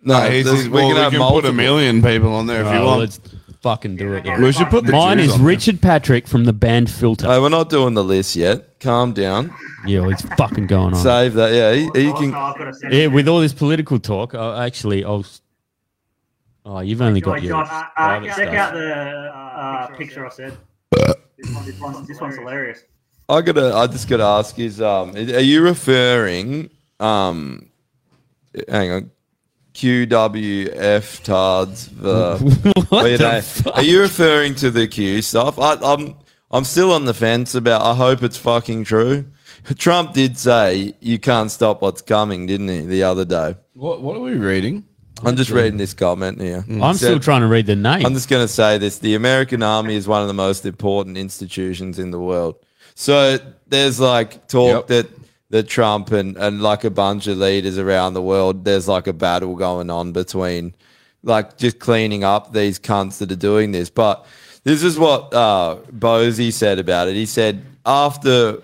[SPEAKER 4] No,
[SPEAKER 2] Hey,
[SPEAKER 4] this-
[SPEAKER 2] we can,
[SPEAKER 4] have
[SPEAKER 2] put a
[SPEAKER 4] multiple.
[SPEAKER 2] million people on there if you
[SPEAKER 6] Well,
[SPEAKER 2] want.
[SPEAKER 6] let's fucking do it.
[SPEAKER 2] We should put the
[SPEAKER 6] Mine
[SPEAKER 2] Jews
[SPEAKER 6] is
[SPEAKER 2] on there.
[SPEAKER 6] Richard Patrick from the band Filter.
[SPEAKER 4] Hey, we're not doing the list yet. Calm down.
[SPEAKER 6] Yeah, it's fucking going on.
[SPEAKER 4] Save that. Yeah, he, he can.
[SPEAKER 6] yeah, with all this political talk, uh, actually, I'll. s- Oh, you've only got
[SPEAKER 5] John,
[SPEAKER 6] your
[SPEAKER 5] uh, uh,
[SPEAKER 6] private
[SPEAKER 5] check
[SPEAKER 6] stuff.
[SPEAKER 5] out the uh, picture I said. This, one, this, one's, this one's hilarious.
[SPEAKER 4] I gotta. I just gotta ask. Is um, are you referring um, hang on, QWF tards? The,
[SPEAKER 6] What the
[SPEAKER 4] Are you referring to the Q stuff? I, I'm. I'm still on the fence about. I hope it's fucking true. Trump did say you can't stop what's coming, didn't he? The other day.
[SPEAKER 2] What, what are we reading?
[SPEAKER 4] I'm just reading this comment here.
[SPEAKER 6] I'm still trying to read the name.
[SPEAKER 4] I'm just going to say this: the American Army is one of the most important institutions in the world. So there's like talk that that Trump and and like a bunch of leaders around the world, there's like a battle going on between like just cleaning up these cunts that are doing this. But this is what uh, Bosey said about it. He said after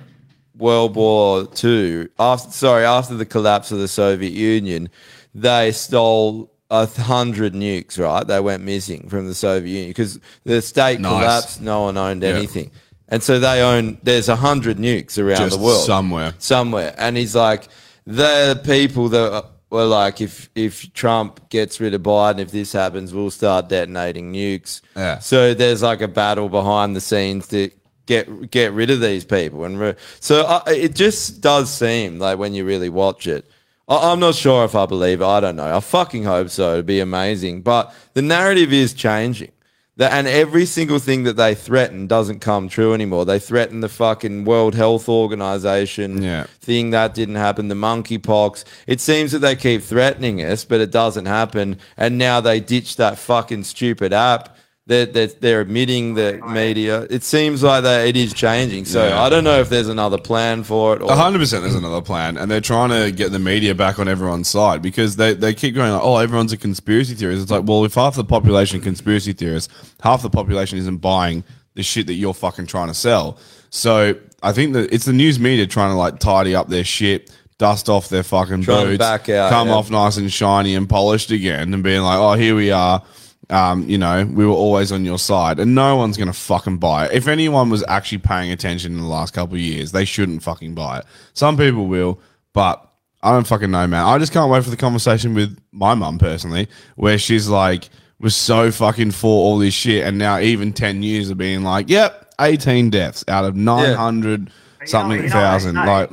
[SPEAKER 4] World War Two, after sorry, after the collapse of the Soviet Union, they stole a hundred nukes. Right, they went missing from the Soviet Union because the state
[SPEAKER 2] Nice.
[SPEAKER 4] collapsed. No one owned
[SPEAKER 2] Yeah.
[SPEAKER 4] anything, and so they own. There's a hundred nukes around
[SPEAKER 2] Just
[SPEAKER 4] the world
[SPEAKER 2] somewhere.
[SPEAKER 4] somewhere. And he's like, the people that were like, if if Trump gets rid of Biden, if this happens, we'll start detonating nukes.
[SPEAKER 2] Yeah.
[SPEAKER 4] So there's like a battle behind the scenes to get get rid of these people. And re- so I, it just does seem like when you really watch it. I- I'm not sure if I believe it. I don't know. I fucking hope so. It'd be amazing. But the narrative is changing. That, and every single thing that they threaten doesn't come true anymore. They threaten the fucking World Health Organization thing that didn't happen, the monkeypox. It seems that they keep threatening us, but it doesn't happen. And now they ditch that fucking stupid app. They're, they're, they're admitting the media. It seems like that it is changing. So
[SPEAKER 2] Yeah.
[SPEAKER 4] I don't know if there's another plan for it. Or,
[SPEAKER 2] A hundred percent. There's another plan, and they're trying to get the media back on everyone's side because they, they keep going. Like, oh, everyone's a conspiracy theorist. It's like, well, if half the population are conspiracy theorists, half the population isn't buying the shit that you're fucking trying to sell. So I think that it's the news media trying to like tidy up their shit, dust off their fucking
[SPEAKER 4] Trying to
[SPEAKER 2] boots,
[SPEAKER 4] back out,
[SPEAKER 2] come
[SPEAKER 4] yeah.
[SPEAKER 2] off nice and shiny and polished again, and being like, oh, here we are. Um, you know, we were always on your side, and no one's gonna fucking buy it. If anyone was actually paying attention in the last couple of years, they shouldn't fucking buy it. Some people will, but I don't fucking know, man. I just can't wait for the conversation with my mum personally, where she's like, was so fucking for all this shit, and now even ten years of being like, yep, eighteen deaths out of nine hundred something
[SPEAKER 5] You know,
[SPEAKER 2] thousand,
[SPEAKER 5] no.
[SPEAKER 2] like.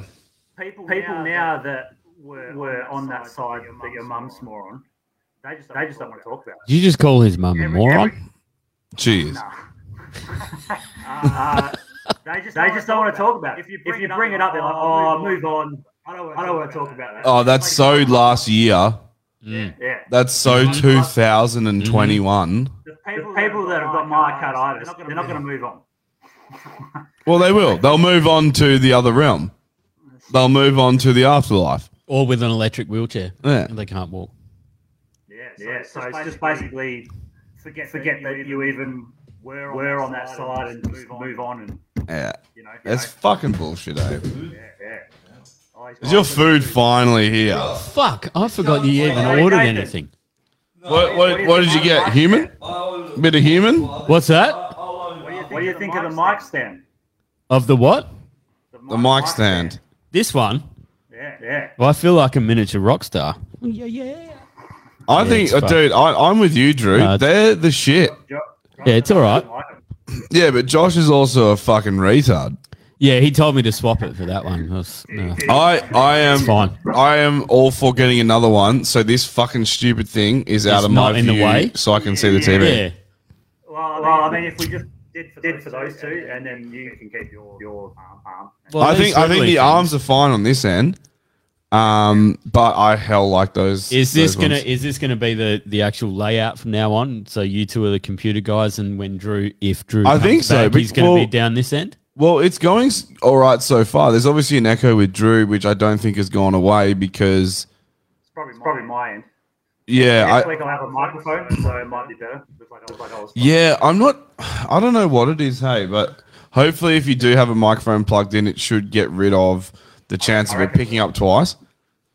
[SPEAKER 5] people, people now, that were, were on that side that your mum's more on, they just they just don't want to talk about.
[SPEAKER 6] Did you just call his mum a moron?
[SPEAKER 2] Jeez.
[SPEAKER 5] it. Uh, they just they just don't want to talk about. it. If you bring, it, up, they're like, oh, move on. I don't want to talk about that.
[SPEAKER 2] Oh, that's so last year.
[SPEAKER 5] Yeah.
[SPEAKER 2] That's so 2021.
[SPEAKER 5] The people, that have got myocarditis, they're not going to move on.
[SPEAKER 2] Well, they will. They'll move on to the other realm. They'll move on to the afterlife.
[SPEAKER 6] Or with an electric wheelchair.
[SPEAKER 2] Yeah.
[SPEAKER 6] They can't walk.
[SPEAKER 5] Yeah, so, yeah, so, it's just basically forget, forget that you even were on, that side and just move on. And
[SPEAKER 2] Yeah.
[SPEAKER 5] You know,
[SPEAKER 2] That's fucking bullshit, eh?
[SPEAKER 5] yeah, yeah. Oh, he's
[SPEAKER 2] Is your food finally here?
[SPEAKER 6] Fuck, I forgot you even
[SPEAKER 2] Sorry,
[SPEAKER 6] ordered
[SPEAKER 2] Nathan.
[SPEAKER 6] anything.
[SPEAKER 2] What, what, what did you get? Human? Bit of human?
[SPEAKER 6] What's that?
[SPEAKER 5] What do you think of the mic stand?
[SPEAKER 6] Of the what?
[SPEAKER 2] The mic stand.
[SPEAKER 6] This one?
[SPEAKER 5] Yeah, yeah.
[SPEAKER 6] Well, I feel like a miniature rock star.
[SPEAKER 5] Yeah, yeah.
[SPEAKER 2] I
[SPEAKER 6] Yeah,
[SPEAKER 2] think,
[SPEAKER 6] it's
[SPEAKER 2] uh,
[SPEAKER 6] fucked. Uh,
[SPEAKER 2] dude, I, I'm with you, Drew.
[SPEAKER 6] No, it's-
[SPEAKER 2] They're the shit.
[SPEAKER 6] Yeah, it's all right.
[SPEAKER 2] Yeah, but Josh is also a fucking retard.
[SPEAKER 6] Yeah, he told me to swap it for that one. That was- uh, no.
[SPEAKER 2] I I am
[SPEAKER 6] It's fine.
[SPEAKER 2] I am all for getting another one. So this fucking stupid thing is out
[SPEAKER 6] It's
[SPEAKER 2] of my
[SPEAKER 6] not in the
[SPEAKER 2] view,
[SPEAKER 6] way.
[SPEAKER 2] so I can see the
[SPEAKER 6] Yeah.
[SPEAKER 2] TV.
[SPEAKER 5] Well, I mean, if we just did for, did for those two, and then you can keep your your arm. arm.
[SPEAKER 2] I think I think the arms are fine on this end, um, but I hell like those.
[SPEAKER 6] Is this
[SPEAKER 2] those
[SPEAKER 6] gonna
[SPEAKER 2] ones.
[SPEAKER 6] is this gonna be the the actual layout from now on? So you two are the computer guys, and when Drew, if Drew,
[SPEAKER 2] I
[SPEAKER 6] comes
[SPEAKER 2] think so,
[SPEAKER 6] back, he's
[SPEAKER 2] bec-
[SPEAKER 6] gonna
[SPEAKER 2] well-
[SPEAKER 6] be down this end.
[SPEAKER 2] Well, it's going s- all right so far. There's obviously an echo with Drew, which I don't think has gone away because
[SPEAKER 5] It's probably my, probably my end.
[SPEAKER 2] yeah,
[SPEAKER 5] Next
[SPEAKER 2] I,
[SPEAKER 5] week I'll have a microphone, so it might be better. Looks like, looks like I was.
[SPEAKER 2] yeah, I'm not. I don't know what it is, hey, but hopefully, if you do have a microphone plugged in, it should get rid of the chance of it picking up twice.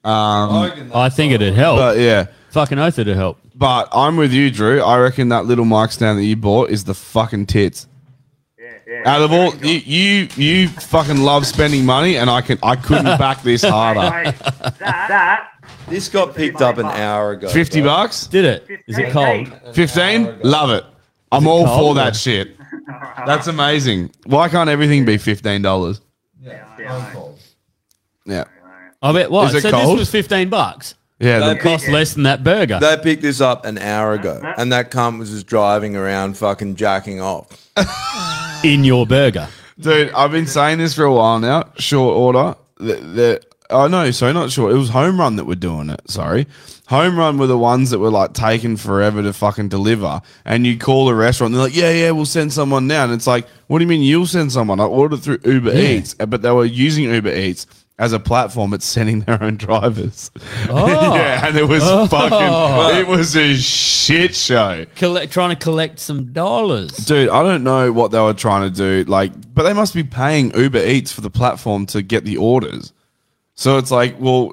[SPEAKER 2] Um,
[SPEAKER 6] I think it'd help.
[SPEAKER 2] But yeah,
[SPEAKER 6] fucking oath it'd help.
[SPEAKER 2] But I'm with you, Drew. I reckon that little mic stand that you bought is the fucking tits. Out of all you, you, you fucking love spending money, and I can I couldn't back this harder.
[SPEAKER 5] that
[SPEAKER 4] This got picked up an hour ago.
[SPEAKER 2] Fifty
[SPEAKER 4] bro.
[SPEAKER 2] bucks?
[SPEAKER 6] Did
[SPEAKER 2] it?
[SPEAKER 4] Is it cold?
[SPEAKER 2] Fifteen? Love it. I'm
[SPEAKER 4] it
[SPEAKER 2] all
[SPEAKER 4] cold
[SPEAKER 2] for
[SPEAKER 4] or-
[SPEAKER 2] that shit. That's amazing. Why can't everything be fifteen dollars? Yeah.
[SPEAKER 6] I bet what?
[SPEAKER 2] Is it
[SPEAKER 6] so
[SPEAKER 2] cold?
[SPEAKER 6] this was fifteen bucks.
[SPEAKER 2] Yeah,
[SPEAKER 6] that
[SPEAKER 4] the-
[SPEAKER 6] cost less than that burger.
[SPEAKER 4] They picked this up an hour ago, and that cunt was just driving around fucking jacking off.
[SPEAKER 6] in your burger.
[SPEAKER 2] Dude, I've been saying this for a while now. Short order. The, the, oh, no, sorry, not short. It was Home Run that were doing it. Sorry. Home Run were the ones that were like taking forever to fucking deliver. And you call the restaurant, they're like, yeah, yeah, we'll send someone now. And it's like, what do you mean you'll send someone? I ordered through Uber
[SPEAKER 6] Yeah.
[SPEAKER 2] Eats, uh, but they were using Uber Eats. As a platform, it's sending their own drivers.
[SPEAKER 6] Oh.
[SPEAKER 2] yeah, and it was
[SPEAKER 6] Oh.
[SPEAKER 2] fucking, it was a shit show.
[SPEAKER 6] Collect, trying to collect some dollars.
[SPEAKER 2] Dude, I don't know what they were trying to do. Like, but they must be paying Uber Eats for the platform to get the orders. So it's like, well,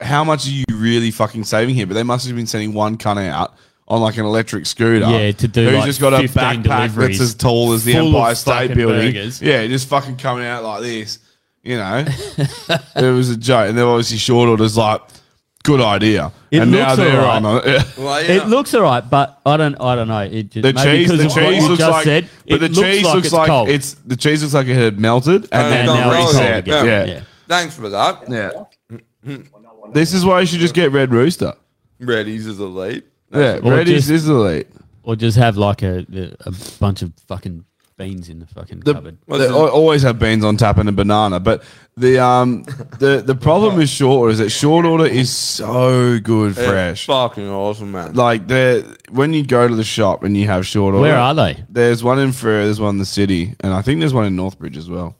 [SPEAKER 2] how much are you really fucking saving here? But they must have been sending one cunt out on like an electric scooter.
[SPEAKER 6] Yeah, to do,
[SPEAKER 2] Who's
[SPEAKER 6] like,
[SPEAKER 2] just got a
[SPEAKER 6] 15
[SPEAKER 2] backpack that's
[SPEAKER 6] deliveries
[SPEAKER 2] as tall as the
[SPEAKER 6] full of
[SPEAKER 2] Empire State
[SPEAKER 6] fucking
[SPEAKER 2] Building.
[SPEAKER 6] burgers.
[SPEAKER 2] Yeah, just fucking coming out like this. You know, it was a joke. And then obviously short orders like, good idea.
[SPEAKER 6] It
[SPEAKER 2] and
[SPEAKER 6] looks alright.
[SPEAKER 2] on it.
[SPEAKER 6] It looks all right, but I don't. I don't know. It just,
[SPEAKER 2] The
[SPEAKER 6] maybe
[SPEAKER 2] cheese,
[SPEAKER 6] because
[SPEAKER 2] the
[SPEAKER 6] of what
[SPEAKER 2] cheese
[SPEAKER 6] you
[SPEAKER 2] looks
[SPEAKER 6] just
[SPEAKER 2] like,
[SPEAKER 6] said,
[SPEAKER 2] but the
[SPEAKER 6] it looks
[SPEAKER 2] cheese
[SPEAKER 6] like
[SPEAKER 2] looks
[SPEAKER 6] it's
[SPEAKER 2] like
[SPEAKER 6] cold.
[SPEAKER 2] it's the cheese looks like it had melted and,
[SPEAKER 6] And
[SPEAKER 2] then
[SPEAKER 6] now it's cold
[SPEAKER 2] reset.
[SPEAKER 6] again.
[SPEAKER 2] Yeah.
[SPEAKER 6] Yeah.
[SPEAKER 4] Thanks for that. Mm-hmm.
[SPEAKER 2] Yeah. This is why you should just get Red Rooster.
[SPEAKER 4] Reddy's is elite.
[SPEAKER 2] Yeah,
[SPEAKER 6] Or
[SPEAKER 2] Red is
[SPEAKER 6] just-
[SPEAKER 2] is elite.
[SPEAKER 6] Or just have like a, a bunch of fucking beans in the fucking cupboard.
[SPEAKER 2] They al- always have beans on tap and a banana, but the um the the problem with short order is that short order is so good
[SPEAKER 4] It's
[SPEAKER 2] fresh.
[SPEAKER 4] fucking awesome, man.
[SPEAKER 2] Like they when you go to the shop and you have short order.
[SPEAKER 6] Where are they?
[SPEAKER 2] There's one in Frere, there's one in the city, and I think there's one in Northbridge as well.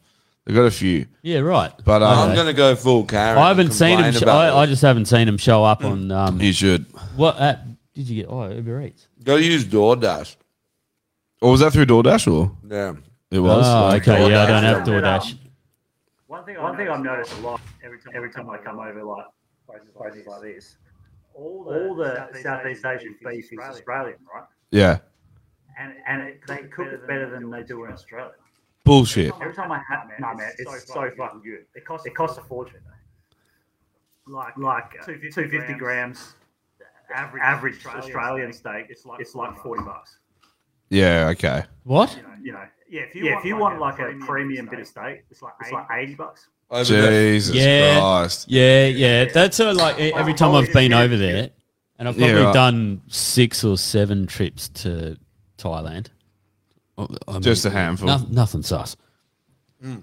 [SPEAKER 2] They've got a few.
[SPEAKER 6] Yeah, right.
[SPEAKER 2] But um,
[SPEAKER 4] I'm gonna go full Karen.
[SPEAKER 6] I haven't seen him.
[SPEAKER 4] him.
[SPEAKER 6] Sh- I, I just haven't seen him show up on. Um,
[SPEAKER 2] you should.
[SPEAKER 6] What app did you get? Oh, Uber Eats.
[SPEAKER 4] Go use DoorDash.
[SPEAKER 2] Or was that through DoorDash or?
[SPEAKER 4] Yeah.
[SPEAKER 2] It was.
[SPEAKER 6] Oh, okay. Yeah, I don't have DoorDash.
[SPEAKER 5] One thing, one thing I've noticed a lot every time, every time I come over, like places, places like this, all the, all the Southeast Asian beef is Australian, right?
[SPEAKER 2] Yeah.
[SPEAKER 5] And and it, they cook it better than they do in Australia.
[SPEAKER 2] Bullshit.
[SPEAKER 5] Every time I have, no man, it's so fucking good. It costs it costs a fortune. Like like uh, two fifty grams, average, average Australian steak, it's like it's like forty bucks.
[SPEAKER 2] Yeah, okay.
[SPEAKER 6] What?
[SPEAKER 5] You know, yeah. If you yeah, want, if you want like, a premium bit of steak, it's like it's like eighty bucks.
[SPEAKER 2] Jesus
[SPEAKER 6] yeah,
[SPEAKER 2] Christ.
[SPEAKER 6] Yeah, yeah. That's a, like e- every time I've been over there, and I've probably
[SPEAKER 2] Uh, oh. Yeah, right.
[SPEAKER 6] done six or seven trips to Thailand. I mean,
[SPEAKER 2] Just a handful.
[SPEAKER 6] noth- nothing sus. Um,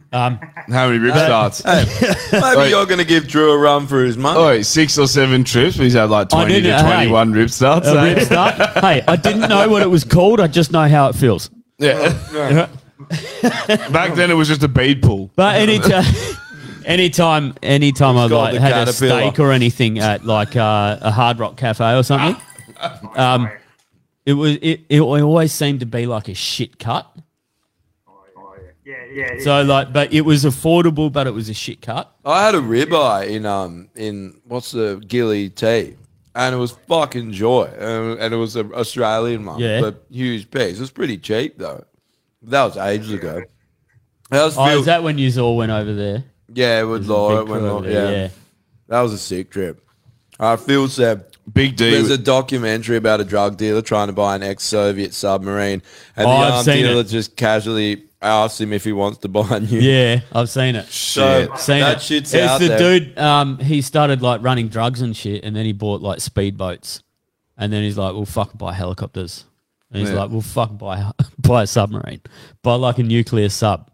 [SPEAKER 2] How many rip
[SPEAKER 6] but-
[SPEAKER 2] starts?
[SPEAKER 4] Maybe you're gonna give Drew a run for his money.
[SPEAKER 2] Oh, wait, six or seven trips. but He's had like
[SPEAKER 6] I
[SPEAKER 2] 20 to
[SPEAKER 6] didn't- hey,
[SPEAKER 2] 21 rip starts.
[SPEAKER 6] a
[SPEAKER 2] eh?
[SPEAKER 6] rip start. hey, I didn't know what it was called. I just know how it feels.
[SPEAKER 2] Yeah. Back then it was just a bead pool.
[SPEAKER 6] But any anytime, anytime I
[SPEAKER 2] It's called
[SPEAKER 6] like
[SPEAKER 2] the
[SPEAKER 6] had a
[SPEAKER 2] caterpillar.
[SPEAKER 6] steak or anything at like uh, a Hard Rock Cafe or something, um, it was it, it always seemed to be like a shit cut.
[SPEAKER 5] Yeah, yeah.
[SPEAKER 6] So like, but it was affordable, but it was a shit cut.
[SPEAKER 4] I had a ribeye in um in what's the gilly tea, and it was fucking joy, and, and it was an Australian one,
[SPEAKER 6] Yeah.
[SPEAKER 4] but huge piece. It was pretty cheap though. That was ages ago. That was
[SPEAKER 6] Oh,
[SPEAKER 4] feel-
[SPEAKER 6] is that when you all went over there?
[SPEAKER 4] yeah, with
[SPEAKER 6] There's a
[SPEAKER 4] Laura,
[SPEAKER 6] big
[SPEAKER 4] when
[SPEAKER 6] crew
[SPEAKER 4] Laura-
[SPEAKER 6] over
[SPEAKER 4] yeah.
[SPEAKER 6] there, yeah.
[SPEAKER 4] that was a sick trip. I feel said.
[SPEAKER 2] Big D.
[SPEAKER 4] There's a documentary about a drug dealer trying to buy an ex-Soviet submarine, and
[SPEAKER 6] Oh,
[SPEAKER 4] the
[SPEAKER 6] I've
[SPEAKER 4] arm
[SPEAKER 6] seen
[SPEAKER 4] dealer
[SPEAKER 6] it.
[SPEAKER 4] just casually asks him if he wants to buy a new.
[SPEAKER 6] Yeah, I've seen it.
[SPEAKER 4] So, Shit.
[SPEAKER 6] seen
[SPEAKER 4] that
[SPEAKER 6] it.
[SPEAKER 4] shit's
[SPEAKER 6] It's
[SPEAKER 4] out
[SPEAKER 6] the
[SPEAKER 4] there.
[SPEAKER 6] dude. Um, he started like running drugs and shit, and then he bought like speedboats, and then he's like, "Well, fuck, buy helicopters." And he's
[SPEAKER 2] Yeah.
[SPEAKER 6] like, "Well, fuck, buy buy a submarine, buy like a nuclear sub,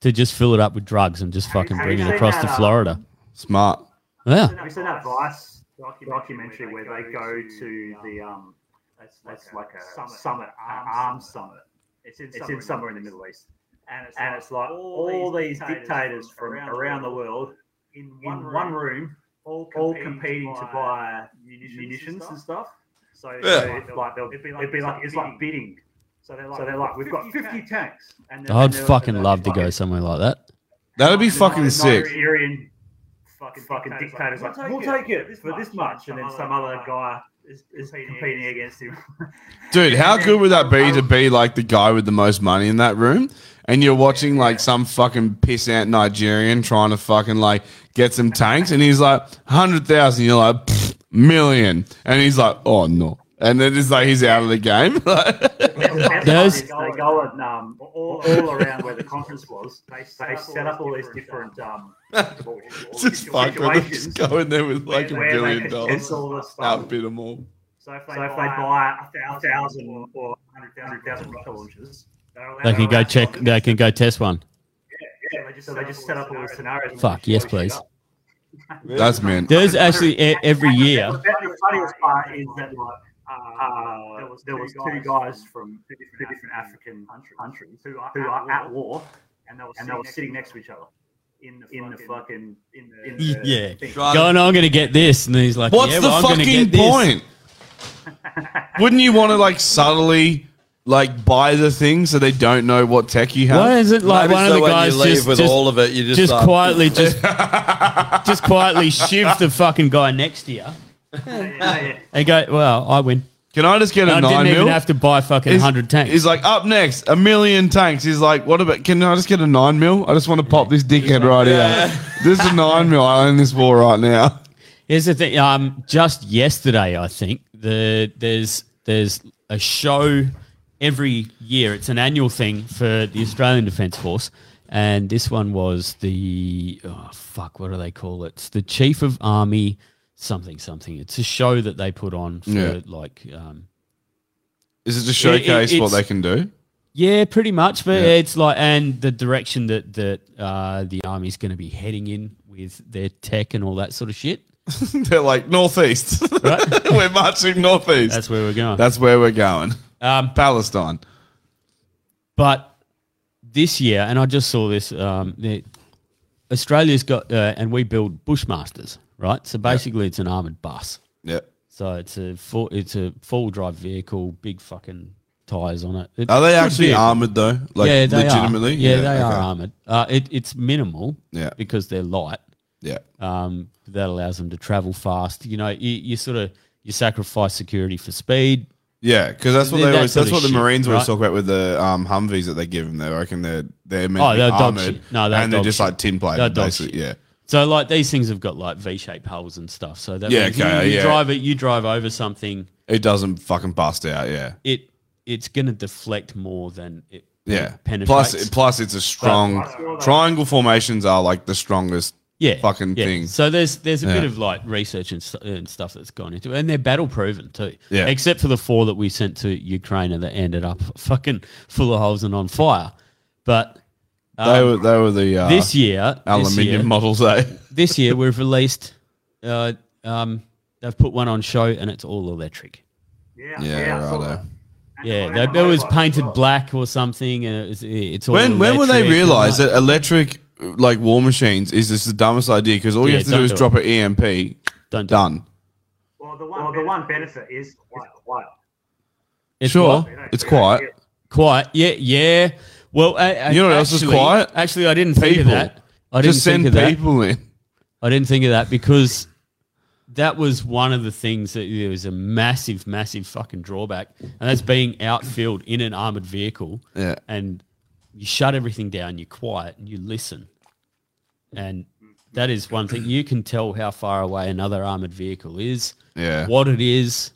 [SPEAKER 6] to just fill it up with drugs and just fucking
[SPEAKER 5] have
[SPEAKER 6] bring
[SPEAKER 5] you
[SPEAKER 6] it
[SPEAKER 5] seen
[SPEAKER 6] across
[SPEAKER 5] that,
[SPEAKER 6] to
[SPEAKER 5] uh,
[SPEAKER 6] Florida."
[SPEAKER 2] Smart.
[SPEAKER 6] Yeah.
[SPEAKER 5] Have you seen that Vice docu- documentary where they go to the um, that's that's like a summit, summit an arms summit. It's in it's in somewhere in the Middle East, and it's and it's like all these dictators from around the world in one room, all competing to buy munitions and stuff. So
[SPEAKER 4] Yeah.
[SPEAKER 5] so it's like they'll- it'd be like it's like bidding. So they're like, so they're like we've got 50 tanks. And they're- and
[SPEAKER 6] I'd
[SPEAKER 5] they're-
[SPEAKER 6] fucking love to go somewhere like that.
[SPEAKER 2] That'd be fucking
[SPEAKER 5] Ni-
[SPEAKER 2] sick.
[SPEAKER 5] Nigerian fucking fucking dictators like we'll take it for this much, and then some other guy is, is competing against him.
[SPEAKER 2] Dude, how good would that be to be like the guy with the most money in that room? And you're watching like some fucking piss out Nigerian trying to fucking like get some tanks, and he's like hundred thousand. You're like "Pfft, million, and he's like, oh no, and then it's like he's out of the game.
[SPEAKER 5] There's... They go and, um, all, all around where the conference was. They, they set up all these different um,
[SPEAKER 2] just fuck with them. Just go in there with like a
[SPEAKER 5] where they
[SPEAKER 2] billion
[SPEAKER 5] can
[SPEAKER 2] dollars.
[SPEAKER 5] cancel the stuff.
[SPEAKER 2] Outbid them all.
[SPEAKER 5] So if they, buy a thousand or hundred thousand rocket launchers, they're allowed-
[SPEAKER 6] They can go check. They can go test one.
[SPEAKER 5] Yeah, they just, so they just set up all these scenarios.
[SPEAKER 6] Fuck yes, please.
[SPEAKER 2] That's man.
[SPEAKER 6] There's actually e- every year.
[SPEAKER 5] The funny- funniest part is that like, uh, there was, there was two guys from two different, African countries who are, who are at war, and they were, and they were sitting next to each other in the, in the fucking in the, in the
[SPEAKER 6] Yeah.
[SPEAKER 5] thing.
[SPEAKER 6] Going, "Oh, I'm going to get this, and he's like,
[SPEAKER 2] What's
[SPEAKER 6] "Yeah,
[SPEAKER 2] the
[SPEAKER 6] well, I'm gonna
[SPEAKER 2] fucking
[SPEAKER 6] get this."
[SPEAKER 2] point? Wouldn't you want to like subtly like buy the thing so they don't know what tech you have?
[SPEAKER 6] Why is it like one of the guys
[SPEAKER 4] leave
[SPEAKER 6] just,
[SPEAKER 4] with
[SPEAKER 6] just-
[SPEAKER 4] all of it, you just start-
[SPEAKER 6] quietly just just quietly shiv the fucking guy next to you and go, "Well, I win."
[SPEAKER 2] Can I just get a
[SPEAKER 6] I didn't
[SPEAKER 2] nine
[SPEAKER 6] even
[SPEAKER 2] mil?
[SPEAKER 6] have to buy fucking
[SPEAKER 2] He's-
[SPEAKER 6] hundred tanks.
[SPEAKER 2] He's like, up next, a million tanks. He's like, what about? Can I just get a nine mil? I just want to pop this dickhead right
[SPEAKER 6] Yeah.
[SPEAKER 2] here. This is a nine mil. I own this war right now.
[SPEAKER 6] Here's the thing. Um, just yesterday, I think the there's there's a show every year. It's an annual thing for the Australian Defence Force, and this one was the oh fuck, what do they call it? It's the Chief of Army something something. It's a show that they put on for
[SPEAKER 2] Yeah.
[SPEAKER 6] like um,
[SPEAKER 2] Is it to
[SPEAKER 6] It- it-
[SPEAKER 2] showcase what
[SPEAKER 6] it's-
[SPEAKER 2] they can do?
[SPEAKER 6] yeah, pretty much. But
[SPEAKER 2] Yeah.
[SPEAKER 6] it's like, and the direction that that uh, the army's going to be heading in with their tech and all that sort of shit.
[SPEAKER 2] They're like northeast. we're marching northeast.
[SPEAKER 6] That's where we're going.
[SPEAKER 2] That's where we're going.
[SPEAKER 6] Um,
[SPEAKER 2] Palestine.
[SPEAKER 6] But this year, and I just saw this, um, the, Australia's got, uh, and we build Bushmasters, right? So basically, it's an armored bus.
[SPEAKER 2] Yeah.
[SPEAKER 6] So it's a full, it's a full drive vehicle, big fucking tires on it. It-
[SPEAKER 2] Are they
[SPEAKER 6] good
[SPEAKER 2] actually
[SPEAKER 6] vehicle.
[SPEAKER 2] armoured though? Like,
[SPEAKER 6] they are.
[SPEAKER 2] legitimately?
[SPEAKER 6] Yeah,
[SPEAKER 2] Yeah,
[SPEAKER 6] they are
[SPEAKER 2] okay.
[SPEAKER 6] armored. Uh, it, it's minimal.
[SPEAKER 2] Yeah.
[SPEAKER 6] Because they're light.
[SPEAKER 2] Yeah.
[SPEAKER 6] Um, that allows them to travel fast. You know, you, you sort of you sacrifice security for speed.
[SPEAKER 2] Yeah, because that's what
[SPEAKER 6] That
[SPEAKER 2] they always,
[SPEAKER 6] sort
[SPEAKER 2] that's
[SPEAKER 6] of
[SPEAKER 2] what the
[SPEAKER 6] shit,
[SPEAKER 2] Marines always
[SPEAKER 6] right?
[SPEAKER 2] talk about with the um, Humvees that they give them. They reckon they're they're meant
[SPEAKER 6] Oh,
[SPEAKER 2] to be
[SPEAKER 6] they're dog
[SPEAKER 2] armored,
[SPEAKER 6] shit. No, they're
[SPEAKER 2] and they're
[SPEAKER 6] dog
[SPEAKER 2] just
[SPEAKER 6] shit.
[SPEAKER 2] like tin
[SPEAKER 6] They're
[SPEAKER 2] plated,
[SPEAKER 6] dog
[SPEAKER 2] basically. Yeah,
[SPEAKER 6] So like these things have got like V-shaped hulls and stuff. So that
[SPEAKER 2] Yeah,
[SPEAKER 6] means you-
[SPEAKER 2] okay,
[SPEAKER 6] you,
[SPEAKER 2] yeah.
[SPEAKER 6] drive it, you drive over something.
[SPEAKER 2] it doesn't fucking bust out. Yeah,
[SPEAKER 6] It it's going to deflect more than it
[SPEAKER 2] yeah.
[SPEAKER 6] penetrates.
[SPEAKER 2] Plus, plus, it's a strong triangle formations are like the strongest.
[SPEAKER 6] Yeah,
[SPEAKER 2] fucking
[SPEAKER 6] yeah.
[SPEAKER 2] thing.
[SPEAKER 6] So there's there's a
[SPEAKER 2] Yeah.
[SPEAKER 6] bit of like research and, stu- and stuff that's gone into it, and they're battle proven too.
[SPEAKER 2] Yeah.
[SPEAKER 6] Except for the four that we sent to Ukraine and that ended up fucking full of holes and on fire. But um,
[SPEAKER 2] they were they were the uh,
[SPEAKER 6] this year this
[SPEAKER 2] aluminium
[SPEAKER 6] year-
[SPEAKER 2] models. Eh?
[SPEAKER 6] this year we've released. Uh, um, they've put one on show and it's all electric.
[SPEAKER 5] Yeah,
[SPEAKER 2] Yeah, righto.
[SPEAKER 6] Yeah, they- it was painted black or something, and it was, it's all.
[SPEAKER 2] When when will they
[SPEAKER 6] electric and
[SPEAKER 2] realize
[SPEAKER 6] like-
[SPEAKER 2] that electric like war machines is just the dumbest idea? Because all you
[SPEAKER 6] Yeah,
[SPEAKER 2] have to
[SPEAKER 6] don't
[SPEAKER 2] do is
[SPEAKER 6] do it.
[SPEAKER 2] drop an EMP.
[SPEAKER 6] Don't
[SPEAKER 2] do done.
[SPEAKER 5] Well, the one, benefit, is quiet.
[SPEAKER 6] It's
[SPEAKER 2] sure,
[SPEAKER 6] what?
[SPEAKER 2] it's quiet.
[SPEAKER 6] Quiet. Yeah. Yeah. Well, a- a-
[SPEAKER 2] You know what else is
[SPEAKER 6] actually-
[SPEAKER 2] quiet?
[SPEAKER 6] Actually, I didn't think
[SPEAKER 2] People.
[SPEAKER 6] of that. I didn't
[SPEAKER 2] Just
[SPEAKER 6] think
[SPEAKER 2] send
[SPEAKER 6] of that.
[SPEAKER 2] people in.
[SPEAKER 6] I didn't think of that because that was one of the things that there was a massive, massive fucking drawback, and that's being outfield in an armored vehicle.
[SPEAKER 2] Yeah.
[SPEAKER 6] And you shut everything down. You're quiet and you listen, and that is one thing you can tell how far away another armored vehicle is.
[SPEAKER 2] Yeah.
[SPEAKER 6] What it is,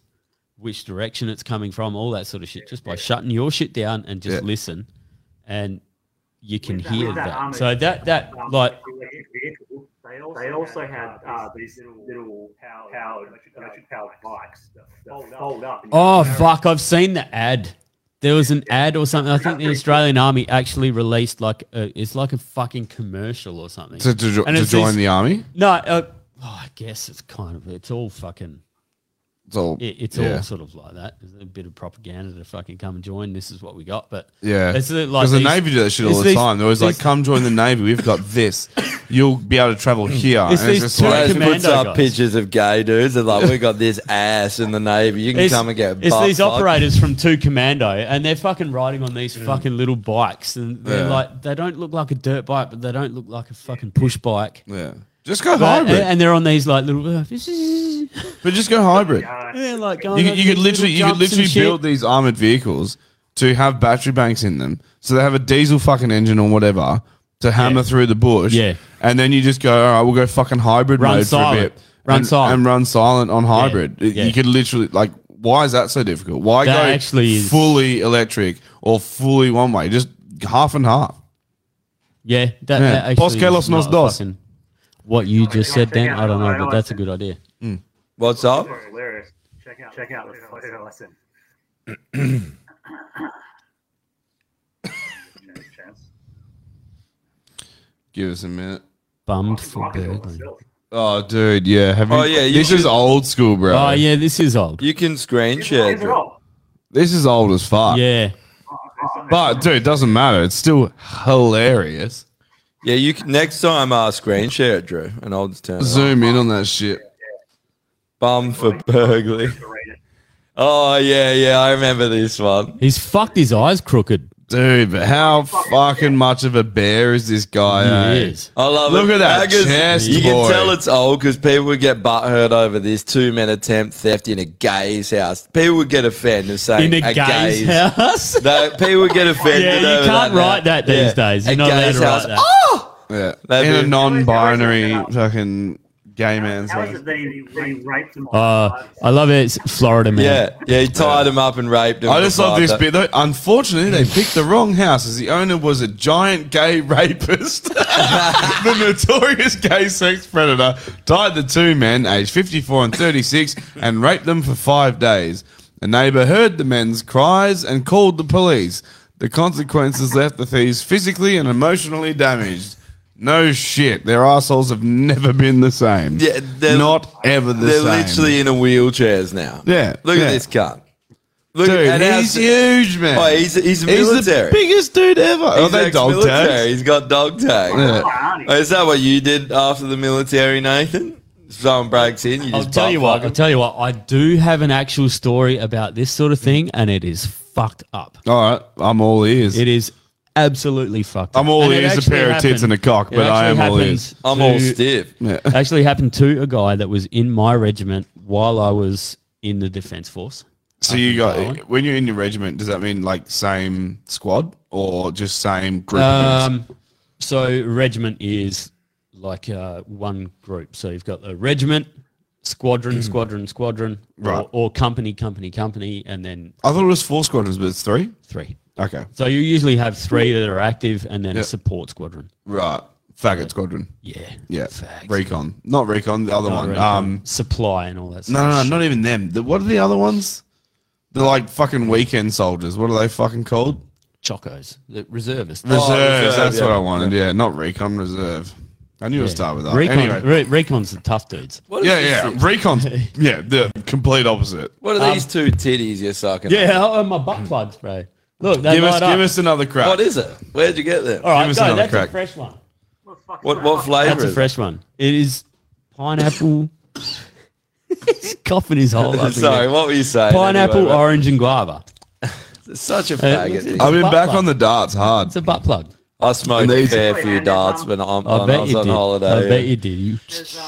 [SPEAKER 6] which direction it's coming from, all that sort of shit, just by shutting your shit down and just
[SPEAKER 2] Yeah.
[SPEAKER 6] listen, and you can
[SPEAKER 5] that-
[SPEAKER 6] hear
[SPEAKER 5] with that
[SPEAKER 6] that.
[SPEAKER 5] armored-
[SPEAKER 6] So that that
[SPEAKER 5] um,
[SPEAKER 6] like
[SPEAKER 5] electric vehicle, they also, had uh, these little, little powered, electric powered bikes that fold up.
[SPEAKER 6] Oh fuck! I've oh, seen the ad. there was an ad or something. I think the Australian Army actually released like a, it's like a fucking commercial or something
[SPEAKER 2] To- to jo-
[SPEAKER 6] And
[SPEAKER 2] to
[SPEAKER 6] it's
[SPEAKER 2] join the army?
[SPEAKER 6] No, uh, oh, I guess it's kind of it's all fucking.
[SPEAKER 2] It's all-
[SPEAKER 6] it- it's
[SPEAKER 2] yeah.
[SPEAKER 6] all sort of like that. There's a bit of propaganda to fucking come and join. This is what we got, but
[SPEAKER 2] Yeah,
[SPEAKER 6] it's
[SPEAKER 2] because
[SPEAKER 6] uh, like
[SPEAKER 2] the
[SPEAKER 6] these-
[SPEAKER 2] navy do that shit all
[SPEAKER 6] it's
[SPEAKER 2] the
[SPEAKER 6] these-
[SPEAKER 2] time. They're always like,
[SPEAKER 6] these-
[SPEAKER 2] "Come join the navy. We've got this. You'll be able to travel here."
[SPEAKER 6] It's
[SPEAKER 2] And
[SPEAKER 6] these
[SPEAKER 2] just
[SPEAKER 6] two
[SPEAKER 2] like-
[SPEAKER 4] Just puts
[SPEAKER 6] commando
[SPEAKER 4] up
[SPEAKER 6] guys.
[SPEAKER 4] pictures of gay dudes and like we got this ass in the navy. You can
[SPEAKER 6] It's-
[SPEAKER 4] come and get.
[SPEAKER 6] It's
[SPEAKER 4] butt
[SPEAKER 6] these
[SPEAKER 4] fucked."
[SPEAKER 6] operators from Two Commando, and they're fucking riding on these fucking little bikes, and they're
[SPEAKER 2] Yeah.
[SPEAKER 6] like, they don't look like a dirt bike, but they don't look like a fucking push bike.
[SPEAKER 2] Yeah, just go
[SPEAKER 6] But-
[SPEAKER 2] hybrid.
[SPEAKER 6] And, and they're on these like little. uh,
[SPEAKER 2] but just go hybrid.
[SPEAKER 6] Yeah, like
[SPEAKER 2] You,
[SPEAKER 6] going
[SPEAKER 2] could-
[SPEAKER 6] on
[SPEAKER 2] you
[SPEAKER 6] these
[SPEAKER 2] could literally,
[SPEAKER 6] little
[SPEAKER 2] you could
[SPEAKER 6] Oh, jumps and
[SPEAKER 2] literally
[SPEAKER 6] shit.
[SPEAKER 2] build these armored vehicles to have battery banks in them, so they have a diesel fucking engine or whatever to hammer through the bush. Yeah, and then you just go, all right, we'll go fucking hybrid
[SPEAKER 6] Run
[SPEAKER 2] mode for a
[SPEAKER 6] silent.
[SPEAKER 2] bit,
[SPEAKER 6] Run
[SPEAKER 2] and,
[SPEAKER 6] silent.
[SPEAKER 2] and run silent on hybrid. It-
[SPEAKER 6] yeah.
[SPEAKER 2] You could literally like, why is that so difficult? Why
[SPEAKER 6] That
[SPEAKER 2] go
[SPEAKER 6] actually is-
[SPEAKER 2] fully electric or fully one way? Just half and half.
[SPEAKER 6] Yeah, that,
[SPEAKER 2] Yeah.
[SPEAKER 6] that actually
[SPEAKER 2] Pos que
[SPEAKER 6] is
[SPEAKER 2] los nos
[SPEAKER 6] not
[SPEAKER 2] dos.
[SPEAKER 6] fucking- What you just said, Dan, I don't know, but that's a good idea.
[SPEAKER 4] What's up?
[SPEAKER 5] It's hilarious. Check out, check out the photo I sent. No chance.
[SPEAKER 2] Give us a minute.
[SPEAKER 6] Bummed for Berlin.
[SPEAKER 2] Oh, dude, yeah. Have you,
[SPEAKER 4] Oh, yeah, you
[SPEAKER 2] this is
[SPEAKER 4] should-
[SPEAKER 2] old school, bro.
[SPEAKER 6] Oh yeah, this is old.
[SPEAKER 4] You can screen share.
[SPEAKER 5] These are all-
[SPEAKER 2] This is old as fuck.
[SPEAKER 6] Yeah.
[SPEAKER 2] But dude, it doesn't matter. It's still hilarious.
[SPEAKER 4] Yeah, you can, next time uh, screen share it, Drew, and I'll just turn it
[SPEAKER 2] Zoom in on that shit.
[SPEAKER 4] Bum for burglary. Oh yeah, yeah, I remember this one.
[SPEAKER 6] He's fucked his eyes crooked.
[SPEAKER 2] Dude, but how fucking much of a bear is this guy?
[SPEAKER 4] He
[SPEAKER 2] eh?
[SPEAKER 4] is. Uh, I love it.
[SPEAKER 2] Look at that
[SPEAKER 4] Agus,
[SPEAKER 2] chest,
[SPEAKER 4] You
[SPEAKER 2] boy.
[SPEAKER 4] can tell it's old because people would get butthurt over this two men attempt theft in a gay's house. People would get offended and say
[SPEAKER 6] In a gay's house.
[SPEAKER 4] no, people would get offended.
[SPEAKER 6] Yeah, you can't
[SPEAKER 4] over that now.
[SPEAKER 6] write that these
[SPEAKER 4] Yeah.
[SPEAKER 6] days. You're
[SPEAKER 4] A
[SPEAKER 6] not allowed
[SPEAKER 4] gay's
[SPEAKER 6] to write
[SPEAKER 4] house.
[SPEAKER 6] that.
[SPEAKER 4] Oh!
[SPEAKER 2] Yeah.
[SPEAKER 4] That'd
[SPEAKER 2] in a
[SPEAKER 4] be-
[SPEAKER 2] non-binary fucking gay man's
[SPEAKER 5] How is
[SPEAKER 2] house.
[SPEAKER 5] it they, they raped them?
[SPEAKER 6] Uh, I love it. It's Florida man.
[SPEAKER 4] Yeah, yeah, he tied him up and raped him.
[SPEAKER 2] I just love this bit
[SPEAKER 4] though.
[SPEAKER 2] though. Unfortunately, they picked the wrong house as the owner was a giant gay rapist, the notorious gay sex predator. Tied the two men, aged 54 and 36, and raped them for five days. A neighbor heard the men's cries and called the police. The consequences left the thieves physically and emotionally damaged. No shit, their assholes have never been the same.
[SPEAKER 4] Yeah, they're-
[SPEAKER 2] not ever the
[SPEAKER 4] They're
[SPEAKER 2] same.
[SPEAKER 4] literally in a wheelchairs now.
[SPEAKER 2] Yeah,
[SPEAKER 4] Look
[SPEAKER 2] yeah.
[SPEAKER 4] at this cunt. Look
[SPEAKER 2] Dude,
[SPEAKER 4] at how-
[SPEAKER 2] he's huge, man.
[SPEAKER 4] Oh, he's, he's military.
[SPEAKER 2] the biggest dude ever. Are
[SPEAKER 4] He's
[SPEAKER 2] they dog
[SPEAKER 4] ex-military.
[SPEAKER 2] tags?
[SPEAKER 4] He's got dog tags. Oh,
[SPEAKER 2] Yeah.
[SPEAKER 4] Is that what you did after the military, Nathan? Someone breaks in, you just
[SPEAKER 6] I'll tell you what. I'll tell you what. I do have an actual story about this sort of thing, and it is fucked up.
[SPEAKER 2] All right, I'm all ears.
[SPEAKER 6] It is absolutely fucked.
[SPEAKER 2] I'm
[SPEAKER 6] up.
[SPEAKER 2] all
[SPEAKER 6] And it
[SPEAKER 2] ears. A
[SPEAKER 6] actually
[SPEAKER 2] pair of tits
[SPEAKER 6] happened-
[SPEAKER 2] and a cock,
[SPEAKER 6] it
[SPEAKER 2] but I am
[SPEAKER 6] actually
[SPEAKER 2] all
[SPEAKER 6] happened
[SPEAKER 2] ears.
[SPEAKER 4] I'm all
[SPEAKER 6] to-
[SPEAKER 4] stiff.
[SPEAKER 6] Actually, happened to a guy that was in my regiment while I was in the defence force.
[SPEAKER 2] So you got when you're in your regiment, does that mean like same squad or just same group? of dudes?
[SPEAKER 6] Um, so regiment is like uh, one group. So you've got the regiment, squadron, squadron, squadron,
[SPEAKER 2] Right.
[SPEAKER 6] or, or company, company, company, and then
[SPEAKER 2] I thought it was four squadrons, but it's three.
[SPEAKER 6] Three.
[SPEAKER 2] Okay.
[SPEAKER 6] so you usually have three that are active, and then
[SPEAKER 2] Yeah.
[SPEAKER 6] a support squadron.
[SPEAKER 2] Right. Faggot squadron.
[SPEAKER 6] Yeah.
[SPEAKER 2] Yeah. Recon. Not recon. The other
[SPEAKER 6] Not
[SPEAKER 2] one.
[SPEAKER 6] recon.
[SPEAKER 2] Um.
[SPEAKER 6] Supply and all that. sort
[SPEAKER 2] No,
[SPEAKER 6] of
[SPEAKER 2] no, no,
[SPEAKER 6] shit.
[SPEAKER 2] not even them. The, what are the other ones? They're like fucking weekend soldiers. What are they fucking called?
[SPEAKER 6] Chocos. The reservists.
[SPEAKER 2] Reserves.
[SPEAKER 6] reserve,
[SPEAKER 2] that's what
[SPEAKER 6] yeah.
[SPEAKER 2] I wanted. Yeah, not recon reserve. I knew it would
[SPEAKER 6] Yeah.
[SPEAKER 2] start with that.
[SPEAKER 6] Recon,
[SPEAKER 2] anyway,
[SPEAKER 6] re- recon's the tough dudes.
[SPEAKER 2] yeah, yeah, recon. yeah, the complete opposite.
[SPEAKER 4] What are these two titties you're sucking?
[SPEAKER 6] Um, Yeah, oh, my butt plugs, bro. Look, they
[SPEAKER 2] give us,
[SPEAKER 6] light up.
[SPEAKER 2] give us another crack.
[SPEAKER 4] What is it? Where'd you get that?
[SPEAKER 6] All right,
[SPEAKER 2] give us
[SPEAKER 6] go,
[SPEAKER 2] another
[SPEAKER 6] that's a
[SPEAKER 2] crack.
[SPEAKER 6] fresh one.
[SPEAKER 4] What what flavor?
[SPEAKER 6] That's a
[SPEAKER 4] is it?
[SPEAKER 6] fresh one. It is pineapple. He's coughing his whole. up
[SPEAKER 4] Sorry,
[SPEAKER 6] again.
[SPEAKER 4] what were you saying
[SPEAKER 6] Pineapple,
[SPEAKER 4] anyway, bro?
[SPEAKER 6] orange, and guava.
[SPEAKER 4] Such a
[SPEAKER 6] Uh,
[SPEAKER 4] faggot.
[SPEAKER 6] it's
[SPEAKER 4] thing.
[SPEAKER 6] a butt plug.
[SPEAKER 2] darts hard.
[SPEAKER 6] It's a butt plug.
[SPEAKER 4] I smoked a
[SPEAKER 2] Amazing.
[SPEAKER 4] fair few darts when, I'm,
[SPEAKER 6] I
[SPEAKER 4] when
[SPEAKER 6] bet
[SPEAKER 4] I was
[SPEAKER 6] you
[SPEAKER 4] on
[SPEAKER 6] did.
[SPEAKER 4] holiday.
[SPEAKER 6] I bet
[SPEAKER 4] yeah.
[SPEAKER 6] you did. You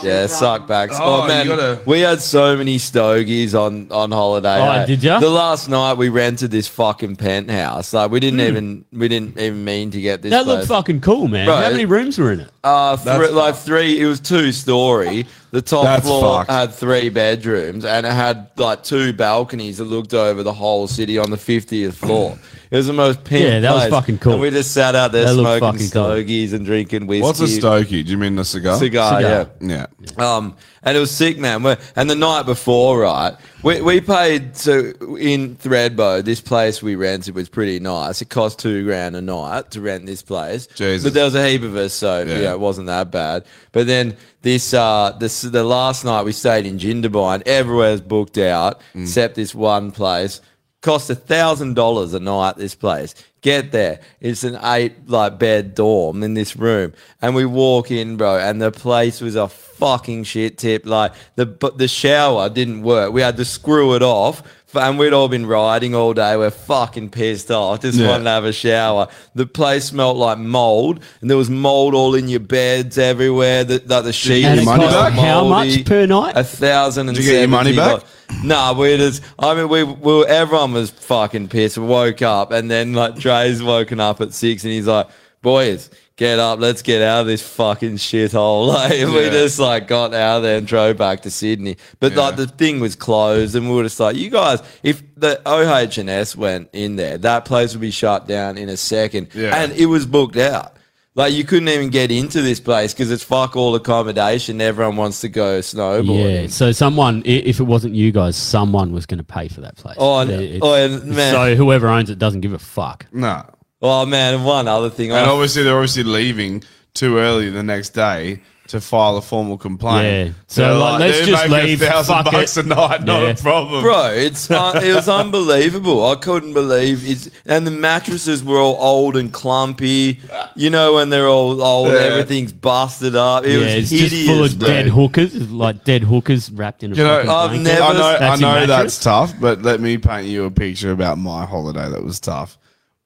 [SPEAKER 4] Yeah, suck backs.
[SPEAKER 2] Oh,
[SPEAKER 4] Oh,
[SPEAKER 2] you
[SPEAKER 4] man,
[SPEAKER 2] gotta-
[SPEAKER 4] we had so many stogies on on holiday.
[SPEAKER 6] Oh,
[SPEAKER 4] eh?
[SPEAKER 6] did ya?
[SPEAKER 4] The last night we rented this fucking penthouse. Like we
[SPEAKER 2] Hmm.
[SPEAKER 4] didn't even we didn't even mean to get this.
[SPEAKER 6] that
[SPEAKER 4] place.
[SPEAKER 6] looked fucking cool, man.
[SPEAKER 4] Bro,
[SPEAKER 6] How many rooms were in it?
[SPEAKER 4] Uh,
[SPEAKER 6] That's
[SPEAKER 4] three, like three. It was two story. The top
[SPEAKER 6] That's
[SPEAKER 4] floor
[SPEAKER 6] fucked.
[SPEAKER 4] had three bedrooms, and it had like two balconies that looked over the whole city on the fiftieth floor. It was the most pimp
[SPEAKER 2] Yeah, that was
[SPEAKER 4] place.
[SPEAKER 2] fucking cool.
[SPEAKER 4] And we just sat out there
[SPEAKER 2] That looked
[SPEAKER 4] smoking
[SPEAKER 2] fucking cool.
[SPEAKER 4] stogies and drinking whiskey.
[SPEAKER 2] What's a stogie? Do you mean a cigar?
[SPEAKER 4] Cigar,
[SPEAKER 2] Cigar.
[SPEAKER 4] yeah. Yeah. Um, and it was sick, man. We- And the night before, right, we, we paid, so in Threadbow, this place we rented was pretty nice. It cost two grand a night to rent this place.
[SPEAKER 2] Jesus.
[SPEAKER 4] But there was a heap of us, so,
[SPEAKER 2] Yeah.
[SPEAKER 4] you know, it wasn't that bad. But then this, uh, this the last night we stayed in Jindabyne, everywhere's booked out except this one place. Cost a thousand dollars a night. This place. Get there. It's an eight like bed dorm in this room, and we walk in, bro, and the place was a fucking shit tip. Like the but the shower didn't work. We had to screw it off. f- And we'd all been riding all day. We're fucking pissed off. Just
[SPEAKER 2] Yeah.
[SPEAKER 4] wanted to have a shower. The place smelled like mold, and there was mold all in your beds everywhere. The, like the sheet
[SPEAKER 6] And
[SPEAKER 4] was
[SPEAKER 6] it cost
[SPEAKER 4] all
[SPEAKER 6] how much
[SPEAKER 4] moldy.
[SPEAKER 6] per night?
[SPEAKER 4] A thousand and
[SPEAKER 2] Did you get your money
[SPEAKER 4] $70.
[SPEAKER 2] back?
[SPEAKER 4] Nah, we just. I mean, we, we were, everyone was fucking pissed. We woke up, and then like Dre's woken up at six, and he's like, "Boys, get up, let's get out of this fucking shithole." Like we
[SPEAKER 2] Yeah.
[SPEAKER 4] just like got out of there and drove back to Sydney. But like the thing was closed, and we were just like, "You guys, if the OHS went in there, that place would be shut down in a second.
[SPEAKER 2] Yeah.
[SPEAKER 4] And it was booked out. Like you couldn't even get into this place because it's fuck all accommodation. Everyone wants to go snowboarding.
[SPEAKER 6] Yeah, so someone, i- if it wasn't you guys, someone was going to pay for that place.
[SPEAKER 4] Oh, and-
[SPEAKER 6] It- it's-
[SPEAKER 4] oh, and man.
[SPEAKER 6] So whoever owns it doesn't give a fuck.
[SPEAKER 2] No.
[SPEAKER 4] Oh man, and one other thing.
[SPEAKER 2] And
[SPEAKER 4] I-
[SPEAKER 2] obviously, they're obviously leaving too early the next day to file a formal complaint.
[SPEAKER 6] Yeah. So, like, let's
[SPEAKER 2] "Dude,
[SPEAKER 6] just
[SPEAKER 2] make me
[SPEAKER 6] leave.
[SPEAKER 2] a thousand
[SPEAKER 6] Fuck
[SPEAKER 2] bucks
[SPEAKER 6] it."
[SPEAKER 2] a night, not
[SPEAKER 6] Yeah.
[SPEAKER 2] a problem,
[SPEAKER 4] Bro, it's uh, it was unbelievable. I couldn't believe it's and the mattresses were all old and clumpy. You know when they're all old,
[SPEAKER 2] Yeah.
[SPEAKER 4] everything's busted up. It
[SPEAKER 6] yeah,
[SPEAKER 4] was
[SPEAKER 6] it's
[SPEAKER 4] hideous.
[SPEAKER 6] just full of
[SPEAKER 4] bro.
[SPEAKER 6] dead hookers, like dead hookers wrapped in a
[SPEAKER 2] You know,
[SPEAKER 6] fucking blanket.
[SPEAKER 2] I know,
[SPEAKER 6] That's your
[SPEAKER 2] I know
[SPEAKER 6] mattress?
[SPEAKER 2] that's tough, but let me paint you a picture about my holiday that was tough.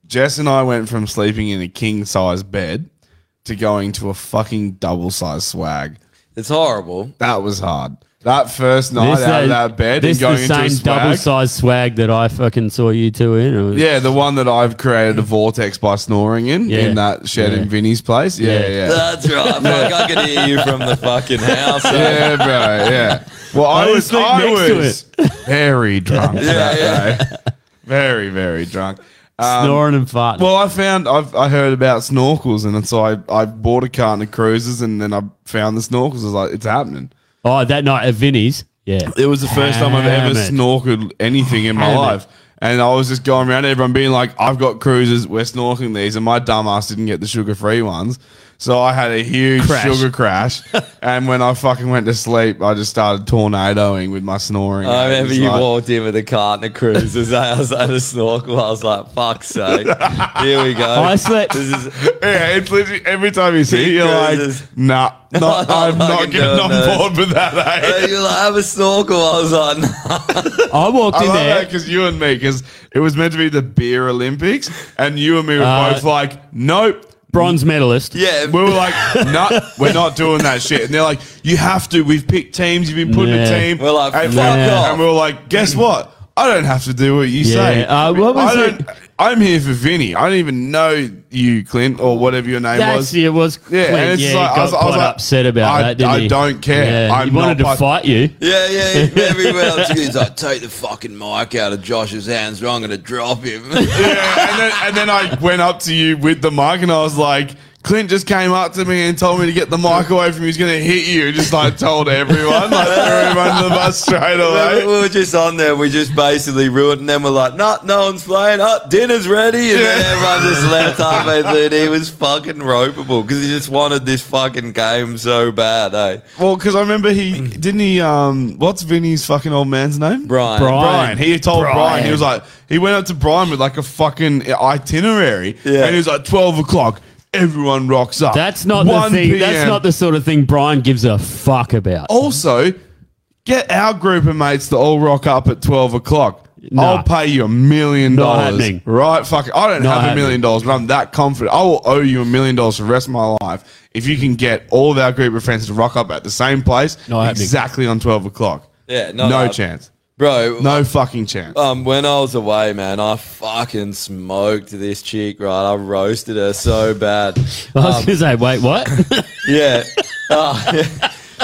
[SPEAKER 2] Jess and I went from sleeping in a king size bed to going to a fucking double size swag.
[SPEAKER 4] It's horrible.
[SPEAKER 2] That was hard. That first night
[SPEAKER 6] This
[SPEAKER 2] out
[SPEAKER 6] is-
[SPEAKER 2] of that bed
[SPEAKER 6] this
[SPEAKER 2] and going
[SPEAKER 6] the
[SPEAKER 2] into
[SPEAKER 6] same
[SPEAKER 2] a swag.
[SPEAKER 6] double sized swag that I fucking saw you two in. It was-
[SPEAKER 2] yeah, the one that I've created a vortex by snoring in
[SPEAKER 6] Yeah.
[SPEAKER 2] in that shed
[SPEAKER 6] Yeah.
[SPEAKER 2] in Vinny's place. Yeah,
[SPEAKER 6] Yeah.
[SPEAKER 2] yeah.
[SPEAKER 4] That's right. Fuck, I can hear you from the fucking house. eh?
[SPEAKER 2] Yeah, bro. Yeah. Well, I,
[SPEAKER 4] I was
[SPEAKER 2] was,
[SPEAKER 4] asleep
[SPEAKER 2] I
[SPEAKER 4] next to
[SPEAKER 2] was very drunk that day. Very, very drunk. Um,
[SPEAKER 6] Snoring and farting.
[SPEAKER 2] Well, I found I've, I heard about snorkels, and so I, I bought a carton of cruises, and then I found the snorkels. I was like, it's happening.
[SPEAKER 6] Oh, that night at Vinny's. Yeah.
[SPEAKER 2] It was the first time I've ever
[SPEAKER 6] Hammered.
[SPEAKER 2] snorkeled anything in my
[SPEAKER 6] Hammered.
[SPEAKER 2] life. And I was just going around everyone being like, I've got cruises, we're snorkeling these. And my dumbass didn't get the sugar free ones. So I had a huge
[SPEAKER 6] Crash.
[SPEAKER 2] sugar crash. and when I fucking went to sleep, I just started tornadoing with my snoring.
[SPEAKER 4] I
[SPEAKER 2] It
[SPEAKER 4] remember
[SPEAKER 2] was
[SPEAKER 4] you
[SPEAKER 2] like-
[SPEAKER 4] walked in with a carton of cruises. I was at a snorkel. I was like, "Fuck's sake, here we go."
[SPEAKER 2] I
[SPEAKER 6] slept.
[SPEAKER 4] Uh, This is
[SPEAKER 2] Yeah, it's literally every time you see it, you're
[SPEAKER 4] Cruises.
[SPEAKER 2] like, nah, not, I'm not
[SPEAKER 4] fucking
[SPEAKER 2] getting
[SPEAKER 4] doing
[SPEAKER 2] on
[SPEAKER 4] those.
[SPEAKER 2] board with that. Eh?
[SPEAKER 4] You're like, "Have a snorkel." I was like, "No."
[SPEAKER 6] I walked
[SPEAKER 2] I
[SPEAKER 6] in
[SPEAKER 2] love
[SPEAKER 6] there.
[SPEAKER 2] because you and me, because it was meant to be the beer Olympics, and you and me were
[SPEAKER 6] Uh,
[SPEAKER 2] both like, nope.
[SPEAKER 6] Bronze medalist.
[SPEAKER 4] Yeah.
[SPEAKER 2] We were like, no, we're not doing that shit. And they're like, you have to. We've picked teams. You've been put in a
[SPEAKER 6] Yeah.
[SPEAKER 2] team.
[SPEAKER 4] We're like,
[SPEAKER 2] and,
[SPEAKER 4] "Fuck
[SPEAKER 2] and
[SPEAKER 4] off."
[SPEAKER 2] we were like, guess what? I don't have to do what you
[SPEAKER 6] Yeah,
[SPEAKER 2] say.
[SPEAKER 6] uh, what was
[SPEAKER 2] I
[SPEAKER 6] it?
[SPEAKER 2] don't, I'm here for Vinny. I don't even know you, Clint, or whatever your name
[SPEAKER 6] That's,
[SPEAKER 2] was.
[SPEAKER 6] it was.
[SPEAKER 2] Yeah,
[SPEAKER 6] Clint.
[SPEAKER 2] and it's
[SPEAKER 6] yeah,
[SPEAKER 2] like-
[SPEAKER 6] he
[SPEAKER 2] I
[SPEAKER 6] got
[SPEAKER 2] was- I was
[SPEAKER 6] quite
[SPEAKER 2] like,
[SPEAKER 6] upset about
[SPEAKER 2] I-
[SPEAKER 6] that, didn't
[SPEAKER 2] I
[SPEAKER 6] he?
[SPEAKER 2] don't care.
[SPEAKER 6] Yeah,
[SPEAKER 2] I'm
[SPEAKER 6] he wanted
[SPEAKER 2] not
[SPEAKER 6] to
[SPEAKER 2] part-
[SPEAKER 6] fight you.
[SPEAKER 4] Yeah, yeah, he- everywhere else. He's like, take the fucking mic out of Josh's hands or I'm going to drop him.
[SPEAKER 2] and then and then I went up to you with the mic and I was like, Clint just came up to me and told me to get the mic away from you. He's gonna hit you. Just like told everyone, like threw him under the bus straight
[SPEAKER 4] we
[SPEAKER 2] away.
[SPEAKER 4] were just on there. We just basically ruined. And then we're like, no, no one's playing. Oh, dinner's ready. And then everyone just left halfway through. And he was fucking ropeable because he just wanted this fucking game so bad, eh?
[SPEAKER 2] Well, because I remember he didn't he. Um, what's Vinny's fucking old man's name?
[SPEAKER 4] Brian.
[SPEAKER 2] Brian. He told Brian.
[SPEAKER 4] Brian.
[SPEAKER 2] He was like, he went up to Brian with like a fucking itinerary,
[SPEAKER 4] Yeah.
[SPEAKER 2] and he was like, twelve o'clock. Everyone rocks up.
[SPEAKER 6] That's not the
[SPEAKER 2] 1
[SPEAKER 6] thing. That's
[SPEAKER 2] PM.
[SPEAKER 6] not the sort of thing Brian gives a fuck about.
[SPEAKER 2] Also, get our group of mates to all rock up at 12 o'clock.
[SPEAKER 6] Nah.
[SPEAKER 2] I'll pay you a million
[SPEAKER 6] Not
[SPEAKER 2] dollars.
[SPEAKER 6] happening.
[SPEAKER 2] Right? Fuck it. I don't
[SPEAKER 6] Not
[SPEAKER 2] have a
[SPEAKER 6] happening.
[SPEAKER 2] million dollars, but I'm that confident. I will owe you a million dollars for the rest of my life if you can get all of our group of friends to rock up at the same place
[SPEAKER 6] Not happening.
[SPEAKER 2] exactly on 12 o'clock.
[SPEAKER 4] Yeah,
[SPEAKER 2] No
[SPEAKER 4] not happening.
[SPEAKER 2] chance.
[SPEAKER 4] Bro,
[SPEAKER 2] No fucking chance.
[SPEAKER 4] Um, when I was away, man, I fucking smoked this chick, right? I roasted her so bad.
[SPEAKER 6] I was
[SPEAKER 4] Um,
[SPEAKER 6] going to say, wait, what?
[SPEAKER 4] yeah. Oh, yeah.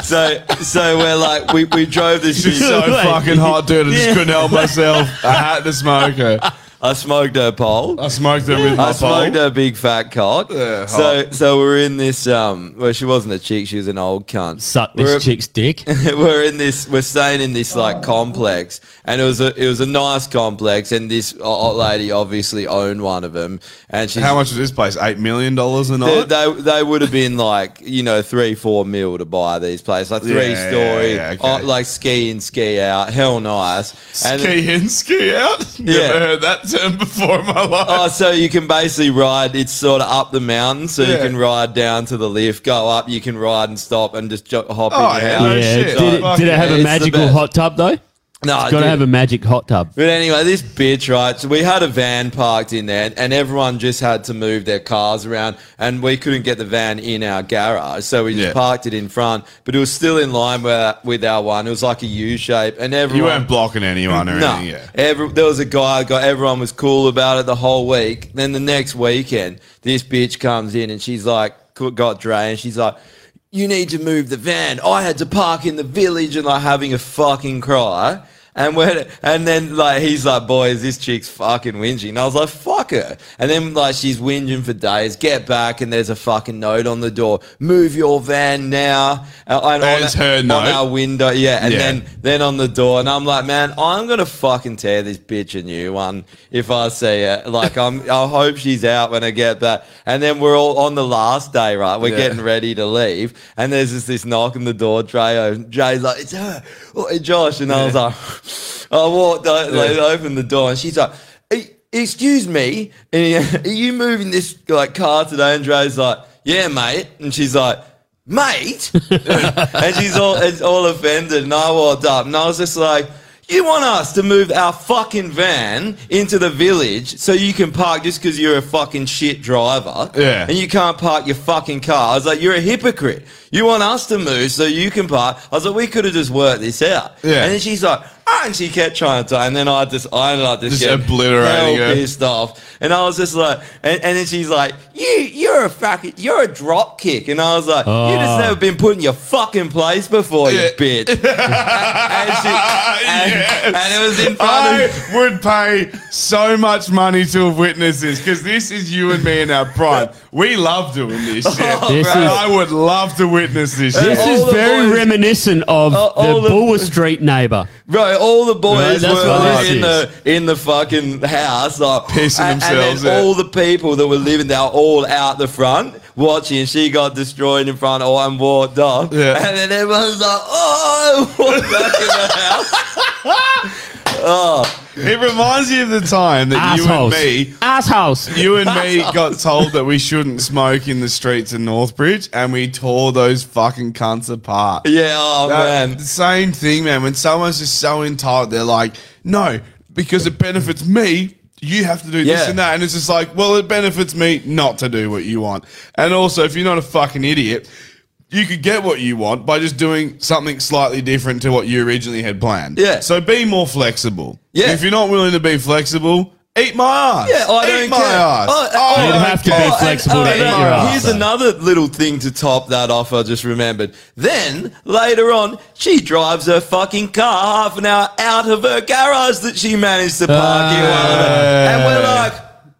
[SPEAKER 4] So, so we're like, we, we drove this
[SPEAKER 2] She's so
[SPEAKER 4] chick-
[SPEAKER 2] fucking hot, dude. I just couldn't help myself. I had to smoke her.
[SPEAKER 4] I smoked her pole.
[SPEAKER 2] I smoked her with
[SPEAKER 4] I
[SPEAKER 2] my
[SPEAKER 4] smoked
[SPEAKER 2] pole.
[SPEAKER 4] her big fat cock.
[SPEAKER 2] Yeah,
[SPEAKER 4] so so we're in this um well she wasn't a chick, she was an old cunt. Suck
[SPEAKER 6] this chick's dick.
[SPEAKER 4] we're in this we're staying in this like complex and it was a it was a nice complex and this o- old lady obviously owned one of them and she
[SPEAKER 2] How much is this place? Eight million dollars a
[SPEAKER 4] they,
[SPEAKER 2] night.
[SPEAKER 4] they, they would have been like you know three four mil to buy these places like three
[SPEAKER 2] Yeah,
[SPEAKER 4] story
[SPEAKER 2] yeah, okay.
[SPEAKER 4] oh, like ski in ski out hell nice
[SPEAKER 2] Ski in, ski out. Never heard that term before in my life
[SPEAKER 4] oh so you can basically ride it's sort of up the mountain so you
[SPEAKER 2] Yeah.
[SPEAKER 4] can ride down to the lift go up you can ride and stop and just jo- hop
[SPEAKER 2] Oh,
[SPEAKER 4] in and
[SPEAKER 2] yeah,
[SPEAKER 6] Yeah.
[SPEAKER 4] out
[SPEAKER 6] Did, it, did it have a magical hot tub though?
[SPEAKER 4] No,
[SPEAKER 6] it's got
[SPEAKER 4] it
[SPEAKER 6] to
[SPEAKER 4] didn't.
[SPEAKER 6] have a magic hot tub.
[SPEAKER 4] But anyway, this bitch, right? So we had a van parked in there, and everyone just had to move their cars around, and we couldn't get the van in our garage, so we just
[SPEAKER 2] Yeah.
[SPEAKER 4] parked it in front. But it was still in line with, with our one. It was like a U shape, and everyone
[SPEAKER 2] You weren't blocking anyone or
[SPEAKER 4] no,
[SPEAKER 2] anything. Yeah.
[SPEAKER 4] every, there was a guy. Got everyone was cool about it the whole week. Then the next weekend, this bitch comes in and she's like, co- got Dre, and she's like, "You need to move the van. I had to park in the village," and like having a fucking cry. And when, and then like he's like, boys, this chick's fucking whinging. And I was like, fuck her. And then like she's whinging for days. Get back, and there's a fucking note on the door. Move your van now. Uh, And
[SPEAKER 2] There's
[SPEAKER 4] on,
[SPEAKER 2] her
[SPEAKER 4] on
[SPEAKER 2] note.
[SPEAKER 4] our window, yeah. And
[SPEAKER 2] Yeah.
[SPEAKER 4] then then on the door, and I'm like, man, I'm gonna fucking tear this bitch a new one if I see it. Like, I'm, I hope she's out when I get back. And then we're all on the last day, right? We're
[SPEAKER 2] Yeah.
[SPEAKER 4] getting ready to leave, and there's just this knock on the door. Dreyo, Jay's like, it's her, oh, hey, Josh, and I was like, I walked, I, like,
[SPEAKER 2] Yeah.
[SPEAKER 4] opened the door, and she's like. "E- Excuse me, are you moving this like car today? And Dre's like, "Yeah, mate," and she's like, "Mate," and she's all it's all offended. And I walked up, and I was just like, "You want us to move our fucking van into the village so you can park just because you're a fucking shit driver,
[SPEAKER 2] Yeah.
[SPEAKER 4] and you can't park your fucking car?" I was like, "You're a hypocrite. You want us to move so you can park?" I was like, "We could have just worked this out."
[SPEAKER 2] Yeah.
[SPEAKER 4] And then she's like. "Ah," And she kept trying to, and then I just, I ended up just,
[SPEAKER 2] Just
[SPEAKER 4] getting
[SPEAKER 2] obliterating
[SPEAKER 4] hell
[SPEAKER 2] her.
[SPEAKER 4] pissed off, and I was just like, and, and then she's like, "You, you're a fucking, you're a drop kick," and I was like, "You just
[SPEAKER 2] Ah.
[SPEAKER 4] never been put in your fucking place before, you bitch."
[SPEAKER 2] and
[SPEAKER 4] it was in
[SPEAKER 2] front I of. would pay so much money to have witnessed this because this is you and me in our prime. We love doing this shit.
[SPEAKER 6] This
[SPEAKER 2] And
[SPEAKER 6] is-
[SPEAKER 2] I would love to witness this.
[SPEAKER 6] This
[SPEAKER 2] shit.
[SPEAKER 6] is very reminiscent of
[SPEAKER 4] Oh, all
[SPEAKER 6] the
[SPEAKER 4] the-
[SPEAKER 6] Bulwer Street neighbour.
[SPEAKER 4] Bro, all the
[SPEAKER 6] Right,
[SPEAKER 4] boys
[SPEAKER 6] that's what
[SPEAKER 4] were
[SPEAKER 6] this
[SPEAKER 4] in
[SPEAKER 6] is.
[SPEAKER 4] the in the fucking house, like
[SPEAKER 2] Pissing
[SPEAKER 4] and-
[SPEAKER 2] themselves,
[SPEAKER 4] And then
[SPEAKER 2] yeah.
[SPEAKER 4] all the people that were living there, were all out the front watching. She got destroyed in front of all and walked off.
[SPEAKER 2] Yeah.
[SPEAKER 4] And then everyone's like, "Oh, walked back in the house." oh,
[SPEAKER 2] It reminds me of the time that
[SPEAKER 6] Assholes.
[SPEAKER 2] you and me,
[SPEAKER 6] assholes,
[SPEAKER 2] you and me got told that we shouldn't smoke in the streets of Northbridge, and we tore those fucking cunts apart.
[SPEAKER 4] Yeah, oh,
[SPEAKER 2] That- same thing, man. When someone's just so entitled, they're like, "No, because it benefits me." You have to do this
[SPEAKER 4] Yeah.
[SPEAKER 2] and that. And it's just like, well, it benefits me not to do what you want. And also, if you're not a fucking idiot, you could get what you want by just doing something slightly different to what you originally had planned.
[SPEAKER 4] Yeah.
[SPEAKER 2] So be more flexible.
[SPEAKER 4] Yeah.
[SPEAKER 2] If you're not willing to be flexible, eat my ass.
[SPEAKER 4] Yeah, I
[SPEAKER 2] eat
[SPEAKER 4] don't
[SPEAKER 2] my
[SPEAKER 4] care. Oh,
[SPEAKER 2] ass. Oh,
[SPEAKER 4] I- I-
[SPEAKER 6] You'd
[SPEAKER 4] I
[SPEAKER 6] have to
[SPEAKER 4] don't
[SPEAKER 6] be
[SPEAKER 4] care.
[SPEAKER 6] flexible to
[SPEAKER 4] and-
[SPEAKER 6] eat your
[SPEAKER 4] and-
[SPEAKER 6] ass.
[SPEAKER 4] oh, Here's another little thing to top that off. I just remembered. Then later on, she drives her fucking car half an hour out of her garage that she managed to park in one of
[SPEAKER 2] Uh.
[SPEAKER 4] them. and we're like,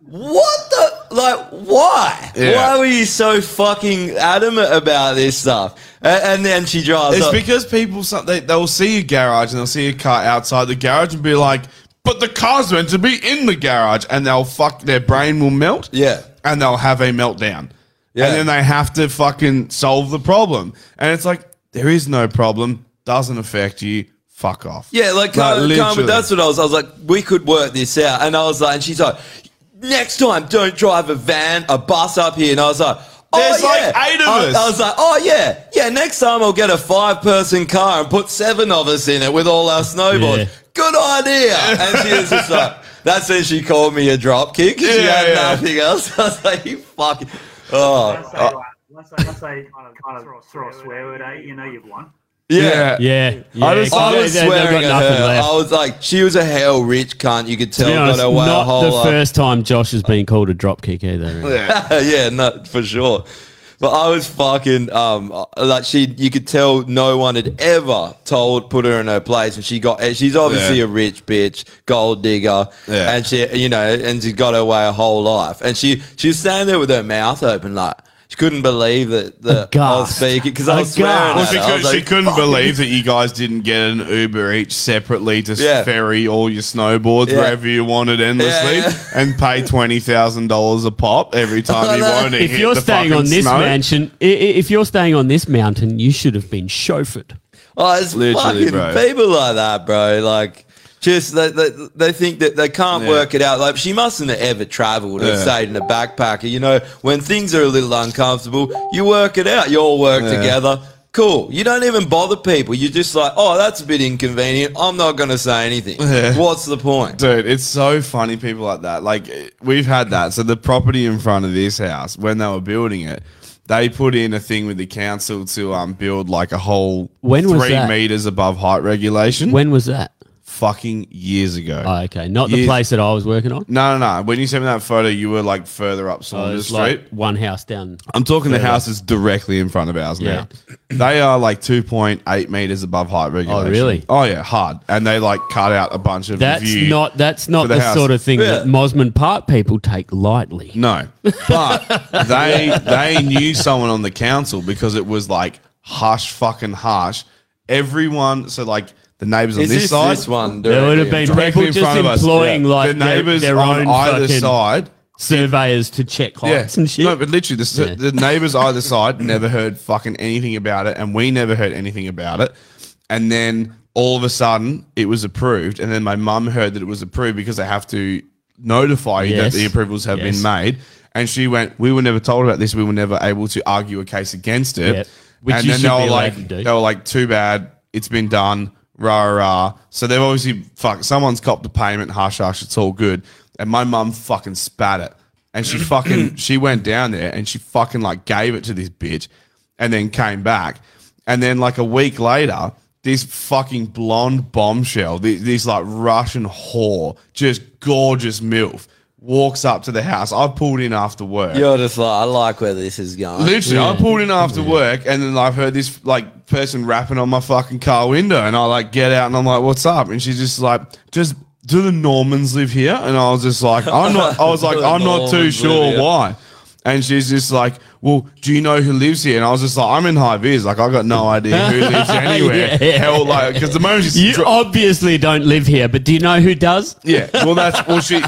[SPEAKER 4] what the? Like, why?
[SPEAKER 2] Yeah.
[SPEAKER 4] Why were you so fucking adamant about this stuff? And, and then she drives.
[SPEAKER 2] It's
[SPEAKER 4] up-
[SPEAKER 2] because people some- they they'll see a garage and they'll see a car outside the garage and be like, "But the car's meant to be in the garage," and they'll fuck their brain will melt.
[SPEAKER 4] Yeah,
[SPEAKER 2] and they'll have a meltdown.
[SPEAKER 4] Yeah.
[SPEAKER 2] and then they have to fucking solve the problem. And it's like there is no problem. Doesn't affect you. Fuck off.
[SPEAKER 4] Yeah, like, Carmen,
[SPEAKER 2] literally.
[SPEAKER 4] Carmen, that's what I was. I was like, we could work this out. And I was like, and she's like, next time, don't drive a van, a bus up here. And I was like, oh,
[SPEAKER 2] There's
[SPEAKER 4] yeah.
[SPEAKER 2] like eight of
[SPEAKER 4] I,
[SPEAKER 2] us.
[SPEAKER 4] I was like, oh yeah, yeah. Next time I'll get a five-person car and put seven of us in it with all our snowboards.
[SPEAKER 2] Yeah.
[SPEAKER 4] Good idea. And she was just like, that's when she called me a dropkick. She
[SPEAKER 2] Yeah,
[SPEAKER 4] had
[SPEAKER 2] yeah.
[SPEAKER 4] nothing else. I was like, you fucking. Oh,
[SPEAKER 5] So, uh, once I once I kind of kind of throw a swear word at you, you know you've won.
[SPEAKER 4] Yeah.
[SPEAKER 6] Yeah.
[SPEAKER 4] I,
[SPEAKER 6] Yeah,
[SPEAKER 4] just,
[SPEAKER 6] 'cause
[SPEAKER 4] I
[SPEAKER 6] they-
[SPEAKER 4] was
[SPEAKER 6] they- they've
[SPEAKER 4] swearing
[SPEAKER 6] got
[SPEAKER 4] at
[SPEAKER 6] nothing
[SPEAKER 4] her.
[SPEAKER 6] left.
[SPEAKER 4] I was like, she was a hell rich cunt. You could
[SPEAKER 6] To
[SPEAKER 4] tell.
[SPEAKER 6] be honest,
[SPEAKER 4] got away a
[SPEAKER 6] not
[SPEAKER 4] whole
[SPEAKER 6] the
[SPEAKER 4] lot.
[SPEAKER 6] first time Josh has been called a dropkick either.
[SPEAKER 4] Yeah, yeah, no, for sure. But I was fucking um like she you could tell no one had ever told put her in her place and she got and she's obviously
[SPEAKER 2] Yeah.
[SPEAKER 4] a rich bitch, gold digger.
[SPEAKER 2] Yeah.
[SPEAKER 4] And she you know, and she got her way her whole life. And she she was standing there with her mouth open like she couldn't believe that, that I was
[SPEAKER 2] Aghast.
[SPEAKER 4] speaking because I was swearing.
[SPEAKER 2] Well,
[SPEAKER 4] at
[SPEAKER 2] she,
[SPEAKER 4] her. I
[SPEAKER 2] could,
[SPEAKER 4] was like,
[SPEAKER 2] she couldn't
[SPEAKER 4] "Fuck
[SPEAKER 2] believe that you guys didn't get an Uber each separately to
[SPEAKER 4] Yeah.
[SPEAKER 2] ferry all your snowboards
[SPEAKER 4] Yeah.
[SPEAKER 2] wherever you wanted endlessly and pay twenty thousand dollars a pop every time you wanted.
[SPEAKER 4] uh,
[SPEAKER 2] to
[SPEAKER 6] if
[SPEAKER 2] hit
[SPEAKER 6] you're
[SPEAKER 2] the
[SPEAKER 6] staying
[SPEAKER 2] fucking
[SPEAKER 6] on this
[SPEAKER 2] snow.
[SPEAKER 6] mansion, i- i- if you're staying on this mountain, you should have been chauffeured.
[SPEAKER 4] Oh, it's
[SPEAKER 6] Literally,
[SPEAKER 4] fucking
[SPEAKER 6] bro.
[SPEAKER 4] people like that, bro. Like, just they, they, they think that they can't
[SPEAKER 2] Yeah.
[SPEAKER 4] work it out. Like, she mustn't have ever traveled or
[SPEAKER 2] Yeah.
[SPEAKER 4] stayed in a backpacker. You know, when things are a little uncomfortable, you work it out. You all work
[SPEAKER 2] Yeah.
[SPEAKER 4] together. Cool. You don't even bother people. You're just like, oh, that's a bit inconvenient. I'm not going to say anything. What's the point?
[SPEAKER 2] Dude, it's so funny people like that. Like eh, we've had that. So the property in front of this house, when they were building it, they put in a thing with the council to um build like a whole
[SPEAKER 6] When
[SPEAKER 2] three
[SPEAKER 6] was that?
[SPEAKER 2] meters above height regulation.
[SPEAKER 6] When was that?
[SPEAKER 2] Fucking years ago.
[SPEAKER 6] Oh, okay, not the place that I was working on.
[SPEAKER 2] No, no, no. When you sent me that photo, you were like further up
[SPEAKER 6] Oh,
[SPEAKER 2] Saunders
[SPEAKER 6] it's
[SPEAKER 2] Street.
[SPEAKER 6] like one house down.
[SPEAKER 2] I'm talking the
[SPEAKER 6] further.
[SPEAKER 2] houses directly in front of ours
[SPEAKER 6] Yeah.
[SPEAKER 2] now. They are like 2.8 meters above height regulation.
[SPEAKER 6] really?
[SPEAKER 2] Oh yeah, hard. And they like cut out a bunch of
[SPEAKER 6] That's
[SPEAKER 2] view
[SPEAKER 6] not that's
[SPEAKER 2] for
[SPEAKER 6] not the,
[SPEAKER 2] house.
[SPEAKER 6] sort of thing
[SPEAKER 2] Yeah.
[SPEAKER 6] that Mosman Park people take lightly.
[SPEAKER 2] No, but they they knew someone on the council because it was like harsh, fucking harsh. Everyone, so like the neighbors on
[SPEAKER 4] Is
[SPEAKER 2] this,
[SPEAKER 4] this-
[SPEAKER 2] side,
[SPEAKER 4] this one
[SPEAKER 6] There would have been people just employing like
[SPEAKER 2] the neighbors
[SPEAKER 6] their, their
[SPEAKER 2] on
[SPEAKER 6] own
[SPEAKER 2] either
[SPEAKER 6] fucking
[SPEAKER 2] side.
[SPEAKER 6] surveyors to check
[SPEAKER 2] Yeah,
[SPEAKER 6] heights and shit.
[SPEAKER 2] no, but literally, the, the neighbors either side never heard fucking anything about it, and we never heard anything about it. And then all of a sudden, it was approved, and then my mum heard that it was approved because they have to notify you
[SPEAKER 6] Yes.
[SPEAKER 2] that the approvals have
[SPEAKER 6] Yes.
[SPEAKER 2] been made. And she went, "We were never told about this. We were never able to argue a case against it."
[SPEAKER 6] Yep. Which
[SPEAKER 2] and
[SPEAKER 6] you
[SPEAKER 2] then
[SPEAKER 6] should
[SPEAKER 2] they
[SPEAKER 6] be
[SPEAKER 2] were
[SPEAKER 6] allowed
[SPEAKER 2] like,
[SPEAKER 6] to do.
[SPEAKER 2] they were like, "Too bad, it's been done." Rah rah. rah. So they've obviously fuck. Someone's copped a payment. Hush hush. It's all good. And my mum fucking spat it, and she fucking she went down there and she fucking like gave it to this bitch, and then came back, and then like a week later. This fucking blonde bombshell, this, this like Russian whore, just gorgeous milf, walks up to the house. I pulled in after work.
[SPEAKER 4] You're just like, I like where this is going.
[SPEAKER 2] Literally, I pulled in after work, and then I've heard this like person rapping on my fucking car window, and I like get out and I'm like, "What's up?" And she's just like, "Just do the Normans live here?" And I was just like, "I'm not." I was like,
[SPEAKER 4] Do the
[SPEAKER 2] "I'm not too
[SPEAKER 4] Normans live
[SPEAKER 2] sure
[SPEAKER 4] here."
[SPEAKER 2] why." And she's just like, "Well, do you know who lives here?" And I was just like, "I'm in high vis, like I got no idea who lives anywhere."
[SPEAKER 6] Yeah.
[SPEAKER 2] Hell, like because the moment she's
[SPEAKER 6] you obviously don't live here, but do you know who does?
[SPEAKER 2] yeah, well that's well she.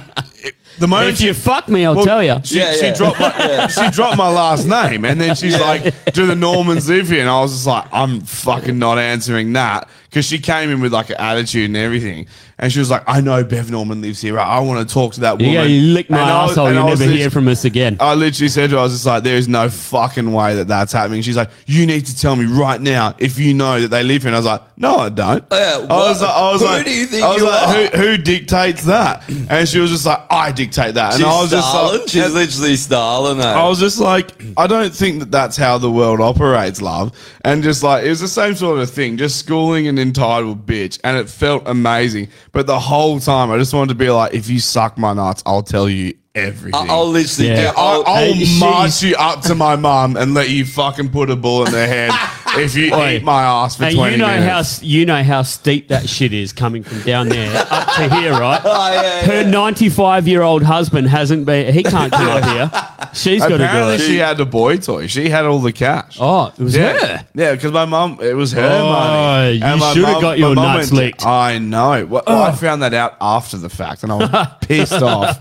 [SPEAKER 2] The moment
[SPEAKER 6] if you fuck me, I'll tell you.
[SPEAKER 2] She, she dropped my she dropped my last name, and then she's like, "Do the Normans live here?" And I was just like, "I'm fucking not answering that," because she came in with like an attitude and everything, and she was like, "I know Bev Norman lives here. I, want to talk to that woman."
[SPEAKER 6] Yeah, you lick my
[SPEAKER 2] And I was-
[SPEAKER 6] asshole.
[SPEAKER 2] and
[SPEAKER 6] You
[SPEAKER 2] I was
[SPEAKER 6] never hear
[SPEAKER 2] lit-
[SPEAKER 6] from us again.
[SPEAKER 2] I literally said to her, I was just like, there is no fucking way that that's happening. She's like, you need to tell me right now if you know that they live here. And I was like, no, I don't. I was like, I was
[SPEAKER 4] Who
[SPEAKER 2] like,
[SPEAKER 4] do you think
[SPEAKER 2] I was
[SPEAKER 4] you
[SPEAKER 2] like, Who, who dictates that? And she was just like, I dictate that.
[SPEAKER 4] She's
[SPEAKER 2] And I was just
[SPEAKER 4] Stalin.
[SPEAKER 2] like,
[SPEAKER 4] She's literally Stalin. eh?
[SPEAKER 2] I was just like, I don't think that that's how the world operates, love. And just like, it was the same sort of thing, just schooling an entitled bitch. And it felt amazing. But the whole time, I just wanted to be like, if you suck my nuts, I'll tell you everything.
[SPEAKER 4] I- I'll literally
[SPEAKER 2] yeah.
[SPEAKER 4] do- I'll-
[SPEAKER 2] I'll, I'll
[SPEAKER 4] Hey, she's-
[SPEAKER 2] march you up to my mum and let you fucking put a bull in their head if you
[SPEAKER 6] Oi.
[SPEAKER 2] eat my ass for
[SPEAKER 6] And
[SPEAKER 2] 20
[SPEAKER 6] you know
[SPEAKER 2] minutes.
[SPEAKER 6] how s- you know how steep that shit is coming from down there up to here, right?
[SPEAKER 4] Oh,
[SPEAKER 6] Her ninety-five-year-old husband hasn't been. He can't come up here. She's got to go.
[SPEAKER 2] Apparently, she had a boy toy. She had all the cash.
[SPEAKER 6] Oh, it was
[SPEAKER 2] yeah.
[SPEAKER 6] her.
[SPEAKER 2] Yeah, because my mum, it was her
[SPEAKER 6] Oh,
[SPEAKER 2] money.
[SPEAKER 6] you
[SPEAKER 2] And my
[SPEAKER 6] shoulda
[SPEAKER 2] mum-
[SPEAKER 6] got your
[SPEAKER 2] my mum
[SPEAKER 6] nuts
[SPEAKER 2] went-
[SPEAKER 6] licked.
[SPEAKER 2] I know. Well, I found that out after the fact, and I was pissed off.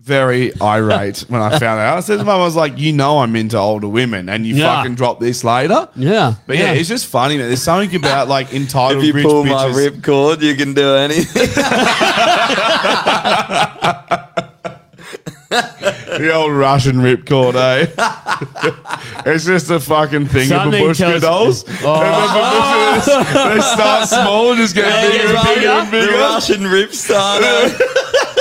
[SPEAKER 2] Very irate when I found out. I said to my mum, I was like, you know I'm into older women, and you
[SPEAKER 6] Yeah.
[SPEAKER 2] fucking drop this later?
[SPEAKER 6] Yeah.
[SPEAKER 2] But
[SPEAKER 6] Yeah.
[SPEAKER 2] yeah, it's just funny, man. There's something about like
[SPEAKER 4] If
[SPEAKER 2] entitled
[SPEAKER 4] you
[SPEAKER 2] rich
[SPEAKER 4] pull my
[SPEAKER 2] bitches.
[SPEAKER 4] ripcord, you can do anything.
[SPEAKER 2] the old Russian ripcord, eh? it's just a fucking thing of
[SPEAKER 6] Something
[SPEAKER 2] babushka
[SPEAKER 6] tells-
[SPEAKER 2] dolls.
[SPEAKER 6] Oh.
[SPEAKER 2] they start small and just get
[SPEAKER 4] Yeah,
[SPEAKER 2] bigger
[SPEAKER 4] the
[SPEAKER 2] and bigger and
[SPEAKER 4] Russian- the Russian
[SPEAKER 2] bigger.
[SPEAKER 4] rip starter.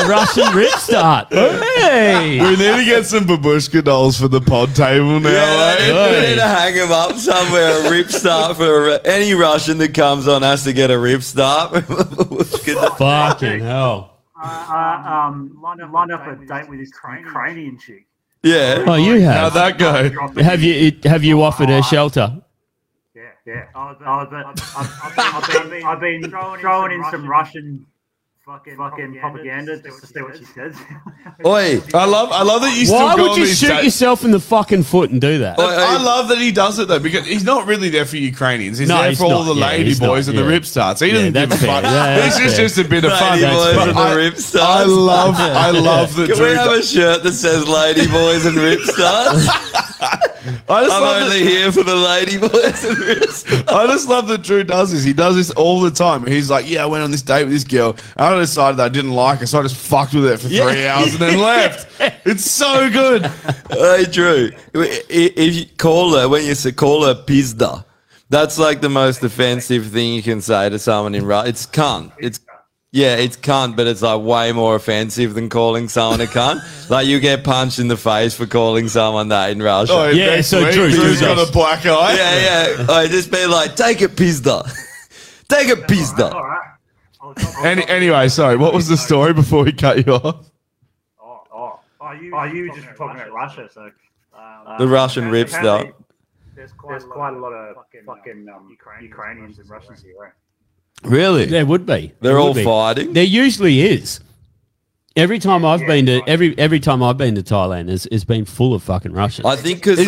[SPEAKER 6] Russian rip start. Hey.
[SPEAKER 2] We need to get some babushka dolls for the pod table now.
[SPEAKER 4] Yeah,
[SPEAKER 2] eh?
[SPEAKER 4] they- we need to hang him up somewhere. A rip start for a, any Russian that comes on has to get a rip start.
[SPEAKER 6] Fucking hell.
[SPEAKER 5] Uh, uh, um, line up, line up a date with this Ukrainian chick.
[SPEAKER 4] Yeah.
[SPEAKER 6] Oh, you have.
[SPEAKER 2] How'd that
[SPEAKER 6] go? Have you it- have you offered her shelter?
[SPEAKER 5] Yeah, I've, I've, I've, I've, I've been, I've been throwing in some Russian fucking, fucking propaganda just to see what she says.
[SPEAKER 4] Oi, I love, I love that you still
[SPEAKER 6] Why
[SPEAKER 2] go
[SPEAKER 6] would
[SPEAKER 2] on
[SPEAKER 6] you
[SPEAKER 2] these
[SPEAKER 6] shoot
[SPEAKER 2] dates?
[SPEAKER 6] yourself in the fucking foot and do that?
[SPEAKER 2] I love that he does it though because he's not really there for Ukrainians. He's
[SPEAKER 6] No,
[SPEAKER 2] there
[SPEAKER 6] he's
[SPEAKER 2] for all
[SPEAKER 6] not.
[SPEAKER 2] the
[SPEAKER 6] Yeah,
[SPEAKER 2] lady
[SPEAKER 6] he's not.
[SPEAKER 2] boys and the
[SPEAKER 6] Yeah.
[SPEAKER 2] rip starts. He
[SPEAKER 6] Yeah,
[SPEAKER 2] doesn't give a
[SPEAKER 6] that's fair.
[SPEAKER 2] fuck.
[SPEAKER 6] Yeah,
[SPEAKER 2] This
[SPEAKER 6] that's
[SPEAKER 2] is
[SPEAKER 6] fair.
[SPEAKER 2] just a bit of fun.
[SPEAKER 4] Lady boys
[SPEAKER 2] But
[SPEAKER 4] and
[SPEAKER 2] I,
[SPEAKER 4] the rip stars.
[SPEAKER 2] I love, I love the
[SPEAKER 4] Can we
[SPEAKER 2] dude.
[SPEAKER 4] have a shirt that says "Lady Boys and Rip Stars"?
[SPEAKER 2] I just love
[SPEAKER 4] I'm only
[SPEAKER 2] that-
[SPEAKER 4] here for the lady boys and rip stars.
[SPEAKER 2] I just love that Drew does this. He does this all the time. He's like, "Yeah, I went on this date with this girl. and I decided that I didn't like her, so I just fucked with her for
[SPEAKER 4] Yeah.
[SPEAKER 2] three hours and then left." It's so good.
[SPEAKER 4] hey Drew, i- i- if you call her when you say call her pizda, that's like the most offensive thing you can say to someone in Russia. It's cunt. It's yeah, it's cunt, but it's like way more offensive than calling someone a cunt. like you get punched in the face for calling someone that in Russia.
[SPEAKER 2] Oh, next week, Drew's got a black eye.
[SPEAKER 4] Yeah, yeah. I just be like, take a pizda, take a pizda.
[SPEAKER 2] Any, anyway, sorry. What was the story before we cut you off?
[SPEAKER 5] Oh, are you, are you just talking about Russia? So, um,
[SPEAKER 4] The Russian
[SPEAKER 5] apparently-
[SPEAKER 4] rips, though.
[SPEAKER 5] There's quite, there's quite a lot of fucking, fucking um, Ukrainians, and Russians here, right?
[SPEAKER 4] Really?
[SPEAKER 6] There would be.
[SPEAKER 4] They're
[SPEAKER 6] There would
[SPEAKER 4] all
[SPEAKER 6] be.
[SPEAKER 4] fighting?
[SPEAKER 6] There usually is. Every time I've been to every every time I've been to Thailand, has has been full of fucking Russians.
[SPEAKER 4] I think because they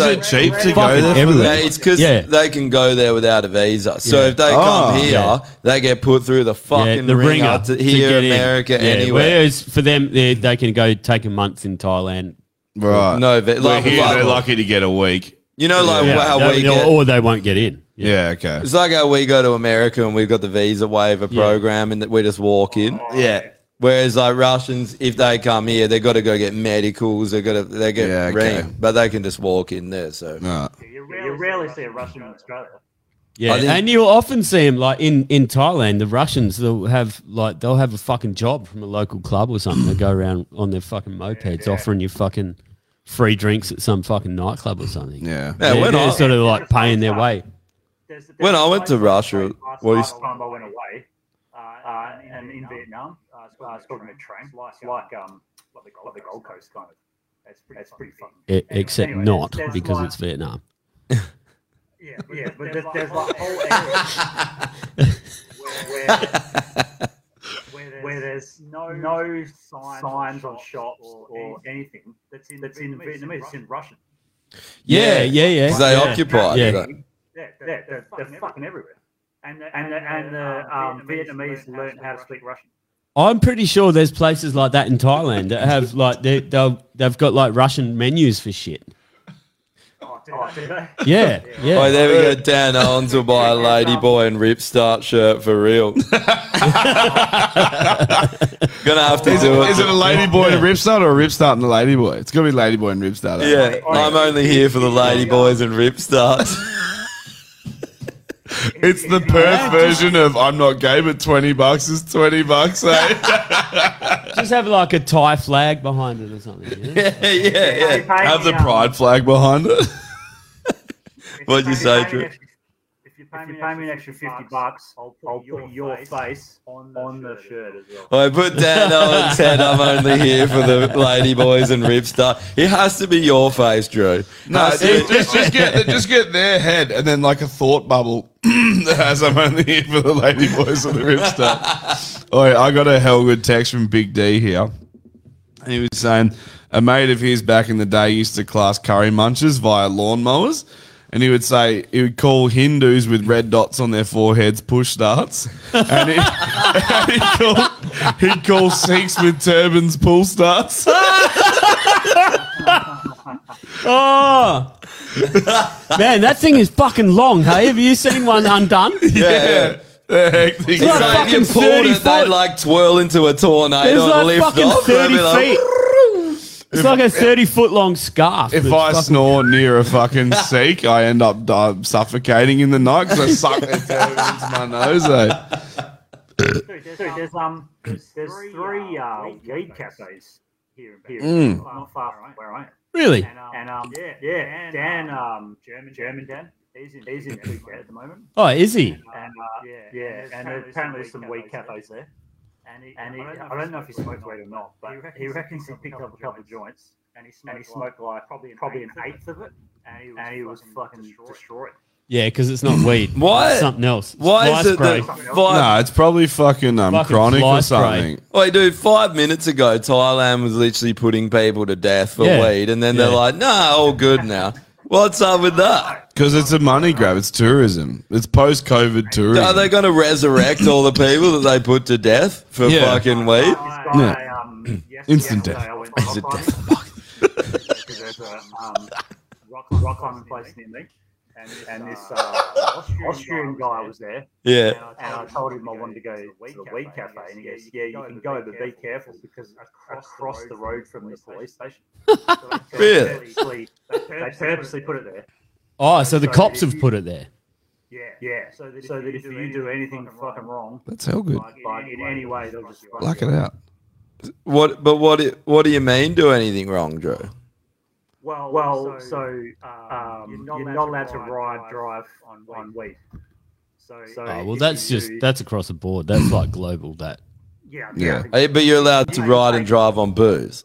[SPEAKER 6] Fucking
[SPEAKER 4] Yeah,
[SPEAKER 6] everywhere?
[SPEAKER 4] it's because
[SPEAKER 6] yeah.
[SPEAKER 4] they can go there without a visa. So
[SPEAKER 6] Yeah.
[SPEAKER 4] if they
[SPEAKER 6] Oh.
[SPEAKER 4] come here,
[SPEAKER 6] Yeah.
[SPEAKER 4] they get put through the fucking
[SPEAKER 6] Yeah, the
[SPEAKER 4] ringer,
[SPEAKER 6] ringer
[SPEAKER 4] to here,
[SPEAKER 6] get in.
[SPEAKER 4] America,
[SPEAKER 6] Yeah,
[SPEAKER 4] anywhere.
[SPEAKER 6] Whereas for them, they, they can go take a month in Thailand.
[SPEAKER 2] Right.
[SPEAKER 4] No, but
[SPEAKER 2] We're
[SPEAKER 4] like-
[SPEAKER 2] here,
[SPEAKER 4] like-
[SPEAKER 2] they're lucky to get a week.
[SPEAKER 4] You know, like how
[SPEAKER 6] they-
[SPEAKER 4] we
[SPEAKER 6] they'll-
[SPEAKER 4] get-
[SPEAKER 6] or they won't get in.
[SPEAKER 2] Yeah. Okay.
[SPEAKER 4] It's like how we go to America and we've got the visa waiver program and that we just walk in. Yeah. Whereas like Russians, if they come here, they got to go get medicals. They got to they get
[SPEAKER 2] Yeah,
[SPEAKER 4] yeah,
[SPEAKER 2] okay.
[SPEAKER 4] but they can just walk in there. So
[SPEAKER 5] You rarely, you rarely see a Russian in Australia.
[SPEAKER 6] Yeah,
[SPEAKER 4] I think-
[SPEAKER 6] and you'll often see them like in, in Thailand. The Russians they'll have like they'll have a fucking job from a local club or something. They go around on their fucking mopeds offering you fucking free drinks at some fucking nightclub or something.
[SPEAKER 2] Yeah,
[SPEAKER 4] Yeah,
[SPEAKER 6] they're,
[SPEAKER 4] when
[SPEAKER 6] they're
[SPEAKER 4] I-
[SPEAKER 6] sort of like paying their way. e,
[SPEAKER 4] when I went to Russia,
[SPEAKER 5] Last,
[SPEAKER 4] what is
[SPEAKER 5] last time I went away, uh, uh, and in Vietnam, uh, it's uh, it's called a train, like, like um, like the, Gold- like the Gold Coast kind of. It's pretty, it's pretty fucking.
[SPEAKER 6] E- except
[SPEAKER 5] anyway,
[SPEAKER 6] not
[SPEAKER 5] there's- there's
[SPEAKER 6] because
[SPEAKER 5] like-
[SPEAKER 6] it's Vietnam.
[SPEAKER 5] Yeah, yeah, but there's, there's like whole areas where, where, where, there's no, no signs, on shops or, anything that's in, that's in Vietnamese, it's in Russian.
[SPEAKER 4] Yeah,
[SPEAKER 6] yeah, yeah, yeah.
[SPEAKER 4] 'cause they
[SPEAKER 6] yeah.
[SPEAKER 4] occupied
[SPEAKER 6] Yeah.
[SPEAKER 4] it.
[SPEAKER 5] Yeah, they're, they're, they're fucking everywhere. And the, and the, and the um, Vietnamese learn how to speak Russian.
[SPEAKER 6] I'm pretty sure there's places like that in Thailand that have like they they'll, they've got like Russian menus for shit.
[SPEAKER 5] Oh, do they?
[SPEAKER 6] Yeah, yeah.
[SPEAKER 4] Oh, there we go. Dan Owens will buy a lady boy and rip start shirt for real. Gonna have to
[SPEAKER 2] Is it,
[SPEAKER 4] do it.
[SPEAKER 2] is it a lady boy and a rip start or a rip start and a lady boy? It's gonna be lady boy and eh? rip start. I
[SPEAKER 4] Yeah,
[SPEAKER 2] think.
[SPEAKER 4] I'm only here for the lady boys and rip starts.
[SPEAKER 2] It's the Perth version of I'm not gay, but twenty bucks is twenty bucks. Eh?
[SPEAKER 6] Just have like a Thai flag behind it or something. Yeah.
[SPEAKER 4] yeah, yeah.
[SPEAKER 2] Have the pride flag behind it.
[SPEAKER 4] What'd you say, Drew?
[SPEAKER 5] If you pay, me, an extra 50 bucks, I'll put, your, face on the, shirt. as well.
[SPEAKER 4] I put uh, Dan Owens said I'm only here for the lady boys and rip start. It has to be your face, Drew.
[SPEAKER 2] No,
[SPEAKER 4] Has to
[SPEAKER 2] just,
[SPEAKER 4] be-
[SPEAKER 2] just, just get just get their head and then like a thought bubble that has I'm only here for the lady boys and the rip start. Oi, I got a hell good text from Big D here. He was saying a mate of his back in the day used to class curry munchers via lawnmowers. And he would say he would call Hindus with red dots on their foreheads push starts. And he, and he'd, call, he'd call Sikhs with turbans pull starts.
[SPEAKER 6] Oh man, that thing is fucking long. Hey, have you seen one undone?
[SPEAKER 4] yeah.
[SPEAKER 2] The hectic.
[SPEAKER 4] It's
[SPEAKER 6] It's like
[SPEAKER 4] like you
[SPEAKER 6] fucking
[SPEAKER 4] pull
[SPEAKER 6] 30
[SPEAKER 4] it, they
[SPEAKER 6] foot.
[SPEAKER 4] like twirl into a tornado
[SPEAKER 6] There's
[SPEAKER 4] and
[SPEAKER 6] like
[SPEAKER 4] lift
[SPEAKER 6] fucking
[SPEAKER 4] off. They'll
[SPEAKER 6] thirty
[SPEAKER 4] be like,
[SPEAKER 6] feet. It's like a thirty foot long scarf.
[SPEAKER 2] If
[SPEAKER 6] that's
[SPEAKER 2] I
[SPEAKER 6] fucking-
[SPEAKER 2] snore near a fucking Sikh, I end up uh, suffocating in the night because I suck their turbans into my nose. Eh?
[SPEAKER 5] Dude, there's, um, there's, there's three uh, weed cafes here, here
[SPEAKER 2] Mm.
[SPEAKER 5] not far from where I am.
[SPEAKER 6] Really?
[SPEAKER 5] And, um, and, um, yeah, yeah, Dan, um, German, German Dan, he's in, he's in Phuket at the moment.
[SPEAKER 6] Oh, is he?
[SPEAKER 5] And, uh, yeah, yeah, and there's apparently there's some weed cafes there. And, he, I, don't know if he smokes weed or not, but he reckons he picked up a couple of joints and he smoked, like, probably an, probably an eighth of it, and he was, fucking, destroyed.
[SPEAKER 6] Yeah, because it's not weed.
[SPEAKER 4] Why-
[SPEAKER 6] It's something else.
[SPEAKER 4] why
[SPEAKER 6] Fly
[SPEAKER 4] is it
[SPEAKER 6] spray.
[SPEAKER 4] that Five-
[SPEAKER 2] nah, it's probably fucking um
[SPEAKER 4] Fucking
[SPEAKER 2] chronic
[SPEAKER 4] fly
[SPEAKER 2] or
[SPEAKER 4] spray.
[SPEAKER 2] something.
[SPEAKER 4] Wait, dude, five minutes ago, Thailand was literally putting people to death for
[SPEAKER 2] Yeah.
[SPEAKER 4] weed, and then they're
[SPEAKER 2] Yeah.
[SPEAKER 4] like, nah, all good now. What's up with that?
[SPEAKER 2] Because it's a money grab. It's tourism. It's post COVID tourism.
[SPEAKER 4] Are they going to resurrect all the people that they put to death for
[SPEAKER 2] Yeah.
[SPEAKER 4] fucking weed?
[SPEAKER 2] Yeah.
[SPEAKER 5] um,
[SPEAKER 2] Instant death. Oh,
[SPEAKER 4] Is it death?
[SPEAKER 5] because there's a um, rock, rock climbing place near me, and, and this uh, Austrian guy was there.
[SPEAKER 4] Yeah.
[SPEAKER 5] And I- And I told him I wanted to go to the weed cafe, and he goes, "Yeah, you can go, but be careful because across the road from the police station." So they
[SPEAKER 6] Really?
[SPEAKER 5] purposely- They purposely put it there.
[SPEAKER 6] Oh, so the
[SPEAKER 5] So
[SPEAKER 6] cops
[SPEAKER 5] if
[SPEAKER 6] have put it there.
[SPEAKER 5] Yeah, yeah. So that if, you do anything fucking wrong,
[SPEAKER 2] That's hell good.
[SPEAKER 5] like, like in any way, they'll just fucking
[SPEAKER 2] Black it out.
[SPEAKER 4] What? But what? i- What do you mean? Do anything wrong, Drew?
[SPEAKER 5] Well, well, so, um, you're not, allowed to ride, drive on, on weed. So, so
[SPEAKER 6] Oh, well,
[SPEAKER 5] if
[SPEAKER 6] that's
[SPEAKER 5] you
[SPEAKER 6] just
[SPEAKER 5] do-
[SPEAKER 6] that's across the board. That's like global. That
[SPEAKER 5] yeah,
[SPEAKER 2] Yeah.
[SPEAKER 4] Hey, but you're allowed to ride and drive on booze.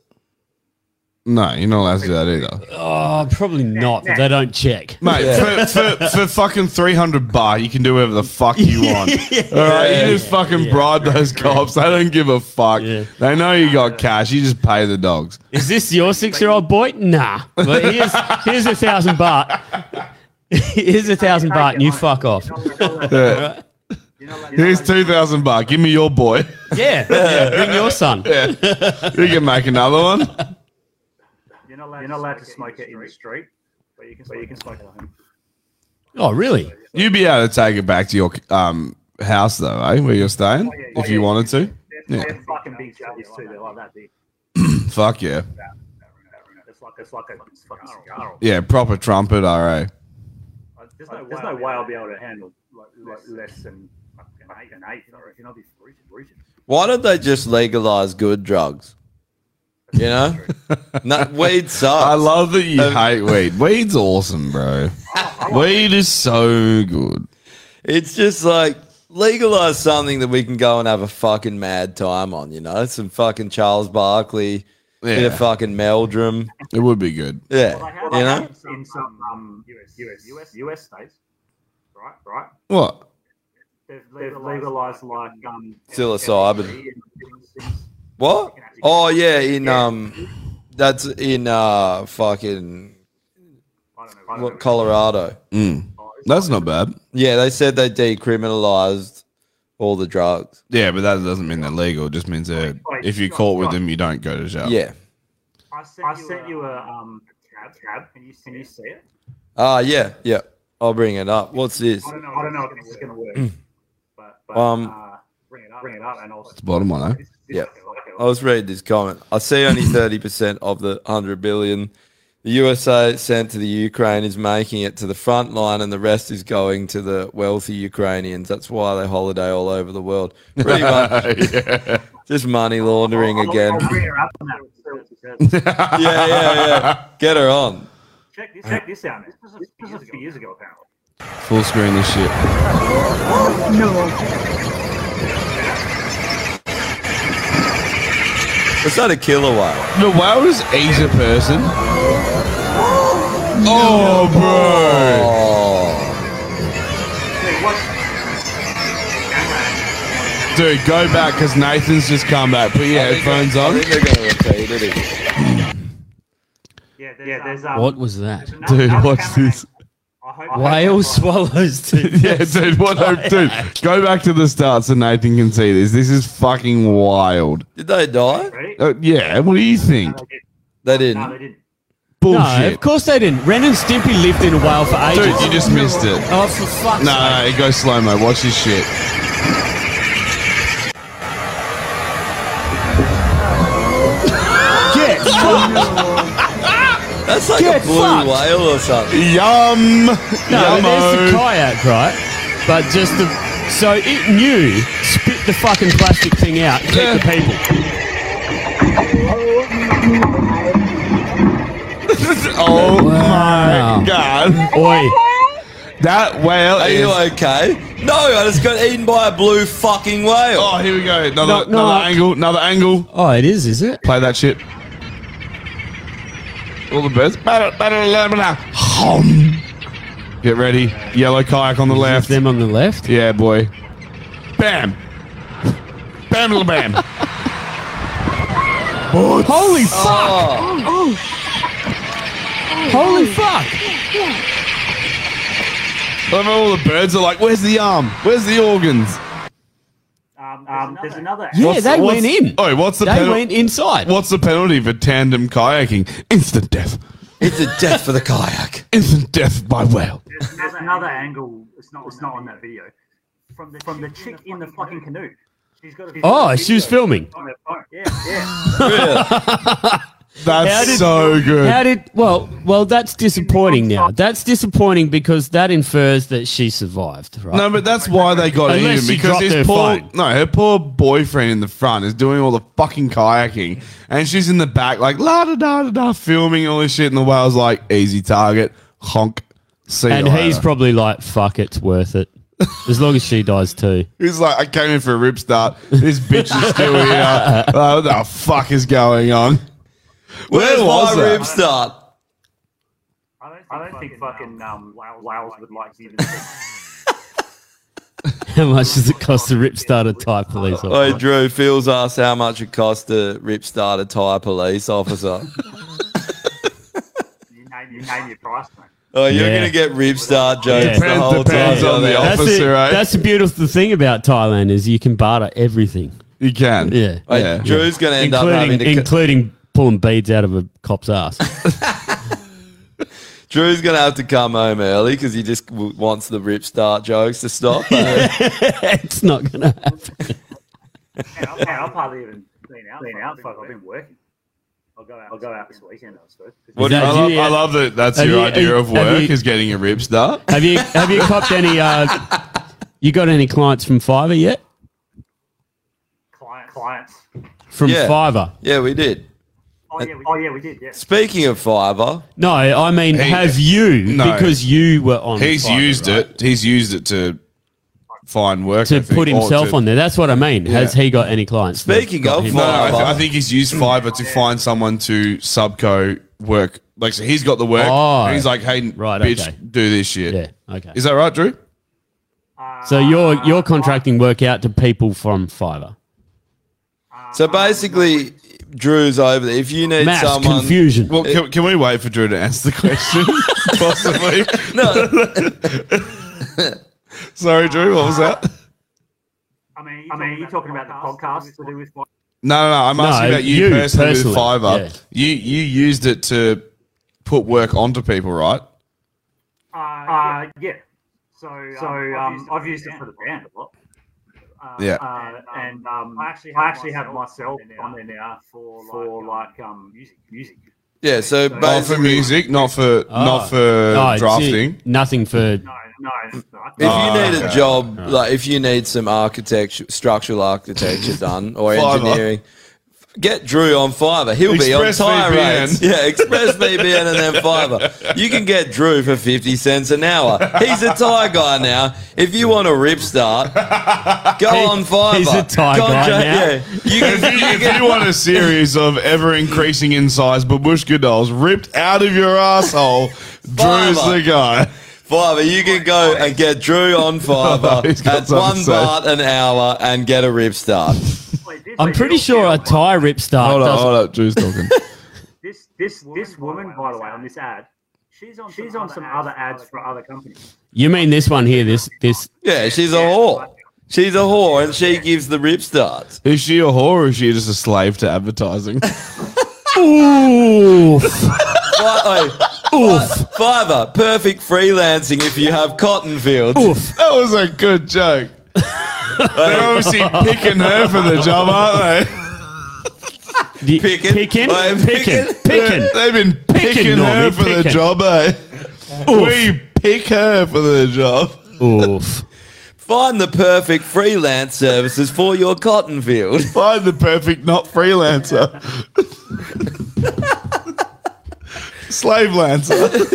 [SPEAKER 2] No, you're not allowed to do that either.
[SPEAKER 6] oh, probably not. But they don't check,
[SPEAKER 2] Mate,
[SPEAKER 6] Yeah.
[SPEAKER 2] for, for, for fucking 300 bar, you can do whatever the fuck you want. All right, you just fucking bribe those cops. They don't give a fuck. They know you got cash. You just pay the dogs.
[SPEAKER 6] Is this your six-year-old boy? Nah. But here's here's a thousand baht. here's a thousand baht, and you fuck off.
[SPEAKER 2] Yeah. Here's 2,000 bar. Give me your boy.
[SPEAKER 6] Yeah, yeah, bring your son.
[SPEAKER 2] Yeah. You can make another one.
[SPEAKER 5] You're not allowed, to smoke it in the street, but you can, but you can smoke it at home.
[SPEAKER 2] Oh, really? You'd be able to take it back to your um, house, though, eh? Where you're staying, if you wanted to. Yeah.
[SPEAKER 5] They're fucking big chubbies too. They're like that big.
[SPEAKER 2] Fuck yeah.
[SPEAKER 5] It's like it's like a it's fucking cigar.
[SPEAKER 2] Yeah, proper trumpet, RA.
[SPEAKER 5] There's no, there's no way I'll be able to handle like, like less than fucking eight. I reckon I'll be freezing.
[SPEAKER 4] Why don't they just legalize good drugs? You know, no, weed sucks. Um,
[SPEAKER 2] I love that you hate weed. Weed's awesome, bro. Weed is so good.
[SPEAKER 4] It's just like legalize something that we can go and have a fucking mad time on. You know, some fucking Charles Barkley, bit of
[SPEAKER 2] Yeah.
[SPEAKER 4] fucking Meldrum.
[SPEAKER 2] It would be good.
[SPEAKER 4] Yeah, you know.
[SPEAKER 5] in some um, US, US, US, states, right? Right?
[SPEAKER 2] What?
[SPEAKER 5] They've legalized, like um,
[SPEAKER 4] Psilocybin. What? Oh yeah, in um, that's in uh, fucking what, Colorado.
[SPEAKER 2] Mm. That's not bad.
[SPEAKER 4] Yeah, they said they decriminalized all the drugs.
[SPEAKER 2] Yeah, but that doesn't mean they're legal. It just means that if you're caught with them, you don't go to jail.
[SPEAKER 4] Yeah.
[SPEAKER 5] I sent, I sent you a um cab, cab. Can you can you see it?
[SPEAKER 4] Ah, yeah, yeah. I'll bring it up. What's this?
[SPEAKER 5] I don't know. I don't know if this is gonna work, but, but
[SPEAKER 4] Um,
[SPEAKER 5] uh, bring it up, bring it up, and I'll.
[SPEAKER 4] It's bottom one, eh? Yeah. I was reading this comment. I see only 30% of the 100 billion the USA sent to the Ukraine is making it to the front line, and the rest is going to the wealthy Ukrainians. That's why they holiday all over the world. Pretty much. Just money laundering again.
[SPEAKER 5] I'll bring her up and that.
[SPEAKER 4] yeah, yeah, yeah. Get her on.
[SPEAKER 5] Check this. Check this out. man. This was a, this was a few years ago, apparently.
[SPEAKER 2] Full screen this shit.
[SPEAKER 4] It's not a killer whale.
[SPEAKER 2] The whale is eat a person. Oh,
[SPEAKER 4] Oh.
[SPEAKER 2] bro. Dude, go back because Nathan's just come back. Put your headphones on.
[SPEAKER 4] I think they're going to repeat it.
[SPEAKER 5] Yeah, there's, yeah, there's um,
[SPEAKER 6] What was that?
[SPEAKER 2] Dude, watch this.
[SPEAKER 6] Whale swallows. Dude.
[SPEAKER 2] Yeah, oh dude, what a dude. Go back to the start so Nathan can see this. This is fucking wild.
[SPEAKER 4] Did they die?
[SPEAKER 2] Uh, yeah, what do you think?
[SPEAKER 4] They didn't.
[SPEAKER 6] No,
[SPEAKER 2] Bullshit.
[SPEAKER 6] of course they didn't. Ren and Stimpy lived in a whale for ages.
[SPEAKER 2] Dude, you just missed it.
[SPEAKER 6] Oh, for fuck's
[SPEAKER 2] No, no, it goes slow mo. Watch this shit.
[SPEAKER 6] Get
[SPEAKER 4] That's like
[SPEAKER 6] Get
[SPEAKER 4] a blue
[SPEAKER 6] fucked.
[SPEAKER 4] whale or something.
[SPEAKER 2] Yum.
[SPEAKER 6] No, but there's the kayak, right? But just the so it knew spit the fucking plastic thing out, keep the people.
[SPEAKER 2] oh my god.
[SPEAKER 6] Oi.
[SPEAKER 2] That whale
[SPEAKER 4] Are
[SPEAKER 2] is.
[SPEAKER 4] you okay? No, I just got eaten by a blue fucking whale.
[SPEAKER 2] Oh, here we go. Another, another angle. Another angle.
[SPEAKER 6] Oh, it is, is it?
[SPEAKER 2] Play that shit. All the birds. Get ready. Yellow kayak on the left. Them
[SPEAKER 6] on the left.
[SPEAKER 2] Yeah, boy. Bam. Bam, little bam.
[SPEAKER 4] Oh.
[SPEAKER 2] Holy fuck! Holy fuck! I love how all the birds are like, "Where's the arm? Where's the organs?"
[SPEAKER 5] Um, there's another.
[SPEAKER 2] What's- what's- Oh, what's the
[SPEAKER 5] They
[SPEAKER 2] penal-
[SPEAKER 5] went
[SPEAKER 6] inside?
[SPEAKER 2] What's the penalty for tandem kayaking? Instant death. Instant death for the kayak. Instant death by whale.
[SPEAKER 5] There's another, another angle. It's not. It's not on that video. From the from the chick in the fucking canoe. She's got. A,
[SPEAKER 6] Oh, she was filming.
[SPEAKER 5] on her phone. Yeah, yeah.
[SPEAKER 2] That's
[SPEAKER 6] How did-
[SPEAKER 2] so good.
[SPEAKER 6] How did well well that's disappointing now. That's disappointing because that infers that she survived, right?
[SPEAKER 2] No, but that's why they got
[SPEAKER 6] Unless
[SPEAKER 2] him
[SPEAKER 6] she
[SPEAKER 2] because
[SPEAKER 6] dropped her
[SPEAKER 2] his poor
[SPEAKER 6] phone.
[SPEAKER 2] no, her poor boyfriend in the front is doing all the fucking kayaking, and she's in the back like la da da da da filming all this shit, and the whale's like easy target, honk. See you
[SPEAKER 6] and he's
[SPEAKER 2] later."
[SPEAKER 6] probably like, fuck, it's worth it. As long as she dies too.
[SPEAKER 2] He's like, I came in for a rip start. This bitch is still here. Like, what the fuck is going on? Where
[SPEAKER 4] Where's
[SPEAKER 2] was
[SPEAKER 4] my
[SPEAKER 2] that?
[SPEAKER 4] rib start?
[SPEAKER 5] I don't think fucking um, whales, whales would like you. to-
[SPEAKER 6] How much does it cost to rip start a Thai police officer?
[SPEAKER 4] Hey, Drew, Phil's asked how much it cost to rip start a Thai police officer.
[SPEAKER 5] You name, you name your price. mate.
[SPEAKER 4] oh, you're
[SPEAKER 6] Yeah.
[SPEAKER 4] going to get rib start jokes the eh? whole time.
[SPEAKER 6] that's the- That's the beautiful thing about Thailand is you can barter everything.
[SPEAKER 2] You can.
[SPEAKER 6] Yeah.
[SPEAKER 4] Hey,
[SPEAKER 6] yeah.
[SPEAKER 4] Drew's gonna end up
[SPEAKER 6] including,
[SPEAKER 4] having to co-
[SPEAKER 6] including pulling beads out of a cop's ass.
[SPEAKER 4] Drew's going to have to come home early because he just w- wants the rip start jokes to stop.
[SPEAKER 6] it's not going to happen.
[SPEAKER 5] Hey, I'll, hey, I'll probably even clean out. Clean out. Fuck, I've been working. I'll go out. I'll go out this weekend. I suppose.
[SPEAKER 2] What do you- I,
[SPEAKER 6] Is that
[SPEAKER 2] love,
[SPEAKER 6] you-
[SPEAKER 2] I love that that's
[SPEAKER 6] Have
[SPEAKER 2] your
[SPEAKER 6] you-
[SPEAKER 2] idea of
[SPEAKER 6] have you-
[SPEAKER 2] work is getting a rib start.
[SPEAKER 6] Have you have you copped any uh you got any clients from Fiverr yet?
[SPEAKER 5] Clients. Clients.
[SPEAKER 6] From
[SPEAKER 4] Yeah.
[SPEAKER 6] Fiverr?
[SPEAKER 4] Yeah, we did.
[SPEAKER 5] Oh yeah. We, oh yeah. We did. Yeah.
[SPEAKER 4] Speaking of fibre,
[SPEAKER 6] No, I mean
[SPEAKER 4] He-
[SPEAKER 6] have you
[SPEAKER 4] No.
[SPEAKER 6] because you were on
[SPEAKER 2] He's
[SPEAKER 6] Fiverr,
[SPEAKER 2] used
[SPEAKER 6] right?
[SPEAKER 2] it. He's used it to find work
[SPEAKER 6] to put himself on there. That's what I mean. Has
[SPEAKER 2] Yeah.
[SPEAKER 6] he got any clients? that got him
[SPEAKER 2] no,
[SPEAKER 6] on
[SPEAKER 2] I, th-
[SPEAKER 6] Fiverr?
[SPEAKER 2] I think he's used Fiverr to find someone to subco work. Like, so he's got the work.
[SPEAKER 6] Oh.
[SPEAKER 2] and he's like, hey,
[SPEAKER 6] Right,
[SPEAKER 2] bitch,
[SPEAKER 6] okay.
[SPEAKER 2] do this shit.
[SPEAKER 6] Yeah, okay.
[SPEAKER 2] Is that right, Drew?
[SPEAKER 6] So you're you're contracting work out to people from Fiverr.
[SPEAKER 5] Ah,
[SPEAKER 4] so basically, Drew's over there. If you need
[SPEAKER 6] Mass
[SPEAKER 4] someone,
[SPEAKER 6] confusion.
[SPEAKER 2] Well, can, can we wait for Drew to answer the question? Possibly. no. Sorry, Drew. What was that?
[SPEAKER 5] I mean, I mean, you're talking about the podcast to do with what?
[SPEAKER 2] No, no, no. I'm
[SPEAKER 6] No,
[SPEAKER 2] asking about you,
[SPEAKER 6] you
[SPEAKER 2] personally,
[SPEAKER 6] personally,
[SPEAKER 2] with Fiverr.
[SPEAKER 6] yeah.
[SPEAKER 2] You you used it to put work onto people, right?
[SPEAKER 5] Uh, uh, yeah. So, so um, I've used it for the band a lot. Uh,
[SPEAKER 2] Yeah.
[SPEAKER 5] Uh, and um, I actually have, myself, on there now for, for like um, music. Music.
[SPEAKER 4] Yeah, so
[SPEAKER 2] not for music, not for not for
[SPEAKER 6] No, Ah. it's-
[SPEAKER 2] drafting.
[SPEAKER 6] Oh. Nothing for
[SPEAKER 5] No, it's not.
[SPEAKER 4] If
[SPEAKER 2] Oh,
[SPEAKER 4] you need a
[SPEAKER 2] okay.
[SPEAKER 4] job, like if you need some architecture, structural architecture done or
[SPEAKER 2] Fiverr.
[SPEAKER 4] engineering, get Drew on Fiverr. He'll be on
[SPEAKER 2] ExpressVPN.
[SPEAKER 4] tirades. Yeah, ExpressVPN and then Fiverr. You can get Drew for 50 cents an hour. He's a Thai guy now. If you want a rip start, go on Fiverr.
[SPEAKER 6] he's a Thai
[SPEAKER 4] Go on
[SPEAKER 6] guy
[SPEAKER 4] Jo-
[SPEAKER 6] now.
[SPEAKER 4] yeah. You
[SPEAKER 2] if, you, if you want a series of ever increasing in size babushka dolls ripped out of your asshole, Drew's the guy.
[SPEAKER 4] Fiverr, you can go and get Drew on Fiverr
[SPEAKER 2] Oh, He's got
[SPEAKER 4] at
[SPEAKER 2] something
[SPEAKER 4] one
[SPEAKER 2] to say.
[SPEAKER 4] baht an hour and get a rip start.
[SPEAKER 6] I'm pretty sure a tie rip start.
[SPEAKER 2] Hold up,
[SPEAKER 6] doesn't-
[SPEAKER 2] hold up, Drew's talking.
[SPEAKER 5] This this this woman, by the way, on this ad, she's on she's on some other ads for other companies.
[SPEAKER 6] You mean this one here? This this
[SPEAKER 4] Yeah, she's a whore. She's a whore, and she gives the rip starts.
[SPEAKER 2] is she a whore or is she just a slave to advertising?
[SPEAKER 6] Oof.
[SPEAKER 4] Fiverr, oh, perfect freelancing if you have cotton fields. Uh,
[SPEAKER 2] That was a good joke. They're obviously picking her for the job, aren't they?
[SPEAKER 4] Picking,
[SPEAKER 6] picking,
[SPEAKER 4] I'm
[SPEAKER 6] picking, picking.
[SPEAKER 2] They've been
[SPEAKER 6] Picking,
[SPEAKER 2] picking, her
[SPEAKER 6] Normie,
[SPEAKER 2] for the
[SPEAKER 6] picking.
[SPEAKER 2] job, eh? We pick her for the job.
[SPEAKER 6] Oof.
[SPEAKER 4] Find the perfect freelance services for your cotton field.
[SPEAKER 2] Find the perfect not freelancer. Slave lancer.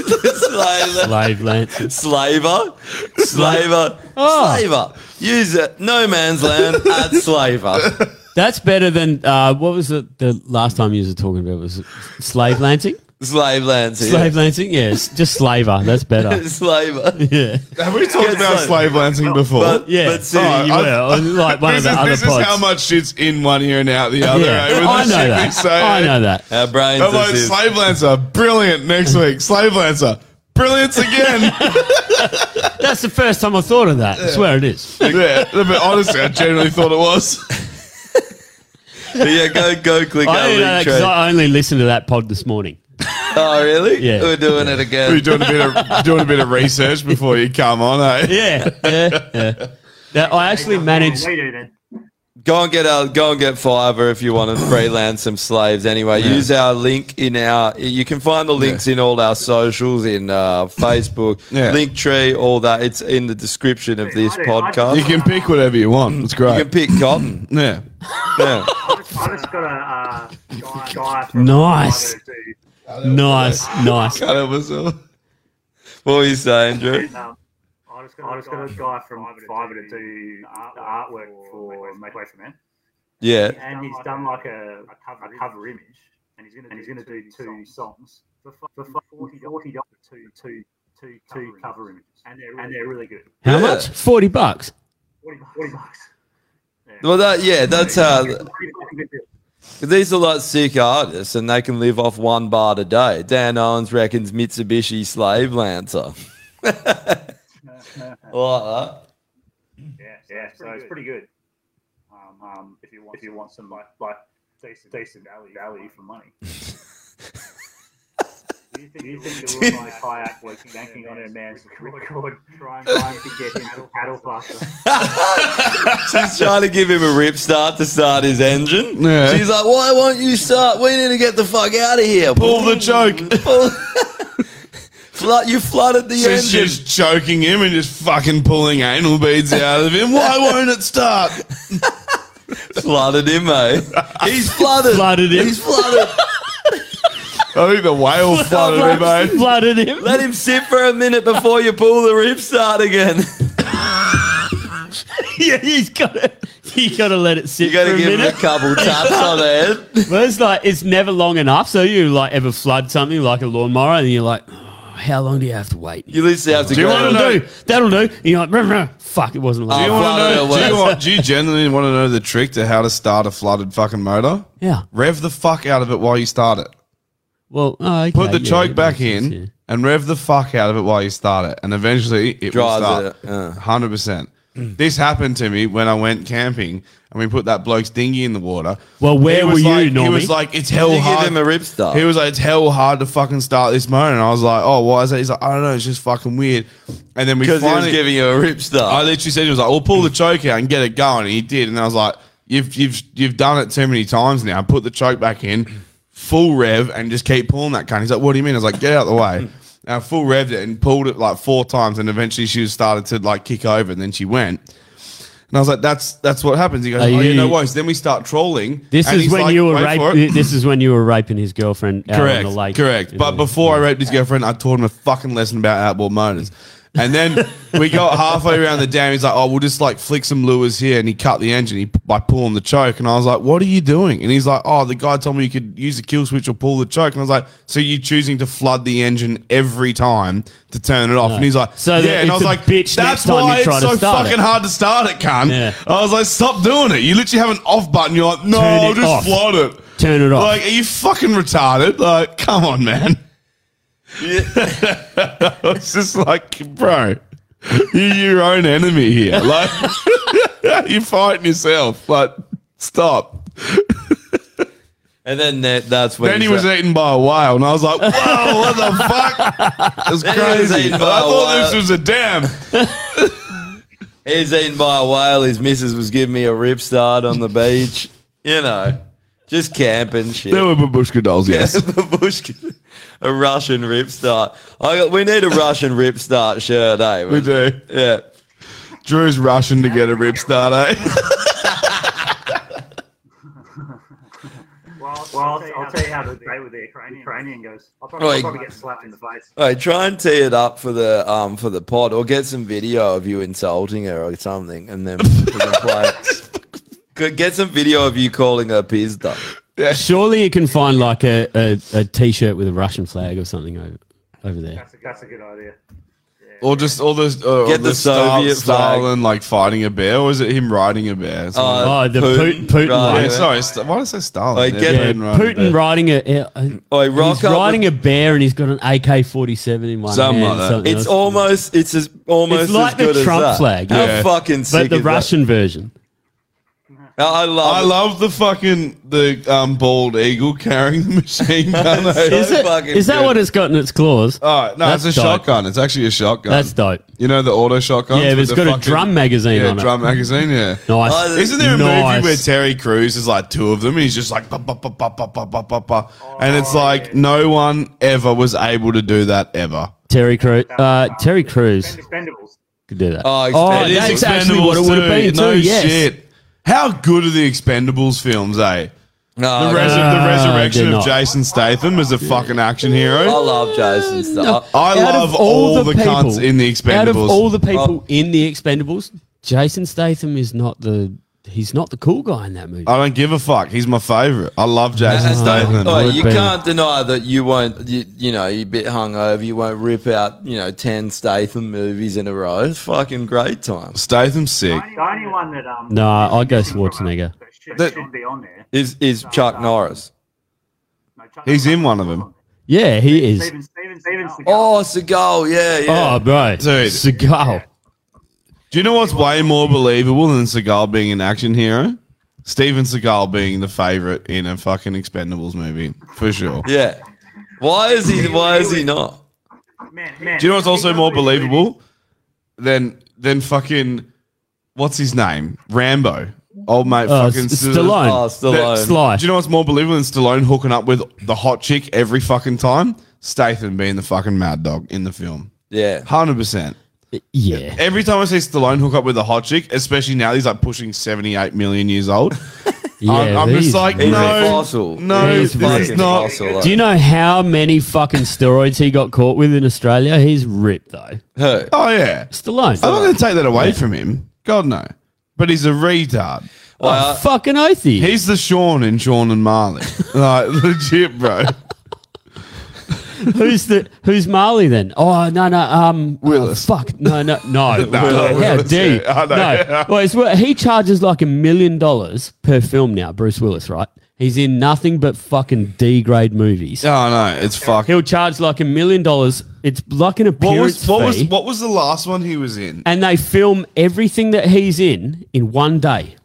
[SPEAKER 4] Slaver,
[SPEAKER 6] slave lance.
[SPEAKER 4] slaver, slaver,
[SPEAKER 6] Ah.
[SPEAKER 4] slaver. Use it. No man's land at slaver.
[SPEAKER 6] That's better than uh, what was it the last time you were talking about? Was it slave lancing?
[SPEAKER 4] Slave Lansing.
[SPEAKER 6] Slave Lansing, yes, just slaver. That's better.
[SPEAKER 4] Slaver.
[SPEAKER 6] Yeah.
[SPEAKER 2] Have we talked about slave lancing before?
[SPEAKER 4] But- Yeah. but see-
[SPEAKER 2] Alright,
[SPEAKER 4] You
[SPEAKER 2] I-
[SPEAKER 4] will, like one of the
[SPEAKER 2] this is,
[SPEAKER 4] other
[SPEAKER 2] this
[SPEAKER 4] pods.
[SPEAKER 2] is how much shit's in one ear and out the other.
[SPEAKER 4] Yeah.
[SPEAKER 2] eh, with
[SPEAKER 4] I
[SPEAKER 2] the
[SPEAKER 4] know
[SPEAKER 2] shit
[SPEAKER 4] that.
[SPEAKER 2] we say.
[SPEAKER 4] I know that. Our brains
[SPEAKER 2] I'm
[SPEAKER 4] are
[SPEAKER 2] like,
[SPEAKER 4] just-
[SPEAKER 2] slave lancer, brilliant. Next week, slave lancer, brilliance again.
[SPEAKER 6] That's the first time I thought of that. I swear it is.
[SPEAKER 2] yeah, but honestly, I genuinely thought it was.
[SPEAKER 4] But yeah, go go click
[SPEAKER 6] I,
[SPEAKER 4] our
[SPEAKER 6] only know
[SPEAKER 4] link
[SPEAKER 6] that 'cause
[SPEAKER 4] tree.
[SPEAKER 6] I only listened to that pod this morning.
[SPEAKER 4] Oh really?
[SPEAKER 6] Yeah.
[SPEAKER 4] We're doing it again.
[SPEAKER 2] We're doing a bit of doing a bit of research before you come on, eh?
[SPEAKER 6] Yeah, yeah, yeah. That I actually managed.
[SPEAKER 5] We do then.
[SPEAKER 4] Go and get our, go and get Fiverr if you want to freelance some slaves. Anyway, use our link in our. You can find the links in all our socials in uh, Facebook,
[SPEAKER 2] Yeah.
[SPEAKER 4] Linktree, all that. It's in the description of this podcast.
[SPEAKER 2] You can pick whatever you want. It's great.
[SPEAKER 4] You can pick cotton.
[SPEAKER 2] Yeah.
[SPEAKER 4] Yeah.
[SPEAKER 5] I just, I just got a uh, guy, guy from
[SPEAKER 6] Nice, nice, nice.
[SPEAKER 2] Cut it myself.
[SPEAKER 4] What were you saying, Drew?
[SPEAKER 5] Um, I just got, I just got a guy from Fiverr to do the artwork for Make Way for Men.
[SPEAKER 4] Yeah.
[SPEAKER 5] And he's done like a, a, cover, a cover image, and he's going to do, two songs for, fu- for forty dollars, two, two, two, two cover images, and they're really, and they're really good.
[SPEAKER 6] How
[SPEAKER 4] Yeah.
[SPEAKER 6] much? Forty bucks.
[SPEAKER 5] Forty bucks. Forty bucks.
[SPEAKER 4] Well, that yeah, that's uh,
[SPEAKER 5] It's
[SPEAKER 4] how.
[SPEAKER 5] a pretty fucking good deal.
[SPEAKER 4] These are like sick artists, and they can live off one bar a day. Dan Owens reckons Mitsubishi Slave Lancer. like that.
[SPEAKER 5] Yeah, yeah. So it's pretty good. Um, um, if you want, if you want some like, like decent, decent value, value for money. Do you think, do you think the woman on a kayak was banking on her man's record, trying, trying to get him to paddle faster?
[SPEAKER 4] She's trying to give him a rip start to start his engine.
[SPEAKER 2] Yeah.
[SPEAKER 4] She's like, "Why won't you start? We need to get the fuck out of here."
[SPEAKER 2] Pull the joke.
[SPEAKER 4] Flood, you flooded the
[SPEAKER 2] She's
[SPEAKER 4] engine.
[SPEAKER 2] just choking him and just fucking pulling anal beads out of him. Why won't it start?
[SPEAKER 4] flooded him, mate. He's flooded.
[SPEAKER 6] Flooded him.
[SPEAKER 4] He's flooded.
[SPEAKER 2] I think Oh, the whale flooded him, eh? mate.
[SPEAKER 6] Flooded him.
[SPEAKER 4] Let him sit for a minute before you pull the rip start again.
[SPEAKER 6] yeah, he's got to. You got to let it sit.
[SPEAKER 4] You got
[SPEAKER 6] for
[SPEAKER 4] to
[SPEAKER 6] a
[SPEAKER 4] give him a
[SPEAKER 6] minute.
[SPEAKER 4] couple taps on the head.
[SPEAKER 6] Well, it's like it's never long enough. So you like ever flood something like a lawnmower, and you're like, "Oh, how long do you have to wait?
[SPEAKER 4] You literally have to
[SPEAKER 2] Do you
[SPEAKER 4] go.
[SPEAKER 2] wanna
[SPEAKER 6] That'll do. That'll do. And you're like, "Ruh, ruh." fuck, it wasn't
[SPEAKER 2] Do
[SPEAKER 6] long.
[SPEAKER 2] you
[SPEAKER 6] enough."
[SPEAKER 2] want to
[SPEAKER 4] Ah, flooded
[SPEAKER 2] know?
[SPEAKER 4] it
[SPEAKER 2] Do you,
[SPEAKER 4] works.
[SPEAKER 2] want, do you genuinely want to know the trick to how to start a flooded fucking motor?
[SPEAKER 6] Yeah.
[SPEAKER 2] Rev the fuck out of it while you start it.
[SPEAKER 6] Well, oh, okay,
[SPEAKER 2] Put the
[SPEAKER 6] yeah,
[SPEAKER 2] choke
[SPEAKER 6] it
[SPEAKER 2] back
[SPEAKER 6] makes
[SPEAKER 2] in
[SPEAKER 6] sense, yeah.
[SPEAKER 2] and rev the fuck out of it while you start it, and eventually it
[SPEAKER 4] Drives
[SPEAKER 2] will
[SPEAKER 4] it, yeah.
[SPEAKER 2] start. Hundred percent. This happened to me when I went camping and we put that bloke's dinghy in the water.
[SPEAKER 6] Well, where
[SPEAKER 2] He was
[SPEAKER 6] were you,
[SPEAKER 2] like, He was
[SPEAKER 6] Normie?
[SPEAKER 2] like, "It's
[SPEAKER 4] Did
[SPEAKER 2] hell
[SPEAKER 4] you give
[SPEAKER 2] hard."
[SPEAKER 4] him a rip start?
[SPEAKER 2] He was like, "It's hell hard to fucking start this motor," and I was like, "Oh, why is that?" He's like, "I don't know. It's just fucking weird." And then we
[SPEAKER 4] Because he was
[SPEAKER 2] finally
[SPEAKER 4] giving you a rip
[SPEAKER 2] I
[SPEAKER 4] start.
[SPEAKER 2] literally said he was like, "Well, pull the choke out and get it going," and he did. And I was like, "You've you've you've done it too many times now. Put the choke back in, full rev, and just keep pulling that cunt." He's like, "What do you mean?" I was like, "Get out of the way." And I full revved it and pulled it like four times, and eventually she was started to like kick over, and then she went. And I was like, "That's that's what happens." He goes,
[SPEAKER 6] Are
[SPEAKER 2] "Oh, you,
[SPEAKER 6] you-
[SPEAKER 2] know what?" So then we start trolling.
[SPEAKER 6] This
[SPEAKER 2] and
[SPEAKER 6] is
[SPEAKER 2] he's
[SPEAKER 6] when
[SPEAKER 2] like,
[SPEAKER 6] you were
[SPEAKER 2] "Wait for
[SPEAKER 6] raping.
[SPEAKER 2] it."
[SPEAKER 6] This is when you were raping his girlfriend out
[SPEAKER 2] correct,
[SPEAKER 6] on the lake.
[SPEAKER 2] Correct. But before I raped his girlfriend, I taught him a fucking lesson about outboard motors. And then we got halfway around the dam. He's like, "Oh, we'll just like flick some lures here," and he cut the engine he, by pulling the choke. And I was like, "What are you doing?" And he's like, "Oh, the guy told me you could use the kill switch or pull the choke." And I was like, "So you're choosing to flood the engine every time to turn it off?"
[SPEAKER 6] No.
[SPEAKER 2] And he's like,
[SPEAKER 6] So that
[SPEAKER 2] yeah." And
[SPEAKER 6] it's
[SPEAKER 2] I was
[SPEAKER 6] a
[SPEAKER 2] like,
[SPEAKER 6] bitch next
[SPEAKER 2] "That's
[SPEAKER 6] time you
[SPEAKER 2] why
[SPEAKER 6] try
[SPEAKER 2] it's
[SPEAKER 6] to
[SPEAKER 2] so
[SPEAKER 6] start
[SPEAKER 2] fucking
[SPEAKER 6] it."
[SPEAKER 2] hard to start it, cunt."
[SPEAKER 6] Yeah.
[SPEAKER 2] I was like, "Stop doing it. You literally have an off button. You're like, no,
[SPEAKER 6] Turn
[SPEAKER 2] I'll
[SPEAKER 6] it
[SPEAKER 2] just
[SPEAKER 6] off.
[SPEAKER 2] flood it."
[SPEAKER 6] Turn it off.
[SPEAKER 2] Like, are you fucking retarded? Like, come on, man. it's just like, bro, you're your own enemy here. Like, you're fighting yourself. Like, stop.
[SPEAKER 4] And then that, that's when
[SPEAKER 2] then
[SPEAKER 4] he's
[SPEAKER 2] he was
[SPEAKER 4] like-
[SPEAKER 2] eaten by a whale, and I was like, whoa, what the fuck? It was
[SPEAKER 4] Then he was
[SPEAKER 2] crazy.
[SPEAKER 4] eaten
[SPEAKER 2] I
[SPEAKER 4] by a
[SPEAKER 2] thought this
[SPEAKER 4] whale.
[SPEAKER 2] was a dam.
[SPEAKER 4] He's eaten by a whale. His missus was giving me a rip start on the beach. You know, just camping shit.
[SPEAKER 2] There were babushka dolls, yes.
[SPEAKER 4] Babushka. a Russian rip start. I got, we need a Russian rip start shirt, eh?
[SPEAKER 2] We do.
[SPEAKER 4] Yeah.
[SPEAKER 2] Drew's rushing to get a rip start, eh?
[SPEAKER 5] Well, I'll, I'll, tell, you I'll tell you how the debate with the Ukrainian, Ukrainian goes.
[SPEAKER 2] Oh,
[SPEAKER 5] I'll probably,
[SPEAKER 4] Oi.
[SPEAKER 5] I'll probably get slapped in the face.
[SPEAKER 4] All right, try and tee it up for the um for the pod, or get some video of you insulting her or something, and then we can play. it. Good, Get some video of you calling her pizda.
[SPEAKER 6] Surely you can find like a, a, a t-shirt with a Russian flag or something over, over there.
[SPEAKER 5] That's a, that's a good idea.
[SPEAKER 2] Or just all those uh,
[SPEAKER 6] Get
[SPEAKER 2] all
[SPEAKER 6] the
[SPEAKER 2] Stal-
[SPEAKER 6] Soviet flag.
[SPEAKER 2] Stalin like fighting a bear, or is it him riding a
[SPEAKER 4] Uh,
[SPEAKER 2] bear? Something
[SPEAKER 6] Oh,
[SPEAKER 2] like-
[SPEAKER 6] the Putin- Putin- Putin
[SPEAKER 2] Yeah,
[SPEAKER 6] riding it.
[SPEAKER 2] sorry, St- why did I say Stalin?
[SPEAKER 6] Like,
[SPEAKER 2] Yeah,
[SPEAKER 6] get-
[SPEAKER 2] Putin
[SPEAKER 6] Yeah,
[SPEAKER 2] riding a
[SPEAKER 6] Putin
[SPEAKER 2] bear.
[SPEAKER 6] riding a, a, a
[SPEAKER 4] rock
[SPEAKER 6] he's
[SPEAKER 4] up
[SPEAKER 6] riding a bear and he's got an AK forty seven in one
[SPEAKER 4] Something
[SPEAKER 6] hand.
[SPEAKER 4] like that.
[SPEAKER 6] something
[SPEAKER 4] It's
[SPEAKER 6] else.
[SPEAKER 4] almost it's as almost
[SPEAKER 6] it's like
[SPEAKER 4] as good
[SPEAKER 6] the Trump
[SPEAKER 4] as that.
[SPEAKER 6] flag.
[SPEAKER 4] How
[SPEAKER 6] yeah.
[SPEAKER 4] fucking sick
[SPEAKER 6] But the
[SPEAKER 4] is that?
[SPEAKER 6] Russian version.
[SPEAKER 4] I love.
[SPEAKER 2] I love the fucking the um, bald eagle carrying the machine gun.
[SPEAKER 4] That's
[SPEAKER 6] is it? Is that what it's got in its claws?
[SPEAKER 2] Oh no,
[SPEAKER 6] That's
[SPEAKER 2] it's a
[SPEAKER 6] dope.
[SPEAKER 2] shotgun. It's actually a shotgun.
[SPEAKER 6] That's dope.
[SPEAKER 2] You know the auto shotgun.
[SPEAKER 6] Yeah, but it's got a drum magazine
[SPEAKER 2] yeah,
[SPEAKER 6] on it.
[SPEAKER 2] Drum magazine. Yeah.
[SPEAKER 6] Nice. Oh,
[SPEAKER 2] Isn't there a
[SPEAKER 6] nice.
[SPEAKER 2] movie where Terry Crews is like two of them? And he's just like, ba, ba, ba, ba, ba, ba, ba, ba, ba. and it's like no one ever was able to do that ever.
[SPEAKER 6] Terry Crews. Uh, Terry Crews could do that.
[SPEAKER 2] It is
[SPEAKER 6] Oh, that's actually what it
[SPEAKER 2] Oh, Expendables
[SPEAKER 6] would have been.
[SPEAKER 2] too. No
[SPEAKER 6] too, yes.
[SPEAKER 2] shit. How good are the Expendables films, eh?
[SPEAKER 4] No,
[SPEAKER 2] the, resu-
[SPEAKER 4] no,
[SPEAKER 2] the resurrection
[SPEAKER 4] they're not.
[SPEAKER 2] of Jason Statham as a fucking action hero. I
[SPEAKER 4] love Jason Statham.
[SPEAKER 2] I
[SPEAKER 6] Out
[SPEAKER 2] love
[SPEAKER 6] of
[SPEAKER 2] all, the, cunts in the Expendables.
[SPEAKER 6] Out of all the people
[SPEAKER 4] Oh.
[SPEAKER 6] in the Expendables, Jason Statham is not the he's not the cool guy in that movie.
[SPEAKER 2] I don't give a fuck. He's my favorite. I love Jason
[SPEAKER 6] That's-
[SPEAKER 2] Statham.
[SPEAKER 4] Oh, you can't deny that you won't. You, you know, you're a bit hungover. You won't rip out you know ten Statham movies in a row. It's fucking great time.
[SPEAKER 2] Statham's sick.
[SPEAKER 5] The only one that um
[SPEAKER 6] No, I go Schwarzenegger.
[SPEAKER 5] should, should be on there.
[SPEAKER 4] Is is Chuck Norris?
[SPEAKER 2] He's in one of them.
[SPEAKER 6] Yeah, he is.
[SPEAKER 5] Steven Steven Steven Seagal.
[SPEAKER 4] Oh, Seagal. Yeah, yeah.
[SPEAKER 6] Oh, bro,
[SPEAKER 2] Dude.
[SPEAKER 6] Seagal.
[SPEAKER 2] Do you know what's way more believable than Seagal being an action hero? Steven Seagal being the favorite in a fucking Expendables movie for sure.
[SPEAKER 4] Yeah. Why is he? Why is he not?
[SPEAKER 2] Do you know what's also more believable than than fucking what's his name Rambo? Old mate,
[SPEAKER 6] Oh,
[SPEAKER 2] fucking
[SPEAKER 6] S- Stallone.
[SPEAKER 4] Ah,
[SPEAKER 6] Oh, Stallone.
[SPEAKER 2] That-
[SPEAKER 6] Sly.
[SPEAKER 2] Do you know what's more believable than Stallone hooking up with the hot chick every fucking time? Statham being the fucking mad dog in the film.
[SPEAKER 4] Yeah,
[SPEAKER 2] hundred percent.
[SPEAKER 6] Yeah.
[SPEAKER 2] Every time I see Stallone hook up with a hot chick, especially now he's like pushing seventy-eight million years old. I'm, I'm
[SPEAKER 6] he's-
[SPEAKER 2] just like,
[SPEAKER 4] He's a
[SPEAKER 2] no,
[SPEAKER 4] fossil.
[SPEAKER 2] no,
[SPEAKER 4] He's
[SPEAKER 2] this is
[SPEAKER 4] fucking
[SPEAKER 2] not.
[SPEAKER 4] fossil.
[SPEAKER 6] Do you know how many fucking steroids he got caught with in Australia? He's ripped though.
[SPEAKER 4] Who?
[SPEAKER 2] Oh yeah,
[SPEAKER 6] Stallone.
[SPEAKER 2] I'm not going to take that away
[SPEAKER 6] Yeah.
[SPEAKER 2] from him. God no, but he's a retard.
[SPEAKER 6] Oh,
[SPEAKER 4] uh,
[SPEAKER 6] fucking oath he is.
[SPEAKER 2] He's the Sean in Sean and Marley. like legit, bro.
[SPEAKER 6] who's the who's Marley then? Oh no no um Willis. fuck no no no.
[SPEAKER 2] No, no,
[SPEAKER 6] Oh, how
[SPEAKER 2] Willis,
[SPEAKER 6] dare you?
[SPEAKER 2] yeah, I know.
[SPEAKER 6] No. Well, it's, what he charges like a million dollars per film now. Bruce Willis, right? He's in nothing but fucking D grade movies.
[SPEAKER 2] Oh no, it's fucking.
[SPEAKER 6] He'll charge like a million dollars. It's like an
[SPEAKER 2] What
[SPEAKER 6] appearance
[SPEAKER 2] was what was
[SPEAKER 6] fee,
[SPEAKER 2] what was the last one he was in?
[SPEAKER 6] and they film everything that he's in in one day.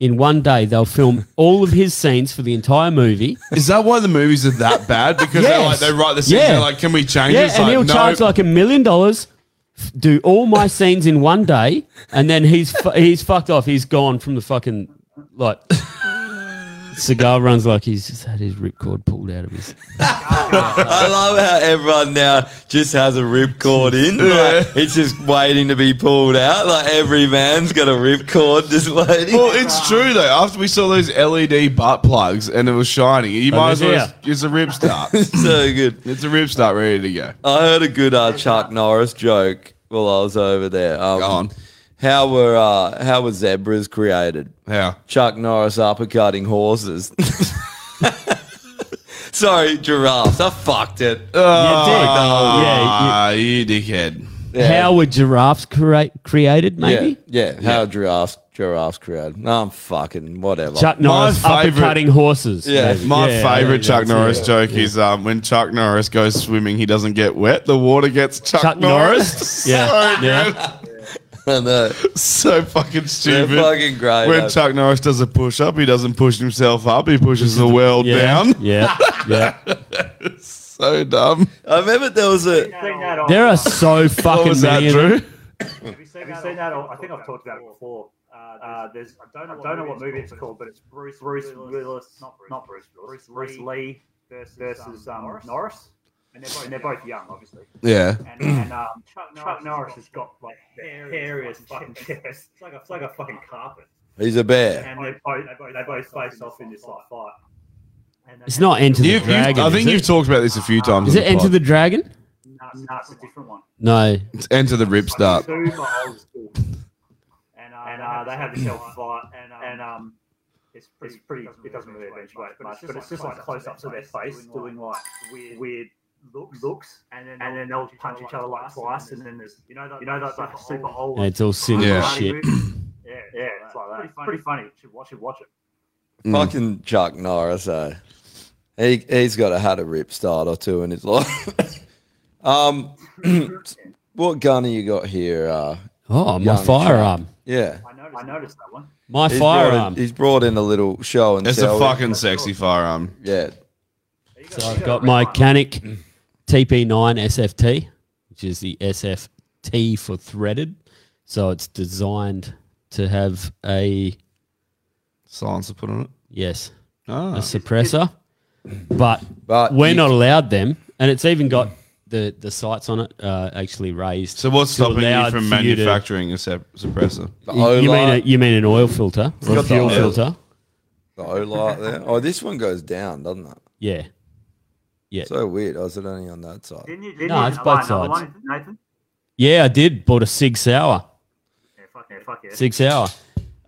[SPEAKER 6] In one day, they'll film all of his scenes for the entire movie.
[SPEAKER 2] Is that why the movies are that bad? Because they're
[SPEAKER 6] Yes.
[SPEAKER 2] like they write the scenes.
[SPEAKER 6] Yeah.
[SPEAKER 2] They're like, can we change
[SPEAKER 6] Yeah,
[SPEAKER 2] this?
[SPEAKER 6] and
[SPEAKER 2] Like,
[SPEAKER 6] he'll
[SPEAKER 2] no.
[SPEAKER 6] charge like a million dollars, f- do all my scenes in one day, and then he's fu- he's fucked off. He's gone from the fucking like. Cigar runs like he's just had his ripcord pulled out of his.
[SPEAKER 4] I love how everyone now just has a ripcord in. Like, it's just waiting to be pulled out. Like every man's got a ripcord just waiting.
[SPEAKER 2] Well, it's true though. After we saw those LED butt plugs and it was shining, you
[SPEAKER 4] Oh,
[SPEAKER 2] might as well.
[SPEAKER 4] yeah.
[SPEAKER 2] It's a rip start.
[SPEAKER 4] so good.
[SPEAKER 2] It's a rip start ready to go.
[SPEAKER 4] I heard a good uh, Chuck Norris joke while I was over there. Um,
[SPEAKER 2] Go on.
[SPEAKER 4] How were uh, how were zebras created?
[SPEAKER 2] How
[SPEAKER 4] Chuck Norris uppercutting horses. Sorry, giraffes. I fucked it.
[SPEAKER 2] Oh,
[SPEAKER 4] Yeah,
[SPEAKER 2] you, dickhead.
[SPEAKER 6] How were giraffes crea- created? Maybe
[SPEAKER 4] Yeah, yeah. How giraffes giraffes created? I'm fucking whatever.
[SPEAKER 6] Chuck Norris uppercutting horses.
[SPEAKER 4] Yeah.
[SPEAKER 6] maybe.
[SPEAKER 2] My
[SPEAKER 4] Yeah,
[SPEAKER 2] favorite
[SPEAKER 4] yeah,
[SPEAKER 2] Chuck
[SPEAKER 4] yeah.
[SPEAKER 2] Norris
[SPEAKER 4] Yeah.
[SPEAKER 2] joke is um, when Chuck Norris goes swimming, he doesn't get wet. The water gets Chuck,
[SPEAKER 6] Chuck Norris?
[SPEAKER 2] Norris.
[SPEAKER 6] Yeah.
[SPEAKER 2] so
[SPEAKER 6] Yeah.
[SPEAKER 4] I know.
[SPEAKER 2] So fucking stupid.
[SPEAKER 4] fucking great,
[SPEAKER 2] When
[SPEAKER 4] eh?
[SPEAKER 2] Chuck Norris does a push up, he doesn't push himself up. He pushes the world
[SPEAKER 6] Yeah.
[SPEAKER 2] down.
[SPEAKER 6] Yeah. Yeah.
[SPEAKER 2] so dumb.
[SPEAKER 4] I remember there was a.
[SPEAKER 6] There are so fucking
[SPEAKER 2] was that,
[SPEAKER 6] many. of
[SPEAKER 2] Drew?
[SPEAKER 6] them.
[SPEAKER 5] Have you seen, Have you seen that? I think I've talked about it before. Uh, there's, I don't know, what movie it's called, but it's Bruce Bruce Willis, not Bruce, not Bruce Willis, Bruce, Lee versus, um, Norris. and they're both, and they're both young, obviously.
[SPEAKER 2] Yeah.
[SPEAKER 5] And, and um, Chuck, Norris has got like the hairiest fucking chest. It's like a, it's like a fucking carpet.
[SPEAKER 4] He's a bear.
[SPEAKER 5] And they both they both, they both face off in this like fight.
[SPEAKER 6] It's not Enter the
[SPEAKER 2] You- you-
[SPEAKER 6] Dragon.
[SPEAKER 2] I think
[SPEAKER 6] is
[SPEAKER 2] you've
[SPEAKER 6] it?
[SPEAKER 2] talked about this a few times.
[SPEAKER 6] Is
[SPEAKER 2] on
[SPEAKER 6] it Enter
[SPEAKER 2] pod.
[SPEAKER 6] the Dragon?
[SPEAKER 5] No, no, it's a different one.
[SPEAKER 6] No.
[SPEAKER 2] It's Enter the Rip Start.
[SPEAKER 5] Super old school. And, uh, and uh, they have this little fight, and um, it's pretty, it doesn't really eventuate much, but it's just like close ups of their face doing like weird looks, looks and then and then they'll punch each other like twice, and then there's you know that you know that like super old.
[SPEAKER 6] And it's all cinema
[SPEAKER 5] Yeah.
[SPEAKER 6] shit.
[SPEAKER 5] Yeah, yeah, it's like that. It's pretty funny. You should watch it. Watch it.
[SPEAKER 6] Hmm.
[SPEAKER 4] Fucking Chuck Norris, eh? He he's got a had a rip start or two in his life. um, what gun have you got here? Uh,
[SPEAKER 6] Oh, my
[SPEAKER 4] young Chuck?
[SPEAKER 6] firearm.
[SPEAKER 4] Yeah,
[SPEAKER 5] I noticed, I noticed that one.
[SPEAKER 6] My
[SPEAKER 4] He's brought in-
[SPEAKER 6] firearm.
[SPEAKER 4] he's brought in a little show and
[SPEAKER 2] It's
[SPEAKER 4] tell.
[SPEAKER 2] a fucking sexy firearm.
[SPEAKER 4] Yeah.
[SPEAKER 6] So I've got my Canic TP9 SFT, which is the SFT for threaded. So it's designed to have a
[SPEAKER 2] silencer put on it.
[SPEAKER 6] Yes,
[SPEAKER 2] Ah.
[SPEAKER 6] a suppressor, but
[SPEAKER 4] but
[SPEAKER 6] we're
[SPEAKER 2] you-
[SPEAKER 6] not allowed them, and it's even got the the sights on it uh, actually raised.
[SPEAKER 2] So what's
[SPEAKER 6] to
[SPEAKER 2] stopping
[SPEAKER 6] allow
[SPEAKER 2] you from
[SPEAKER 6] for you to-
[SPEAKER 2] manufacturing a sep- suppressor?
[SPEAKER 6] You, you mean a, you mean an oil filter
[SPEAKER 4] It's
[SPEAKER 6] or a
[SPEAKER 4] got the
[SPEAKER 6] fuel
[SPEAKER 4] oil.
[SPEAKER 6] filter?
[SPEAKER 4] The O light there. Oh, this one goes down, doesn't it?
[SPEAKER 6] Yeah. Yeah.
[SPEAKER 4] So weird. Or is it only on that side?
[SPEAKER 5] Didn't you?
[SPEAKER 6] No,
[SPEAKER 5] Didn't you
[SPEAKER 6] it's
[SPEAKER 5] buy
[SPEAKER 6] both
[SPEAKER 5] another
[SPEAKER 6] sides.
[SPEAKER 5] one, Nathan.
[SPEAKER 6] Yeah, I did. Bought a Sig Sauer.
[SPEAKER 5] Yeah, fuck yeah, fuck yeah.
[SPEAKER 6] Six hour.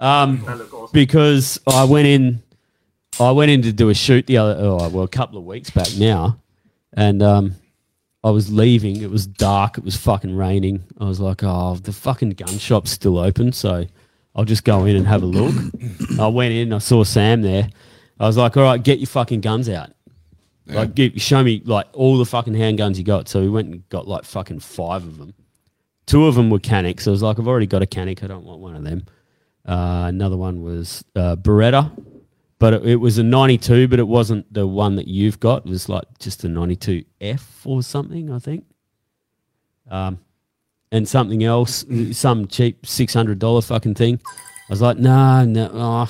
[SPEAKER 6] Um,
[SPEAKER 5] They look awesome.
[SPEAKER 6] because I went in, I went in to do a shoot the other, oh, well, a couple of weeks back now, and um, I was leaving. It was dark. It was fucking raining. I was like, oh, the fucking gun shop's still open, so I'll just go in and have a look. I went in. I saw Sam there. I was like, all right, get your fucking guns out. Like, give, show me like all the fucking handguns you got. So we went and got like fucking five of them. Two of them were Canics. I was like, I've already got a Canic. I don't want one of them. Uh, another one was uh, Beretta, but it, it was a 92, but it wasn't the one that you've got. It was like just a 92F or something, I think. Um, and something else, some cheap $600 fucking thing. I was like, no, no, oh,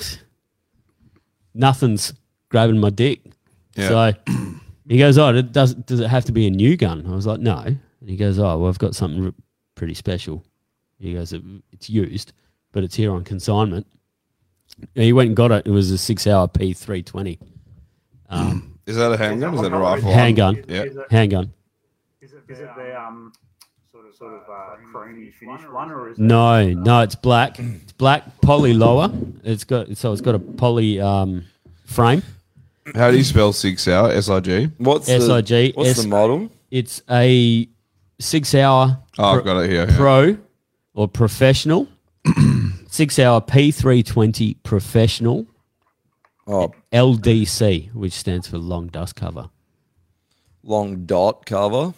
[SPEAKER 6] nothing's grabbing my dick.
[SPEAKER 2] Yeah.
[SPEAKER 6] So he goes, oh, it does, does it have to be a new gun? I was like, no. And he goes, oh, well, I've got something r- pretty special. He goes, "It- it's used, but it's here on consignment. And he went and got it. It was a six-hour P320. Um,
[SPEAKER 2] Is that a handgun? Is that a rifle?
[SPEAKER 6] handgun.
[SPEAKER 2] Yeah.
[SPEAKER 6] Handgun.
[SPEAKER 5] Is it, is it the um sort of sort of uh, crony finish one or is it?
[SPEAKER 6] No, no, it's black. It's black poly lower. It's got so it's got a poly um, frame.
[SPEAKER 2] How do you spell six hour? S I G.
[SPEAKER 4] What's
[SPEAKER 6] SIG. S- It's a six hour.
[SPEAKER 2] Oh, I've got it here, yeah.
[SPEAKER 6] Pro or professional. six hour P320 professional.
[SPEAKER 4] Oh.
[SPEAKER 6] LDC, which stands for long dust cover.
[SPEAKER 4] Long dot cover.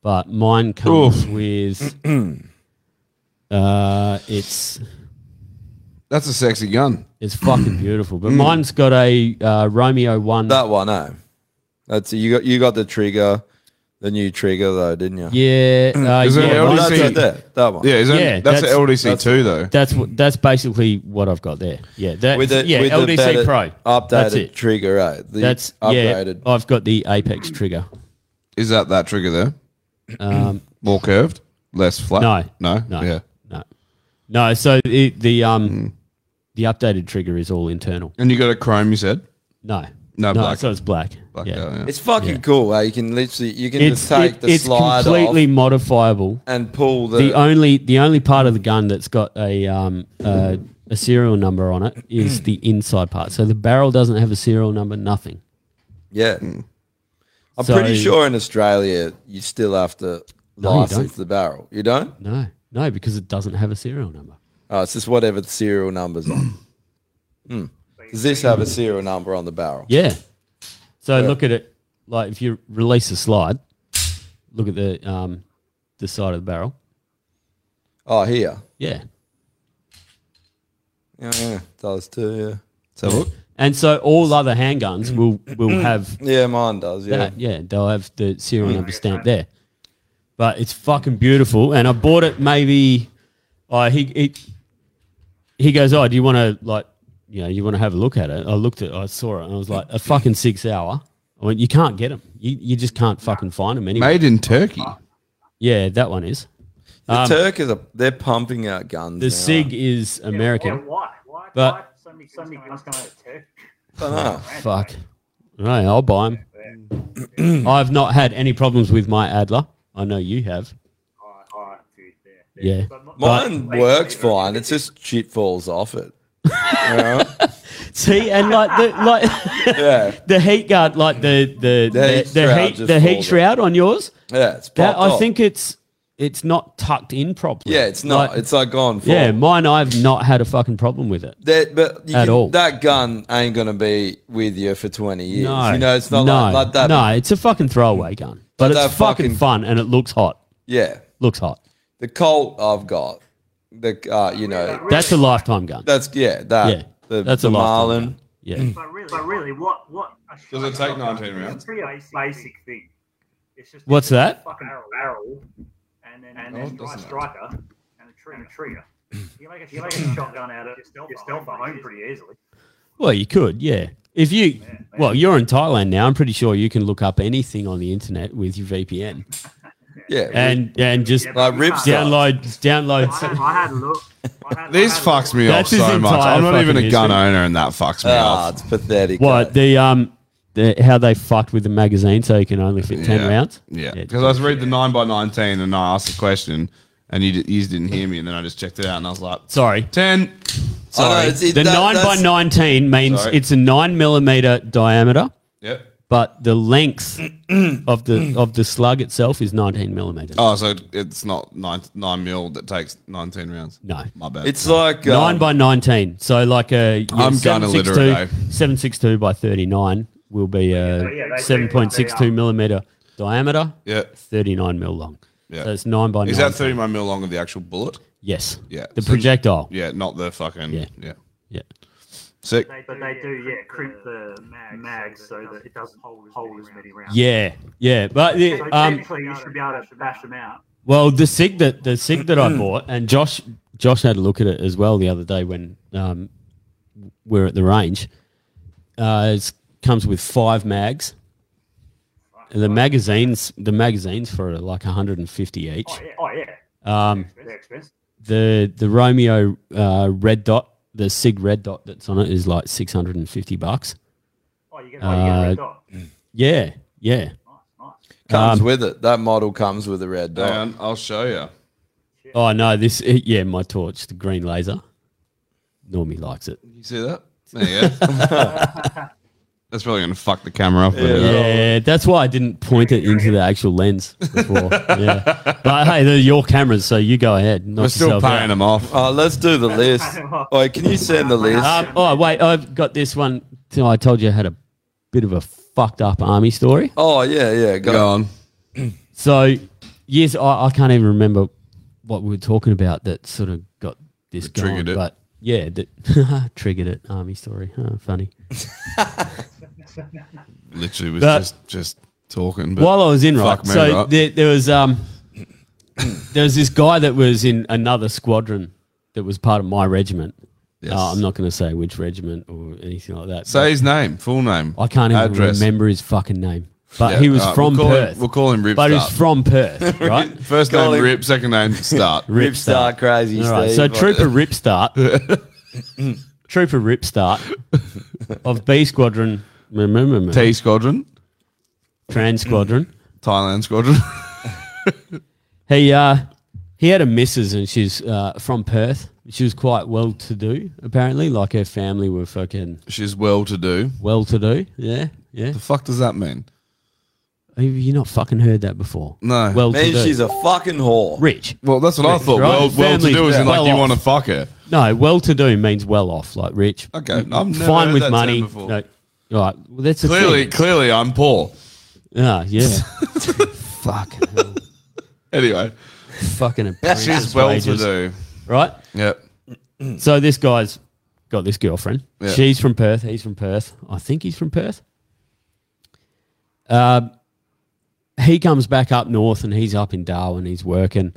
[SPEAKER 6] But mine comes with. uh, it's.
[SPEAKER 2] That's a sexy gun.
[SPEAKER 6] It's fucking beautiful. But
[SPEAKER 4] Mm.
[SPEAKER 6] mine's got a uh, Romeo one.
[SPEAKER 4] That one, eh? That's you got you got the trigger, the new trigger though, didn't you?
[SPEAKER 6] Yeah,
[SPEAKER 2] Mm.
[SPEAKER 6] uh,
[SPEAKER 4] Mm. Is it
[SPEAKER 6] yeah,
[SPEAKER 4] LDC?
[SPEAKER 6] mine's got-
[SPEAKER 4] That- that one. Yeah, is that- that's the LDC too, though.
[SPEAKER 6] That's what that's basically what I've got there. Yeah, that,
[SPEAKER 4] With the-
[SPEAKER 6] yeah,
[SPEAKER 4] with the
[SPEAKER 6] LDC
[SPEAKER 4] better
[SPEAKER 6] Pro
[SPEAKER 4] updated
[SPEAKER 6] That's it.
[SPEAKER 4] trigger, right? The
[SPEAKER 6] that's
[SPEAKER 4] upgraded.
[SPEAKER 6] yeah. I've got the Apex trigger.
[SPEAKER 2] Is that that trigger there?
[SPEAKER 6] Um,
[SPEAKER 2] More curved, less flat.
[SPEAKER 6] No,
[SPEAKER 2] no,
[SPEAKER 6] no,
[SPEAKER 2] Yeah. Mm.
[SPEAKER 6] no, no. So the the um the updated trigger is all internal.
[SPEAKER 2] And you got a chrome. You said
[SPEAKER 6] No,
[SPEAKER 2] No, black.
[SPEAKER 6] So it's black. yeah.
[SPEAKER 4] It's fucking cool. Eh? You can literally you can
[SPEAKER 6] It's
[SPEAKER 4] just take
[SPEAKER 6] it-
[SPEAKER 4] the
[SPEAKER 6] it's
[SPEAKER 4] slide
[SPEAKER 6] completely
[SPEAKER 4] off
[SPEAKER 6] modifiable.
[SPEAKER 4] and pull the,
[SPEAKER 6] the only the only part of the gun that's got a um, uh, a serial number on it is the inside part. So the barrel doesn't have a serial number, nothing.
[SPEAKER 4] yeah. I'm
[SPEAKER 6] So-
[SPEAKER 4] pretty sure in Australia you still have to
[SPEAKER 6] No, you
[SPEAKER 4] license
[SPEAKER 6] don't.
[SPEAKER 4] the barrel. You don't?
[SPEAKER 6] No, no, because it doesn't have a serial number.
[SPEAKER 4] Oh, it's just whatever the serial number's on. Hmm. Does this have a serial number on the barrel?
[SPEAKER 6] Yeah. So
[SPEAKER 4] Yeah.
[SPEAKER 6] look at it like if you release the slide, look at the um, the side of the barrel.
[SPEAKER 4] Oh, here.
[SPEAKER 6] Yeah.
[SPEAKER 4] Yeah, yeah. it does too. Yeah.
[SPEAKER 2] So look.
[SPEAKER 6] And so all other handguns will will have
[SPEAKER 4] Mm. Yeah, mine does. Yeah.
[SPEAKER 6] that, yeah, they'll have the serial number stamped there. But it's fucking beautiful, and I bought it maybe. I he he, he goes, oh, do you want to like, you know, you want to have a look at it? I looked at, I saw it, and I was like, a fucking six hour. I went, you can't get them. You you just can't fucking find them anywhere.
[SPEAKER 2] Made in Turkey.
[SPEAKER 6] Yeah, that one is.
[SPEAKER 4] The
[SPEAKER 6] Um,
[SPEAKER 4] Turk is a, they're pumping out guns.
[SPEAKER 6] the
[SPEAKER 4] now.
[SPEAKER 6] Sig is American.
[SPEAKER 5] Why? Why?
[SPEAKER 6] But-
[SPEAKER 5] why so many, so many guns come out of tech?
[SPEAKER 4] Dunno.
[SPEAKER 6] Fuck. Right, I'll buy them. I've not had any problems with my Adler. I know you have. Yeah.
[SPEAKER 4] Mine works fine. It's just shit falls off it. You know?
[SPEAKER 6] See, and like the like the heat guard, like the the
[SPEAKER 4] The
[SPEAKER 6] the,
[SPEAKER 4] heat
[SPEAKER 6] the
[SPEAKER 4] shroud
[SPEAKER 6] heat
[SPEAKER 4] just
[SPEAKER 6] the heat
[SPEAKER 4] falls
[SPEAKER 6] shroud on yours.
[SPEAKER 4] Yeah, it's
[SPEAKER 6] that,
[SPEAKER 4] popped
[SPEAKER 6] I
[SPEAKER 4] off.
[SPEAKER 6] think it's it's not tucked in properly.
[SPEAKER 4] Yeah, it's not. it's like gone. Full.
[SPEAKER 6] Yeah, mine. I've not had a fucking problem with it.
[SPEAKER 4] That, but you
[SPEAKER 6] At
[SPEAKER 4] can-
[SPEAKER 6] all.
[SPEAKER 4] that gun ain't gonna be with you for twenty years.
[SPEAKER 6] No,
[SPEAKER 4] you know, it's not
[SPEAKER 6] no,
[SPEAKER 4] like, like that.
[SPEAKER 6] No, it's a fucking throwaway gun, but
[SPEAKER 4] Like
[SPEAKER 6] it's
[SPEAKER 4] that
[SPEAKER 6] fucking,
[SPEAKER 4] fucking-
[SPEAKER 6] fun and it looks hot.
[SPEAKER 4] Yeah,
[SPEAKER 6] Looks hot.
[SPEAKER 4] the Colt I've got, the uh, you know,
[SPEAKER 6] That's a lifetime gun.
[SPEAKER 4] That's yeah, that.
[SPEAKER 6] Yeah,
[SPEAKER 4] the,
[SPEAKER 6] that's
[SPEAKER 4] the
[SPEAKER 6] a lifetime
[SPEAKER 4] Marlin.
[SPEAKER 6] Yeah.
[SPEAKER 5] But really, but really, what what? Does it take 19 rounds? It's a pretty basic, basic thing. It's just
[SPEAKER 6] What's that?
[SPEAKER 5] Fucking barrel, barrel, and then and
[SPEAKER 6] No, it
[SPEAKER 5] then dry
[SPEAKER 6] doesn't
[SPEAKER 5] striker and a trigger. And a trigger. you make a, you make a shotgun out of your stealth, your stealth home pretty easily.
[SPEAKER 6] Well, you could, yeah. If you, well, you're in Thailand now. I'm pretty sure you can look up anything on the internet with your VPN.
[SPEAKER 4] Yeah,
[SPEAKER 6] and and just
[SPEAKER 4] Like Ripstars.
[SPEAKER 6] download download.
[SPEAKER 5] I had a look.
[SPEAKER 2] This fucks me
[SPEAKER 6] That's his
[SPEAKER 2] off so much.
[SPEAKER 6] entire
[SPEAKER 2] I'm not even a
[SPEAKER 6] fucking
[SPEAKER 2] gun
[SPEAKER 6] history.
[SPEAKER 2] owner, and that fucks me
[SPEAKER 4] Ah,
[SPEAKER 2] off.
[SPEAKER 4] it's pathetic.
[SPEAKER 6] what the um the, how they fucked with the magazine so you can only fit ten
[SPEAKER 2] Yeah.
[SPEAKER 6] rounds.
[SPEAKER 2] Yeah, because I was reading the nine by nineteen, and I asked a question, and you, d- you just didn't hear me, and then I just checked it out, and I was like,
[SPEAKER 6] Sorry,
[SPEAKER 2] ten.
[SPEAKER 6] Sorry,
[SPEAKER 2] it's- it-
[SPEAKER 6] the
[SPEAKER 2] Oh, that-
[SPEAKER 6] nine by
[SPEAKER 2] that's-
[SPEAKER 6] nineteen means
[SPEAKER 2] Sorry.
[SPEAKER 6] it's a nine millimeter diameter.
[SPEAKER 2] Yep.
[SPEAKER 6] But the length of the of the slug itself is nineteen millimeters.
[SPEAKER 2] Oh, so it's not nine nine mil that takes nineteen rounds.
[SPEAKER 6] No,
[SPEAKER 2] my bad.
[SPEAKER 4] It's like,
[SPEAKER 2] um,
[SPEAKER 6] nine by nineteen. So like a yeah,
[SPEAKER 2] I'm gun illiterate,
[SPEAKER 6] Seven six two by thirty nine will be a
[SPEAKER 2] Oh, yeah, they- they-
[SPEAKER 6] seven point six
[SPEAKER 2] they
[SPEAKER 6] two
[SPEAKER 2] are.
[SPEAKER 6] millimeter diameter.
[SPEAKER 2] Yeah.
[SPEAKER 6] thirty nine mil long.
[SPEAKER 2] Yeah.
[SPEAKER 6] So it's nine by
[SPEAKER 2] Is
[SPEAKER 6] nine.
[SPEAKER 2] that thirty nine mil long of the actual bullet?
[SPEAKER 6] Yes.
[SPEAKER 2] Yeah.
[SPEAKER 6] The projectile.
[SPEAKER 2] Yeah, not the fucking. Yeah. Yeah.
[SPEAKER 6] Yeah.
[SPEAKER 2] Sick.
[SPEAKER 5] They, but they do, yeah, crimp the mags, so that it doesn't hold, hold as many rounds.
[SPEAKER 6] Yeah. Yeah. But the,
[SPEAKER 5] so
[SPEAKER 6] um,
[SPEAKER 5] technically, you should be able to bash them out.
[SPEAKER 6] Well, the sig that the sig that
[SPEAKER 5] Mm.
[SPEAKER 6] I bought, and Josh Josh had a look at it as well the other day when um, we are at the range. Uh, it comes with five mags. And the magazines, the magazines for like 150 each.
[SPEAKER 5] Oh yeah, oh yeah.
[SPEAKER 6] Um,
[SPEAKER 5] They're expensive.
[SPEAKER 6] the the Romeo uh, red dot, the sig red dot that's on it is like 650 bucks. Uh,
[SPEAKER 5] Oh, you get, oh, you get a red dot.
[SPEAKER 6] Yeah, yeah.
[SPEAKER 4] Comes
[SPEAKER 6] Um,
[SPEAKER 4] with it. That model comes with a red dot.
[SPEAKER 2] Hang on, I'll show you.
[SPEAKER 6] Oh no, this yeah, my torch, the green laser. Normie likes it.
[SPEAKER 2] You see that? There you go. That's probably gonna fuck the camera up. uh,
[SPEAKER 6] Yeah, that's why I didn't point it into the actual lens before. yeah. But hey, they're your cameras, so you go ahead. knock
[SPEAKER 2] We're still
[SPEAKER 6] yourself out.
[SPEAKER 2] paying them off.
[SPEAKER 4] Oh, let's do the list. Oh, can you send the list?
[SPEAKER 6] Um, oh wait, I've got this one. So I told you I had a bit of a fucked up army story.
[SPEAKER 4] Oh yeah, yeah. Go,
[SPEAKER 2] on.
[SPEAKER 6] So yes, I, I can't even remember what we were talking about that sort of got this
[SPEAKER 2] That triggered
[SPEAKER 6] going,
[SPEAKER 2] it.
[SPEAKER 6] But yeah, that triggered it. Army story. Huh, funny.
[SPEAKER 2] Literally was
[SPEAKER 6] But-
[SPEAKER 2] just just talking. But
[SPEAKER 6] While I was in, right,
[SPEAKER 2] fuck me,
[SPEAKER 6] so
[SPEAKER 2] right?
[SPEAKER 6] There, there was um, there was this guy that was in another squadron that was part of my regiment.
[SPEAKER 2] Yes.
[SPEAKER 6] Uh, I'm not going to say which regiment or anything like that.
[SPEAKER 2] Say his name, full name.
[SPEAKER 6] I can't even
[SPEAKER 2] address.
[SPEAKER 6] remember his fucking name, but
[SPEAKER 2] Yeah,
[SPEAKER 6] he was
[SPEAKER 2] all right,
[SPEAKER 6] from
[SPEAKER 2] we'll call him-
[SPEAKER 6] Perth.
[SPEAKER 2] we'll call him Rip
[SPEAKER 6] But he's
[SPEAKER 2] Start.
[SPEAKER 6] from Perth, right?
[SPEAKER 2] First
[SPEAKER 6] Call
[SPEAKER 2] name
[SPEAKER 6] him-
[SPEAKER 2] Rip, second name Start.
[SPEAKER 6] Rip Start,
[SPEAKER 4] crazy.
[SPEAKER 6] All right, so
[SPEAKER 4] Steve.
[SPEAKER 6] Trooper Rip Start, Trooper Rip Start of B Squadron, remember
[SPEAKER 2] T Squadron,
[SPEAKER 6] Trans Squadron,
[SPEAKER 2] Thailand Squadron.
[SPEAKER 6] he uh, he had a missus, and she's uh, from Perth. She was quite well to do, apparently. Like her family were fucking
[SPEAKER 2] She's well to do.
[SPEAKER 6] well to do. Yeah, yeah.
[SPEAKER 2] The fuck does that mean?
[SPEAKER 6] You you not fucking heard that before?
[SPEAKER 2] No.
[SPEAKER 6] Well,
[SPEAKER 4] Man,
[SPEAKER 6] to do.
[SPEAKER 4] she's a fucking whore.
[SPEAKER 6] Rich.
[SPEAKER 2] Well, that's what I
[SPEAKER 6] Rich,
[SPEAKER 2] thought.
[SPEAKER 6] right?
[SPEAKER 2] Well, well to
[SPEAKER 6] Family's
[SPEAKER 2] do is in like
[SPEAKER 6] well
[SPEAKER 2] you
[SPEAKER 6] off.
[SPEAKER 2] want to fuck her.
[SPEAKER 6] No, well to do means well off, like rich.
[SPEAKER 2] Okay, I've never
[SPEAKER 6] fine
[SPEAKER 2] heard
[SPEAKER 6] with
[SPEAKER 2] that term
[SPEAKER 6] money.
[SPEAKER 2] before.
[SPEAKER 6] No, all right. Well, that's the
[SPEAKER 2] Clearly,
[SPEAKER 6] Thing.
[SPEAKER 2] clearly, I'm poor.
[SPEAKER 6] Ah, yeah. fucking hell.
[SPEAKER 2] Anyway,
[SPEAKER 6] Fucking apprentice
[SPEAKER 2] she's well to
[SPEAKER 6] wages.
[SPEAKER 2] do.
[SPEAKER 6] Right.
[SPEAKER 2] Yep.
[SPEAKER 6] So this guy's got this girlfriend.
[SPEAKER 2] Yeah.
[SPEAKER 6] She's from Perth. He's from Perth. I think he's from Perth. Um, he comes back up north and he's up in Darwin. He's working,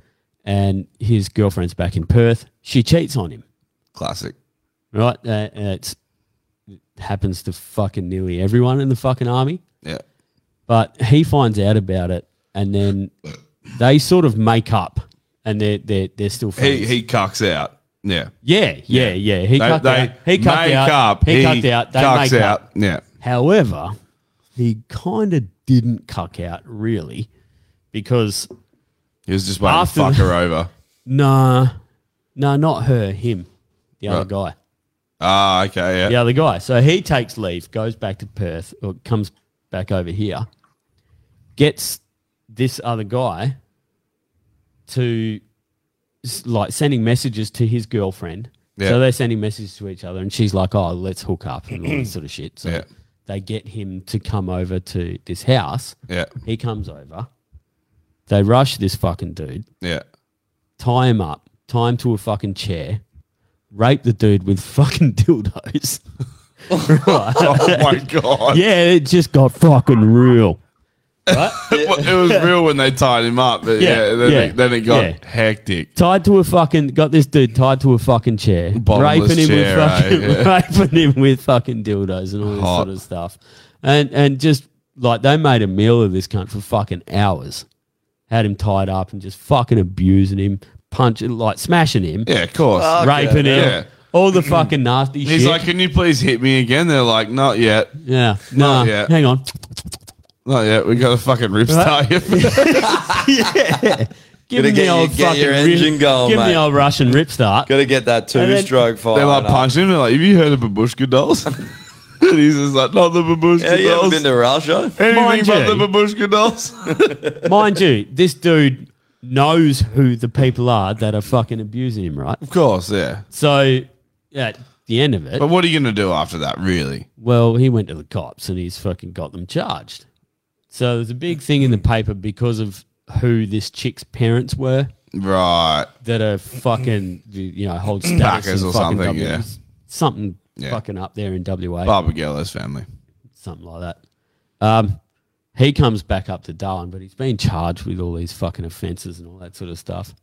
[SPEAKER 6] and his girlfriend's back in Perth. She cheats on him.
[SPEAKER 2] Classic.
[SPEAKER 6] Right. Uh, and it's, it happens to fucking nearly everyone in the fucking army.
[SPEAKER 2] Yeah.
[SPEAKER 6] But he finds out about it, and then they sort of make up, and they're they're they're still friends.
[SPEAKER 2] He he cucks out. Yeah.
[SPEAKER 6] Yeah, yeah, yeah. He
[SPEAKER 2] They-
[SPEAKER 6] cut
[SPEAKER 2] they
[SPEAKER 6] out. He cut
[SPEAKER 2] make
[SPEAKER 6] out.
[SPEAKER 2] up.
[SPEAKER 6] He,
[SPEAKER 2] He
[SPEAKER 6] cut out. They
[SPEAKER 2] cucks
[SPEAKER 6] make
[SPEAKER 2] out.
[SPEAKER 6] out.
[SPEAKER 2] Yeah.
[SPEAKER 6] However, he kind of didn't cuck out really, because
[SPEAKER 2] He was just waiting to
[SPEAKER 6] After
[SPEAKER 2] fuck
[SPEAKER 6] the-
[SPEAKER 2] her over.
[SPEAKER 6] nah, nah, not her, him, the other
[SPEAKER 2] Right.
[SPEAKER 6] guy.
[SPEAKER 2] Ah, okay, yeah.
[SPEAKER 6] the other guy. So he takes leave, goes back to Perth, or comes back over here, gets this other guy to s- like sending messages to his girlfriend.
[SPEAKER 2] Yeah.
[SPEAKER 6] So they're sending messages to each other, and she's like, "Oh, let's hook up and all this sort of shit." So
[SPEAKER 2] Yeah.
[SPEAKER 6] they get him to come over to this house.
[SPEAKER 2] Yeah.
[SPEAKER 6] He comes over. They rush this fucking dude.
[SPEAKER 2] Yeah.
[SPEAKER 6] Tie him up. Tie him to a fucking chair. Rape the dude with fucking dildos.
[SPEAKER 2] Oh my God.
[SPEAKER 6] Yeah, it just got fucking real.
[SPEAKER 2] it was real when they tied him up, but yeah,
[SPEAKER 6] Yeah,
[SPEAKER 2] then,
[SPEAKER 6] yeah,
[SPEAKER 2] It, then it got
[SPEAKER 6] yeah.
[SPEAKER 2] hectic.
[SPEAKER 6] Tied to a fucking got this dude tied to a fucking chair,
[SPEAKER 2] Bottomless
[SPEAKER 6] raping him
[SPEAKER 2] chair,
[SPEAKER 6] with fucking
[SPEAKER 2] eh? Yeah.
[SPEAKER 6] raping him with fucking dildos and all this
[SPEAKER 2] Hot.
[SPEAKER 6] sort of stuff, and and just like they made a meal of this cunt for fucking hours, had him tied up and just fucking abusing him, punching like smashing him,
[SPEAKER 2] Yeah, of course. Fuck
[SPEAKER 6] raping
[SPEAKER 2] yeah.
[SPEAKER 6] him,
[SPEAKER 2] Yeah.
[SPEAKER 6] all the fucking nasty
[SPEAKER 2] He's
[SPEAKER 6] shit.
[SPEAKER 2] like, "Can you please hit me again?" They're like, "Not yet."
[SPEAKER 6] Yeah, nah,
[SPEAKER 2] Not yet.
[SPEAKER 6] hang on.
[SPEAKER 2] Not yet. We got a fucking rip star here. For
[SPEAKER 6] Give him
[SPEAKER 4] Gotta
[SPEAKER 6] the
[SPEAKER 4] get your-
[SPEAKER 6] old
[SPEAKER 4] get
[SPEAKER 6] fucking
[SPEAKER 4] your
[SPEAKER 6] rip-
[SPEAKER 4] engine going,
[SPEAKER 6] Give him
[SPEAKER 4] mate.
[SPEAKER 6] the old Russian rip start.
[SPEAKER 4] Got to get that
[SPEAKER 6] And then-
[SPEAKER 4] two-stroke fire.
[SPEAKER 2] they like punch him. They're like, "Have you heard of babushka dolls?" and he's just like, "Not the babushka
[SPEAKER 4] Yeah, you
[SPEAKER 2] dolls."
[SPEAKER 4] ever been to Russia?
[SPEAKER 2] Anything
[SPEAKER 6] Mind
[SPEAKER 2] but
[SPEAKER 6] you.
[SPEAKER 2] the babushka dolls.
[SPEAKER 6] Mind you, this dude knows who the people are that are fucking abusing him, right? Of
[SPEAKER 2] course, yeah.
[SPEAKER 6] So at the end of it,
[SPEAKER 2] but what are you gonna do after that, really?
[SPEAKER 6] well, he went to the cops and he's fucking got them charged. So there's a big thing in the paper because of who this chick's parents were.
[SPEAKER 2] Right.
[SPEAKER 6] That are fucking, you know, hold status.
[SPEAKER 2] Backers
[SPEAKER 6] in
[SPEAKER 2] or
[SPEAKER 6] fucking
[SPEAKER 2] something,
[SPEAKER 6] W-
[SPEAKER 2] yeah.
[SPEAKER 6] Something
[SPEAKER 2] Yeah.
[SPEAKER 6] fucking up there in WA.
[SPEAKER 2] Barbara Geller's family.
[SPEAKER 6] something like that. Um, he comes back up to Darwin, but he's been charged with all these fucking offences and all that sort of stuff.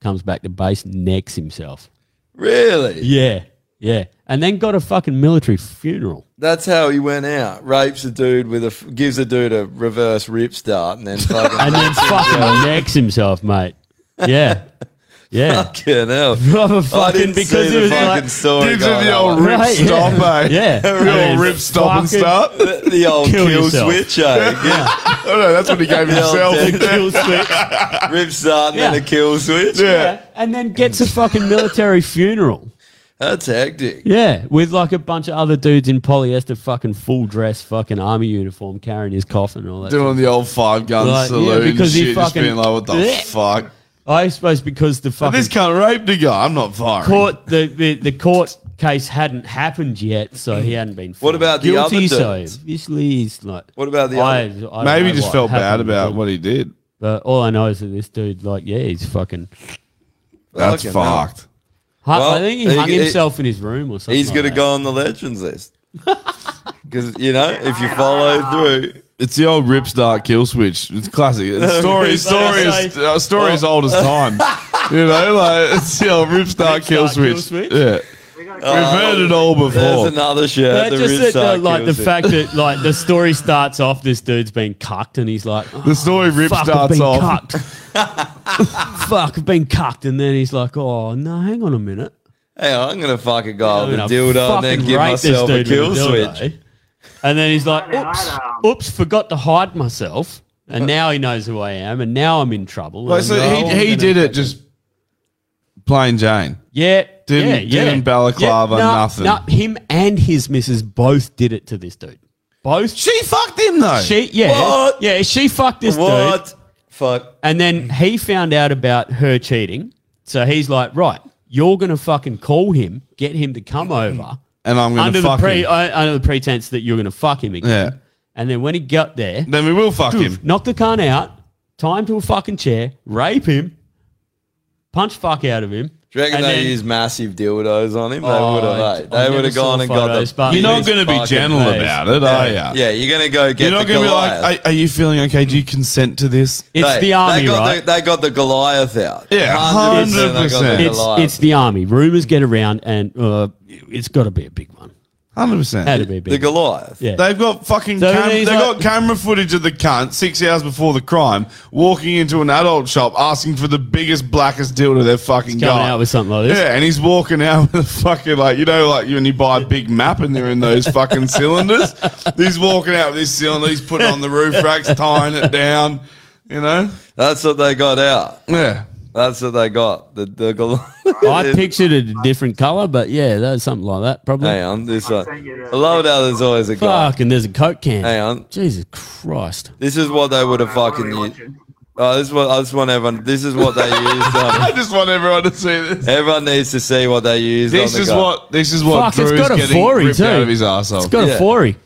[SPEAKER 6] Comes back to base, necks himself.
[SPEAKER 4] Really?
[SPEAKER 6] Yeah, yeah, and then got a fucking military funeral.
[SPEAKER 4] That's how he went out. Rapes a dude with a gives a dude a reverse rip start, and then fucking
[SPEAKER 6] And then fucking necks himself, mate. Yeah, yeah.
[SPEAKER 4] Fucking hell.
[SPEAKER 6] Proper
[SPEAKER 4] I
[SPEAKER 6] fucking-
[SPEAKER 4] didn't
[SPEAKER 6] because
[SPEAKER 4] see
[SPEAKER 6] it
[SPEAKER 4] the
[SPEAKER 6] was
[SPEAKER 4] fucking
[SPEAKER 6] like-
[SPEAKER 4] story
[SPEAKER 6] Gives
[SPEAKER 4] going
[SPEAKER 6] it the
[SPEAKER 4] on.
[SPEAKER 6] old rip Right, yeah. stop, eh? Yeah.
[SPEAKER 2] The
[SPEAKER 6] I mean,
[SPEAKER 2] old rip stop and
[SPEAKER 6] fucking-
[SPEAKER 2] start.
[SPEAKER 4] The, the old
[SPEAKER 2] Kill
[SPEAKER 4] kill,
[SPEAKER 2] yourself.
[SPEAKER 4] switch, eh? Yeah.
[SPEAKER 2] Oh no, that's what he gave
[SPEAKER 4] The old
[SPEAKER 2] himself.
[SPEAKER 4] dead
[SPEAKER 6] kill switch.
[SPEAKER 4] rip start and
[SPEAKER 6] Yeah.
[SPEAKER 4] then a kill switch.
[SPEAKER 6] and then gets a fucking military funeral.
[SPEAKER 4] That's hectic.
[SPEAKER 6] Yeah, with like a bunch of other dudes in polyester, fucking full dress, fucking army uniform, carrying his coffin and all that. sort
[SPEAKER 2] Doing the old five gun
[SPEAKER 6] Like, yeah,
[SPEAKER 2] salute and
[SPEAKER 6] because he
[SPEAKER 2] shit, just
[SPEAKER 6] fucking-
[SPEAKER 2] being like, "What the
[SPEAKER 6] Blech.
[SPEAKER 2] fuck?"
[SPEAKER 6] I suppose because the
[SPEAKER 2] But
[SPEAKER 6] fucking
[SPEAKER 2] this can't rape the guy. I'm not firing.
[SPEAKER 6] court the, the, the court case hadn't happened yet, so he hadn't been.
[SPEAKER 4] What
[SPEAKER 6] found
[SPEAKER 4] about the other
[SPEAKER 6] guilty?
[SPEAKER 4] dudes?
[SPEAKER 6] So obviously he's like.
[SPEAKER 4] What about the
[SPEAKER 6] I-
[SPEAKER 4] other-
[SPEAKER 6] I don't
[SPEAKER 2] Maybe
[SPEAKER 6] know
[SPEAKER 2] just
[SPEAKER 6] what
[SPEAKER 2] felt bad
[SPEAKER 6] happened,
[SPEAKER 2] about
[SPEAKER 6] but-
[SPEAKER 2] what he did.
[SPEAKER 6] But all I know is that this dude, like, yeah, he's fucking.
[SPEAKER 2] That's
[SPEAKER 4] Fucking hell.
[SPEAKER 2] fucked.
[SPEAKER 6] Hung,
[SPEAKER 4] Well,
[SPEAKER 6] I think he
[SPEAKER 4] he-
[SPEAKER 6] hung
[SPEAKER 4] he-
[SPEAKER 6] himself in his room or something.
[SPEAKER 4] He's
[SPEAKER 6] like
[SPEAKER 4] gonna
[SPEAKER 6] that.
[SPEAKER 4] go on the legends list because you know if you follow through.
[SPEAKER 2] It's the old rip start kill switch. It's classic. It's story, story, is, uh, story is old as time.
[SPEAKER 4] Oh,
[SPEAKER 2] You know, like it's the old rip start kill switch. Yeah, we've heard it all before.
[SPEAKER 4] There's another shirt.
[SPEAKER 6] But
[SPEAKER 4] the
[SPEAKER 6] just
[SPEAKER 4] rip
[SPEAKER 6] that,
[SPEAKER 4] start
[SPEAKER 6] the, like the
[SPEAKER 4] kills it.
[SPEAKER 6] fact that like the story starts off, this dude's been cucked, and he's like, "Oh,
[SPEAKER 2] The story rip
[SPEAKER 6] fuck, I've
[SPEAKER 2] starts
[SPEAKER 6] been
[SPEAKER 2] off.
[SPEAKER 6] cucked. fuck, I've been cucked, and then he's like, oh no, hang on a minute,
[SPEAKER 4] Hey, I'm gonna fuck a guy
[SPEAKER 6] I'm
[SPEAKER 4] with a
[SPEAKER 6] gonna
[SPEAKER 4] dildo and
[SPEAKER 6] fucking
[SPEAKER 4] then give
[SPEAKER 6] rape this
[SPEAKER 4] myself a
[SPEAKER 6] dude with
[SPEAKER 4] kill
[SPEAKER 6] dildo.
[SPEAKER 4] switch.
[SPEAKER 6] And then he's like, oops, oops, forgot to hide myself, and now he knows who I am, and now I'm in trouble.
[SPEAKER 2] Like,
[SPEAKER 6] and
[SPEAKER 2] so
[SPEAKER 6] I know I'm
[SPEAKER 2] he, he
[SPEAKER 6] gonna-
[SPEAKER 2] did it just plain Jane.
[SPEAKER 6] Yeah,
[SPEAKER 2] Didn't-
[SPEAKER 6] yeah, yeah.
[SPEAKER 2] didn't balaclava,
[SPEAKER 6] no,
[SPEAKER 2] nothing.
[SPEAKER 6] No, him and his missus both did it to this dude. Both.
[SPEAKER 2] She fucked him though.
[SPEAKER 6] She yeah
[SPEAKER 4] What?
[SPEAKER 6] yeah she fucked this dude.
[SPEAKER 4] What? Fuck.
[SPEAKER 6] And then he found out about her cheating. So he's like, right, you're going to fucking call him, get him to come over
[SPEAKER 2] And I'm gonna
[SPEAKER 6] under the,
[SPEAKER 2] fuck
[SPEAKER 6] pre-
[SPEAKER 2] him.
[SPEAKER 6] uh, under the pretense that you're going to fuck him again.
[SPEAKER 2] Yeah.
[SPEAKER 6] And then when he got there,
[SPEAKER 2] Then we will fuck
[SPEAKER 6] poof,
[SPEAKER 2] him.
[SPEAKER 6] knock the cunt out, tie him to a fucking chair, rape him, punch fuck out of him.
[SPEAKER 4] Do you reckon
[SPEAKER 6] and
[SPEAKER 4] they
[SPEAKER 6] then-
[SPEAKER 4] use massive dildos on him? They
[SPEAKER 6] Oh,
[SPEAKER 4] would
[SPEAKER 6] I-
[SPEAKER 4] have. Mate.
[SPEAKER 6] I
[SPEAKER 4] They would
[SPEAKER 6] never
[SPEAKER 4] have
[SPEAKER 6] saw
[SPEAKER 4] gone and got
[SPEAKER 6] photos,
[SPEAKER 4] the.
[SPEAKER 6] but-
[SPEAKER 2] You're not going to be
[SPEAKER 4] Fucking
[SPEAKER 2] gentle
[SPEAKER 4] place.
[SPEAKER 2] about it, are you?
[SPEAKER 4] Yeah, you're gonna go get
[SPEAKER 2] You're not
[SPEAKER 4] the
[SPEAKER 2] going to be
[SPEAKER 4] Goliath.
[SPEAKER 2] like, are, are you feeling okay? Do you consent to this?
[SPEAKER 6] It's the army,
[SPEAKER 4] they got
[SPEAKER 6] right?
[SPEAKER 4] The, they got the Goliath out.
[SPEAKER 2] Yeah,
[SPEAKER 4] 100% they got the
[SPEAKER 2] 100%.
[SPEAKER 6] It's,
[SPEAKER 4] Goliath.
[SPEAKER 6] it's the army. Rumors get around, and uh, it's got to be a big one.
[SPEAKER 2] Hundred
[SPEAKER 6] Had to
[SPEAKER 2] percent.
[SPEAKER 6] be a big
[SPEAKER 4] the
[SPEAKER 6] one.
[SPEAKER 4] Goliath.
[SPEAKER 6] Yeah.
[SPEAKER 2] They've got fucking
[SPEAKER 6] So
[SPEAKER 2] cam-
[SPEAKER 6] he's
[SPEAKER 2] they've
[SPEAKER 6] like-
[SPEAKER 2] got camera footage of the cunt six hours before the crime walking into an adult shop asking for the biggest blackest dildo they've fucking
[SPEAKER 6] Coming
[SPEAKER 2] got.
[SPEAKER 6] out with something like this.
[SPEAKER 2] yeah, and he's walking out with a fucking like you know like you when you buy a big map and they're in those fucking cylinders. He's walking out with this cylinder. He's putting it on the roof racks, tying it down. You know.
[SPEAKER 4] That's what they got out.
[SPEAKER 2] Yeah.
[SPEAKER 4] That's what they got. The, the
[SPEAKER 6] I pictured it a different color, but yeah, that's something like that, probably.
[SPEAKER 4] Hang on, this one. I love how there's always a guy.
[SPEAKER 6] Fuck, and there's a Coke can.
[SPEAKER 4] Hang on.
[SPEAKER 6] Jesus Christ.
[SPEAKER 4] This is what they would have fucking used. Oh, this is what I just want everyone. This is what they used. On.
[SPEAKER 2] I just want everyone to see this.
[SPEAKER 4] Everyone needs to see what they used.
[SPEAKER 2] This
[SPEAKER 4] on the
[SPEAKER 2] is
[SPEAKER 4] guy.
[SPEAKER 2] what this is what
[SPEAKER 6] Fuck, it's
[SPEAKER 2] Drew's
[SPEAKER 6] got a
[SPEAKER 2] getting
[SPEAKER 6] fory
[SPEAKER 2] ripped
[SPEAKER 6] too.
[SPEAKER 2] out of his arsehole.
[SPEAKER 6] It's got
[SPEAKER 4] Yeah.
[SPEAKER 6] a fory.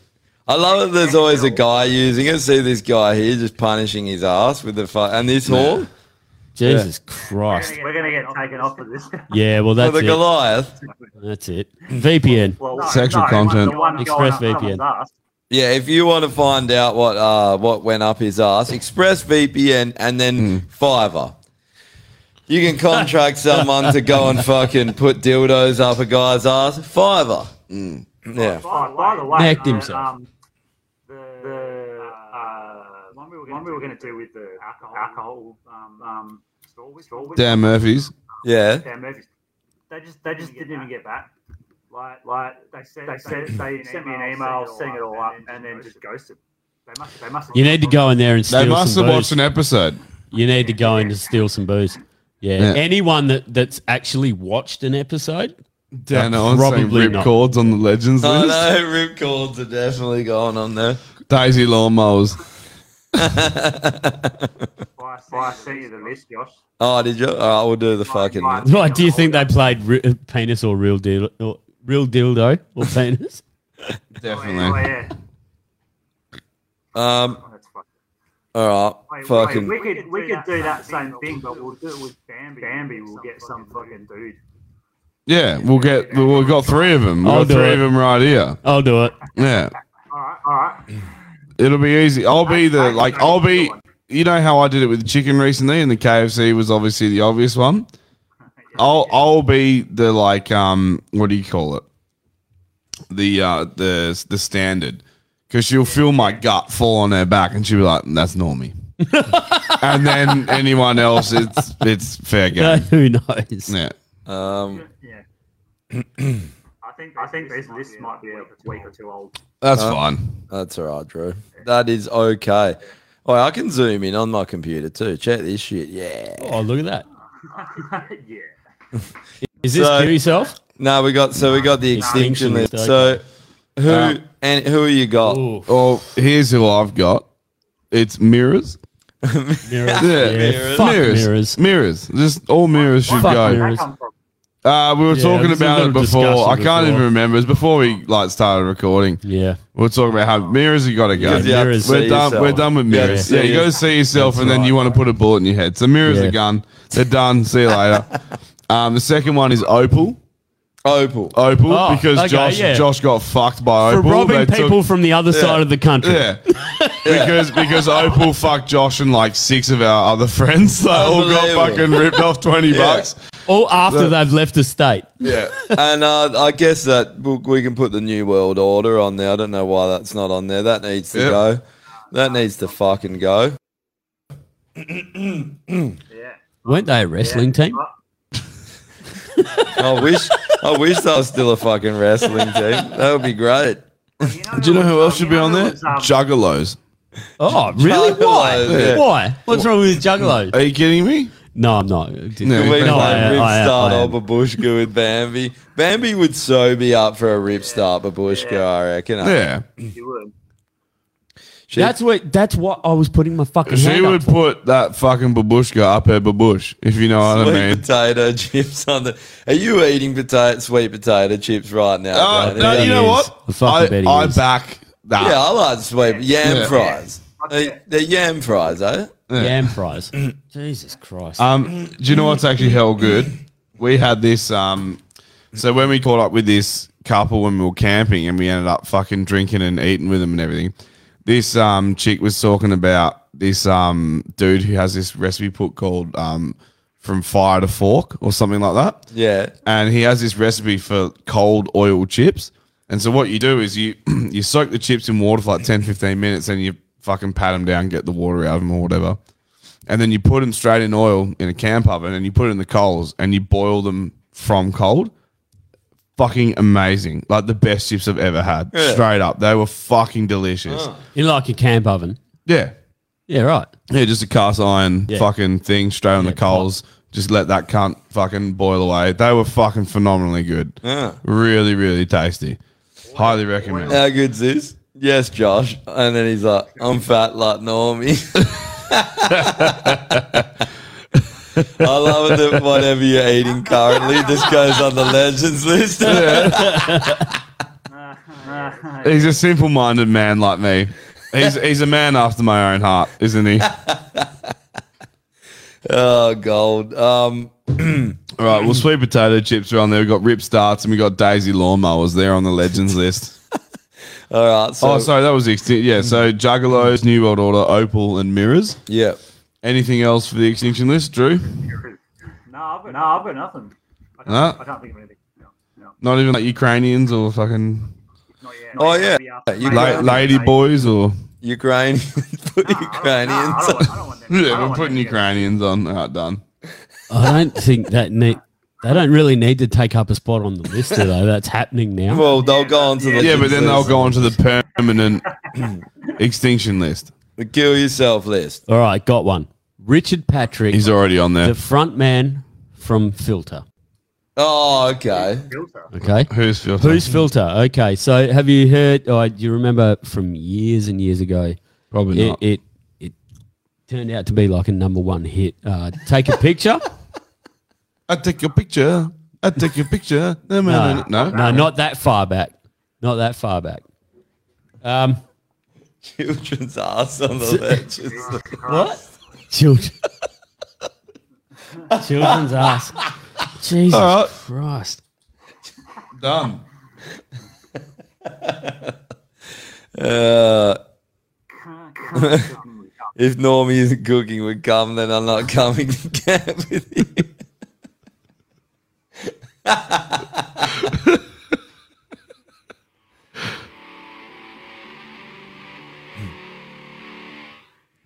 [SPEAKER 4] I love that there's always a guy using it. See this guy here just punishing his ass with the fuck. And this horn.
[SPEAKER 6] Jesus Christ.
[SPEAKER 5] We're going to get taken off of this.
[SPEAKER 6] Yeah, well, that's
[SPEAKER 4] the
[SPEAKER 6] it.
[SPEAKER 4] Goliath.
[SPEAKER 6] That's it. VPN.
[SPEAKER 5] Well,
[SPEAKER 4] Sexual
[SPEAKER 5] the one-
[SPEAKER 4] content.
[SPEAKER 5] the one going up
[SPEAKER 6] ExpressVPN.
[SPEAKER 5] someone's ass.
[SPEAKER 4] Yeah, if you want to find out what uh what went up his ass, ExpressVPN and then Fiverr. You can contract someone to go and fucking put dildos up a guy's ass. Fiverr. Mm. Yeah.
[SPEAKER 5] By, by the way,
[SPEAKER 4] Necked
[SPEAKER 5] uh,
[SPEAKER 4] himself.
[SPEAKER 5] Um, the the uh, one we were going to do with the alcohol, alcohol um, um, store whistle-
[SPEAKER 2] Dan Murphy's.
[SPEAKER 4] Yeah.
[SPEAKER 5] Dan Murphy's. They just they just didn't even get back. Like like they said they, said, they sent me an email setting it all up and then just ghosted. They must they must
[SPEAKER 6] You need to go in there and steal
[SPEAKER 2] They must
[SPEAKER 6] some
[SPEAKER 2] have
[SPEAKER 6] booze.
[SPEAKER 2] watched an episode.
[SPEAKER 6] You need to go in to steal some booze. Yeah.
[SPEAKER 2] Yeah.
[SPEAKER 6] Anyone that, that's actually watched an episode,
[SPEAKER 2] Dan
[SPEAKER 6] they're
[SPEAKER 2] on
[SPEAKER 6] probably
[SPEAKER 2] rip
[SPEAKER 6] not.
[SPEAKER 2] cords on the legends
[SPEAKER 4] I
[SPEAKER 2] list.
[SPEAKER 4] know rip cords are definitely going on there.
[SPEAKER 2] Daisy lawnmowers.
[SPEAKER 5] Why I sent you the list, Josh.
[SPEAKER 4] Oh, did you? All right, we'll do the fucking.
[SPEAKER 6] Right, do you think they played re- uh, penis or real deal or real dildo or penis?
[SPEAKER 5] Oh yeah.
[SPEAKER 4] Um. All right.
[SPEAKER 5] Wait,
[SPEAKER 4] Fucking.
[SPEAKER 5] wait, we could we could do that same thing, but we'll do it with Bambi. Bambi, we'll get some fucking dude.
[SPEAKER 2] Yeah, we'll get. we- We've got three of them. We've
[SPEAKER 6] I'll
[SPEAKER 2] got
[SPEAKER 6] do
[SPEAKER 2] three
[SPEAKER 6] it.
[SPEAKER 2] of them right here.
[SPEAKER 6] I'll do it.
[SPEAKER 2] Yeah,
[SPEAKER 5] All right, all right.
[SPEAKER 2] it'll be easy. I'll be the like. I'll be. You know how I did it with the chicken recently, and the KFC was obviously the obvious one. I'll I'll be the like um what do you call it? The uh the the standard because she'll feel my gut fall on her back, and she'll be like, "That's normie." and then anyone else, it's it's fair game.
[SPEAKER 6] who knows?
[SPEAKER 2] Yeah.
[SPEAKER 4] Um.
[SPEAKER 5] Yeah. I think I think this list might be a week or two old.
[SPEAKER 2] That's
[SPEAKER 4] Uh,
[SPEAKER 2] fine.
[SPEAKER 4] That's all right, Drew. That is okay. Oh, I can zoom in on my computer too. Check this shit. Yeah.
[SPEAKER 6] Oh, look at that.
[SPEAKER 5] yeah.
[SPEAKER 6] Is this
[SPEAKER 4] So-
[SPEAKER 6] kill yourself?
[SPEAKER 4] No, we got so we got the extinction
[SPEAKER 6] Extinction
[SPEAKER 4] list.
[SPEAKER 6] list,
[SPEAKER 4] So
[SPEAKER 6] okay.
[SPEAKER 4] who
[SPEAKER 2] Uh,
[SPEAKER 4] and who you got?
[SPEAKER 2] Oh, here's who I've got. It's mirrors.
[SPEAKER 6] Mirrors.
[SPEAKER 2] Yeah,
[SPEAKER 6] Yeah, fuck
[SPEAKER 2] mirrors. Mirrors. Just all mirrors should
[SPEAKER 6] Fuck
[SPEAKER 2] go.
[SPEAKER 6] mirrors.
[SPEAKER 2] Uh, we were
[SPEAKER 6] Yeah,
[SPEAKER 2] talking
[SPEAKER 6] this is a
[SPEAKER 2] about it
[SPEAKER 6] little
[SPEAKER 2] before.
[SPEAKER 6] discussion
[SPEAKER 2] I
[SPEAKER 6] before.
[SPEAKER 2] can't even remember. It's before we like started recording.
[SPEAKER 6] Yeah,
[SPEAKER 2] we are talking about how mirrors. You got to go.
[SPEAKER 4] Because you have to Mirrors.
[SPEAKER 2] We're
[SPEAKER 4] see
[SPEAKER 2] done. We're
[SPEAKER 4] yourself.
[SPEAKER 2] done with
[SPEAKER 4] You have to
[SPEAKER 2] mirrors.
[SPEAKER 4] see
[SPEAKER 2] Yeah, you got to
[SPEAKER 4] yourself.
[SPEAKER 2] see yourself, and then you want to put a bullet in your head. So mirrors are gone. They're done. See you later. um, the second one is opal.
[SPEAKER 4] Opal.
[SPEAKER 2] Opal.
[SPEAKER 6] Oh,
[SPEAKER 2] because
[SPEAKER 6] okay,
[SPEAKER 2] Josh
[SPEAKER 6] yeah.
[SPEAKER 2] Josh got fucked by
[SPEAKER 6] For
[SPEAKER 2] opal.
[SPEAKER 6] robbing
[SPEAKER 2] They took-
[SPEAKER 6] people from the other side of the country.
[SPEAKER 2] Yeah. because because Opal fucked Josh and like six of our other friends that all got
[SPEAKER 4] Unbelievable.
[SPEAKER 2] fucking ripped off twenty
[SPEAKER 4] Yeah.
[SPEAKER 2] bucks.
[SPEAKER 6] All after
[SPEAKER 4] So-
[SPEAKER 6] they've left the state.
[SPEAKER 4] Yeah. and uh, I guess that we- we can put the new world order on there. I don't know why that's not on there. That needs to
[SPEAKER 2] Yep.
[SPEAKER 4] go. That needs to fucking go.
[SPEAKER 6] Weren't they a wrestling team?
[SPEAKER 4] I wish I wish that was still a fucking wrestling team. That would be great.
[SPEAKER 2] Do you know who else should be on there?
[SPEAKER 4] um,
[SPEAKER 2] Juggalos.
[SPEAKER 6] Oh, really? Why?
[SPEAKER 4] Juggalos, yeah.
[SPEAKER 6] Why? What's wrong with Juggalo?
[SPEAKER 2] Are you kidding me?
[SPEAKER 6] No, I'm not.
[SPEAKER 4] Can we play rip start
[SPEAKER 6] am.
[SPEAKER 4] over Babushka with Bambi? Bambi would so be up for a rip start Babushka, I reckon.
[SPEAKER 2] Yeah.
[SPEAKER 5] You would.
[SPEAKER 4] She-
[SPEAKER 6] that's what. That's what I was putting my fucking.
[SPEAKER 2] She
[SPEAKER 6] hand up
[SPEAKER 2] would
[SPEAKER 6] for.
[SPEAKER 2] put that fucking babushka up her babush, if you know what
[SPEAKER 4] Sweet
[SPEAKER 2] I mean.
[SPEAKER 4] potato chips on the. Are you eating potato sweet potato chips right now?
[SPEAKER 2] Oh,
[SPEAKER 4] Brandon?
[SPEAKER 2] no,
[SPEAKER 4] Yeah.
[SPEAKER 2] you know what?
[SPEAKER 6] I fucking bet he
[SPEAKER 2] I, I
[SPEAKER 6] is.
[SPEAKER 2] back that.
[SPEAKER 4] Yeah, I like sweet yam
[SPEAKER 2] Yeah.
[SPEAKER 4] fries. They, they're yam fries, eh?
[SPEAKER 6] Yam fries. Jesus Christ.
[SPEAKER 2] Um, do you know what's actually hell good? We had this. Um, so when we caught up with this couple when we were camping, and we ended up fucking drinking and eating with them and everything. This um chick was talking about this um dude who has this recipe book called um from fire to fork or something like that
[SPEAKER 4] Yeah.
[SPEAKER 2] and he has this recipe for cold oil chips. And so what you do is you you soak the chips in water for like 10, 15 minutes, and you fucking pat them down, get the water out of them or whatever. And then you put them straight in oil in a camp oven, and you put it in the coals, and you boil them from cold. Fucking amazing! Like the best chips I've ever had.
[SPEAKER 6] Yeah.
[SPEAKER 2] Straight up, they were fucking delicious.
[SPEAKER 6] you like a camp oven?
[SPEAKER 2] Yeah.
[SPEAKER 6] Yeah, right.
[SPEAKER 2] Yeah, just a cast iron
[SPEAKER 6] Yeah.
[SPEAKER 2] fucking thing straight on the coals. Just let that cunt fucking boil away. They were fucking phenomenally good.
[SPEAKER 4] Yeah.
[SPEAKER 2] Really, really tasty. Highly recommend.
[SPEAKER 4] How good's this? Yes, Josh. And then he's like, I'm fat like Normie. I love it that whatever you're eating currently just goes on the legends list.
[SPEAKER 2] He's a simple minded man like me. He's, he's a man after my own heart, isn't he?
[SPEAKER 4] oh, gold. Um,
[SPEAKER 2] All right, well, sweet potato chips are on there. We've got Rip Starts and we got Daisy Lawnmowers there on the Legends list.
[SPEAKER 4] All right. so-
[SPEAKER 2] oh, sorry, that was the extinct. Yeah, so Juggalos, New World Order, Opal, and Mirrors.
[SPEAKER 4] Yeah.
[SPEAKER 2] Anything else for the extinction list,
[SPEAKER 5] No,
[SPEAKER 2] Drew?
[SPEAKER 5] I've got, no, I've got nothing. I can't,
[SPEAKER 2] No?
[SPEAKER 5] I can't think of anything. No, no.
[SPEAKER 2] Not even like Ukrainians or fucking
[SPEAKER 5] Not yet.
[SPEAKER 4] Oh, yeah.
[SPEAKER 5] Maybe
[SPEAKER 4] Yeah,
[SPEAKER 5] after-
[SPEAKER 4] you
[SPEAKER 5] maybe
[SPEAKER 4] got-
[SPEAKER 2] la- lady boys or.
[SPEAKER 4] Ukrainian. Put Ukrainians.
[SPEAKER 2] Yeah, we're putting Ukrainians on. All right, done.
[SPEAKER 6] I don't think that need. They don't really need to take up a spot on the list, though. That's happening now.
[SPEAKER 4] Well, they'll go on to the
[SPEAKER 2] Yeah, but then they'll
[SPEAKER 4] list.
[SPEAKER 2] go on to the permanent extinction list.
[SPEAKER 4] The kill yourself list.
[SPEAKER 6] All right, got one. Richard Patrick.
[SPEAKER 2] He's already on there.
[SPEAKER 6] The front man from Filter.
[SPEAKER 4] Oh, okay.
[SPEAKER 6] Okay.
[SPEAKER 2] Who's filter?
[SPEAKER 6] Who's filter? Okay. So have you heard? Oh, do you remember from years and years ago?
[SPEAKER 2] Probably
[SPEAKER 6] it,
[SPEAKER 2] not.
[SPEAKER 6] It it turned out to be like a number one hit. Uh, take a picture.
[SPEAKER 2] I take your picture. I take your picture. No,
[SPEAKER 6] no,
[SPEAKER 2] no, no,
[SPEAKER 6] no, not that far back. Not that far back. Um,
[SPEAKER 4] Children's ass on the legends list.
[SPEAKER 6] What? Children. Children's ass. Jesus
[SPEAKER 2] All right.
[SPEAKER 6] Christ.
[SPEAKER 2] Done.
[SPEAKER 4] Uh, if Normie isn't cooking with gum, then I'm not coming to camp with you.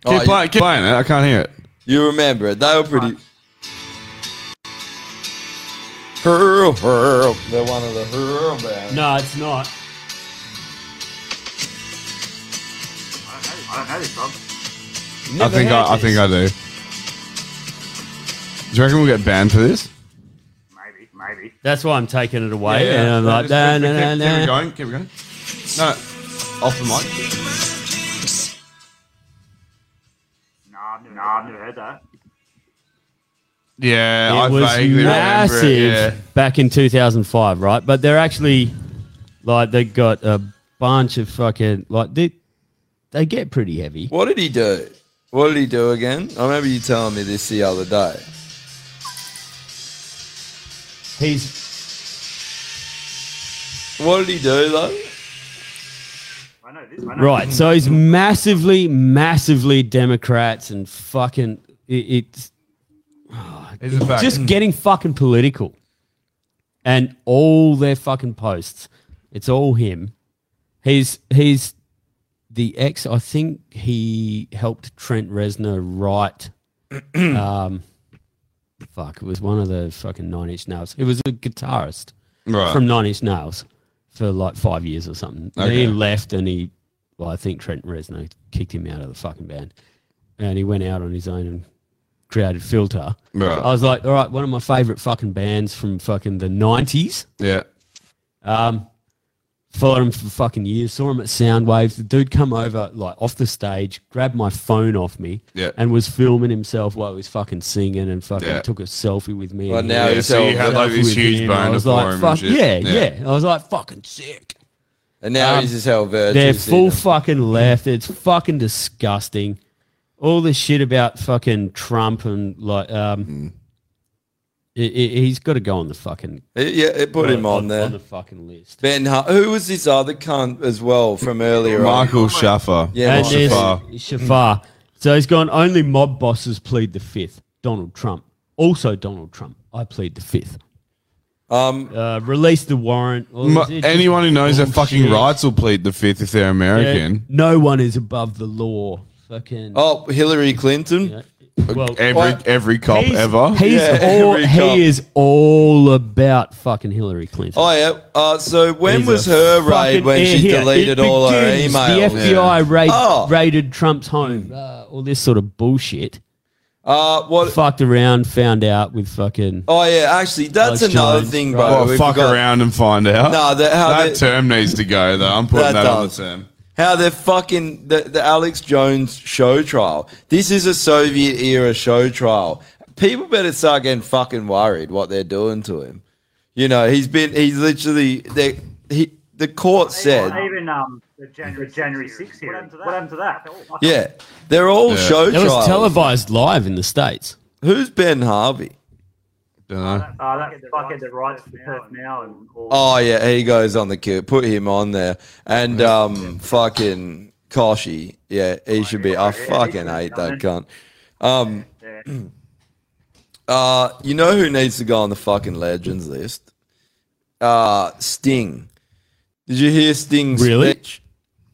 [SPEAKER 2] Keep, play, keep playing it. I can't hear it.
[SPEAKER 4] Oh, You remember it. They were pretty. Hurl, hurl. They're one of the hurl bands.
[SPEAKER 6] No, it's not.
[SPEAKER 5] I don't know this song.
[SPEAKER 2] I think I, I think I do. Do you reckon we'll get banned for this?
[SPEAKER 5] Maybe, maybe.
[SPEAKER 6] That's why I'm taking it away.
[SPEAKER 2] Yeah, yeah.
[SPEAKER 6] And I'm
[SPEAKER 2] No,
[SPEAKER 6] like,
[SPEAKER 2] just keep-
[SPEAKER 6] nah, nah, nah,
[SPEAKER 2] keep- keep
[SPEAKER 6] nah.
[SPEAKER 2] it going, keep it going. No, off the mic.
[SPEAKER 5] No, I've never, no, I've never heard that.
[SPEAKER 2] Yeah, I
[SPEAKER 6] it was
[SPEAKER 2] vaguely
[SPEAKER 6] massive
[SPEAKER 2] remember it.
[SPEAKER 6] back in 2005, right? But they're actually like they got a bunch of fucking like they they get pretty heavy.
[SPEAKER 4] What did he do? What did he do again? I remember you telling me this the other day.
[SPEAKER 6] He's.
[SPEAKER 4] What did he do though?
[SPEAKER 6] Right, so he's massively, massively Democrats and fucking it, it's
[SPEAKER 2] He's a fact.
[SPEAKER 6] just getting fucking political, and all their fucking posts, it's all him. He's he's the ex. I think he helped Trent Reznor write. um, fuck, it was one of the fucking Nine Inch Nails. It was a guitarist
[SPEAKER 2] Right.
[SPEAKER 6] from Nine Inch Nails for like five years or something. Then
[SPEAKER 2] Okay.
[SPEAKER 6] he left and he, well, I think Trent Reznor kicked him out of the fucking band, and he went out on his own and created Filter.
[SPEAKER 2] Right.
[SPEAKER 6] I was like, all right, one of my favorite fucking bands from fucking the nineties.
[SPEAKER 2] Yeah.
[SPEAKER 6] Um, followed him for fucking years. Saw him at Soundwave. The dude come over like off the stage, grabbed my phone off me,
[SPEAKER 2] Yeah.
[SPEAKER 6] and was filming himself while he was fucking singing and fucking
[SPEAKER 2] Yeah.
[SPEAKER 6] took a selfie with me.
[SPEAKER 4] Well,
[SPEAKER 6] and
[SPEAKER 4] now
[SPEAKER 6] he-
[SPEAKER 4] he's So you had, like,
[SPEAKER 6] selfie
[SPEAKER 4] this
[SPEAKER 6] with
[SPEAKER 4] huge
[SPEAKER 6] him. I
[SPEAKER 4] boner
[SPEAKER 6] was
[SPEAKER 4] for
[SPEAKER 6] like,
[SPEAKER 4] him and
[SPEAKER 6] fuck
[SPEAKER 4] shit.
[SPEAKER 6] Uh, yeah,
[SPEAKER 4] Yeah.
[SPEAKER 6] yeah, I was like, fucking sick.
[SPEAKER 4] And now
[SPEAKER 6] Um,
[SPEAKER 4] he's just held virtues.
[SPEAKER 6] They're
[SPEAKER 4] in
[SPEAKER 6] full
[SPEAKER 4] it.
[SPEAKER 6] fucking left. It's fucking disgusting. All this shit about fucking Trump and like, um, i- i- he's got to go on the fucking.
[SPEAKER 4] It- Uh, yeah, it put him on there.
[SPEAKER 6] On the fucking list.
[SPEAKER 4] Ben, Hu- who was this other cunt as well from earlier?
[SPEAKER 2] Michael
[SPEAKER 4] on?
[SPEAKER 2] Shaffer.
[SPEAKER 4] Yeah,
[SPEAKER 6] and there's
[SPEAKER 4] Shaffer.
[SPEAKER 6] Shafar. So he's gone. Only mob bosses plead the fifth. Donald Trump. Also Donald Trump. I plead the fifth.
[SPEAKER 4] Um,
[SPEAKER 6] uh, release the warrant. All
[SPEAKER 2] Ma-
[SPEAKER 6] this- it's just
[SPEAKER 2] anyone who knows their fucking
[SPEAKER 6] bullshit.
[SPEAKER 2] rights will plead the fifth if they're American.
[SPEAKER 6] Yeah, no one is above the law. Fucking.
[SPEAKER 4] Oh, Hillary Clinton.
[SPEAKER 6] Well,
[SPEAKER 2] every every cop
[SPEAKER 6] He's-
[SPEAKER 2] ever.
[SPEAKER 6] He's all, he is all about fucking Hillary Clinton.
[SPEAKER 4] Oh yeah. Uh, so when
[SPEAKER 6] He's
[SPEAKER 4] was
[SPEAKER 6] a
[SPEAKER 4] her raid
[SPEAKER 6] fucking-
[SPEAKER 4] when she
[SPEAKER 6] here,
[SPEAKER 4] deleted
[SPEAKER 6] it
[SPEAKER 4] all her
[SPEAKER 6] begins.
[SPEAKER 4] emails? Oh.
[SPEAKER 6] The FBI raid, raided Trump's home. Uh, all this sort of bullshit.
[SPEAKER 4] Uh, what?
[SPEAKER 9] Fucked around, found out with fucking.
[SPEAKER 4] Oh yeah, actually, that's
[SPEAKER 9] Alex
[SPEAKER 4] another
[SPEAKER 9] Jones,
[SPEAKER 4] thing,
[SPEAKER 9] right.
[SPEAKER 4] bro.
[SPEAKER 2] Well,
[SPEAKER 4] We've
[SPEAKER 2] Oh, fuck
[SPEAKER 4] got-
[SPEAKER 2] around and find out.
[SPEAKER 4] Nah, that- how
[SPEAKER 2] that
[SPEAKER 4] they-
[SPEAKER 2] term needs to go though. I'm putting that,
[SPEAKER 4] That
[SPEAKER 2] on the
[SPEAKER 4] does.
[SPEAKER 2] term.
[SPEAKER 4] How they're fucking the, the Alex Jones show trial. This is a Soviet era show trial. People better start getting fucking worried what they're doing to him. You know, he's been he's literally they he the court said
[SPEAKER 5] Even um, the January, January 6th hearing. What happened to that? What happened to that?
[SPEAKER 4] Yeah. They're all show
[SPEAKER 9] It was
[SPEAKER 4] trials.
[SPEAKER 9] televised live in the states.
[SPEAKER 4] Who's Ben Harvey?
[SPEAKER 5] Uh, that fucking the rights for Perth now and all.
[SPEAKER 4] Oh yeah, he goes on the queue. Put him on there. And um fucking Koshi. Yeah, he should be I fucking hate that cunt. Um Uh, you know who needs to go on the fucking legends list? Uh, Sting. Did you hear Sting's
[SPEAKER 9] Really?
[SPEAKER 4] speech?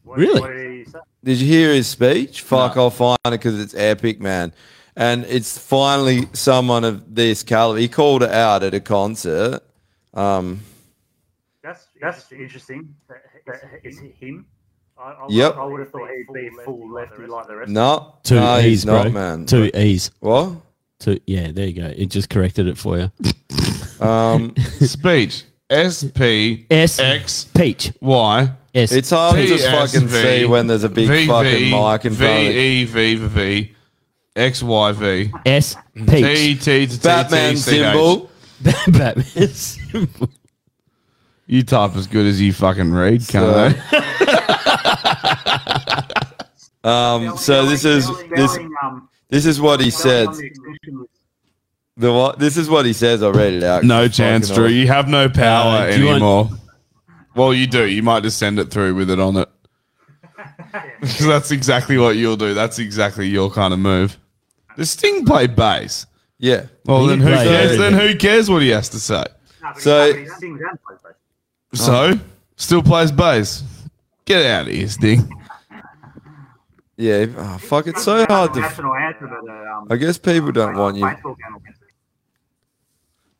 [SPEAKER 9] Really?
[SPEAKER 4] Did you hear his speech? Fuck, I'll find it because it's epic, man. And it's finally someone of this caliber. He called it out at a concert. Um,
[SPEAKER 5] That's that's interesting. That- that- Is it him? I, I,
[SPEAKER 4] Yep.
[SPEAKER 5] I would have thought he'd be full lefty like the rest.
[SPEAKER 4] no,
[SPEAKER 9] Two
[SPEAKER 4] no,
[SPEAKER 9] E's,
[SPEAKER 4] he's
[SPEAKER 9] bro.
[SPEAKER 4] not, man.
[SPEAKER 9] Two E's.
[SPEAKER 4] What?
[SPEAKER 9] Two. Yeah, there you go. It just corrected it for you.
[SPEAKER 4] Um,
[SPEAKER 2] speech. S P
[SPEAKER 9] S
[SPEAKER 2] X
[SPEAKER 9] Peach
[SPEAKER 2] Y.
[SPEAKER 9] S.
[SPEAKER 4] It's hard to just fucking see when there's a big fucking mic in front of
[SPEAKER 2] V
[SPEAKER 4] you.
[SPEAKER 2] E V V X Y V
[SPEAKER 9] S
[SPEAKER 2] T T to T
[SPEAKER 4] Batman
[SPEAKER 2] T C H.
[SPEAKER 4] symbol.
[SPEAKER 9] Batman symbol.
[SPEAKER 2] You type as good as you fucking read,
[SPEAKER 4] So-
[SPEAKER 2] can't they?
[SPEAKER 4] Um, so this is this this is what he said. The what? This is what he says. I read it out.
[SPEAKER 2] No chance, Drew. You have no power
[SPEAKER 9] Uh, do you want-
[SPEAKER 2] anymore. well, you do. You might just send it through with it on it. 'Cause that's exactly what you'll do. That's exactly your kind of move. Does Sting play bass?
[SPEAKER 4] Yeah.
[SPEAKER 2] Well,
[SPEAKER 4] He
[SPEAKER 2] then who
[SPEAKER 4] played
[SPEAKER 2] cares?
[SPEAKER 4] everything.
[SPEAKER 2] Then who cares what he has to say?
[SPEAKER 4] So
[SPEAKER 2] So,
[SPEAKER 4] Oh.
[SPEAKER 2] still plays bass. Get out of here, Sting.
[SPEAKER 4] yeah, oh, fuck. It's so hard to.
[SPEAKER 5] national anthem at a, um,
[SPEAKER 4] I guess people don't want you.
[SPEAKER 5] baseball game or something.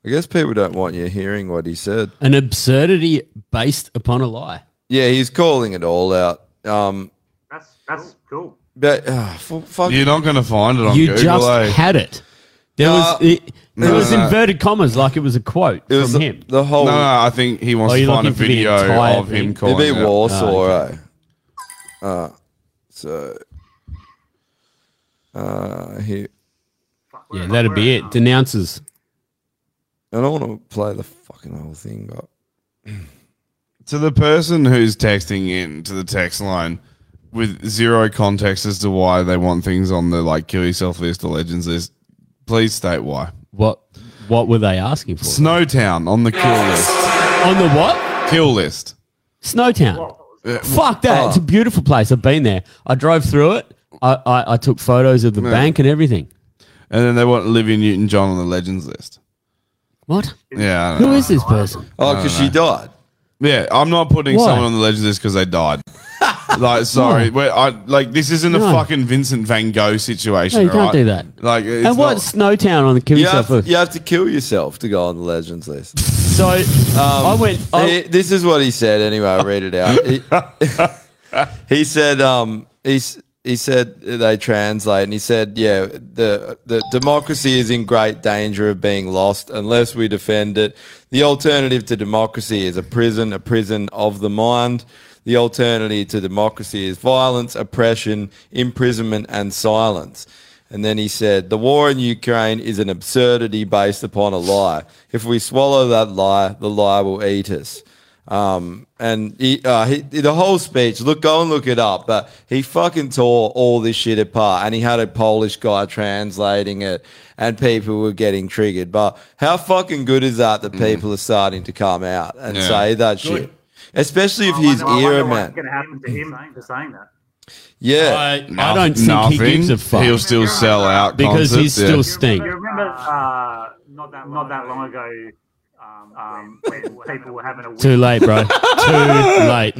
[SPEAKER 4] I guess people don't want you hearing what he said.
[SPEAKER 9] An absurdity based upon a lie.
[SPEAKER 4] Yeah, he's calling it all out. Um,
[SPEAKER 5] That's that's cool.
[SPEAKER 4] but uh, f- fuck.
[SPEAKER 2] You're not going to find it on
[SPEAKER 9] you
[SPEAKER 2] Google.
[SPEAKER 9] just
[SPEAKER 2] eh?
[SPEAKER 9] had it. There was
[SPEAKER 2] No.
[SPEAKER 9] it, there
[SPEAKER 2] No,
[SPEAKER 9] was
[SPEAKER 2] no.
[SPEAKER 9] inverted commas like it was a quote
[SPEAKER 4] It was
[SPEAKER 9] from
[SPEAKER 4] the-
[SPEAKER 9] him.
[SPEAKER 4] the whole-
[SPEAKER 2] No, no, I think he wants
[SPEAKER 9] Oh,
[SPEAKER 2] to
[SPEAKER 9] you're
[SPEAKER 2] find a
[SPEAKER 9] looking for the
[SPEAKER 2] video
[SPEAKER 9] entire
[SPEAKER 2] of him
[SPEAKER 9] thing.
[SPEAKER 2] calling
[SPEAKER 4] It'd be
[SPEAKER 2] it.
[SPEAKER 9] Ah,
[SPEAKER 4] Warsaw, eh? Uh, so, uh, here.
[SPEAKER 9] Yeah, that'd be it. Denounces.
[SPEAKER 4] I don't want to play the fucking whole thing, but
[SPEAKER 2] To the person who's texting in to the text line with zero context as to why they want things on the like kill yourself list or legends list, please state why.
[SPEAKER 9] What what were they asking for?
[SPEAKER 2] Snowtown on the kill list.
[SPEAKER 9] On the what?
[SPEAKER 2] Kill list.
[SPEAKER 9] Snowtown. Fuck that.
[SPEAKER 2] Oh.
[SPEAKER 4] Ah.
[SPEAKER 9] It's a beautiful place. I've been there. I drove through it. I, I, I took photos of the
[SPEAKER 2] Yeah.
[SPEAKER 9] bank and everything.
[SPEAKER 2] And then they want Olivia Newton John on the legends list.
[SPEAKER 9] What?
[SPEAKER 2] Yeah. I don't
[SPEAKER 9] Who
[SPEAKER 2] know.
[SPEAKER 9] is this person?
[SPEAKER 4] oh,
[SPEAKER 2] I
[SPEAKER 4] because
[SPEAKER 2] don't
[SPEAKER 4] she died.
[SPEAKER 2] Yeah, I'm not putting
[SPEAKER 9] Why?
[SPEAKER 2] someone on the legends list because they died. like, sorry, we're, I, like this isn't
[SPEAKER 9] No.
[SPEAKER 2] a fucking Vincent Van Gogh situation.
[SPEAKER 9] No, you can't
[SPEAKER 2] right?
[SPEAKER 9] do that.
[SPEAKER 2] Like, it's
[SPEAKER 9] and
[SPEAKER 2] not-
[SPEAKER 9] what's Snowtown on the kill
[SPEAKER 4] You
[SPEAKER 9] yourself
[SPEAKER 4] have,
[SPEAKER 9] list?
[SPEAKER 4] you have to kill yourself to go on the legends list. Um,
[SPEAKER 9] So I went. I,
[SPEAKER 4] He- this is what he said. Anyway, I read it out. He, he said, um, he, s- he said they translate, and he said, yeah, the the democracy is in great danger of being lost unless we defend it. The alternative to democracy is a prison, a prison of the mind. The alternative to democracy is violence, oppression, imprisonment, and silence. And then he said, The war in Ukraine is an absurdity based upon a lie. If we swallow that lie, the lie will eat us. Um, and he, uh, he, the whole speech, look, go and look it up. But he fucking tore all this shit apart, and he had a Polish guy translating it, and people were getting triggered. But how fucking good is that that people are starting to come out and
[SPEAKER 2] Mm. Yeah.
[SPEAKER 4] say that
[SPEAKER 2] Good.
[SPEAKER 4] shit, especially if
[SPEAKER 5] I
[SPEAKER 4] he's
[SPEAKER 5] wonder- I
[SPEAKER 4] era
[SPEAKER 5] wonder What's
[SPEAKER 4] man.
[SPEAKER 5] going to happen to him for saying that?
[SPEAKER 4] Yeah,
[SPEAKER 9] I don't think he gives a fuck.
[SPEAKER 2] He'll still sell out
[SPEAKER 9] Because he's
[SPEAKER 2] concerts, yeah.
[SPEAKER 9] still Sting.
[SPEAKER 5] You remember uh, not that not that long ago, um, um, when people were having a
[SPEAKER 9] Too late, bro. Too late.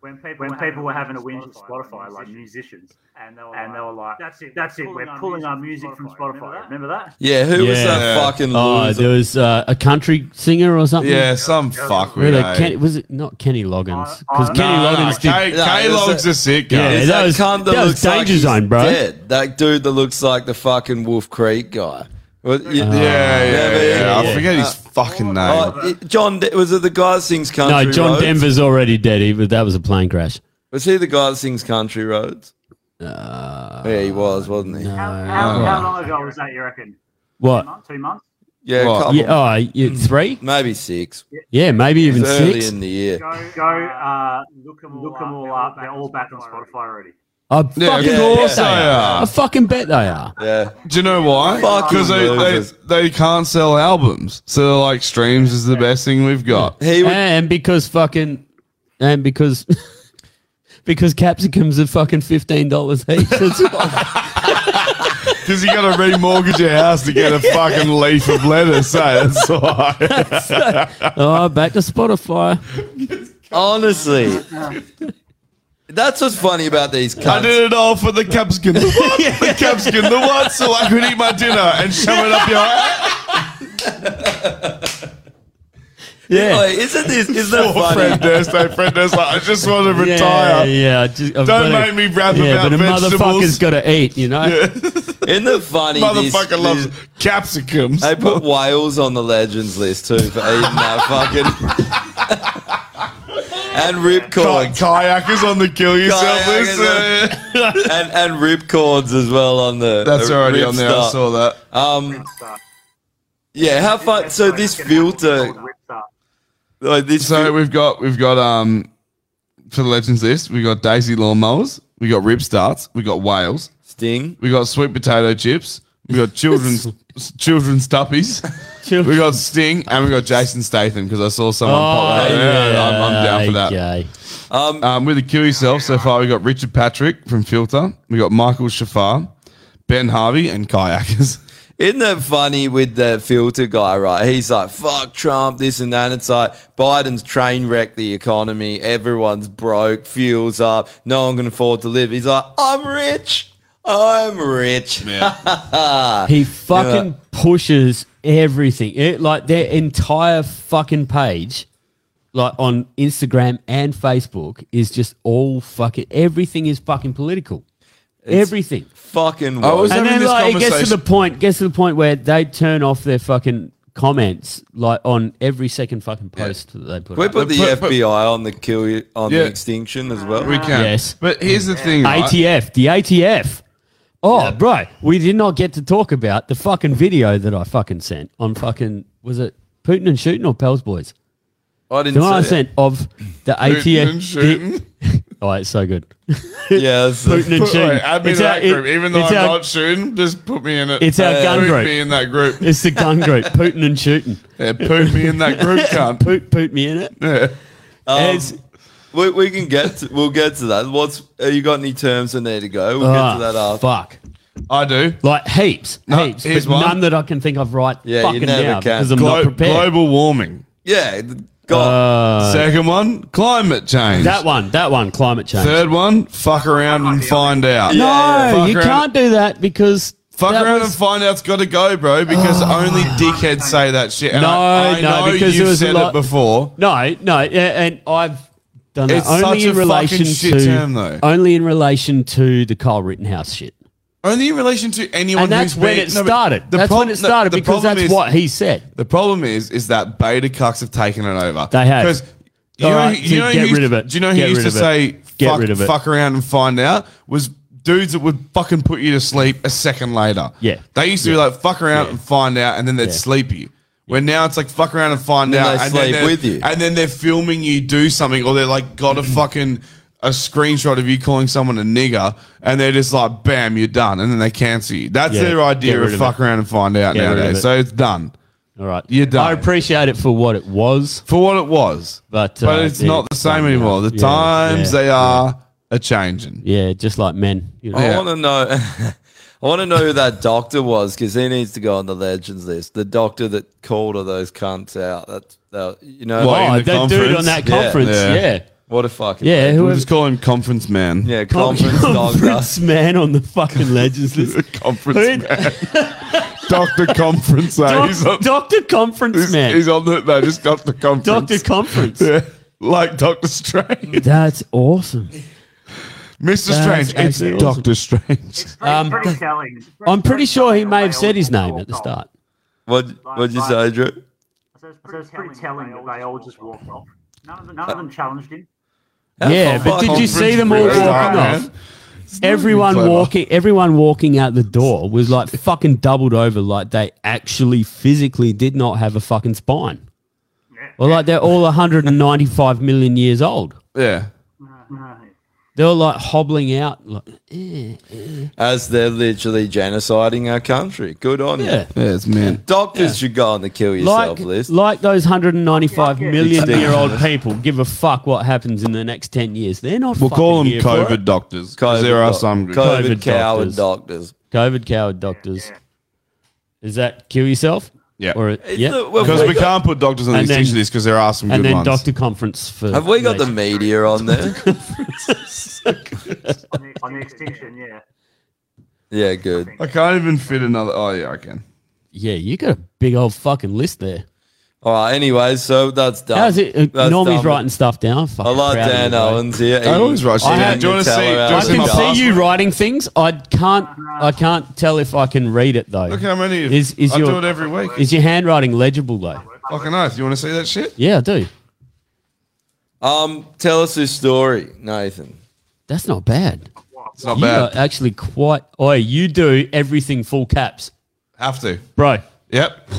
[SPEAKER 5] when people, when people were having a whinge at Spotify, like musicians, and they were, and they were like, that's it, that's it, we're pulling our music from Spotify. Remember that?
[SPEAKER 4] Yeah, who was
[SPEAKER 6] Yeah.
[SPEAKER 4] that fucking
[SPEAKER 6] Oh,
[SPEAKER 4] loser?
[SPEAKER 6] there was uh, a country singer or something.
[SPEAKER 4] Yeah, some fuck
[SPEAKER 6] Who the-
[SPEAKER 4] with, eh?
[SPEAKER 6] Ken, was it not Kenny Loggins?
[SPEAKER 2] Uh,
[SPEAKER 6] Because
[SPEAKER 4] I-
[SPEAKER 6] Kenny
[SPEAKER 4] No, no,
[SPEAKER 6] Loggins
[SPEAKER 4] no,
[SPEAKER 6] did.
[SPEAKER 4] K- K-
[SPEAKER 6] it was
[SPEAKER 4] Logg's a sick guy.
[SPEAKER 6] Yeah,
[SPEAKER 4] It's
[SPEAKER 6] that was,
[SPEAKER 4] cunt
[SPEAKER 6] that was
[SPEAKER 4] looks like
[SPEAKER 6] Danger
[SPEAKER 4] he's
[SPEAKER 6] Zone, bro.
[SPEAKER 4] dead. That dude that looks like the fucking Wolf Creek guy. Well, you-
[SPEAKER 2] Yeah, yeah,
[SPEAKER 4] Never-
[SPEAKER 2] yeah, I forget his
[SPEAKER 4] Uh,
[SPEAKER 2] fucking name.
[SPEAKER 4] oh, it- John, De- was it the guy that sings Country
[SPEAKER 6] No, John
[SPEAKER 4] Roads?
[SPEAKER 6] Denver's already dead. He, was- that was a plane crash.
[SPEAKER 4] Was he the guy that sings Country Roads?
[SPEAKER 6] Uh,
[SPEAKER 4] yeah, he was, wasn't he?
[SPEAKER 5] How, how long ago was that? You reckon?
[SPEAKER 6] What?
[SPEAKER 5] Month, two months?
[SPEAKER 4] Yeah, a
[SPEAKER 6] What?
[SPEAKER 4] couple.
[SPEAKER 6] Yeah, oh, you- three?
[SPEAKER 4] Maybe six.
[SPEAKER 6] Yeah, maybe
[SPEAKER 4] It was
[SPEAKER 6] even
[SPEAKER 4] early
[SPEAKER 6] six.
[SPEAKER 4] in the year.
[SPEAKER 5] Go, go uh, look them all, up. They're all back on Spotify already.
[SPEAKER 6] I Oh, fucking
[SPEAKER 2] Yeah, of
[SPEAKER 6] bet
[SPEAKER 2] course
[SPEAKER 6] they
[SPEAKER 2] they
[SPEAKER 6] are.
[SPEAKER 2] are.
[SPEAKER 6] I fucking bet they are.
[SPEAKER 4] Yeah.
[SPEAKER 2] Do you know why?
[SPEAKER 4] Fucking
[SPEAKER 2] Because they,
[SPEAKER 4] losers.
[SPEAKER 2] they, they can't sell albums. So they're like, streams is the best thing we've got.
[SPEAKER 6] and because fucking, and because, because capsicums are fucking fifteen dollars each. That's why.
[SPEAKER 2] Because you got to remortgage your house to get a fucking leaf of lettuce. eh? that's why.
[SPEAKER 6] oh, back to Spotify.
[SPEAKER 4] Honestly, that's what's funny about these
[SPEAKER 2] I
[SPEAKER 4] cunts.
[SPEAKER 2] did it all for the capsicum. The what? The capsicum. The what? So I could eat my dinner and shove it up your ass.
[SPEAKER 4] Yeah. Like, isn't this isn't that
[SPEAKER 2] Poor
[SPEAKER 4] funny?
[SPEAKER 2] Fred Durst. eh? Fred Durst, like, I just want to
[SPEAKER 6] Yeah,
[SPEAKER 2] retire.
[SPEAKER 6] yeah, I just- I've
[SPEAKER 2] Don't
[SPEAKER 6] gotta-
[SPEAKER 2] make me rap
[SPEAKER 6] yeah,
[SPEAKER 2] about
[SPEAKER 6] but a
[SPEAKER 2] vegetables.
[SPEAKER 6] motherfucker's got to eat, you know.
[SPEAKER 4] Isn't it funny?
[SPEAKER 2] Motherfucker
[SPEAKER 4] this-
[SPEAKER 2] loves
[SPEAKER 4] this-
[SPEAKER 2] capsicums.
[SPEAKER 4] They put Wales on the legends list too for eating that fucking. and ripcords.
[SPEAKER 2] Kayakers on the kill yourself
[SPEAKER 4] Kayak
[SPEAKER 2] list.
[SPEAKER 4] is a- and and ripcords as well on the.
[SPEAKER 2] That's
[SPEAKER 4] uh,
[SPEAKER 2] already
[SPEAKER 4] rip
[SPEAKER 2] on there. I
[SPEAKER 4] start.
[SPEAKER 2] saw that.
[SPEAKER 4] Um, yeah, how fun. So this filter. Like this
[SPEAKER 2] so we've got we've got um for the legends list we've got Daisy lawnmowers, we got rib starts, we got whales,
[SPEAKER 4] sting,
[SPEAKER 2] we got sweet potato chips, we got children's children's tuppies, we got sting, and we got Jason Statham because I saw someone pop that.
[SPEAKER 6] Oh,
[SPEAKER 2] Yeah, I'm, I'm down for
[SPEAKER 6] yeah,
[SPEAKER 2] that.
[SPEAKER 6] okay.
[SPEAKER 4] Um,
[SPEAKER 2] with the kill yourself so far, we got Richard Patrick from Filter, we got Michael Shafar, Ben Harvey, and kayakers.
[SPEAKER 4] Isn't it funny with the filter guy, right? He's like, fuck Trump, this and that. And it's like, Biden's train wrecked the economy. Everyone's broke, fuel's up. No one can afford to live. He's like, I'm rich. I'm rich.
[SPEAKER 6] He fucking pushes everything. It, like their entire fucking page, like on Instagram and Facebook, is just all fucking. Everything is fucking political. everything.
[SPEAKER 4] Fucking
[SPEAKER 2] I was
[SPEAKER 6] and
[SPEAKER 2] having
[SPEAKER 6] then
[SPEAKER 2] this
[SPEAKER 6] like it gets to
[SPEAKER 2] conversation-
[SPEAKER 6] the point, gets to the point where they turn off their fucking comments like on every second fucking post that they put.
[SPEAKER 4] Can we
[SPEAKER 6] up.
[SPEAKER 4] put the FBI on the kill you, on
[SPEAKER 6] Yeah.
[SPEAKER 4] the extinction as well?
[SPEAKER 6] We can. Ah, Yes.
[SPEAKER 2] But here's the thing, right?
[SPEAKER 6] ATF, the ATF. Oh, bro, we did not get to talk about the fucking video that I fucking sent on fucking was it Putin and shooting or Pell's Boys?
[SPEAKER 4] I
[SPEAKER 6] the
[SPEAKER 4] didn't
[SPEAKER 6] one I
[SPEAKER 4] see it.
[SPEAKER 6] sent of the
[SPEAKER 4] Putin
[SPEAKER 6] ATF.
[SPEAKER 4] and
[SPEAKER 6] the- oh, it's so good.
[SPEAKER 4] Yeah, it's-
[SPEAKER 6] Putin and
[SPEAKER 2] Put-
[SPEAKER 6] shooting.
[SPEAKER 2] wait, add me
[SPEAKER 6] It's
[SPEAKER 2] to
[SPEAKER 6] our-
[SPEAKER 2] that
[SPEAKER 6] it-
[SPEAKER 2] group. Even though
[SPEAKER 6] it's
[SPEAKER 2] I'm
[SPEAKER 6] our-
[SPEAKER 2] not shooting, just put me in it.
[SPEAKER 6] It's
[SPEAKER 4] Uh,
[SPEAKER 6] our gun
[SPEAKER 2] uh, Put
[SPEAKER 6] group.
[SPEAKER 2] me in that group.
[SPEAKER 6] It's the gun group. Putin and shooting.
[SPEAKER 2] Yeah, put me in that group, cunt.
[SPEAKER 6] Poot, poot me in it.
[SPEAKER 2] Yeah.
[SPEAKER 4] Um, we, we can get to, we'll get to that. What's have you got any terms in there to go? We'll
[SPEAKER 6] Ah,
[SPEAKER 4] get to that after.
[SPEAKER 6] Fuck.
[SPEAKER 2] I do.
[SPEAKER 6] Like heaps, heaps,
[SPEAKER 2] here's
[SPEAKER 6] but
[SPEAKER 2] one.
[SPEAKER 6] none that I can think of right
[SPEAKER 2] Yeah, you
[SPEAKER 6] fucking
[SPEAKER 2] never
[SPEAKER 6] now
[SPEAKER 2] can.
[SPEAKER 6] because I'm not
[SPEAKER 2] Glo-
[SPEAKER 6] prepared.
[SPEAKER 2] global warming.
[SPEAKER 4] Yeah.
[SPEAKER 6] God.
[SPEAKER 2] Second one, climate change.
[SPEAKER 6] Uh, That one, that one, climate change.
[SPEAKER 2] Third one, fuck around and find out.
[SPEAKER 6] no, you can't do that because
[SPEAKER 2] Fuck
[SPEAKER 6] that
[SPEAKER 2] around
[SPEAKER 6] was- Oh.
[SPEAKER 2] and find out's got to go, bro, because only dickheads say that shit. And
[SPEAKER 6] No,
[SPEAKER 2] I, I
[SPEAKER 6] no,
[SPEAKER 2] know
[SPEAKER 6] because
[SPEAKER 2] you've
[SPEAKER 6] there was a
[SPEAKER 2] said
[SPEAKER 6] lot-
[SPEAKER 2] it before.
[SPEAKER 6] No, no, yeah, and I've done that
[SPEAKER 2] It's
[SPEAKER 6] only
[SPEAKER 2] such a
[SPEAKER 6] in relation
[SPEAKER 2] fucking shit
[SPEAKER 6] to
[SPEAKER 2] term, though.
[SPEAKER 6] only in relation to the Kyle Rittenhouse shit.
[SPEAKER 2] Only in relation to anyone
[SPEAKER 6] And that's
[SPEAKER 2] who's
[SPEAKER 6] when
[SPEAKER 2] been-
[SPEAKER 6] it
[SPEAKER 2] No, but
[SPEAKER 6] started.
[SPEAKER 2] the
[SPEAKER 6] That's
[SPEAKER 2] prob-
[SPEAKER 6] when it
[SPEAKER 2] no,
[SPEAKER 6] started
[SPEAKER 2] the
[SPEAKER 6] because
[SPEAKER 2] problem
[SPEAKER 6] that's
[SPEAKER 2] is-
[SPEAKER 6] what he said.
[SPEAKER 2] The problem is, is that beta cucks have taken it over.
[SPEAKER 6] They have.
[SPEAKER 2] Because you
[SPEAKER 6] All
[SPEAKER 2] know,
[SPEAKER 6] right, so
[SPEAKER 2] you know
[SPEAKER 6] get
[SPEAKER 2] who used-
[SPEAKER 6] rid of it.
[SPEAKER 2] Do you know
[SPEAKER 6] Get
[SPEAKER 2] who used
[SPEAKER 6] rid of
[SPEAKER 2] to
[SPEAKER 6] it.
[SPEAKER 2] say
[SPEAKER 6] Get
[SPEAKER 2] fuck,
[SPEAKER 6] rid of it."
[SPEAKER 2] fuck around and find out was dudes that would fucking put you to sleep a second later.
[SPEAKER 6] Yeah.
[SPEAKER 2] They used to be like fuck around and find out, and then they'd sleep you. Where now it's like fuck around and find
[SPEAKER 4] Then
[SPEAKER 2] out,
[SPEAKER 4] they
[SPEAKER 2] and
[SPEAKER 4] sleep
[SPEAKER 2] they're-
[SPEAKER 4] with you. Mm.
[SPEAKER 2] and then they're filming you do something, or they're like got a fucking a screenshot of you calling someone a nigger, and they're just like bam, you're done, and then they cancel you. That's
[SPEAKER 6] Yeah,
[SPEAKER 2] their
[SPEAKER 6] get
[SPEAKER 2] idea
[SPEAKER 6] rid
[SPEAKER 2] of
[SPEAKER 6] of
[SPEAKER 2] fuck
[SPEAKER 6] it.
[SPEAKER 2] around and find out
[SPEAKER 6] Get rid of
[SPEAKER 2] nowadays.
[SPEAKER 6] it.
[SPEAKER 2] So it's done.
[SPEAKER 6] All right,
[SPEAKER 2] you're done.
[SPEAKER 6] I appreciate it for what it was.
[SPEAKER 2] For what it was,
[SPEAKER 6] but
[SPEAKER 2] but
[SPEAKER 6] uh,
[SPEAKER 2] it's
[SPEAKER 6] yeah,
[SPEAKER 2] not the same
[SPEAKER 6] done now.
[SPEAKER 2] anymore. The
[SPEAKER 6] Yeah,
[SPEAKER 2] times
[SPEAKER 6] yeah,
[SPEAKER 2] they are a changing.
[SPEAKER 6] yeah, just like men. You know?
[SPEAKER 4] I want to know. I want to know who that doctor was because he needs to go on the legends list. The doctor that called all those cunts out. That, that you know,
[SPEAKER 6] What, Oh, in the that dude on conference? that conference, yeah.
[SPEAKER 4] What a fucking
[SPEAKER 2] Yeah,
[SPEAKER 4] legend.
[SPEAKER 2] we'll just call him Conference Man.
[SPEAKER 4] Yeah, Conference Doctor.
[SPEAKER 6] Conference man on the fucking legends list.
[SPEAKER 2] conference man. Doctor Conference. eh?
[SPEAKER 6] Doc-
[SPEAKER 2] He's on-
[SPEAKER 6] Doctor Conference
[SPEAKER 2] he's-
[SPEAKER 6] Man.
[SPEAKER 2] He's on the no, just Doctor Conference.
[SPEAKER 6] Doctor Conference.
[SPEAKER 2] Yeah, like Doctor Strange.
[SPEAKER 6] That's awesome.
[SPEAKER 2] Mr.
[SPEAKER 6] That's
[SPEAKER 2] Strange. It's
[SPEAKER 6] actually awesome.
[SPEAKER 2] Doctor Strange.
[SPEAKER 6] Um,
[SPEAKER 5] pretty telling. It's pretty-
[SPEAKER 6] I'm pretty sure he may have said his name at the start.
[SPEAKER 4] What what'd you say, Drew?
[SPEAKER 5] So it's pretty, telling that they all just walked off. None of them, none of them challenged him.
[SPEAKER 6] Yeah, but did you see them all walking off? Everyone walking, everyone walking out the door was like fucking doubled over, like they actually physically did not have a fucking spine, or like they're all 195 million years old.
[SPEAKER 2] Yeah.
[SPEAKER 6] They were like hobbling out, like eh, eh.
[SPEAKER 4] As they're literally genociding our country. Good on
[SPEAKER 6] Yeah.
[SPEAKER 4] you.
[SPEAKER 2] Yeah, it's man.
[SPEAKER 4] Doctors should go on the kill yourself
[SPEAKER 6] like,
[SPEAKER 4] list.
[SPEAKER 6] like those 195
[SPEAKER 4] Yeah, yeah.
[SPEAKER 6] million year old
[SPEAKER 4] Ridiculous.
[SPEAKER 6] people give a fuck what happens in the next 10 years. They're not.
[SPEAKER 2] We'll
[SPEAKER 6] fucking
[SPEAKER 2] call them
[SPEAKER 6] here for
[SPEAKER 2] COVID
[SPEAKER 6] it.
[SPEAKER 2] doctors. 'cause there are
[SPEAKER 4] doc-
[SPEAKER 2] some
[SPEAKER 4] COVID coward doctors.
[SPEAKER 6] COVID coward doctors. Is that kill yourself?
[SPEAKER 2] Yeah.
[SPEAKER 6] Or it, yeah.
[SPEAKER 4] the- well,
[SPEAKER 2] Because
[SPEAKER 4] we
[SPEAKER 2] we
[SPEAKER 4] got-
[SPEAKER 2] can't put doctors on
[SPEAKER 6] And
[SPEAKER 2] these
[SPEAKER 6] then-
[SPEAKER 2] teachers because there are some
[SPEAKER 6] and
[SPEAKER 2] good
[SPEAKER 6] then
[SPEAKER 2] ones.
[SPEAKER 6] doctor conference for.
[SPEAKER 4] Have we got the
[SPEAKER 6] later.
[SPEAKER 4] media on there?
[SPEAKER 5] on, the, on the extinction, yeah.
[SPEAKER 4] yeah, good.
[SPEAKER 2] I can't even fit another. Oh yeah, I can.
[SPEAKER 6] Yeah, you got a big old fucking list there.
[SPEAKER 4] All right. Uh, Anyway, so that's done.
[SPEAKER 6] How's it? Uh,
[SPEAKER 4] That's
[SPEAKER 6] Normie's
[SPEAKER 4] done.
[SPEAKER 6] writing stuff down.
[SPEAKER 4] I
[SPEAKER 6] Fucking
[SPEAKER 4] like
[SPEAKER 6] proud of you,
[SPEAKER 4] Dan
[SPEAKER 6] bro.
[SPEAKER 4] Owens here.
[SPEAKER 2] I always write shit down. Do you wanna see- do you wanna
[SPEAKER 6] I
[SPEAKER 2] see
[SPEAKER 6] can
[SPEAKER 2] my
[SPEAKER 6] see you writing things. I can't. I can't tell if I can read it though.
[SPEAKER 2] Look how many.
[SPEAKER 6] Is is
[SPEAKER 2] I
[SPEAKER 6] your
[SPEAKER 2] do it every week.
[SPEAKER 6] is your handwriting legible though?
[SPEAKER 2] Fucking oath. You want to see that shit?
[SPEAKER 6] Yeah, I do.
[SPEAKER 4] Um, tell us this story, Nathan.
[SPEAKER 6] That's not bad.
[SPEAKER 2] It's not
[SPEAKER 6] you
[SPEAKER 2] bad.
[SPEAKER 6] Are actually, quite. Oh, you do everything full caps,
[SPEAKER 2] Have to.
[SPEAKER 6] bro.
[SPEAKER 2] Yep.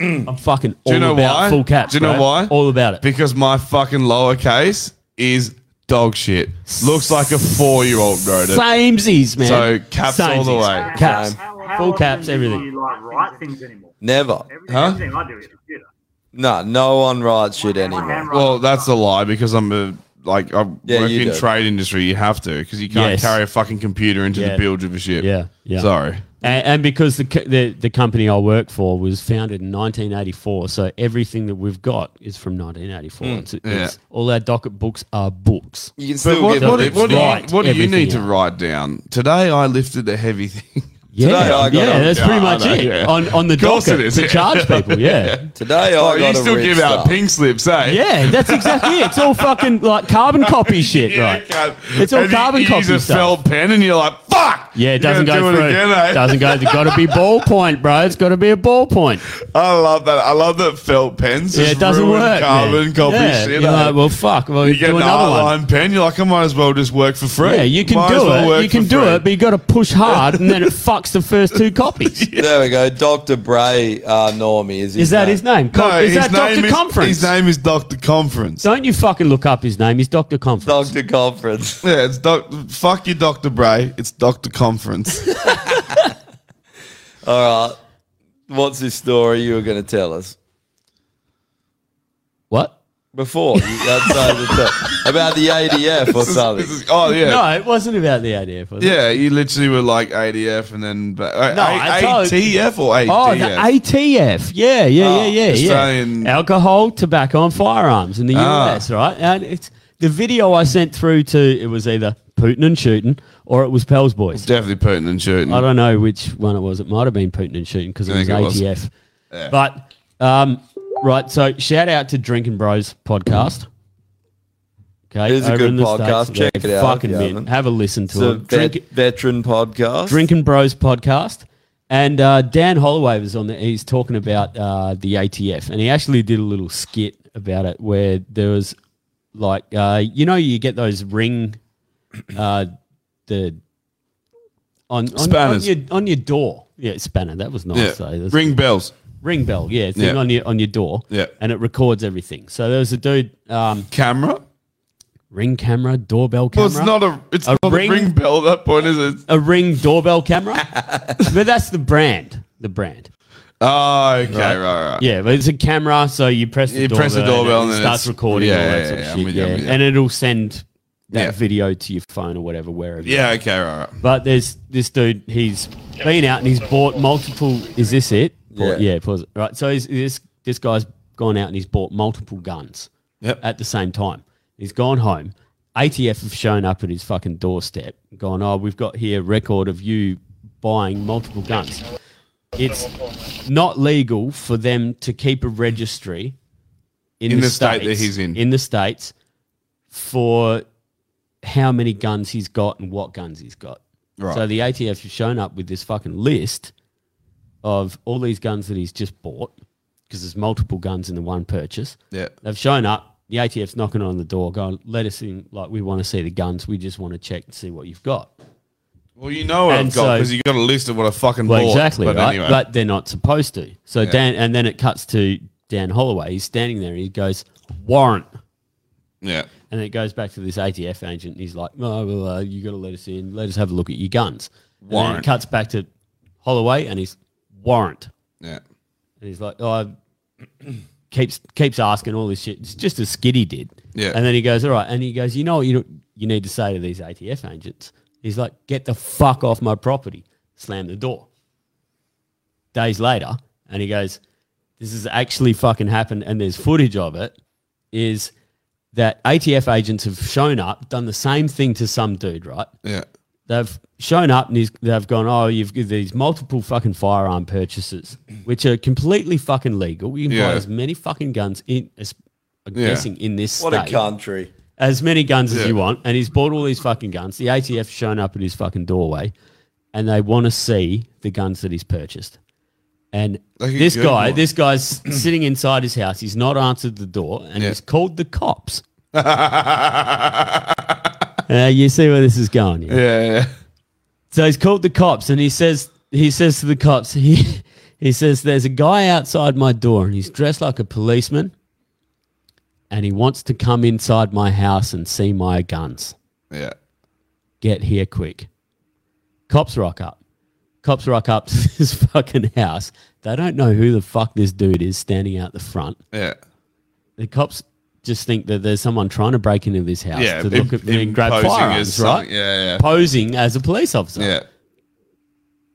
[SPEAKER 6] I'm fucking all
[SPEAKER 2] Do you know
[SPEAKER 6] about
[SPEAKER 2] why?
[SPEAKER 6] full caps.
[SPEAKER 2] Do you know
[SPEAKER 6] bro.
[SPEAKER 2] why?
[SPEAKER 6] All about it.
[SPEAKER 2] Because my fucking lowercase is dog shit. Looks like a four year old wrote it.
[SPEAKER 6] Samesies, man.
[SPEAKER 2] So caps all the
[SPEAKER 6] Samesies.
[SPEAKER 2] way.
[SPEAKER 6] Caps,
[SPEAKER 5] How, how
[SPEAKER 6] full
[SPEAKER 5] often
[SPEAKER 6] caps,
[SPEAKER 5] do
[SPEAKER 6] everything.
[SPEAKER 5] You like write things anymore.
[SPEAKER 4] Never.
[SPEAKER 5] Everything, everything I do is computer.
[SPEAKER 4] No, no one writes shit anymore.
[SPEAKER 2] Well, that's a lie because I'm a like I
[SPEAKER 4] Yeah,
[SPEAKER 2] work
[SPEAKER 4] you
[SPEAKER 2] in
[SPEAKER 4] do.
[SPEAKER 2] trade industry. You have to because you can't
[SPEAKER 6] Yes.
[SPEAKER 2] carry a fucking computer into
[SPEAKER 6] Yeah.
[SPEAKER 2] the bilge of a ship.
[SPEAKER 6] Yeah, yeah.
[SPEAKER 2] Sorry.
[SPEAKER 6] And, and because the, co- the the company I work for was founded in 1984, so everything that we've got is from 1984.
[SPEAKER 2] Mm,
[SPEAKER 6] It's-
[SPEAKER 2] yeah.
[SPEAKER 6] it's- all our docket books are books.
[SPEAKER 4] You can
[SPEAKER 2] But
[SPEAKER 4] still
[SPEAKER 2] what,
[SPEAKER 4] get
[SPEAKER 2] what,
[SPEAKER 4] the
[SPEAKER 2] what do you,
[SPEAKER 6] Right,
[SPEAKER 2] what do you
[SPEAKER 6] everything
[SPEAKER 2] need to
[SPEAKER 6] else.
[SPEAKER 2] write down? Today I lifted a heavy thing.
[SPEAKER 6] Yeah,
[SPEAKER 4] Today I got
[SPEAKER 6] yeah,
[SPEAKER 4] a-
[SPEAKER 6] that's
[SPEAKER 2] Yeah,
[SPEAKER 6] pretty
[SPEAKER 2] I
[SPEAKER 6] much
[SPEAKER 2] know,
[SPEAKER 6] it
[SPEAKER 2] yeah.
[SPEAKER 6] on on the
[SPEAKER 2] Of course
[SPEAKER 6] docket
[SPEAKER 2] it is,
[SPEAKER 6] to
[SPEAKER 2] yeah.
[SPEAKER 6] charge people. Yeah,
[SPEAKER 4] Today I
[SPEAKER 2] Oh,
[SPEAKER 4] got
[SPEAKER 2] you
[SPEAKER 4] a
[SPEAKER 2] still
[SPEAKER 4] rip
[SPEAKER 2] give out
[SPEAKER 4] stuff.
[SPEAKER 2] pink slips, eh?
[SPEAKER 6] yeah, that's exactly it. It's all fucking like carbon copy shit,
[SPEAKER 2] Yeah,
[SPEAKER 6] right?
[SPEAKER 2] cunt.
[SPEAKER 6] It's all
[SPEAKER 2] And
[SPEAKER 6] carbon
[SPEAKER 2] you, you
[SPEAKER 6] copy
[SPEAKER 2] use a
[SPEAKER 6] stuff.
[SPEAKER 2] felt pen and you're like, fuck!
[SPEAKER 6] Yeah,
[SPEAKER 2] You're
[SPEAKER 6] it doesn't
[SPEAKER 2] gonna
[SPEAKER 6] go
[SPEAKER 2] do
[SPEAKER 6] through.
[SPEAKER 2] It again, eh?
[SPEAKER 6] Doesn't go. It's got to be ballpoint, bro. It's got to be a ballpoint.
[SPEAKER 2] I love that. I love that felt pens.
[SPEAKER 6] Yeah,
[SPEAKER 2] just
[SPEAKER 6] it doesn't
[SPEAKER 2] ruin
[SPEAKER 6] work.
[SPEAKER 2] Carbon
[SPEAKER 6] man.
[SPEAKER 2] copy
[SPEAKER 6] yeah.
[SPEAKER 2] shit.
[SPEAKER 6] You're
[SPEAKER 2] eh?
[SPEAKER 6] like, well, fuck. Well,
[SPEAKER 2] you get
[SPEAKER 6] do
[SPEAKER 2] an
[SPEAKER 6] another one.
[SPEAKER 2] outline pen. You're like, I might as well just work for free.
[SPEAKER 6] Yeah, you can
[SPEAKER 2] Might
[SPEAKER 6] do
[SPEAKER 2] as well work
[SPEAKER 6] it. You can
[SPEAKER 2] for
[SPEAKER 6] do
[SPEAKER 2] free.
[SPEAKER 6] it, but you got to push hard, and then it fucks the first two copies.
[SPEAKER 4] There we go. Dr. Bray uh, Normie is his
[SPEAKER 6] Is that
[SPEAKER 4] name.
[SPEAKER 6] his name? Com-
[SPEAKER 2] No,
[SPEAKER 6] is
[SPEAKER 2] his
[SPEAKER 6] that
[SPEAKER 2] name
[SPEAKER 6] Doctor
[SPEAKER 2] is,
[SPEAKER 6] Conference?
[SPEAKER 2] His name is Doctor Conference.
[SPEAKER 6] Don't you fucking look up his name. He's Doctor Conference.
[SPEAKER 4] Dr. Conference.
[SPEAKER 2] Yeah, it's doc- fuck you, Doctor Bray. It's Doctor Conference.
[SPEAKER 4] All right. What's this story you were going to tell us?
[SPEAKER 6] What?
[SPEAKER 4] Before you outside the top, about the ADF or
[SPEAKER 2] This is-
[SPEAKER 4] something.
[SPEAKER 2] this is- oh yeah,
[SPEAKER 6] No, it wasn't about the ADF. Was it?
[SPEAKER 2] yeah. You literally were like ADF and then ba- uh,
[SPEAKER 6] No,
[SPEAKER 2] A-
[SPEAKER 6] I told-
[SPEAKER 2] ATF or ADF.
[SPEAKER 6] Oh, the ATF. Yeah, yeah, yeah,
[SPEAKER 2] Oh,
[SPEAKER 6] yeah,
[SPEAKER 2] Australian-
[SPEAKER 6] yeah. Alcohol, tobacco, and firearms in the
[SPEAKER 2] Ah.
[SPEAKER 6] US, right? And it's the video I sent through to it was either Putin and shooting or it was Pell's Boys.
[SPEAKER 2] Definitely Putin and shooting.
[SPEAKER 6] I don't know which one it was. It might have been Putin and shooting because it
[SPEAKER 2] I
[SPEAKER 6] was
[SPEAKER 2] think it was.
[SPEAKER 6] ATF.
[SPEAKER 2] Yeah.
[SPEAKER 6] But um, right, so shout out to Drinking Bros podcast. Okay,
[SPEAKER 4] It is a
[SPEAKER 6] over
[SPEAKER 4] good
[SPEAKER 6] in the
[SPEAKER 4] podcast.
[SPEAKER 6] States,
[SPEAKER 4] Check
[SPEAKER 6] they're
[SPEAKER 4] it out if
[SPEAKER 6] Fucking
[SPEAKER 4] you
[SPEAKER 6] mint.
[SPEAKER 4] haven't.
[SPEAKER 6] Have a listen
[SPEAKER 4] It's
[SPEAKER 6] to
[SPEAKER 4] a
[SPEAKER 6] it.
[SPEAKER 4] vet-
[SPEAKER 6] Drink,
[SPEAKER 4] veteran podcast.
[SPEAKER 6] Drinking Bros podcast. And uh, Dan Holloway was on there. He's talking about uh, the ATF, and he actually did a little skit about it where there was like, uh, you know, you get those ring, uh, the on on,
[SPEAKER 2] Spanners.
[SPEAKER 6] on your on your door. Yeah, spanner. That was nice.
[SPEAKER 2] Yeah.
[SPEAKER 6] though. That's-
[SPEAKER 2] Ring bells.
[SPEAKER 6] ring bell. Yeah, thing
[SPEAKER 2] Yeah.
[SPEAKER 6] on your on your door.
[SPEAKER 2] Yeah.
[SPEAKER 6] and it records everything. So there was a dude. Um,
[SPEAKER 2] Camera.
[SPEAKER 6] ring camera, doorbell
[SPEAKER 2] Well,
[SPEAKER 6] camera.
[SPEAKER 2] it's not a. It's
[SPEAKER 6] A
[SPEAKER 2] not
[SPEAKER 6] ring-
[SPEAKER 2] a ring bell. At that point is it?
[SPEAKER 6] a ring doorbell camera, but that's the brand. The brand.
[SPEAKER 2] Oh, okay,
[SPEAKER 6] Right.
[SPEAKER 2] right, right. right.
[SPEAKER 6] Yeah, but it's a camera, so you press the
[SPEAKER 2] You
[SPEAKER 6] doorbell,
[SPEAKER 2] press the doorbell
[SPEAKER 6] and it
[SPEAKER 2] and then
[SPEAKER 6] starts
[SPEAKER 2] it's-
[SPEAKER 6] recording
[SPEAKER 2] yeah,
[SPEAKER 6] all that
[SPEAKER 2] yeah,
[SPEAKER 6] sort of
[SPEAKER 2] yeah, I'm
[SPEAKER 6] shit.
[SPEAKER 2] with you,
[SPEAKER 6] yeah,
[SPEAKER 2] I'm with you.
[SPEAKER 6] and it'll send that
[SPEAKER 2] Yeah.
[SPEAKER 6] video to your phone or whatever, wherever.
[SPEAKER 2] Yeah, okay, right, right.
[SPEAKER 6] But there's this dude. He's been out and he's bought multiple. Is this it? Pause-
[SPEAKER 4] Yeah.
[SPEAKER 6] yeah. Pause it. Right. So he's, this this guy's gone out and he's bought multiple guns
[SPEAKER 2] Yep.
[SPEAKER 6] at the same time. He's gone home. ATF have shown up at his fucking doorstep, gone, oh, we've got here record of you buying multiple guns. It's not legal for them to keep a registry in,
[SPEAKER 2] In the state that
[SPEAKER 6] States-
[SPEAKER 2] he's in.
[SPEAKER 6] In the states for how many guns he's got and what guns he's got.
[SPEAKER 2] Right.
[SPEAKER 6] So the ATF have shown up with this fucking list of all these guns that he's just bought because there's multiple guns in the one purchase.
[SPEAKER 2] Yeah.
[SPEAKER 6] They've shown up. The ATF's knocking on the door, going, let us in. Like, we want to see the guns. We just want to check and see what you've got.
[SPEAKER 2] Well, you know what
[SPEAKER 6] And
[SPEAKER 2] I've got
[SPEAKER 6] so-
[SPEAKER 2] because you got a list of what I fucking
[SPEAKER 6] Well,
[SPEAKER 2] bought.
[SPEAKER 6] exactly,
[SPEAKER 2] But
[SPEAKER 6] right?
[SPEAKER 2] anyway,
[SPEAKER 6] But they're not supposed to. So
[SPEAKER 2] Yeah.
[SPEAKER 6] Dan, and then it cuts to Dan Holloway. He's standing there. and He goes, "Warrant."
[SPEAKER 2] Yeah.
[SPEAKER 6] And it goes back to this ATF agent. And he's like, "No, well, uh, you got to let us in. Let us have a look at your guns." And then
[SPEAKER 2] Warrant.
[SPEAKER 6] it cuts back to Holloway, and he's warrant.
[SPEAKER 2] Yeah.
[SPEAKER 6] And he's like, "Oh." keeps keeps asking all this shit. It's just as Skiddy did.
[SPEAKER 2] Yeah.
[SPEAKER 6] And then he goes, all right. And he goes, you know what you you need to say to these ATF agents? He's like, get the fuck off my property. Slam the door. Days later, and he goes, this has actually fucking happened, and there's footage of it. Is that ATF agents have shown up, done the same thing to some dude, right?
[SPEAKER 2] Yeah.
[SPEAKER 6] They've shown up and he's, they've gone, oh, you've got these multiple fucking firearm purchases, which are completely fucking legal. You can
[SPEAKER 4] Yeah.
[SPEAKER 6] buy as many fucking guns in, as, I'm
[SPEAKER 4] Yeah.
[SPEAKER 6] guessing, in this
[SPEAKER 4] What a
[SPEAKER 6] state,
[SPEAKER 4] country.
[SPEAKER 6] As many guns as
[SPEAKER 4] Yeah.
[SPEAKER 6] you want. And he's bought all these fucking guns. The ATF's shown up at his fucking doorway and they want to see the guns that he's purchased. And
[SPEAKER 2] Like a
[SPEAKER 6] this
[SPEAKER 2] good
[SPEAKER 6] guy,
[SPEAKER 2] one.
[SPEAKER 6] this guy's sitting inside his house. He's not answered the door and he's called the cops. Uh, you see where this is going. Yeah?
[SPEAKER 2] yeah.
[SPEAKER 6] So he's called the cops, and he says he says to the cops he he says there's a guy outside my door, and he's dressed like a policeman, and he wants to come inside my house and see my guns.
[SPEAKER 2] Yeah.
[SPEAKER 6] Get here quick. Cops rock up. Cops rock up to this fucking house. They don't know who the fuck this dude is standing out the front.
[SPEAKER 2] Yeah.
[SPEAKER 6] The cops just think that there's someone trying to break into this house
[SPEAKER 2] Yeah,
[SPEAKER 6] to look
[SPEAKER 2] im-
[SPEAKER 6] at me and grab
[SPEAKER 2] imposing as
[SPEAKER 6] firearms, right?
[SPEAKER 2] something- yeah, yeah.
[SPEAKER 6] Posing as a police officer.
[SPEAKER 2] Yeah.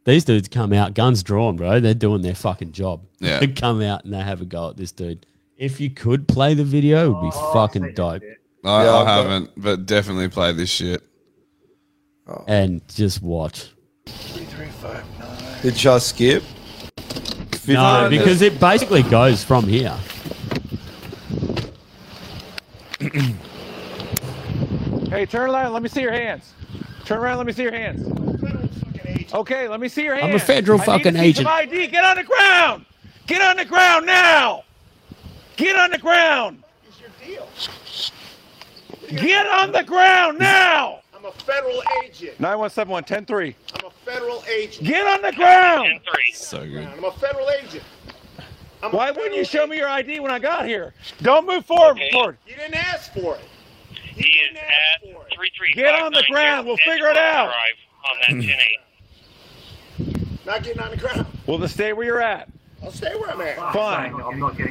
[SPEAKER 6] These dudes come out, guns drawn, bro. They're doing their fucking job.
[SPEAKER 2] Yeah.
[SPEAKER 6] They come out and they have a go at this dude. If you could play the video, it would
[SPEAKER 10] Oh,
[SPEAKER 6] be fucking dope.
[SPEAKER 2] I,
[SPEAKER 6] Yeah,
[SPEAKER 2] I
[SPEAKER 6] I've got-
[SPEAKER 2] haven't, but definitely play this shit.
[SPEAKER 6] And just watch.
[SPEAKER 4] Did I skip?
[SPEAKER 6] No,
[SPEAKER 4] 15
[SPEAKER 6] because it basically goes from here.
[SPEAKER 11] Hey, turn around. Let me see your hands. Turn around. Let me see your hands. Okay, let me see your
[SPEAKER 6] I'm a
[SPEAKER 11] hands.
[SPEAKER 6] federal
[SPEAKER 11] I need
[SPEAKER 6] fucking
[SPEAKER 11] to see some
[SPEAKER 6] agent.
[SPEAKER 11] ID. Get on the ground. Get on the ground now. Get on the ground. It's your deal. Get on the ground now.
[SPEAKER 12] I'm a federal agent.
[SPEAKER 11] 9171 103.
[SPEAKER 12] I'm a federal agent.
[SPEAKER 11] Get on the ground.
[SPEAKER 2] So good.
[SPEAKER 12] I'm a federal agent.
[SPEAKER 11] Why wouldn't you show me your ID when I got here? Don't move forward. forward.
[SPEAKER 12] You didn't ask for it.
[SPEAKER 13] He is at three three.
[SPEAKER 11] Get on the ground. We'll figure it out.
[SPEAKER 13] Drive on that ten eight.
[SPEAKER 12] Not getting on the ground.
[SPEAKER 11] Well, then stay where you're at.
[SPEAKER 12] I'll stay where I'm at.
[SPEAKER 11] Fine.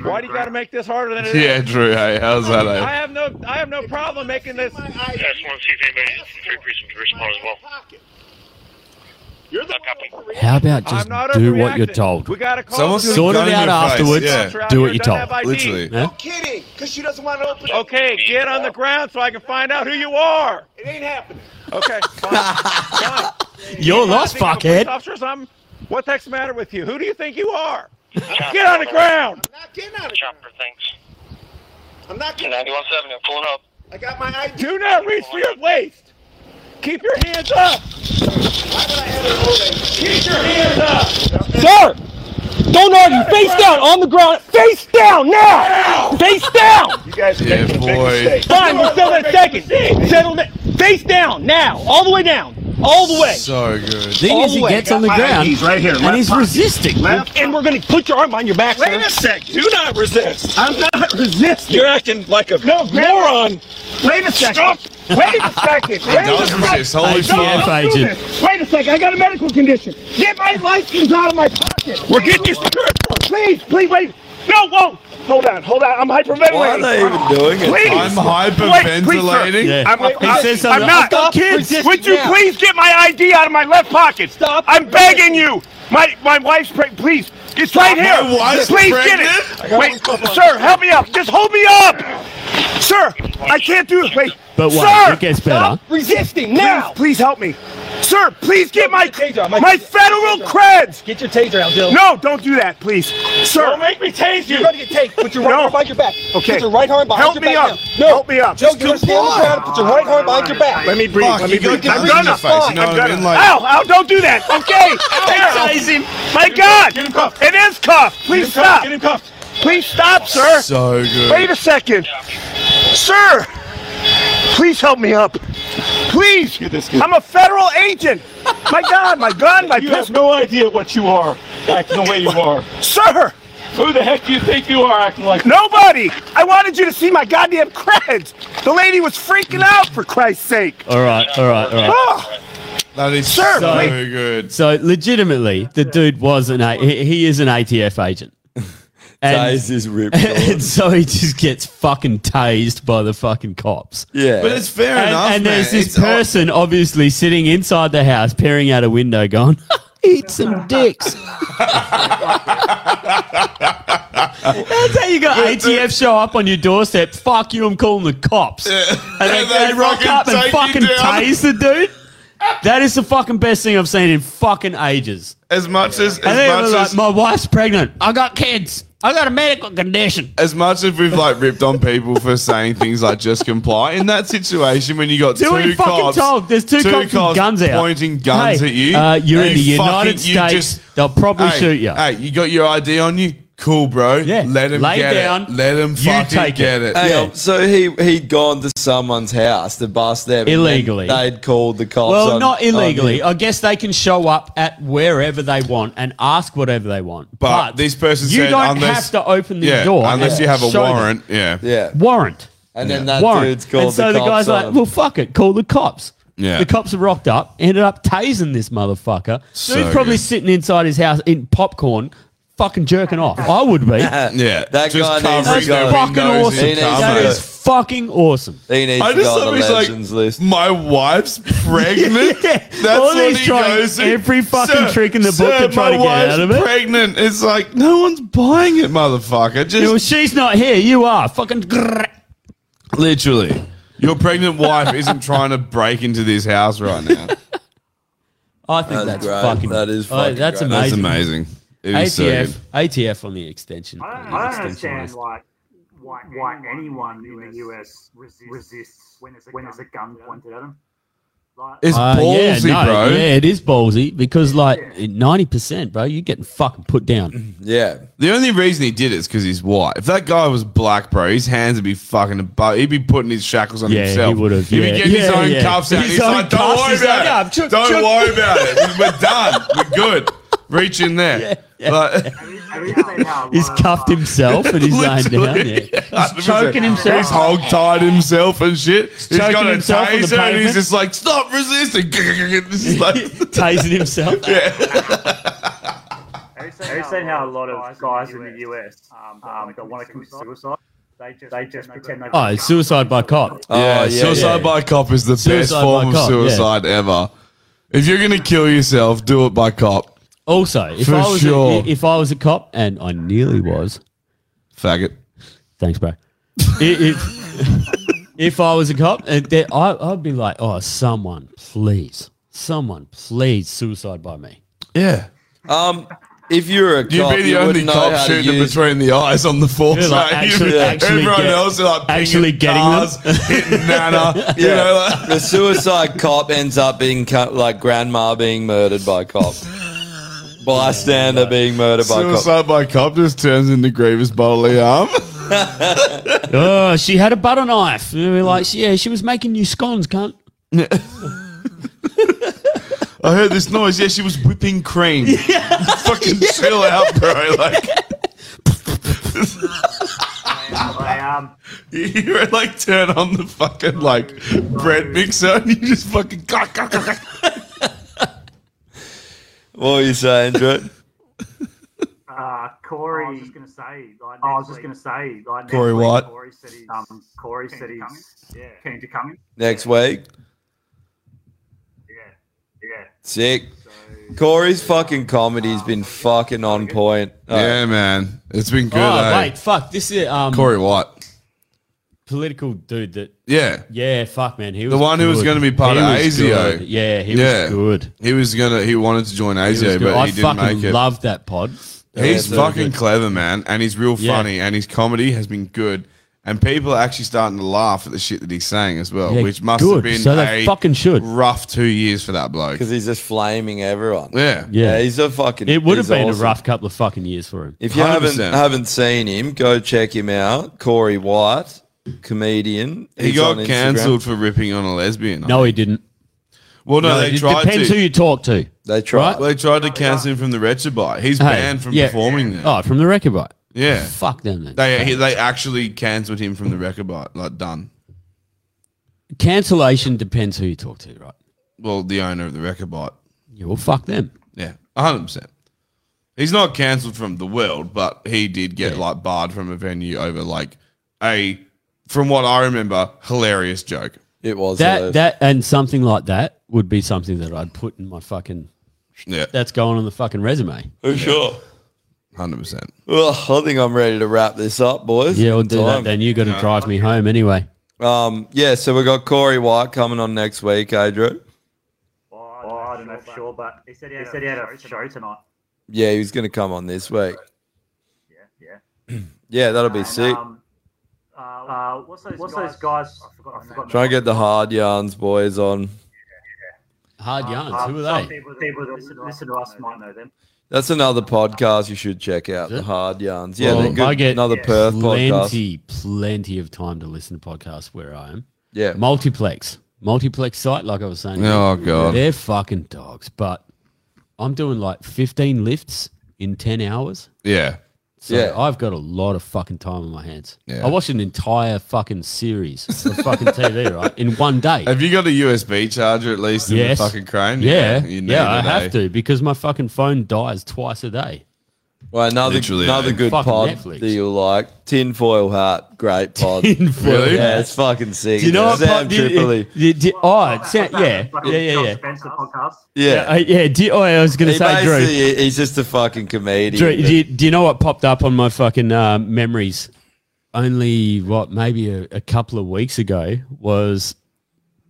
[SPEAKER 11] Why do you got to make this harder than it is?
[SPEAKER 2] Yeah, Drew. Hey, how's that?
[SPEAKER 11] I
[SPEAKER 2] Eh?
[SPEAKER 11] have no, I have no problem making this.
[SPEAKER 13] I just want to see if anybody from three precinct can respond as well.
[SPEAKER 12] You're the
[SPEAKER 6] How about just do what you're told?
[SPEAKER 2] Someone's gonna
[SPEAKER 6] sort
[SPEAKER 2] go
[SPEAKER 6] it
[SPEAKER 2] in
[SPEAKER 6] out
[SPEAKER 2] your face,
[SPEAKER 6] afterwards.
[SPEAKER 2] yeah.
[SPEAKER 6] Do what you're told.
[SPEAKER 2] Literally.
[SPEAKER 6] Yeah?
[SPEAKER 12] kidding, because she doesn't want to open up.
[SPEAKER 11] Okay, get on the ground so I can find out who you are.
[SPEAKER 12] It ain't happening.
[SPEAKER 11] Okay, fine. fine.
[SPEAKER 6] You're lost,
[SPEAKER 11] You think I'm a police
[SPEAKER 6] fuckhead.
[SPEAKER 11] Officer, or something? What the heck's the matter with you? Who do you think you are? Get on the ground.
[SPEAKER 12] I'm not getting on the
[SPEAKER 13] Chopper, thanks.
[SPEAKER 12] I'm not getting
[SPEAKER 13] Ninety one seven. I'm pulling up.
[SPEAKER 12] I got my ID.
[SPEAKER 11] Do not reach for your waist. Keep your hands up. Keep your hands up.
[SPEAKER 10] Sir! Don't argue! Face down! On the ground! Face down now! Face down!
[SPEAKER 12] You guys are making a big
[SPEAKER 2] boy.
[SPEAKER 12] mistake.
[SPEAKER 10] Fine, we'll settle that second. Settle that. Face down now! All the way down! All the way!
[SPEAKER 2] So good.
[SPEAKER 10] All the way. Got my IDs right here, left pocket.
[SPEAKER 12] Left
[SPEAKER 10] and we're gonna put your arm behind your back.
[SPEAKER 12] Wait
[SPEAKER 10] sir.
[SPEAKER 12] a sec. Do not resist.
[SPEAKER 10] I'm not resisting.
[SPEAKER 12] You're acting like a no, moron.
[SPEAKER 10] Wait a second. Wait a second.
[SPEAKER 12] He
[SPEAKER 10] Wait a
[SPEAKER 12] does
[SPEAKER 10] second.
[SPEAKER 12] resist. Holy
[SPEAKER 10] Don't-
[SPEAKER 12] fuck.
[SPEAKER 10] don't do this. Wait a second. I got a medical condition. Get my license out of my pocket. We're getting you secured. Please, please, wait. No, whoa. Hold on, hold on. I'm hyperventilating.
[SPEAKER 4] Why are they even doing it?
[SPEAKER 10] Please. Wait, please,
[SPEAKER 4] I'm
[SPEAKER 10] sir.
[SPEAKER 4] hyperventilating? Yeah.
[SPEAKER 10] I'm,
[SPEAKER 4] He
[SPEAKER 10] I'm-
[SPEAKER 4] says
[SPEAKER 10] I'm
[SPEAKER 4] something.
[SPEAKER 10] not.
[SPEAKER 4] Stop
[SPEAKER 10] kids,
[SPEAKER 4] resisting
[SPEAKER 10] would you
[SPEAKER 4] now.
[SPEAKER 10] please get my ID out of my left pocket? Stop. I'm begging you. My my wife's pregnant. Please, it's right
[SPEAKER 12] My
[SPEAKER 10] here.
[SPEAKER 12] wife's
[SPEAKER 10] please
[SPEAKER 12] pregnant?
[SPEAKER 10] get it. Wait, sir, help me up. Just hold me up. Sir, I can't do it. Wait.
[SPEAKER 6] But wait,
[SPEAKER 10] Sir,
[SPEAKER 6] it gets better.
[SPEAKER 10] Stop resisting now. Please, please help me. Sir, please get my my, federal creds. Get your taser out, Joe. No, don't do that, please. Sir.
[SPEAKER 12] Don't make me tase you.
[SPEAKER 10] You're going to get tased. Put your right arm behind your back. Okay. Put your right arm behind
[SPEAKER 12] Help
[SPEAKER 10] your
[SPEAKER 12] me
[SPEAKER 10] back.
[SPEAKER 12] up.
[SPEAKER 10] Now. No. Help me up. Joe,
[SPEAKER 12] It's
[SPEAKER 10] you're going
[SPEAKER 12] too
[SPEAKER 10] to stand on the ground and put your right arm behind your back.
[SPEAKER 14] Let me breathe.
[SPEAKER 10] Fuck,
[SPEAKER 14] let
[SPEAKER 10] you
[SPEAKER 14] me breathe.
[SPEAKER 10] gotta get
[SPEAKER 14] I'm
[SPEAKER 10] rid of
[SPEAKER 14] gonna.
[SPEAKER 10] your face, you know
[SPEAKER 14] I'm
[SPEAKER 10] what I
[SPEAKER 14] gonna.
[SPEAKER 10] mean? Like-
[SPEAKER 14] Ow!
[SPEAKER 10] Ow, Oh, don't do that. Okay. Taser him. My God. Get him cuffed. It is cuffed. Please stop. Get him cuffed. Please stop, sir.
[SPEAKER 2] So good.
[SPEAKER 10] Wait a second. Sir, please help me up. Please. I'm a federal agent. My God, my gun, my
[SPEAKER 12] You have no idea what you are acting the way you are.
[SPEAKER 10] Sir!
[SPEAKER 12] Who the heck do you think you are acting like?
[SPEAKER 10] Nobody! I wanted you to see my goddamn creds. The lady was freaking out, for Christ's sake.
[SPEAKER 6] All right, all right, all right.
[SPEAKER 10] Oh,
[SPEAKER 2] That is
[SPEAKER 10] Sir,
[SPEAKER 2] so
[SPEAKER 10] wait.
[SPEAKER 2] good.
[SPEAKER 6] So legitimately, the dude was an A- he, he is an ATF agent.
[SPEAKER 4] Tased is ripped
[SPEAKER 6] and so he just gets fucking tased by the fucking cops.
[SPEAKER 4] Yeah. But
[SPEAKER 2] it's fair
[SPEAKER 6] and,
[SPEAKER 2] enough,
[SPEAKER 6] And there's
[SPEAKER 2] man.
[SPEAKER 6] this person obviously sitting inside the house, peering out a window, going, "Eat some dicks." That's how you got ATF show up on your doorstep. Fuck you! I'm calling the cops. And they,
[SPEAKER 2] And they
[SPEAKER 6] they rock
[SPEAKER 2] fucking
[SPEAKER 6] up
[SPEAKER 2] take
[SPEAKER 6] and
[SPEAKER 2] you
[SPEAKER 6] fucking
[SPEAKER 2] down.
[SPEAKER 6] tase the dude. That is the fucking best thing I've seen in fucking ages.
[SPEAKER 2] As much as,
[SPEAKER 6] and
[SPEAKER 2] as
[SPEAKER 6] they were
[SPEAKER 2] much
[SPEAKER 6] like,
[SPEAKER 2] as,
[SPEAKER 6] my wife's pregnant. I got kids. I got a medical condition.
[SPEAKER 2] as much as we've like ripped on people for saying things like just comply, in that situation when you got
[SPEAKER 6] Do what
[SPEAKER 2] two
[SPEAKER 6] you fucking
[SPEAKER 2] cops,
[SPEAKER 6] told. There's two cops with guns out.
[SPEAKER 2] pointing guns
[SPEAKER 6] Hey,
[SPEAKER 2] at you.
[SPEAKER 6] uh, you're
[SPEAKER 2] and
[SPEAKER 6] in the
[SPEAKER 2] you fucking-
[SPEAKER 6] United
[SPEAKER 2] you
[SPEAKER 6] States. They'll probably
[SPEAKER 2] hey,
[SPEAKER 6] shoot ya.
[SPEAKER 2] Hey, you got your ID on you? Cool, bro. Yeah, let him
[SPEAKER 6] lay
[SPEAKER 2] get it.
[SPEAKER 6] down.
[SPEAKER 2] Let him fucking get it.
[SPEAKER 4] Hey, um, So he he'd gone to someone's house to bust them and then
[SPEAKER 6] Illegally.
[SPEAKER 4] They'd called the cops.
[SPEAKER 6] Well,
[SPEAKER 4] on-
[SPEAKER 6] not
[SPEAKER 4] on
[SPEAKER 6] illegally.
[SPEAKER 4] him.
[SPEAKER 6] I guess they can show up at wherever they want and ask whatever they want.
[SPEAKER 2] But this person
[SPEAKER 6] you
[SPEAKER 2] said
[SPEAKER 6] don't
[SPEAKER 2] unless-
[SPEAKER 6] have to open the
[SPEAKER 2] yeah,
[SPEAKER 6] door
[SPEAKER 2] unless
[SPEAKER 6] and
[SPEAKER 2] you have a
[SPEAKER 6] show them.
[SPEAKER 2] warrant. Yeah,
[SPEAKER 4] yeah,
[SPEAKER 6] warrant.
[SPEAKER 4] And then that
[SPEAKER 6] warrant.
[SPEAKER 4] dude's called
[SPEAKER 6] and so
[SPEAKER 4] the
[SPEAKER 6] the,
[SPEAKER 4] cops
[SPEAKER 6] guy's
[SPEAKER 4] on
[SPEAKER 6] like,
[SPEAKER 4] him.
[SPEAKER 6] "Well, fuck it, call the cops."
[SPEAKER 2] Yeah.
[SPEAKER 6] The cops have rocked up, ended up tasing this motherfucker.
[SPEAKER 2] So
[SPEAKER 6] Dude's probably
[SPEAKER 2] good.
[SPEAKER 6] sitting inside his house eating popcorn, fucking jerking off. I would be.
[SPEAKER 2] yeah.
[SPEAKER 4] That guy needs
[SPEAKER 6] That's
[SPEAKER 4] to go.
[SPEAKER 6] fucking awesome.
[SPEAKER 4] He needs
[SPEAKER 6] That
[SPEAKER 4] to
[SPEAKER 6] is fucking awesome.
[SPEAKER 4] go. He needs
[SPEAKER 2] I
[SPEAKER 4] to
[SPEAKER 2] just
[SPEAKER 4] go on
[SPEAKER 2] love
[SPEAKER 4] the
[SPEAKER 2] he's like,
[SPEAKER 4] legends list.
[SPEAKER 2] My wife's pregnant. That's
[SPEAKER 6] All
[SPEAKER 2] what
[SPEAKER 6] these
[SPEAKER 2] he
[SPEAKER 6] trying
[SPEAKER 2] goes to.
[SPEAKER 6] every fucking
[SPEAKER 2] Sir,
[SPEAKER 6] trick in the book
[SPEAKER 2] sir,
[SPEAKER 6] to try
[SPEAKER 2] my
[SPEAKER 6] to get
[SPEAKER 2] wife's
[SPEAKER 6] out of it.
[SPEAKER 2] Pregnant. It's like no one's buying it, motherfucker. Just
[SPEAKER 6] You know, she's not here. You are fucking. grrr.
[SPEAKER 2] literally, your pregnant wife isn't trying to break into this house right now.
[SPEAKER 6] I think that's
[SPEAKER 4] That's great.
[SPEAKER 6] fucking.
[SPEAKER 4] That is
[SPEAKER 6] Oh,
[SPEAKER 4] fucking
[SPEAKER 6] that's
[SPEAKER 4] great.
[SPEAKER 2] That's
[SPEAKER 6] amazing.
[SPEAKER 2] amazing. It is so
[SPEAKER 6] ATF,
[SPEAKER 2] good.
[SPEAKER 6] ATF on the extension.
[SPEAKER 5] I
[SPEAKER 6] on
[SPEAKER 5] don't,
[SPEAKER 6] the
[SPEAKER 5] I don't
[SPEAKER 6] extension
[SPEAKER 5] understand
[SPEAKER 6] list.
[SPEAKER 5] why, why, why anyone in the US resists, when there's a, when there's a gun pointed at them. Like,
[SPEAKER 2] It's
[SPEAKER 6] Uh,
[SPEAKER 2] ballsy,
[SPEAKER 6] yeah, no,
[SPEAKER 2] bro.
[SPEAKER 6] Yeah, it is ballsy because like ninety percent, bro, you're getting fucking put down.
[SPEAKER 4] Yeah.
[SPEAKER 2] The only reason he did it is because he's white. If that guy was black, bro, his hands would be fucking above. He'd be putting his shackles on
[SPEAKER 6] Yeah,
[SPEAKER 2] himself.
[SPEAKER 6] he would've,
[SPEAKER 2] He'd
[SPEAKER 6] yeah.
[SPEAKER 2] be getting his
[SPEAKER 6] Yeah,
[SPEAKER 2] own
[SPEAKER 6] yeah.
[SPEAKER 2] cuffs out.
[SPEAKER 6] His
[SPEAKER 2] he's
[SPEAKER 6] own
[SPEAKER 2] like, don't
[SPEAKER 6] cuffs,
[SPEAKER 2] worry
[SPEAKER 6] he's
[SPEAKER 2] about
[SPEAKER 6] like,
[SPEAKER 2] it.
[SPEAKER 6] "Yeah, I'm chuk,
[SPEAKER 2] don't
[SPEAKER 6] chuk."
[SPEAKER 2] worry about it. We're done. We're good. Reach in there. Like-
[SPEAKER 6] He's cuffed himself and he's laying down there. He's choking himself.
[SPEAKER 2] He's hog tied himself and shit. he's
[SPEAKER 6] Choking
[SPEAKER 2] got a
[SPEAKER 6] himself on the
[SPEAKER 2] taser and
[SPEAKER 6] pavement.
[SPEAKER 2] he's just like, stop resisting. This is like,
[SPEAKER 6] Tasing himself.
[SPEAKER 5] Have you seen how a lot of guys in the US um, that want to commit suicide, they just, they just pretend they
[SPEAKER 6] Oh, it's suicide by cop.
[SPEAKER 2] Oh,
[SPEAKER 4] Oh,
[SPEAKER 2] yeah, suicide by cop is the best
[SPEAKER 6] Suicide by
[SPEAKER 2] form of
[SPEAKER 6] cop, yeah.
[SPEAKER 2] suicide ever. If you're gonna kill yourself, do it by cop.
[SPEAKER 6] Also, if
[SPEAKER 2] For
[SPEAKER 6] I was
[SPEAKER 2] sure.
[SPEAKER 6] a, if I was a cop and I nearly was,
[SPEAKER 2] faggot.
[SPEAKER 6] Thanks, bro. if, if I was a cop, and there, I, I'd be like, oh, someone, please, someone, please, suicide by me.
[SPEAKER 2] Yeah.
[SPEAKER 4] Um, if you're a cop,
[SPEAKER 2] You'd be the
[SPEAKER 4] you
[SPEAKER 2] only
[SPEAKER 4] wouldn't know
[SPEAKER 2] cop
[SPEAKER 4] how to
[SPEAKER 2] shooting
[SPEAKER 4] use-
[SPEAKER 2] between the eyes on the force.
[SPEAKER 6] Yeah, like, actually- actually
[SPEAKER 2] everyone
[SPEAKER 6] get-
[SPEAKER 2] else is like
[SPEAKER 6] actually
[SPEAKER 2] pinging
[SPEAKER 6] getting them.
[SPEAKER 2] cars, hitting Nana.
[SPEAKER 4] Yeah,
[SPEAKER 2] You know, like,
[SPEAKER 4] the suicide cop ends up being cut, like grandma being murdered by cop, bystander being murdered by cop.
[SPEAKER 2] suicide by cop just turns into grievous bodily harm.
[SPEAKER 6] oh, she had a butter knife. And we were like, yeah, she was making you scones, cunt.
[SPEAKER 2] I heard this noise. Yeah, she was whipping cream. Fucking chill out, bro. Like
[SPEAKER 5] They, um,
[SPEAKER 2] you were like turn on the fucking like bread mixer and you just fucking clack, clack, clack, clack.
[SPEAKER 4] What are you saying, Drew?
[SPEAKER 5] uh, Corey. I was just going to say. Like, I was just going to say. Like,
[SPEAKER 4] Corey
[SPEAKER 5] next week,
[SPEAKER 4] what?
[SPEAKER 5] Corey said he's, um, Corey said he's yeah. keen to come in.
[SPEAKER 4] Next week,
[SPEAKER 5] Yeah. Um,
[SPEAKER 4] sick. Corey's fucking comedy's been fucking on point. Uh,
[SPEAKER 2] Yeah, man, it's been good.
[SPEAKER 6] oh,
[SPEAKER 2] eh?
[SPEAKER 6] wait, fuck. This is um,
[SPEAKER 2] Corey White.
[SPEAKER 6] political dude that.
[SPEAKER 2] Yeah.
[SPEAKER 6] Yeah, fuck, man. He was
[SPEAKER 2] the one who was
[SPEAKER 6] good.
[SPEAKER 2] going to be part
[SPEAKER 6] He
[SPEAKER 2] of
[SPEAKER 6] was
[SPEAKER 2] ASIO.
[SPEAKER 6] good. Yeah, he was good.
[SPEAKER 2] He was gonna. He wanted to join
[SPEAKER 6] He was
[SPEAKER 2] ASIO,
[SPEAKER 6] good.
[SPEAKER 2] but
[SPEAKER 6] I
[SPEAKER 2] he didn't
[SPEAKER 6] fucking
[SPEAKER 2] make it.
[SPEAKER 6] loved that pod.
[SPEAKER 2] He's
[SPEAKER 6] Yeah,
[SPEAKER 2] fucking
[SPEAKER 6] very good.
[SPEAKER 2] clever, man, and he's real
[SPEAKER 6] Yeah.
[SPEAKER 2] funny, and his comedy has been good, and people are actually starting to laugh at the shit that he's saying as well,
[SPEAKER 6] Yeah,
[SPEAKER 2] which must have
[SPEAKER 6] good.
[SPEAKER 2] been
[SPEAKER 6] So they
[SPEAKER 2] a
[SPEAKER 6] fucking should.
[SPEAKER 2] rough two years for that bloke because
[SPEAKER 4] he's just flaming everyone.
[SPEAKER 2] Yeah,
[SPEAKER 4] Yeah, he's a fucking-
[SPEAKER 6] It would have
[SPEAKER 4] he's
[SPEAKER 6] been
[SPEAKER 4] awesome.
[SPEAKER 6] a rough couple of fucking years for him.
[SPEAKER 4] If you have not haven't seen him, go check him out. Corey White, comedian.
[SPEAKER 2] He
[SPEAKER 4] He's on
[SPEAKER 2] got
[SPEAKER 4] Instagram.
[SPEAKER 2] cancelled for ripping on a lesbian. eh?
[SPEAKER 6] No, he didn't.
[SPEAKER 2] Well, no,
[SPEAKER 6] No,
[SPEAKER 2] they
[SPEAKER 6] it
[SPEAKER 2] tried.
[SPEAKER 6] depends
[SPEAKER 2] to.
[SPEAKER 6] who you talk to.
[SPEAKER 4] They
[SPEAKER 6] tried.
[SPEAKER 2] They tried to cancel him from the Wretched Bite. He's
[SPEAKER 6] Hey,
[SPEAKER 2] banned from
[SPEAKER 6] yeah.
[SPEAKER 2] performing there.
[SPEAKER 6] Oh, from the record bite.
[SPEAKER 2] Yeah.
[SPEAKER 6] Fuck them then.
[SPEAKER 2] They he, they actually cancelled him from the record bite. Like done.
[SPEAKER 6] Cancellation depends who you talk to, right?
[SPEAKER 2] Well, the owner of the record bite.
[SPEAKER 6] Yeah, well, fuck them.
[SPEAKER 2] Yeah, hundred percent. He's not cancelled from the world, but he did get like barred from a venue over like a, from what I remember, hilarious joke.
[SPEAKER 4] It was
[SPEAKER 6] That that and something like that would be something that I'd put in my fucking.
[SPEAKER 2] Yeah.
[SPEAKER 6] That's going on the fucking resume.
[SPEAKER 4] For sure.
[SPEAKER 2] Hundred percent.
[SPEAKER 4] Well, I think I'm ready to wrap this up, boys.
[SPEAKER 6] Yeah, we'll do
[SPEAKER 4] Time.
[SPEAKER 6] that. Then you got to drive me home anyway.
[SPEAKER 4] Um, yeah, so we got Corey White coming on next week, Adro.
[SPEAKER 5] Oh, I don't know for sure, but he said he had, he said he had a show tonight.
[SPEAKER 4] Yeah, he was going to come on this week.
[SPEAKER 5] Yeah.
[SPEAKER 4] Yeah, that'll be sick.
[SPEAKER 5] Um, uh, uh, what's those, what's guys? those guys? I forgot. I forgot
[SPEAKER 4] Try and get the hard yarns boys on.
[SPEAKER 6] Hard yarns. who
[SPEAKER 5] some
[SPEAKER 6] are they?
[SPEAKER 5] People, people that listen, listen to us might know them.
[SPEAKER 4] That's another podcast you should check out. The hard yarns. Yeah,
[SPEAKER 6] Well,
[SPEAKER 4] they're good.
[SPEAKER 6] I get
[SPEAKER 4] another Perth podcast.
[SPEAKER 6] plenty, plenty of time to listen to podcasts where I am.
[SPEAKER 4] Yeah.
[SPEAKER 6] multiplex, multiplex site. Like I was saying.
[SPEAKER 2] Oh, God.
[SPEAKER 6] they're fucking dogs. But I'm doing like 15 lifts in 10 hours.
[SPEAKER 2] Yeah.
[SPEAKER 6] So
[SPEAKER 2] Yeah.
[SPEAKER 6] I've got a lot of fucking time on my hands.
[SPEAKER 2] Yeah.
[SPEAKER 6] I watched an entire fucking series of fucking TV, right? In one day.
[SPEAKER 2] Have you got a USB charger at least in
[SPEAKER 6] Yes.
[SPEAKER 2] the fucking crane?
[SPEAKER 6] Yeah.
[SPEAKER 2] you need
[SPEAKER 6] yeah, I
[SPEAKER 2] it, eh?
[SPEAKER 6] have to because my fucking phone dies twice a day.
[SPEAKER 4] Well, another
[SPEAKER 2] Literally,
[SPEAKER 4] another
[SPEAKER 2] eh?
[SPEAKER 4] good
[SPEAKER 6] Fucking
[SPEAKER 4] pod
[SPEAKER 6] Netflix.
[SPEAKER 4] that you'll like. Tinfoil Hat, great pod.
[SPEAKER 6] Tinfoil Really?
[SPEAKER 4] yeah,
[SPEAKER 6] Hat.
[SPEAKER 4] it's fucking sick.
[SPEAKER 6] Do you know what
[SPEAKER 4] Sam
[SPEAKER 6] pod- did-
[SPEAKER 4] Tripoli?
[SPEAKER 6] did- did- oh, it sound- yeah, yeah, yeah, yeah.
[SPEAKER 5] Spencer podcast.
[SPEAKER 4] Yeah.
[SPEAKER 6] uh, yeah. Do, oh, I was going
[SPEAKER 4] He
[SPEAKER 6] to say, Drew.
[SPEAKER 4] basically- he's just a fucking comedian.
[SPEAKER 6] Drew,
[SPEAKER 4] but-
[SPEAKER 6] do, you, do you know what popped up on my fucking uh, memories? Only what maybe a, a couple of weeks ago was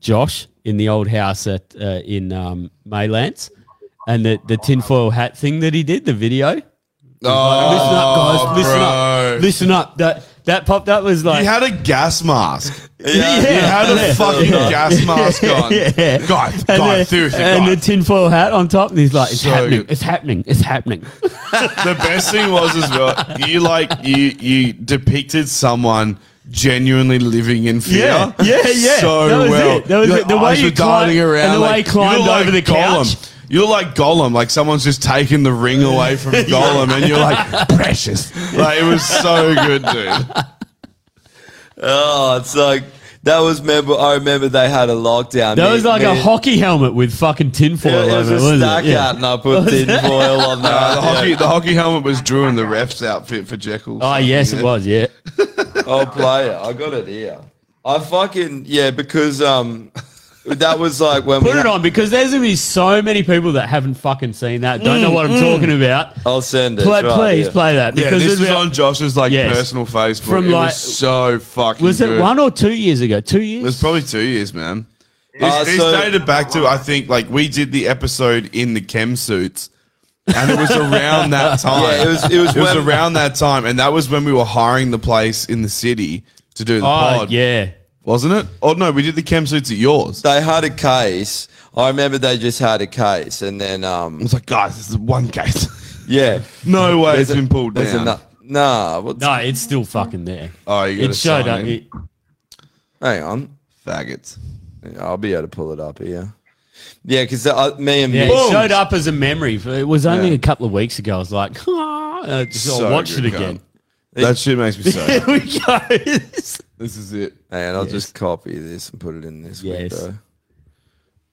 [SPEAKER 6] Josh in the old house at uh, in um, Maylands, and the the tinfoil hat thing that he did, the video.
[SPEAKER 2] Oh,
[SPEAKER 6] listen up, guys!
[SPEAKER 2] bro.
[SPEAKER 6] Listen up! Listen up! That that popped up was like
[SPEAKER 2] He had a gas mask.
[SPEAKER 6] Yeah.
[SPEAKER 2] He had a
[SPEAKER 6] Yeah.
[SPEAKER 2] fucking
[SPEAKER 6] Yeah.
[SPEAKER 2] gas mask on.
[SPEAKER 6] Yeah.
[SPEAKER 2] God,
[SPEAKER 6] and
[SPEAKER 2] God,
[SPEAKER 6] the,
[SPEAKER 2] seriously,
[SPEAKER 6] and
[SPEAKER 2] God.
[SPEAKER 6] the tinfoil hat on top, and he's like, "It's
[SPEAKER 2] So
[SPEAKER 6] happening!
[SPEAKER 2] good.
[SPEAKER 6] It's happening! It's happening!"
[SPEAKER 2] the best thing was as well you like you you depicted someone genuinely living in fear
[SPEAKER 6] Yeah, yeah, yeah.
[SPEAKER 2] so
[SPEAKER 6] That was
[SPEAKER 2] well
[SPEAKER 6] it. That was
[SPEAKER 2] Your
[SPEAKER 6] it. The way
[SPEAKER 2] eyes
[SPEAKER 6] you
[SPEAKER 2] were darting
[SPEAKER 6] climb-
[SPEAKER 2] around
[SPEAKER 6] and the way
[SPEAKER 2] like,
[SPEAKER 6] you climbed
[SPEAKER 2] look
[SPEAKER 6] over the
[SPEAKER 2] Gollum.
[SPEAKER 6] couch.
[SPEAKER 2] you're like Gollum like someone's just taken the ring away from Gollum and you're like precious like it was so good dude
[SPEAKER 4] Oh, it's like that was memorable. I remember they had a lockdown.
[SPEAKER 6] that
[SPEAKER 4] Me-
[SPEAKER 6] was like a
[SPEAKER 4] me-
[SPEAKER 6] hockey helmet with fucking tinfoil
[SPEAKER 4] Yeah, it was
[SPEAKER 6] over
[SPEAKER 4] a
[SPEAKER 6] it, wasn't
[SPEAKER 4] stack
[SPEAKER 6] it? Yeah.
[SPEAKER 4] hat, and I put tinfoil on
[SPEAKER 2] No,
[SPEAKER 4] that.
[SPEAKER 2] Uh, the hockey the hockey helmet was Drew in the ref's outfit for Jekyll
[SPEAKER 6] Oh yes, it was. Yeah.
[SPEAKER 4] Oh, player, I got it here. I fucking yeah, because um, that was like when
[SPEAKER 6] Put
[SPEAKER 4] we
[SPEAKER 6] it on because there's gonna be so many people that haven't fucking seen that, don't know
[SPEAKER 4] Mm,
[SPEAKER 6] what I'm
[SPEAKER 4] mm.
[SPEAKER 6] talking about.
[SPEAKER 4] I'll send it.
[SPEAKER 6] Play-
[SPEAKER 4] right
[SPEAKER 6] please
[SPEAKER 4] here.
[SPEAKER 6] play that
[SPEAKER 2] yeah,
[SPEAKER 6] because
[SPEAKER 2] this
[SPEAKER 6] it's
[SPEAKER 2] was
[SPEAKER 6] about-
[SPEAKER 2] on Josh's like
[SPEAKER 6] Yes.
[SPEAKER 2] personal Facebook.
[SPEAKER 6] From,
[SPEAKER 2] it
[SPEAKER 6] like-
[SPEAKER 2] was so fucking.
[SPEAKER 6] Was it
[SPEAKER 2] good.
[SPEAKER 6] one or two years ago? Two years?
[SPEAKER 2] It was probably two years, man. This,
[SPEAKER 6] Uh,
[SPEAKER 2] this
[SPEAKER 6] so-
[SPEAKER 2] dated back to I think like we did the episode in the chem suits, and it was around that time.
[SPEAKER 4] Yeah, it was- it was when-
[SPEAKER 2] around that time, and that was when we were hiring the place in the city to do the
[SPEAKER 4] Oh,
[SPEAKER 2] pod.
[SPEAKER 6] Yeah,
[SPEAKER 2] wasn't it? Oh no, we did the chem suits at yours.
[SPEAKER 4] They had a case. I remember they just had a case, and then um,
[SPEAKER 2] I was like, guys, this is one case.
[SPEAKER 4] yeah,
[SPEAKER 2] No way,
[SPEAKER 4] There's
[SPEAKER 2] it's
[SPEAKER 4] a-
[SPEAKER 2] been pulled
[SPEAKER 4] there's
[SPEAKER 2] down.
[SPEAKER 4] ano- nah, what's,
[SPEAKER 6] No, it's still fucking there.
[SPEAKER 2] Oh, you gotta
[SPEAKER 6] it showed
[SPEAKER 2] sign
[SPEAKER 6] up.
[SPEAKER 2] in.
[SPEAKER 6] It-
[SPEAKER 4] Hang on.
[SPEAKER 2] Faggots.
[SPEAKER 4] I'll be able to pull it up here. Yeah, because uh, me and
[SPEAKER 6] yeah,
[SPEAKER 4] Mitch-
[SPEAKER 6] it showed up as a memory. It was only
[SPEAKER 4] Yeah.
[SPEAKER 6] a couple of weeks ago. I was like, ah, and I just
[SPEAKER 2] So
[SPEAKER 6] I watched it
[SPEAKER 2] good,
[SPEAKER 6] again.
[SPEAKER 2] cunt. That shit makes me so.
[SPEAKER 6] Here we go.
[SPEAKER 2] this is it.
[SPEAKER 4] And I'll just copy this and put it in this window.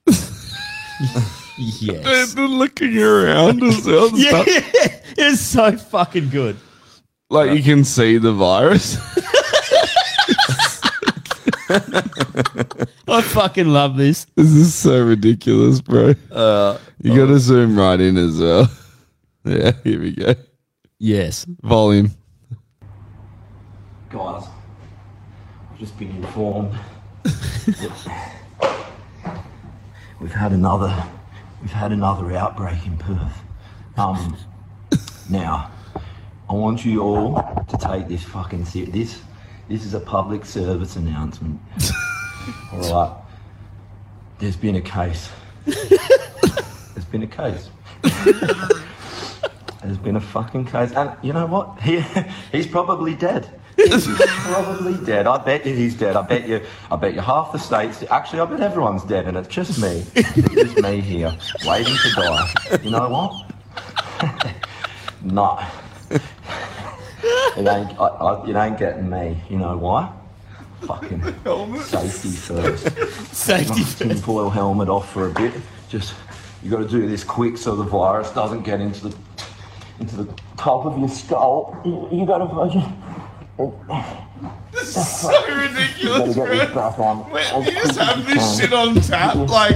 [SPEAKER 6] yes.
[SPEAKER 2] They're looking around as well.
[SPEAKER 6] yeah, it's so fucking good.
[SPEAKER 2] Like you can see the virus.
[SPEAKER 6] I fucking love this.
[SPEAKER 2] This is so ridiculous, bro.
[SPEAKER 4] Uh,
[SPEAKER 2] you got to zoom right in as well. Yeah, here we go.
[SPEAKER 6] Yes.
[SPEAKER 2] Volume.
[SPEAKER 15] Guys, I just been informed. that we've had another, we've had another outbreak in Perth. Um, now, I want you all to take this fucking serious. This, this is a public service announcement. all right. There's been a case. There's been a case. There's been a fucking case, and you know what? He, he's probably dead. He's probably dead. I bet you he's dead. I bet you. I bet you half the states. Actually, I bet everyone's dead, and it's just me. It's just me here, waiting to die. You know what? no. It ain't. I, I, it ain't getting me. You know why? Fucking safety first. Safety first. Tinfoil helmet off for a bit. Just you got to do this quick so the virus doesn't get into the into the top of your skull. You, you got to fucking.
[SPEAKER 10] This is so ridiculous, bro. Wait, you just have this shit on tap, like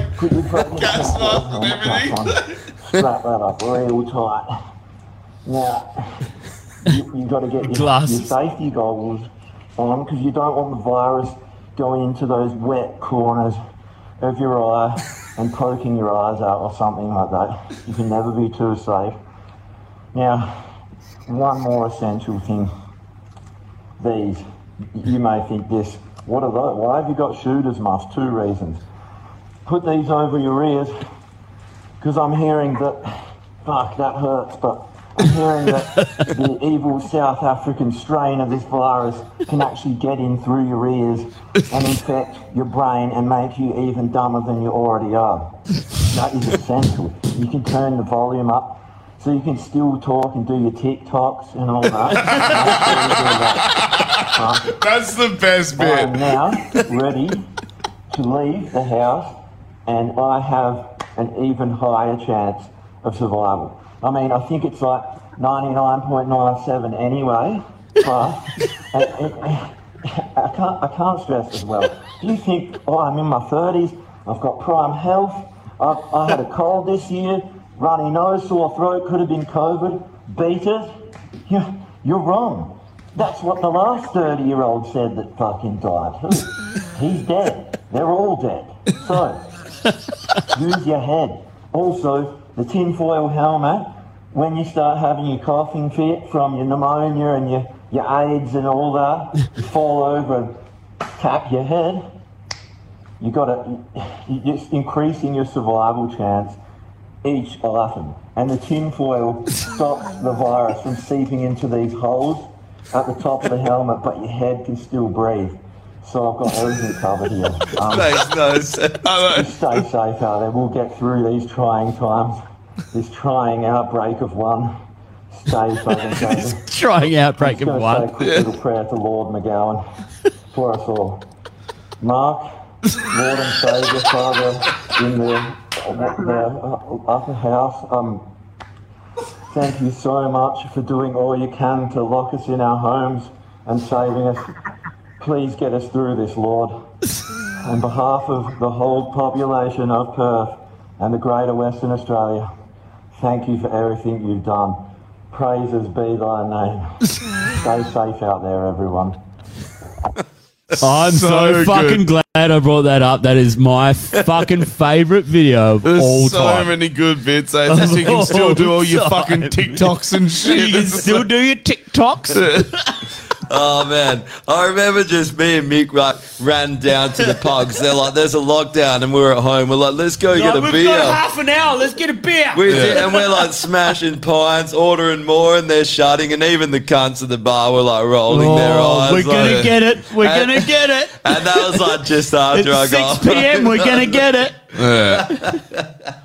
[SPEAKER 10] gas mask and everything.
[SPEAKER 15] Wrap that up real tight. Now, you, you got to get your, your
[SPEAKER 10] Glasses.
[SPEAKER 15] safety goggles on because you don't want the virus going into those wet corners of your eye and poking your eyes out or something like that. You can never be too safe. Now, one more essential thing. These, you may think this. What are those? Why have you got shooters mask? Two reasons. Put these over your ears because I'm hearing that. Fuck, that hurts, but I'm hearing that the evil South African strain of this virus can actually get in through your ears and infect your brain and make you even dumber than you already are. That is essential. You can turn the volume up so you can still talk and do your TikToks and all that. That's the best bit. I'm now ready to leave the house and I have an even higher chance of survival. I mean, I think it's like 99.97 anyway, but I, I- I can't, I can't stress as well. Do you think, oh, I'm in my 30s, I've got prime health, I've, I had a cold this year, runny nose, sore throat, could have been COVID, beat it? You're, you're wrong. That's what the last 30 year old said that fucking died. Who? He's dead. They're all dead. So, use your head. Also, the tinfoil helmet, when you start having your coughing fit from your pneumonia and your, your AIDS and all that, you fall over and tap your head, you got to, you're just increasing your survival chance each item. And the tinfoil stops the virus from seeping into these holes at the top of the helmet, but your head can still breathe. So I've got everything covered here. Um,
[SPEAKER 4] Makes no sense.
[SPEAKER 15] just stay safe out there. We'll get through these trying times. This trying outbreak of one. Stay safe and safe.
[SPEAKER 6] Trying outbreak of
[SPEAKER 15] Say a
[SPEAKER 6] one.
[SPEAKER 15] quick little prayer to Lord McGowan for us all. Mark, Lord and Saviour, Father, in the, the uh, upper house, um, thank you so much for doing all you can to lock us in our homes and saving us. Please get us through this, Lord. On behalf of the whole population of Perth and the greater Western Australia, thank you for everything you've done. Praises be thy name. Stay safe out there, everyone.
[SPEAKER 6] I'm so,
[SPEAKER 15] So
[SPEAKER 6] fucking glad I brought that up. That is my fucking favorite video of
[SPEAKER 2] There's
[SPEAKER 6] all
[SPEAKER 2] so
[SPEAKER 6] time.
[SPEAKER 2] many good bits. eh? It's actually you can still do all your fucking TikToks and shit.
[SPEAKER 6] You can
[SPEAKER 2] It's
[SPEAKER 6] still
[SPEAKER 2] like-
[SPEAKER 6] do your TikToks.
[SPEAKER 4] Oh man, I remember just me and Mick like, ran down to the pubs. They're like, "There's a lockdown," and we were at home. We're like, "Let's go get a
[SPEAKER 10] we've
[SPEAKER 4] beer."
[SPEAKER 10] got
[SPEAKER 6] half an hour. Let's get a beer.
[SPEAKER 4] We did, and we're like smashing pints, ordering more, and they're shutting. And even the cunts at the bar were like rolling their
[SPEAKER 6] Oh,
[SPEAKER 4] eyes.
[SPEAKER 6] we're gonna
[SPEAKER 4] like-
[SPEAKER 6] get it. We're
[SPEAKER 4] and-
[SPEAKER 6] gonna get it.
[SPEAKER 4] And that was like just after I
[SPEAKER 6] It's
[SPEAKER 4] got
[SPEAKER 6] 6 p.m. We're gonna get it.
[SPEAKER 2] Yeah.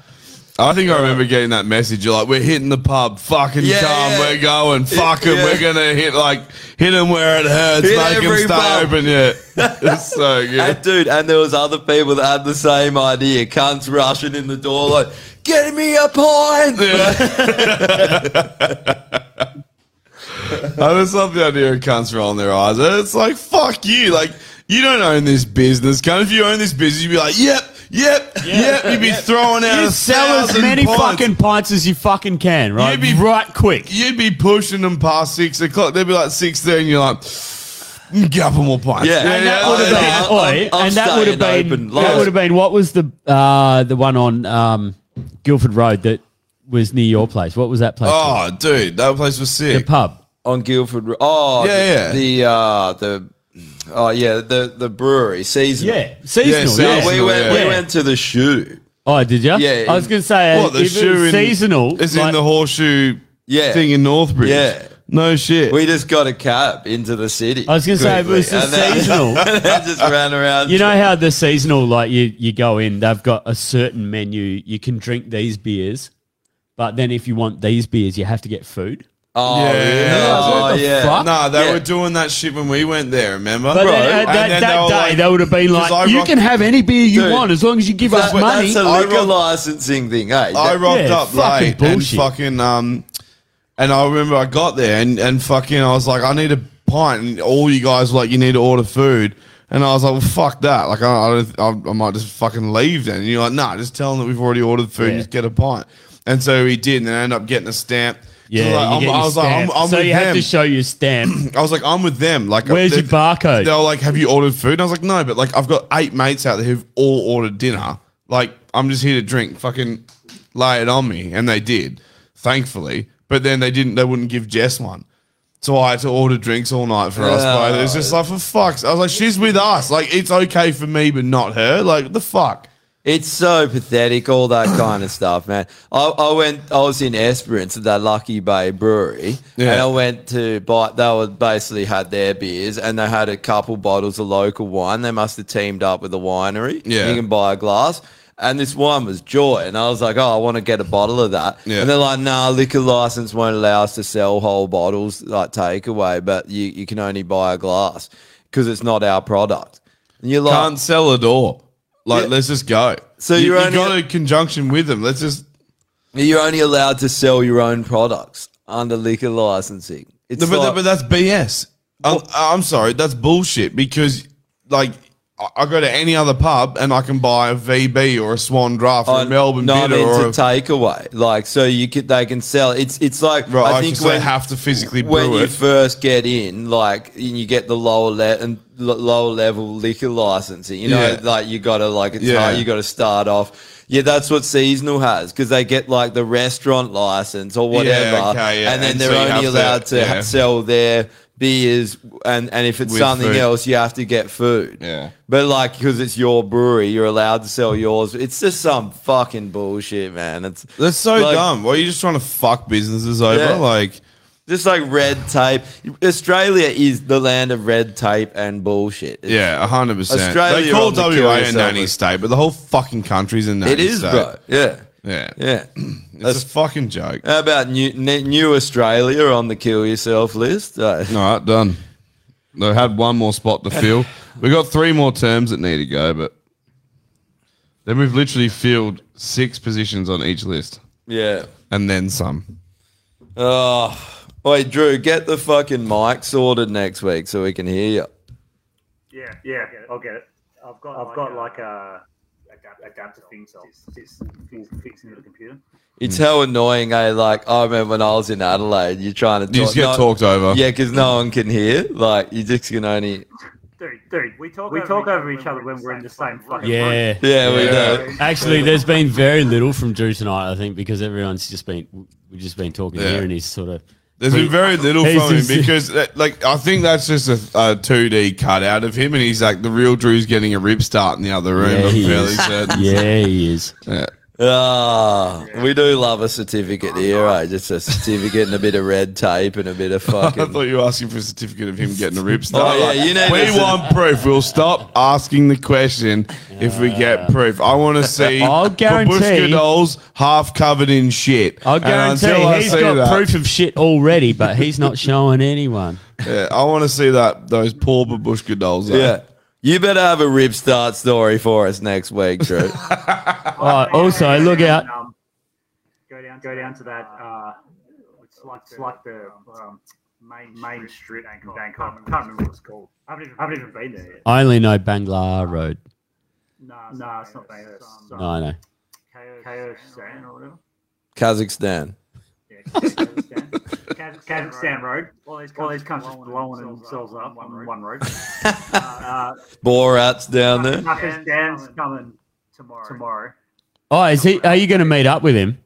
[SPEAKER 2] I think I remember getting that message. You're like, we're hitting the pub, fucking
[SPEAKER 4] Yeah,
[SPEAKER 2] come,
[SPEAKER 4] yeah.
[SPEAKER 2] we're going, fuck 'em,
[SPEAKER 4] Yeah.
[SPEAKER 2] we're gonna hit like hit 'em where it hurts,
[SPEAKER 4] Hit
[SPEAKER 2] make 'em
[SPEAKER 4] every
[SPEAKER 2] stay
[SPEAKER 4] pub.
[SPEAKER 2] open. Yeah, it's so good.
[SPEAKER 4] And dude, and there was other people that had the same idea. Cunts rushing in the door like, "Get me a pint."
[SPEAKER 2] I just love the idea of cunts rolling their eyes. It's like, fuck you. Like, you don't own this business. Cunt, if you own this business, you'd be like, yep, yep, yep. You'd be throwing out
[SPEAKER 6] You
[SPEAKER 2] a
[SPEAKER 6] sell as
[SPEAKER 2] thousand
[SPEAKER 6] many
[SPEAKER 2] pints.
[SPEAKER 6] fucking pints as you fucking can, right?
[SPEAKER 2] You'd be
[SPEAKER 6] right quick.
[SPEAKER 2] You'd be pushing them past six o'clock. They'd be like six there, and you're like, couple more pints.
[SPEAKER 4] Yeah,
[SPEAKER 6] and that would have been, oi,
[SPEAKER 4] I'm- I'm
[SPEAKER 6] and that would have
[SPEAKER 4] staying
[SPEAKER 6] been,
[SPEAKER 4] open.
[SPEAKER 6] that would have been, what was the uh, the one on um, Guildford Road that was near your place? What was that place? called?
[SPEAKER 4] Oh, dude, that place was sick.
[SPEAKER 6] The pub
[SPEAKER 4] on Guildford. Ro- Oh,
[SPEAKER 6] Yeah, yeah.
[SPEAKER 4] the, the uh the oh yeah the the brewery seasonal.
[SPEAKER 6] Yeah, seasonal,
[SPEAKER 4] so
[SPEAKER 6] yeah.
[SPEAKER 4] We went
[SPEAKER 6] Yeah.
[SPEAKER 4] we went to the shoe.
[SPEAKER 6] Oh, did you?
[SPEAKER 4] Yeah,
[SPEAKER 6] I was going to say, what,
[SPEAKER 4] What, the
[SPEAKER 6] if it
[SPEAKER 4] shoe
[SPEAKER 6] was
[SPEAKER 4] in-
[SPEAKER 6] seasonal.
[SPEAKER 4] is in the
[SPEAKER 2] horseshoe
[SPEAKER 4] Yeah.
[SPEAKER 2] thing in Northbridge.
[SPEAKER 4] Yeah.
[SPEAKER 2] No shit.
[SPEAKER 4] We just got a cab into the city.
[SPEAKER 6] I was going to say, if it
[SPEAKER 4] quickly,
[SPEAKER 6] was just
[SPEAKER 4] and then-
[SPEAKER 6] seasonal.
[SPEAKER 4] and then just ran around.
[SPEAKER 6] You know how the seasonal, like you, you go in, they've got a certain menu. You can drink these beers, but then if you want these beers, you have to get food.
[SPEAKER 4] Oh,
[SPEAKER 2] yeah.
[SPEAKER 4] yeah.
[SPEAKER 6] What the
[SPEAKER 2] yeah.
[SPEAKER 6] fuck?
[SPEAKER 2] Nah, they
[SPEAKER 6] Yeah.
[SPEAKER 2] were doing that shit when we went there, remember?
[SPEAKER 6] But then, uh, that, that day, they would have been like, you can have any beer you
[SPEAKER 2] Dude,
[SPEAKER 6] want as long as you give us
[SPEAKER 4] But
[SPEAKER 6] money.
[SPEAKER 4] That's a liquor licensing thing, hey?
[SPEAKER 2] I
[SPEAKER 4] That-
[SPEAKER 2] rocked up late and fucking um, and I remember I got there and and fucking I was like, I need a pint, and all you guys were like, you need to order food, and I was like, well, fuck that, like I I, don't- I, I might just fucking leave then. And you're like, nah, just tell them that we've already ordered food,
[SPEAKER 6] Yeah.
[SPEAKER 2] and just get a pint. And so he did, and then I ended up getting a stamp. 'Cause
[SPEAKER 6] Yeah,
[SPEAKER 2] like,
[SPEAKER 6] you
[SPEAKER 2] I'm-
[SPEAKER 6] get
[SPEAKER 2] I
[SPEAKER 6] your
[SPEAKER 2] was like, I'm,
[SPEAKER 6] stamp.
[SPEAKER 2] I'm
[SPEAKER 6] So
[SPEAKER 2] with
[SPEAKER 6] you
[SPEAKER 2] them.
[SPEAKER 6] have to show your stamp.
[SPEAKER 2] I was like, I'm with them. Like,
[SPEAKER 6] Where's
[SPEAKER 2] they-
[SPEAKER 6] your barcode?
[SPEAKER 2] They were like, Have you ordered food? And I was like, No, but like, I've got eight mates out there who've all ordered dinner. Like, I'm just here to drink. Fucking lay it on me, and they did, thankfully. But then they didn't. They wouldn't give Jess one, so I had to order drinks all night for us. Both. It was just
[SPEAKER 4] Uh,
[SPEAKER 2] like, for fucks. I was like, she's with us. Like, it's okay for me, but not her. Like, what the fuck.
[SPEAKER 4] It's so pathetic, all that kind of stuff, man. I, I went, I was in Esperance at that Lucky Bay Brewery, and
[SPEAKER 2] Yeah.
[SPEAKER 4] I went to buy. They were basically had their beers, and they had a couple bottles of local wine. They must have teamed up with a winery.
[SPEAKER 2] Yeah.
[SPEAKER 4] you can buy a glass. And this wine was joy, and I was like, "Oh, I want to get a bottle of that."
[SPEAKER 2] Yeah.
[SPEAKER 4] And they're like, "Nah, liquor license won't allow us to sell whole bottles like takeaway, but you, you can only buy a glass because it's not our product." And you're like,
[SPEAKER 2] Can't sell a door. Like,
[SPEAKER 4] Yeah.
[SPEAKER 2] let's just go.
[SPEAKER 4] So
[SPEAKER 2] you,
[SPEAKER 4] you're
[SPEAKER 2] you
[SPEAKER 4] only-
[SPEAKER 2] got a conjunction with them. Let's just
[SPEAKER 4] You're only allowed to sell your own products under liquor licensing. It's
[SPEAKER 2] No, but,
[SPEAKER 4] like-
[SPEAKER 2] but that's BS. I'm, uh, I'm sorry, that's bullshit because, like, I, I go to any other pub and I can buy a VB or a Swan Draft or a
[SPEAKER 4] Oh,
[SPEAKER 2] Melbourne
[SPEAKER 4] no, I
[SPEAKER 2] Bitter
[SPEAKER 4] mean,
[SPEAKER 2] or
[SPEAKER 4] it's a takeaway. Like so, you could they can sell. It's it's like
[SPEAKER 2] Right,
[SPEAKER 4] I think
[SPEAKER 2] so they
[SPEAKER 4] when
[SPEAKER 2] have to physically
[SPEAKER 4] when
[SPEAKER 2] brew
[SPEAKER 4] you
[SPEAKER 2] it.
[SPEAKER 4] first get in, like and you get the lower le- and l- lower level liquor licensing. You know,
[SPEAKER 2] Yeah.
[SPEAKER 4] like you gotta like it's
[SPEAKER 2] Yeah.
[SPEAKER 4] hard, you gotta start off. Yeah, that's what seasonal has because they get like the restaurant license or
[SPEAKER 2] Yeah,
[SPEAKER 4] whatever,
[SPEAKER 2] okay, yeah,
[SPEAKER 4] and then
[SPEAKER 2] and
[SPEAKER 4] they're
[SPEAKER 2] so you have
[SPEAKER 4] only
[SPEAKER 2] to-
[SPEAKER 4] allowed to ha
[SPEAKER 2] yeah.
[SPEAKER 4] sell their beers and and if it's
[SPEAKER 2] With
[SPEAKER 4] something
[SPEAKER 2] food.
[SPEAKER 4] else, you have to get food.
[SPEAKER 2] Yeah.
[SPEAKER 4] But like, because it's your brewery, you're allowed to sell yours. It's just some fucking bullshit, man. It's
[SPEAKER 2] that's so
[SPEAKER 4] like-
[SPEAKER 2] dumb. Why are you just trying to fuck businesses over?
[SPEAKER 4] Yeah.
[SPEAKER 2] Like,
[SPEAKER 4] just like red tape. Australia is the land of red tape and bullshit. It's-
[SPEAKER 2] yeah, hundred percent.
[SPEAKER 4] Australia
[SPEAKER 2] They call
[SPEAKER 4] on the
[SPEAKER 2] WA a
[SPEAKER 4] curious
[SPEAKER 2] nanny
[SPEAKER 4] side.
[SPEAKER 2] state, but the whole fucking country's a nanny
[SPEAKER 4] It is,
[SPEAKER 2] state.
[SPEAKER 4] bro. Yeah.
[SPEAKER 2] Yeah,
[SPEAKER 4] yeah.
[SPEAKER 2] It's a fucking joke.
[SPEAKER 4] How about new ne- new Australia on the kill yourself list? Uh,
[SPEAKER 2] All right, done. They had one more spot to fill. we got three more terms that need to go, but then we've literally filled six positions on each list.
[SPEAKER 4] Yeah.
[SPEAKER 2] And then some.
[SPEAKER 4] Oh, wait, Drew, get the fucking mic sorted next week so we can hear you.
[SPEAKER 5] Yeah, yeah, I'll get it. I've got, I've got like a adapt- adapter thing, so it's, it's it's fixing the computer.
[SPEAKER 4] It's how annoying, eh? Like, I remember when I was in Adelaide, you're trying to talk.
[SPEAKER 2] You just get talked over.
[SPEAKER 4] Yeah, because no one can hear. Like, you just can only.
[SPEAKER 5] Dude, dude, we talk, we over, talk over each other when we're in the same fucking
[SPEAKER 6] Yeah.
[SPEAKER 5] room.
[SPEAKER 4] Yeah, we do.
[SPEAKER 6] Actually, there's been very little from Drew tonight, I think, because everyone's just been, we've just been talking
[SPEAKER 2] Yeah.
[SPEAKER 6] here and he's sort of.
[SPEAKER 2] There's been very little
[SPEAKER 6] He's
[SPEAKER 2] from him
[SPEAKER 6] just-
[SPEAKER 2] because, uh, like, I think that's just a, a 2D cut out of him, and he's like, the real Drew's getting a rib start in the other room.
[SPEAKER 6] Yeah,
[SPEAKER 2] I'm
[SPEAKER 6] he
[SPEAKER 2] fairly
[SPEAKER 6] is.
[SPEAKER 2] certain.
[SPEAKER 6] Yeah, he is.
[SPEAKER 2] Yeah.
[SPEAKER 4] Ah, we do love a certificate here, eh? Just a certificate and a bit of red tape and a bit of
[SPEAKER 2] I
[SPEAKER 4] fucking. Oh,
[SPEAKER 2] thought you were asking for a certificate of him getting a rib start.
[SPEAKER 4] yeah,
[SPEAKER 2] Like,
[SPEAKER 4] you need
[SPEAKER 2] we
[SPEAKER 4] to-
[SPEAKER 2] want proof. We'll stop asking the question if we get proof. I want to see
[SPEAKER 6] I'll guarantee-
[SPEAKER 2] Babushka dolls half covered in shit.
[SPEAKER 6] I
[SPEAKER 2] And
[SPEAKER 6] guarantee
[SPEAKER 2] until I
[SPEAKER 6] he's
[SPEAKER 2] see
[SPEAKER 6] got
[SPEAKER 2] that-
[SPEAKER 6] proof of shit already, but he's not showing anyone.
[SPEAKER 2] Yeah, I want to see that those poor babushka dolls. eh? though.
[SPEAKER 4] Yeah. You better have a rib start story for us next week, Drew.
[SPEAKER 6] Uh, also, look out.
[SPEAKER 5] Um, go down, go down to that. Uh, it's like, it's like the um, main main strip in Bangkok. Bangkok. I can't remember what it's called. I haven't even, I haven't even been there. Yet.
[SPEAKER 6] I only know Bangla Road.
[SPEAKER 5] Nah, nah, it's not Bangkok.
[SPEAKER 6] No, I know.
[SPEAKER 5] KO Stan or whatever.
[SPEAKER 4] Kazakhstan.
[SPEAKER 5] Yeah, KO Stan. Kazakhstan road. All these cunts just blowing themselves up on one road.
[SPEAKER 4] Borat's down there.
[SPEAKER 5] Kafka's Dan's coming tomorrow. Tomorrow.
[SPEAKER 6] Oh, is he? Are you going to meet up with him?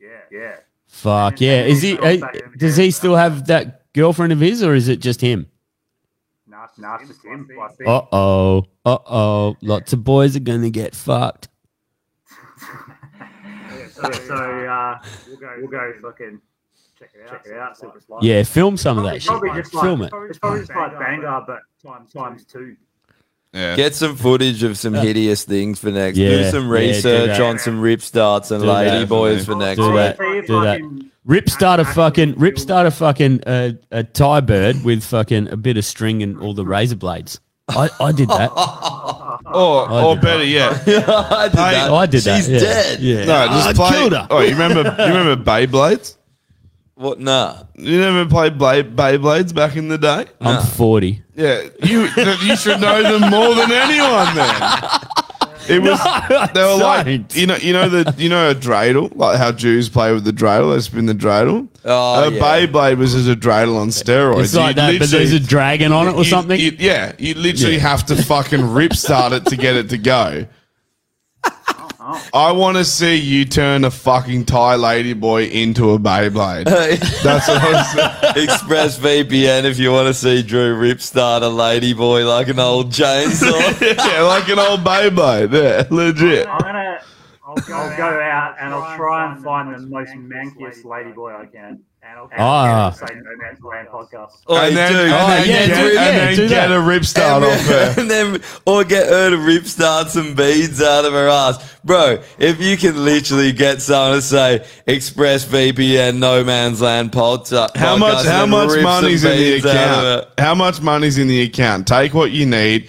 [SPEAKER 5] Yeah. Yeah.
[SPEAKER 6] Fuck yeah! Is he? uh, does he still have that girlfriend of his, or is it just him?
[SPEAKER 5] Nah, it's nah, it's just him. plus him.
[SPEAKER 6] Uh oh. Uh oh. Lots of boys are going to get fucked.
[SPEAKER 5] So, so uh, we'll go, we'll go fucking check it out. Check it out. See what it's like.
[SPEAKER 6] Yeah, film some of that shit.
[SPEAKER 5] Probably
[SPEAKER 6] mate.
[SPEAKER 5] just
[SPEAKER 6] Film
[SPEAKER 5] like,
[SPEAKER 6] it.
[SPEAKER 5] It's probably just like Bangar, but times times two.
[SPEAKER 4] Get some footage of some hideous things for next.
[SPEAKER 6] Yeah,
[SPEAKER 4] do some
[SPEAKER 6] yeah, do
[SPEAKER 4] research
[SPEAKER 6] that.
[SPEAKER 4] on some rip starts and
[SPEAKER 6] Do that
[SPEAKER 4] lady
[SPEAKER 6] for
[SPEAKER 4] boys
[SPEAKER 6] me.
[SPEAKER 4] for next.
[SPEAKER 6] Do that. Do that. Rip start a fucking rip start a fucking uh, a tie bird with fucking a bit of string and all the razor blades. I, I did that.
[SPEAKER 4] Oh.
[SPEAKER 2] Or,
[SPEAKER 6] I
[SPEAKER 2] or
[SPEAKER 6] did
[SPEAKER 2] better yet, I did
[SPEAKER 6] that. Oh, I did that, She's yeah. dead. Yeah.
[SPEAKER 2] No, just
[SPEAKER 6] I
[SPEAKER 2] play.
[SPEAKER 6] killed her.
[SPEAKER 2] Oh, you remember? You remember Beyblades?
[SPEAKER 4] What? Nah.
[SPEAKER 2] You never played Blade, Beyblades back in the day?
[SPEAKER 6] I'm forty.
[SPEAKER 2] Yeah, you th- you should know them more than anyone. Then it was they were like you know you know the you know a dreidel like how Jews play with the dreidel they spin the dreidel.
[SPEAKER 4] Oh,
[SPEAKER 2] a
[SPEAKER 4] yeah.
[SPEAKER 2] Beyblade was just a dreidel on steroids.
[SPEAKER 6] It's like
[SPEAKER 2] You
[SPEAKER 6] that, but
[SPEAKER 2] literally-
[SPEAKER 6] there's a dragon on it or
[SPEAKER 2] you-
[SPEAKER 6] something?
[SPEAKER 2] you- yeah, you literally
[SPEAKER 6] Yeah.
[SPEAKER 2] have to fucking rip start it to get it to go. I want to see you turn a fucking Thai lady boy into a Beyblade. That's what I'm saying.
[SPEAKER 4] Express VPN if you want to see Drew rip start a lady boy like an old chainsaw.
[SPEAKER 2] yeah, like an old Beyblade. Yeah, legit.
[SPEAKER 5] I'm gonna. I'll go, I'll go out and I'll try and find the most mankiest ladyboy I can. And I'll
[SPEAKER 2] Ah.
[SPEAKER 5] say no man's land podcast.
[SPEAKER 2] Oh, and then, and then get, and then get a rip start
[SPEAKER 4] and
[SPEAKER 2] off her.
[SPEAKER 4] then, and then, or get her to rip start some beads out of her ass, bro. If you can literally get someone to say Express VPN No Man's Land pod,
[SPEAKER 2] How much? How much money's in the account?
[SPEAKER 4] it.
[SPEAKER 2] How much money's in the account? Take what you need.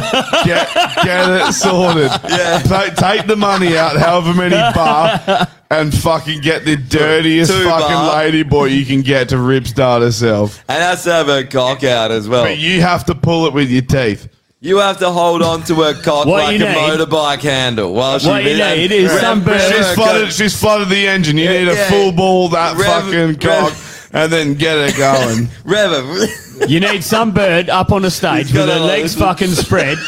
[SPEAKER 2] get, get it sorted. Yeah. Take, take the money out, however many bar, and fucking get the dirtiest
[SPEAKER 4] Two
[SPEAKER 2] fucking
[SPEAKER 4] bar.
[SPEAKER 2] lady boy you can get to rip start herself.
[SPEAKER 4] and has to have her cock out as well.
[SPEAKER 2] But you have to pull it with your teeth.
[SPEAKER 4] You have to hold on to her cock
[SPEAKER 2] What
[SPEAKER 4] like
[SPEAKER 2] you
[SPEAKER 4] a
[SPEAKER 2] need-
[SPEAKER 4] motorbike handle while she.
[SPEAKER 2] Well, you know, it is
[SPEAKER 4] Rev- rev
[SPEAKER 2] She's
[SPEAKER 4] her
[SPEAKER 2] flooded,
[SPEAKER 4] cock.
[SPEAKER 2] she's flooded the engine. You
[SPEAKER 4] Yeah,
[SPEAKER 2] need a
[SPEAKER 4] yeah.
[SPEAKER 2] full ball that
[SPEAKER 4] Rev-
[SPEAKER 2] fucking cock, and then get it going.
[SPEAKER 4] Rev,
[SPEAKER 6] You need some bird up on a stage with her legs fucking spread.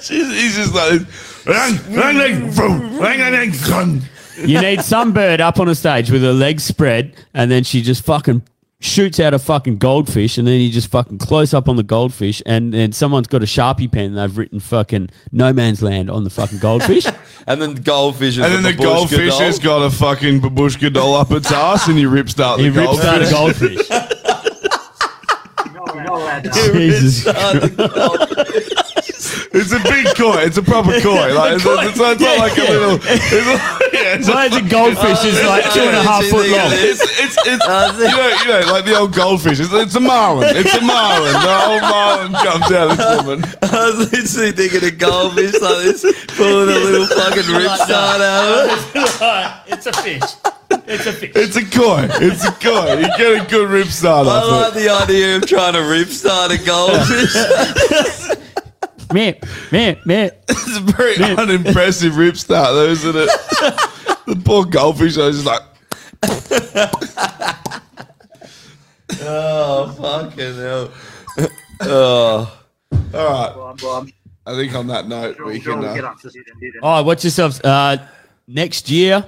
[SPEAKER 2] she's, he's just like,
[SPEAKER 6] You need some bird up on a stage with her legs spread, and then she just fucking shoots out a fucking goldfish, and then you just fucking close up on the goldfish, and then someone's got a sharpie pen and they've written fucking no man's land on the fucking goldfish.
[SPEAKER 4] and then the goldfish is
[SPEAKER 2] and then
[SPEAKER 4] a
[SPEAKER 2] the
[SPEAKER 4] babushka
[SPEAKER 2] goldfish
[SPEAKER 4] doll.
[SPEAKER 2] has got a fucking babushka doll up its ass, and you rip start the
[SPEAKER 6] He rips
[SPEAKER 2] goldfish.
[SPEAKER 6] out a goldfish.
[SPEAKER 2] Jesus It's a big koi. It's a proper koi. Like it's, it's, it's not like a little. It's a, yeah, it's
[SPEAKER 6] Mine's a goldfish is like two and a half foot long.
[SPEAKER 2] It's, it's, it's, you, know, you know, like the old goldfish. It's, it's a marlin. It's a marlin. The old marlin comes out of this woman.
[SPEAKER 4] I was literally thinking of goldfish like this, pulling a little fucking ripstart out of it.
[SPEAKER 6] it's a fish. It's a fish.
[SPEAKER 2] It's a koi. It's a koi. You get a good rip start
[SPEAKER 4] I
[SPEAKER 2] off
[SPEAKER 4] like
[SPEAKER 2] it.
[SPEAKER 4] the idea of trying to ripstart a goldfish.
[SPEAKER 6] Meh, meh, meh.
[SPEAKER 2] It's a very unimpressive rip start, though, isn't it? the poor goldfish. I was just like,
[SPEAKER 4] oh fucking hell! oh.
[SPEAKER 2] all right. I think on that note, we can.
[SPEAKER 5] get
[SPEAKER 2] Uh,
[SPEAKER 5] up to sit and do that.
[SPEAKER 6] All right, watch yourselves. Uh, next year,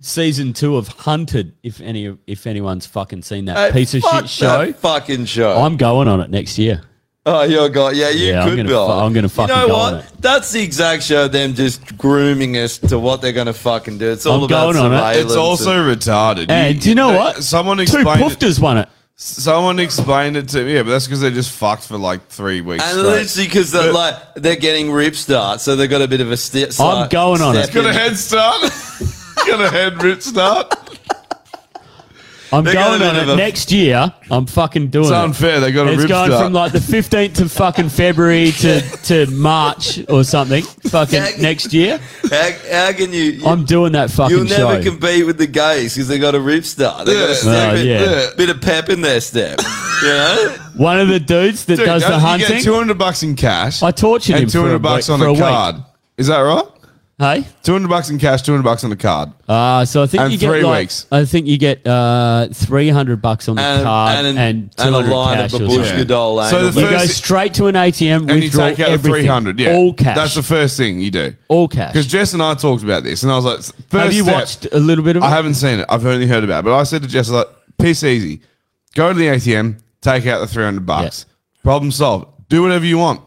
[SPEAKER 6] season two of Hunted. If any, if anyone's fucking seen that
[SPEAKER 4] Hey,
[SPEAKER 6] piece of
[SPEAKER 4] fuck
[SPEAKER 6] shit show,
[SPEAKER 4] that fucking show.
[SPEAKER 6] I'm going on it next year.
[SPEAKER 4] Oh, you're go- Yeah, you
[SPEAKER 6] Yeah, I'm
[SPEAKER 4] could
[SPEAKER 6] gonna
[SPEAKER 4] go.
[SPEAKER 6] fu- I'm gonna fucking
[SPEAKER 4] You know
[SPEAKER 6] go
[SPEAKER 4] what?
[SPEAKER 6] on it.
[SPEAKER 4] That's the exact show. of Them just grooming us to what they're gonna fucking do. It's all
[SPEAKER 6] I'm
[SPEAKER 4] about
[SPEAKER 6] going on it.
[SPEAKER 4] surveillance.
[SPEAKER 2] It's also retarded.
[SPEAKER 6] And do you know what?
[SPEAKER 2] Someone
[SPEAKER 6] Two
[SPEAKER 2] explained it-
[SPEAKER 6] poofters won it.
[SPEAKER 2] Someone explained it to me, yeah, but that's because they just fucked for like three weeks.
[SPEAKER 4] And
[SPEAKER 2] straight.
[SPEAKER 4] literally, because they're
[SPEAKER 2] But-
[SPEAKER 4] like they're getting rip start, so they've got a bit of a sti-
[SPEAKER 6] I'm
[SPEAKER 4] si-
[SPEAKER 6] going on
[SPEAKER 4] step
[SPEAKER 6] it.
[SPEAKER 2] got a
[SPEAKER 4] in.
[SPEAKER 2] head start. got a head rip start.
[SPEAKER 6] I'm
[SPEAKER 2] They got
[SPEAKER 6] going
[SPEAKER 2] a
[SPEAKER 6] on
[SPEAKER 2] bit
[SPEAKER 6] it
[SPEAKER 2] of a-
[SPEAKER 6] next year. I'm fucking doing
[SPEAKER 2] It's
[SPEAKER 6] it.
[SPEAKER 2] unfair, they got a
[SPEAKER 6] It's
[SPEAKER 2] rip
[SPEAKER 6] going
[SPEAKER 2] start.
[SPEAKER 6] from like the 15th of fucking February to, to March or something. Fucking next year,
[SPEAKER 4] How, how can you? you-
[SPEAKER 6] I'm doing that fucking
[SPEAKER 4] You'll
[SPEAKER 6] show.
[SPEAKER 4] never compete with the gays because they got a rip start. They got a
[SPEAKER 6] Yeah.
[SPEAKER 4] step
[SPEAKER 6] Oh,
[SPEAKER 4] in-
[SPEAKER 6] yeah.
[SPEAKER 4] bit of pep in their step. You know?
[SPEAKER 6] One of the dudes that
[SPEAKER 2] Dude,
[SPEAKER 6] does
[SPEAKER 2] don't
[SPEAKER 6] the
[SPEAKER 2] you get
[SPEAKER 6] hunting.
[SPEAKER 2] 200 bucks in cash.
[SPEAKER 6] I tortured him
[SPEAKER 2] and
[SPEAKER 6] for a
[SPEAKER 2] 200 bucks
[SPEAKER 6] week-
[SPEAKER 2] on
[SPEAKER 6] for
[SPEAKER 2] a,
[SPEAKER 6] a week.
[SPEAKER 2] card. Is that right?
[SPEAKER 6] Hey,
[SPEAKER 2] two hundred bucks in cash, two hundred bucks on the card.
[SPEAKER 6] Uh, so I think
[SPEAKER 2] And
[SPEAKER 6] you get
[SPEAKER 2] three
[SPEAKER 6] like-
[SPEAKER 2] weeks.
[SPEAKER 6] I think you get uh, three hundred bucks on the
[SPEAKER 2] And-
[SPEAKER 6] card
[SPEAKER 2] and
[SPEAKER 6] and,
[SPEAKER 2] an- and a
[SPEAKER 6] 200
[SPEAKER 2] line of
[SPEAKER 6] cash or
[SPEAKER 2] babushka
[SPEAKER 6] something.
[SPEAKER 2] doll, eh? So the
[SPEAKER 6] you go
[SPEAKER 2] first-
[SPEAKER 6] straight to an ATM,
[SPEAKER 2] And you
[SPEAKER 6] withdraw
[SPEAKER 2] take out the
[SPEAKER 6] everything,
[SPEAKER 2] three hundred. Yeah,
[SPEAKER 6] all cash.
[SPEAKER 2] That's the first thing you do.
[SPEAKER 6] All cash.
[SPEAKER 2] Because Jess and I talked about this, and I was like, first
[SPEAKER 6] Have you
[SPEAKER 2] step-
[SPEAKER 6] watched a little bit of it?
[SPEAKER 2] I haven't seen it. I've only heard about it. But I said to Jess, I was like, piece easy. Go to the ATM, take out the 300 bucks. Problem solved. Do whatever you want.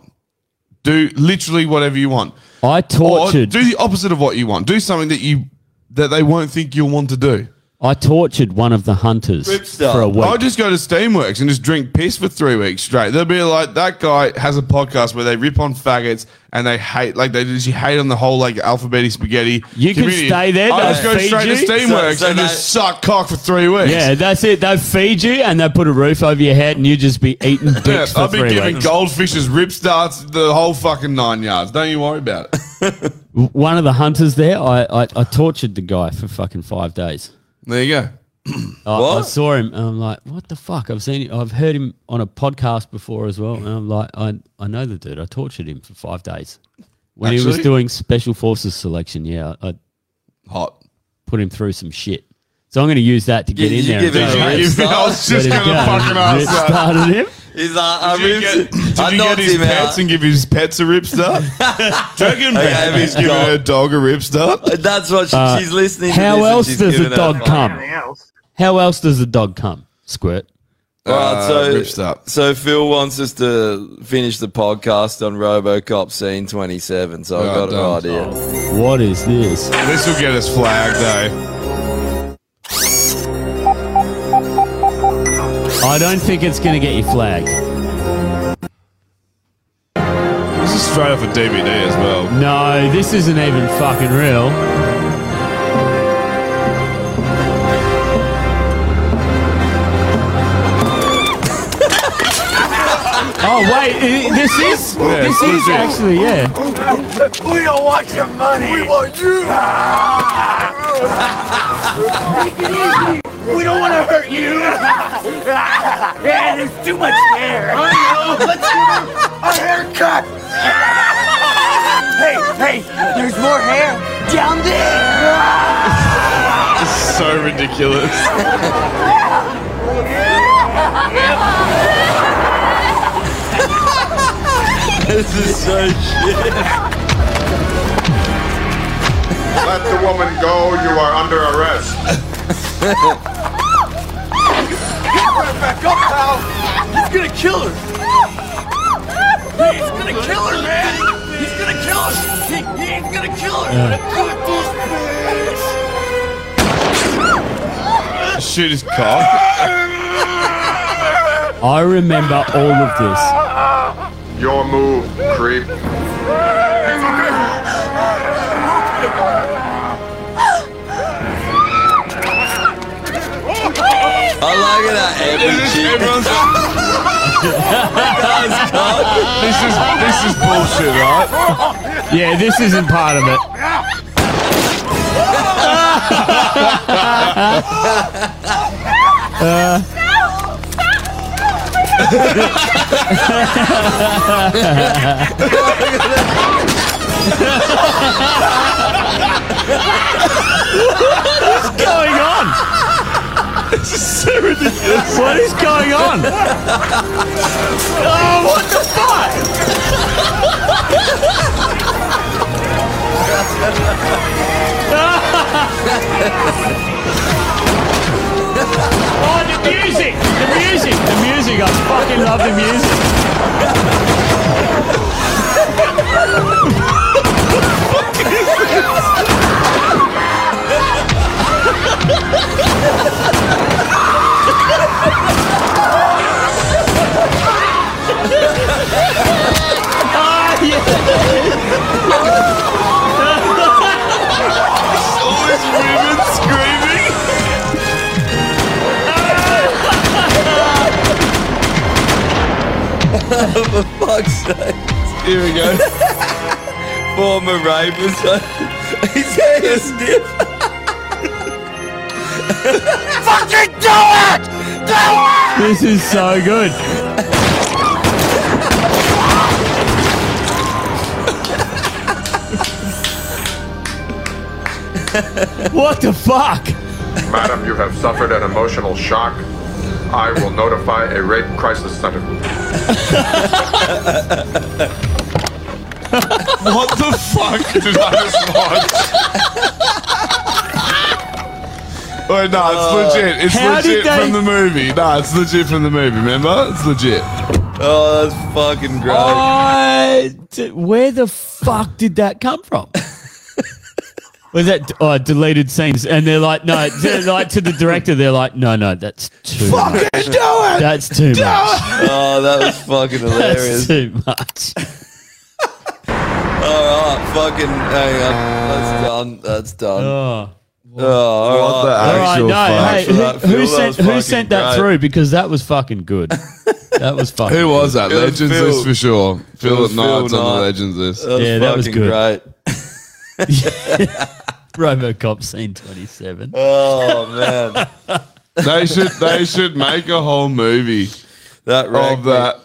[SPEAKER 2] Do literally whatever you want.
[SPEAKER 6] I tortured-
[SPEAKER 2] do the opposite of what you want. Do something that you that they won't think you'll want to do.
[SPEAKER 6] I tortured one of the hunters for a week.
[SPEAKER 2] I'll just go to Steamworks and just drink piss for three weeks straight. They'll be like, that guy has a podcast where they rip on faggots and they hate, like they just hate on the whole like alphabetic spaghetti.
[SPEAKER 6] You can
[SPEAKER 2] community.
[SPEAKER 6] stay there,
[SPEAKER 2] I
[SPEAKER 6] they'll
[SPEAKER 2] just go
[SPEAKER 6] feed
[SPEAKER 2] straight
[SPEAKER 6] you.
[SPEAKER 2] to Steamworks
[SPEAKER 6] So- so
[SPEAKER 2] and
[SPEAKER 6] they-
[SPEAKER 2] just suck cock for three weeks.
[SPEAKER 6] Yeah, that's it. They feed you and they put a roof over your head, and you just be eating dicks
[SPEAKER 2] Yeah,
[SPEAKER 6] for
[SPEAKER 2] I've been
[SPEAKER 6] three
[SPEAKER 2] giving
[SPEAKER 6] weeks.
[SPEAKER 2] goldfishes rip starts the whole fucking nine yards. Don't you worry about it.
[SPEAKER 6] One of the hunters there, I, I, I tortured the guy for fucking five days.
[SPEAKER 2] There you go.
[SPEAKER 6] I, I
[SPEAKER 2] What?
[SPEAKER 6] saw him and I'm like, what the fuck? I've seen him. I've heard him on a podcast before as well. And I'm like, I, I know the dude. I tortured him for five days. When he was
[SPEAKER 2] Actually?
[SPEAKER 6] doing special forces selection, yeah. I,
[SPEAKER 2] Hot.
[SPEAKER 6] Put him through some shit. So I'm going to use that to get
[SPEAKER 2] Yeah,
[SPEAKER 6] in
[SPEAKER 2] you
[SPEAKER 6] there.
[SPEAKER 2] give
[SPEAKER 6] and
[SPEAKER 2] him
[SPEAKER 6] go,
[SPEAKER 2] a
[SPEAKER 6] "Hey,
[SPEAKER 2] rip start." I was just
[SPEAKER 6] let him
[SPEAKER 2] gonna
[SPEAKER 6] go."
[SPEAKER 2] fucking ask
[SPEAKER 6] Rip
[SPEAKER 2] that.
[SPEAKER 6] started him.
[SPEAKER 4] He's like, I
[SPEAKER 2] Did you
[SPEAKER 4] ripped-
[SPEAKER 2] get, did
[SPEAKER 4] I
[SPEAKER 2] you get
[SPEAKER 4] knocked
[SPEAKER 2] his
[SPEAKER 4] him
[SPEAKER 2] pets
[SPEAKER 4] out.
[SPEAKER 2] and give his pets a rip start? Dragon
[SPEAKER 4] I gave his
[SPEAKER 2] He's giving
[SPEAKER 4] dog-
[SPEAKER 2] her dog a rip start?
[SPEAKER 4] That's what she,
[SPEAKER 6] Uh,
[SPEAKER 4] she's listening.
[SPEAKER 6] How
[SPEAKER 4] to this and
[SPEAKER 6] else
[SPEAKER 4] she's
[SPEAKER 6] does a
[SPEAKER 4] giving her
[SPEAKER 6] dog
[SPEAKER 4] fucking-
[SPEAKER 6] come? How else does a dog come? Squirt.
[SPEAKER 4] All
[SPEAKER 6] uh,
[SPEAKER 4] right, so
[SPEAKER 2] rips up.
[SPEAKER 4] so Phil wants us to finish the podcast on RoboCop scene 27. So
[SPEAKER 2] Oh,
[SPEAKER 4] I've got
[SPEAKER 2] don't.
[SPEAKER 4] an idea.
[SPEAKER 6] What is this?
[SPEAKER 2] This will get us flagged, eh?
[SPEAKER 6] I don't think it's going to get you flagged.
[SPEAKER 2] This is straight off a DVD as well.
[SPEAKER 6] No, this isn't even fucking real. oh wait, i- this is
[SPEAKER 10] Yeah,
[SPEAKER 6] this
[SPEAKER 10] it's
[SPEAKER 6] is
[SPEAKER 10] legit.
[SPEAKER 6] actually yeah.
[SPEAKER 10] We don't want your money. We want you. Take it easy. We don't want to hurt you. Man, there's too much hair. I know. Let's give him a haircut. hey, hey, there's more hair down there.
[SPEAKER 2] This is so ridiculous.
[SPEAKER 4] this is so shit.
[SPEAKER 10] Let the woman go. You are under arrest. back up, pal. He's gonna kill her. He's gonna kill her, man. He's gonna kill her. He, he's gonna kill her.
[SPEAKER 2] Shoot his cock.
[SPEAKER 6] I remember all of this.
[SPEAKER 10] Your move, creep.
[SPEAKER 4] I like it that every chick.
[SPEAKER 2] This is this is bullshit, right?
[SPEAKER 6] Yeah, this isn't part of it. Uh,
[SPEAKER 10] What's going on? This is so ridiculous. What is going on? oh, what the fuck? Oh,
[SPEAKER 6] oh, the music! The music! The music! I fucking love the music.
[SPEAKER 10] Always women screaming.
[SPEAKER 4] For fuck's sake. Here we go. Former rapist. He's had a sniff.
[SPEAKER 10] Fucking do it! Do it!
[SPEAKER 6] This is so good. what the fuck?
[SPEAKER 16] Madam, you have suffered an emotional shock. I will notify a rape crisis center.
[SPEAKER 10] What the fuck did I just watch?
[SPEAKER 2] Wait, no, it's legit. It's
[SPEAKER 10] how did
[SPEAKER 2] legit
[SPEAKER 10] they-
[SPEAKER 2] from the movie. No, it's legit from the movie. Remember, it's legit.
[SPEAKER 4] Oh, that's fucking great.
[SPEAKER 6] Uh, d- where the fuck did that come from? Was that oh, deleted scenes? And they're like, no, they're like to the director, they're like, no, no, that's too
[SPEAKER 10] Fucking
[SPEAKER 6] much.
[SPEAKER 10] do it!
[SPEAKER 6] That's too
[SPEAKER 10] Do
[SPEAKER 6] much.
[SPEAKER 4] Oh, that was fucking
[SPEAKER 6] That's
[SPEAKER 4] hilarious.
[SPEAKER 6] too much.
[SPEAKER 4] All right, fucking hang on.
[SPEAKER 2] Uh,
[SPEAKER 4] That's done. That's done.
[SPEAKER 6] Oh,
[SPEAKER 4] all right.
[SPEAKER 6] All right, no, hey,
[SPEAKER 4] Fuck.
[SPEAKER 6] who, who
[SPEAKER 4] Phil, that
[SPEAKER 6] sent
[SPEAKER 4] was
[SPEAKER 6] who
[SPEAKER 4] fucking
[SPEAKER 6] sent that through?
[SPEAKER 4] great.
[SPEAKER 6] Because that was fucking good. That was fucking.
[SPEAKER 2] Who was that?
[SPEAKER 6] good.
[SPEAKER 2] Legends list for sure.
[SPEAKER 4] It
[SPEAKER 2] Phil
[SPEAKER 4] was
[SPEAKER 2] at Knight's
[SPEAKER 4] Phil
[SPEAKER 2] on the
[SPEAKER 4] Knight.
[SPEAKER 2] Legends list.
[SPEAKER 4] That was
[SPEAKER 6] Yeah, that was
[SPEAKER 4] fucking
[SPEAKER 6] good.
[SPEAKER 4] Great.
[SPEAKER 6] RoboCop scene twenty seven.
[SPEAKER 4] Oh man,
[SPEAKER 2] they should they should make a whole movie
[SPEAKER 4] that
[SPEAKER 2] of that.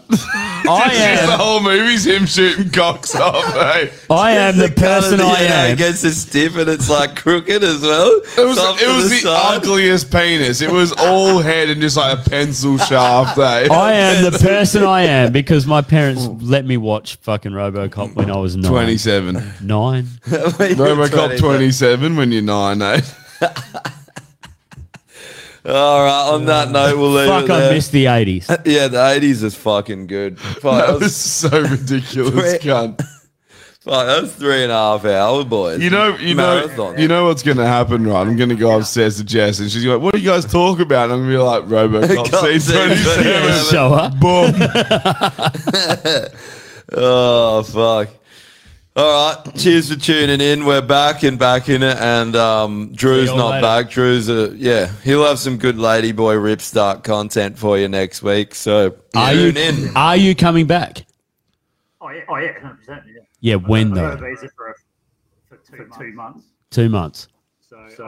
[SPEAKER 6] I
[SPEAKER 2] am the whole movie's him shooting cocks off. eh?
[SPEAKER 6] I am the person I am.
[SPEAKER 4] It gets a stiff and it's like crooked as well.
[SPEAKER 2] It was
[SPEAKER 4] Off
[SPEAKER 2] it
[SPEAKER 4] to
[SPEAKER 2] was the,
[SPEAKER 4] side.
[SPEAKER 2] ugliest penis. It was all head and just like a pencil shaft. eh?
[SPEAKER 6] I am the person I am because my parents let me watch fucking RoboCop when I was nine.
[SPEAKER 2] 27.
[SPEAKER 6] Nine.
[SPEAKER 2] RoboCop 27 when you're nine, eh?
[SPEAKER 4] All right. On that note, we'll leave it
[SPEAKER 6] Fuck,
[SPEAKER 4] there.
[SPEAKER 6] I missed the eighties.
[SPEAKER 4] Yeah, the eighties is fucking good. Fuck,
[SPEAKER 2] That was so ridiculous, cunt.
[SPEAKER 4] fuck, that was three and a half hour, boys.
[SPEAKER 2] You know, you know,
[SPEAKER 4] Marathon.
[SPEAKER 2] you know what's going to happen, right? I'm going to go upstairs to Jess, and she's like, "What do you guys talk about?" And I'm going to be like, "RoboCop
[SPEAKER 4] Cop
[SPEAKER 2] scene 27."
[SPEAKER 4] Yeah,
[SPEAKER 6] show up.
[SPEAKER 2] Boom.
[SPEAKER 4] oh fuck. All right. Cheers for tuning in. We're back and back in it. And um, Drew's
[SPEAKER 2] See y'all
[SPEAKER 4] not
[SPEAKER 2] later.
[SPEAKER 4] back. Drew's a yeah. He'll have some good lady boy rip start content for you next week. So
[SPEAKER 6] Are
[SPEAKER 4] tune
[SPEAKER 6] you
[SPEAKER 4] in.
[SPEAKER 6] are you coming back?
[SPEAKER 5] Oh yeah, oh yeah, 100%. Yeah.
[SPEAKER 6] Yeah, when
[SPEAKER 5] I've got
[SPEAKER 6] though?
[SPEAKER 5] a visa for, a, for, two, for two months.
[SPEAKER 6] Two months.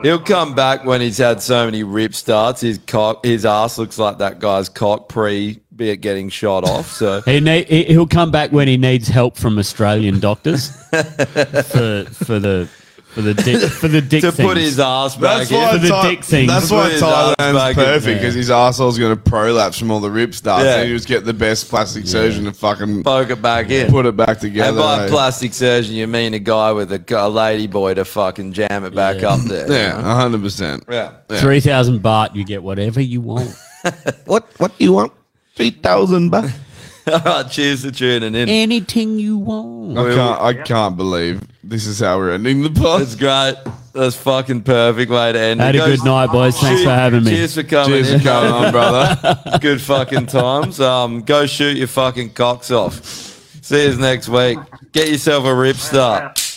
[SPEAKER 4] He'll come back when he's had so many rip starts. His cock, his ass looks like that guy's cock pre be it getting shot off. So
[SPEAKER 6] He need, he- he'll come back when he needs help from Australian doctors for for the for the dick for the dick
[SPEAKER 4] to put
[SPEAKER 6] things.
[SPEAKER 4] his ass back
[SPEAKER 2] That's
[SPEAKER 4] in.
[SPEAKER 2] why,
[SPEAKER 6] For the
[SPEAKER 2] Tha-
[SPEAKER 6] dick thing.
[SPEAKER 2] that's why
[SPEAKER 4] Put his ass
[SPEAKER 2] Thailand's
[SPEAKER 4] back in.
[SPEAKER 2] perfect because his arsehole's going to prolapse from all the rip starts.
[SPEAKER 4] Yeah.
[SPEAKER 2] And you just get the best plastic surgeon to fucking
[SPEAKER 4] poke it back in,
[SPEAKER 2] put it back together.
[SPEAKER 4] And by
[SPEAKER 2] eh?
[SPEAKER 4] plastic surgeon, you mean a guy with a, a lady boy to fucking jam it back up there.
[SPEAKER 2] yeah, hundred percent.
[SPEAKER 4] Yeah.
[SPEAKER 6] Three thousand baht, you get whatever you want.
[SPEAKER 2] what what do you want? Three thousand baht.
[SPEAKER 4] All right, cheers for tuning in.
[SPEAKER 6] Anything you want.
[SPEAKER 2] I can't. I can't believe this is how we're ending the pod.
[SPEAKER 4] That's great. That's fucking perfect way to end.
[SPEAKER 6] Had
[SPEAKER 4] it.
[SPEAKER 6] a good night, boys. Thanks
[SPEAKER 4] Cheers-
[SPEAKER 6] for having me.
[SPEAKER 4] Cheers for coming.
[SPEAKER 2] Cheers for
[SPEAKER 4] in.
[SPEAKER 2] coming on, brother.
[SPEAKER 4] good fucking times. Um, go shoot your fucking cocks off. See you next week. Get yourself a rip start.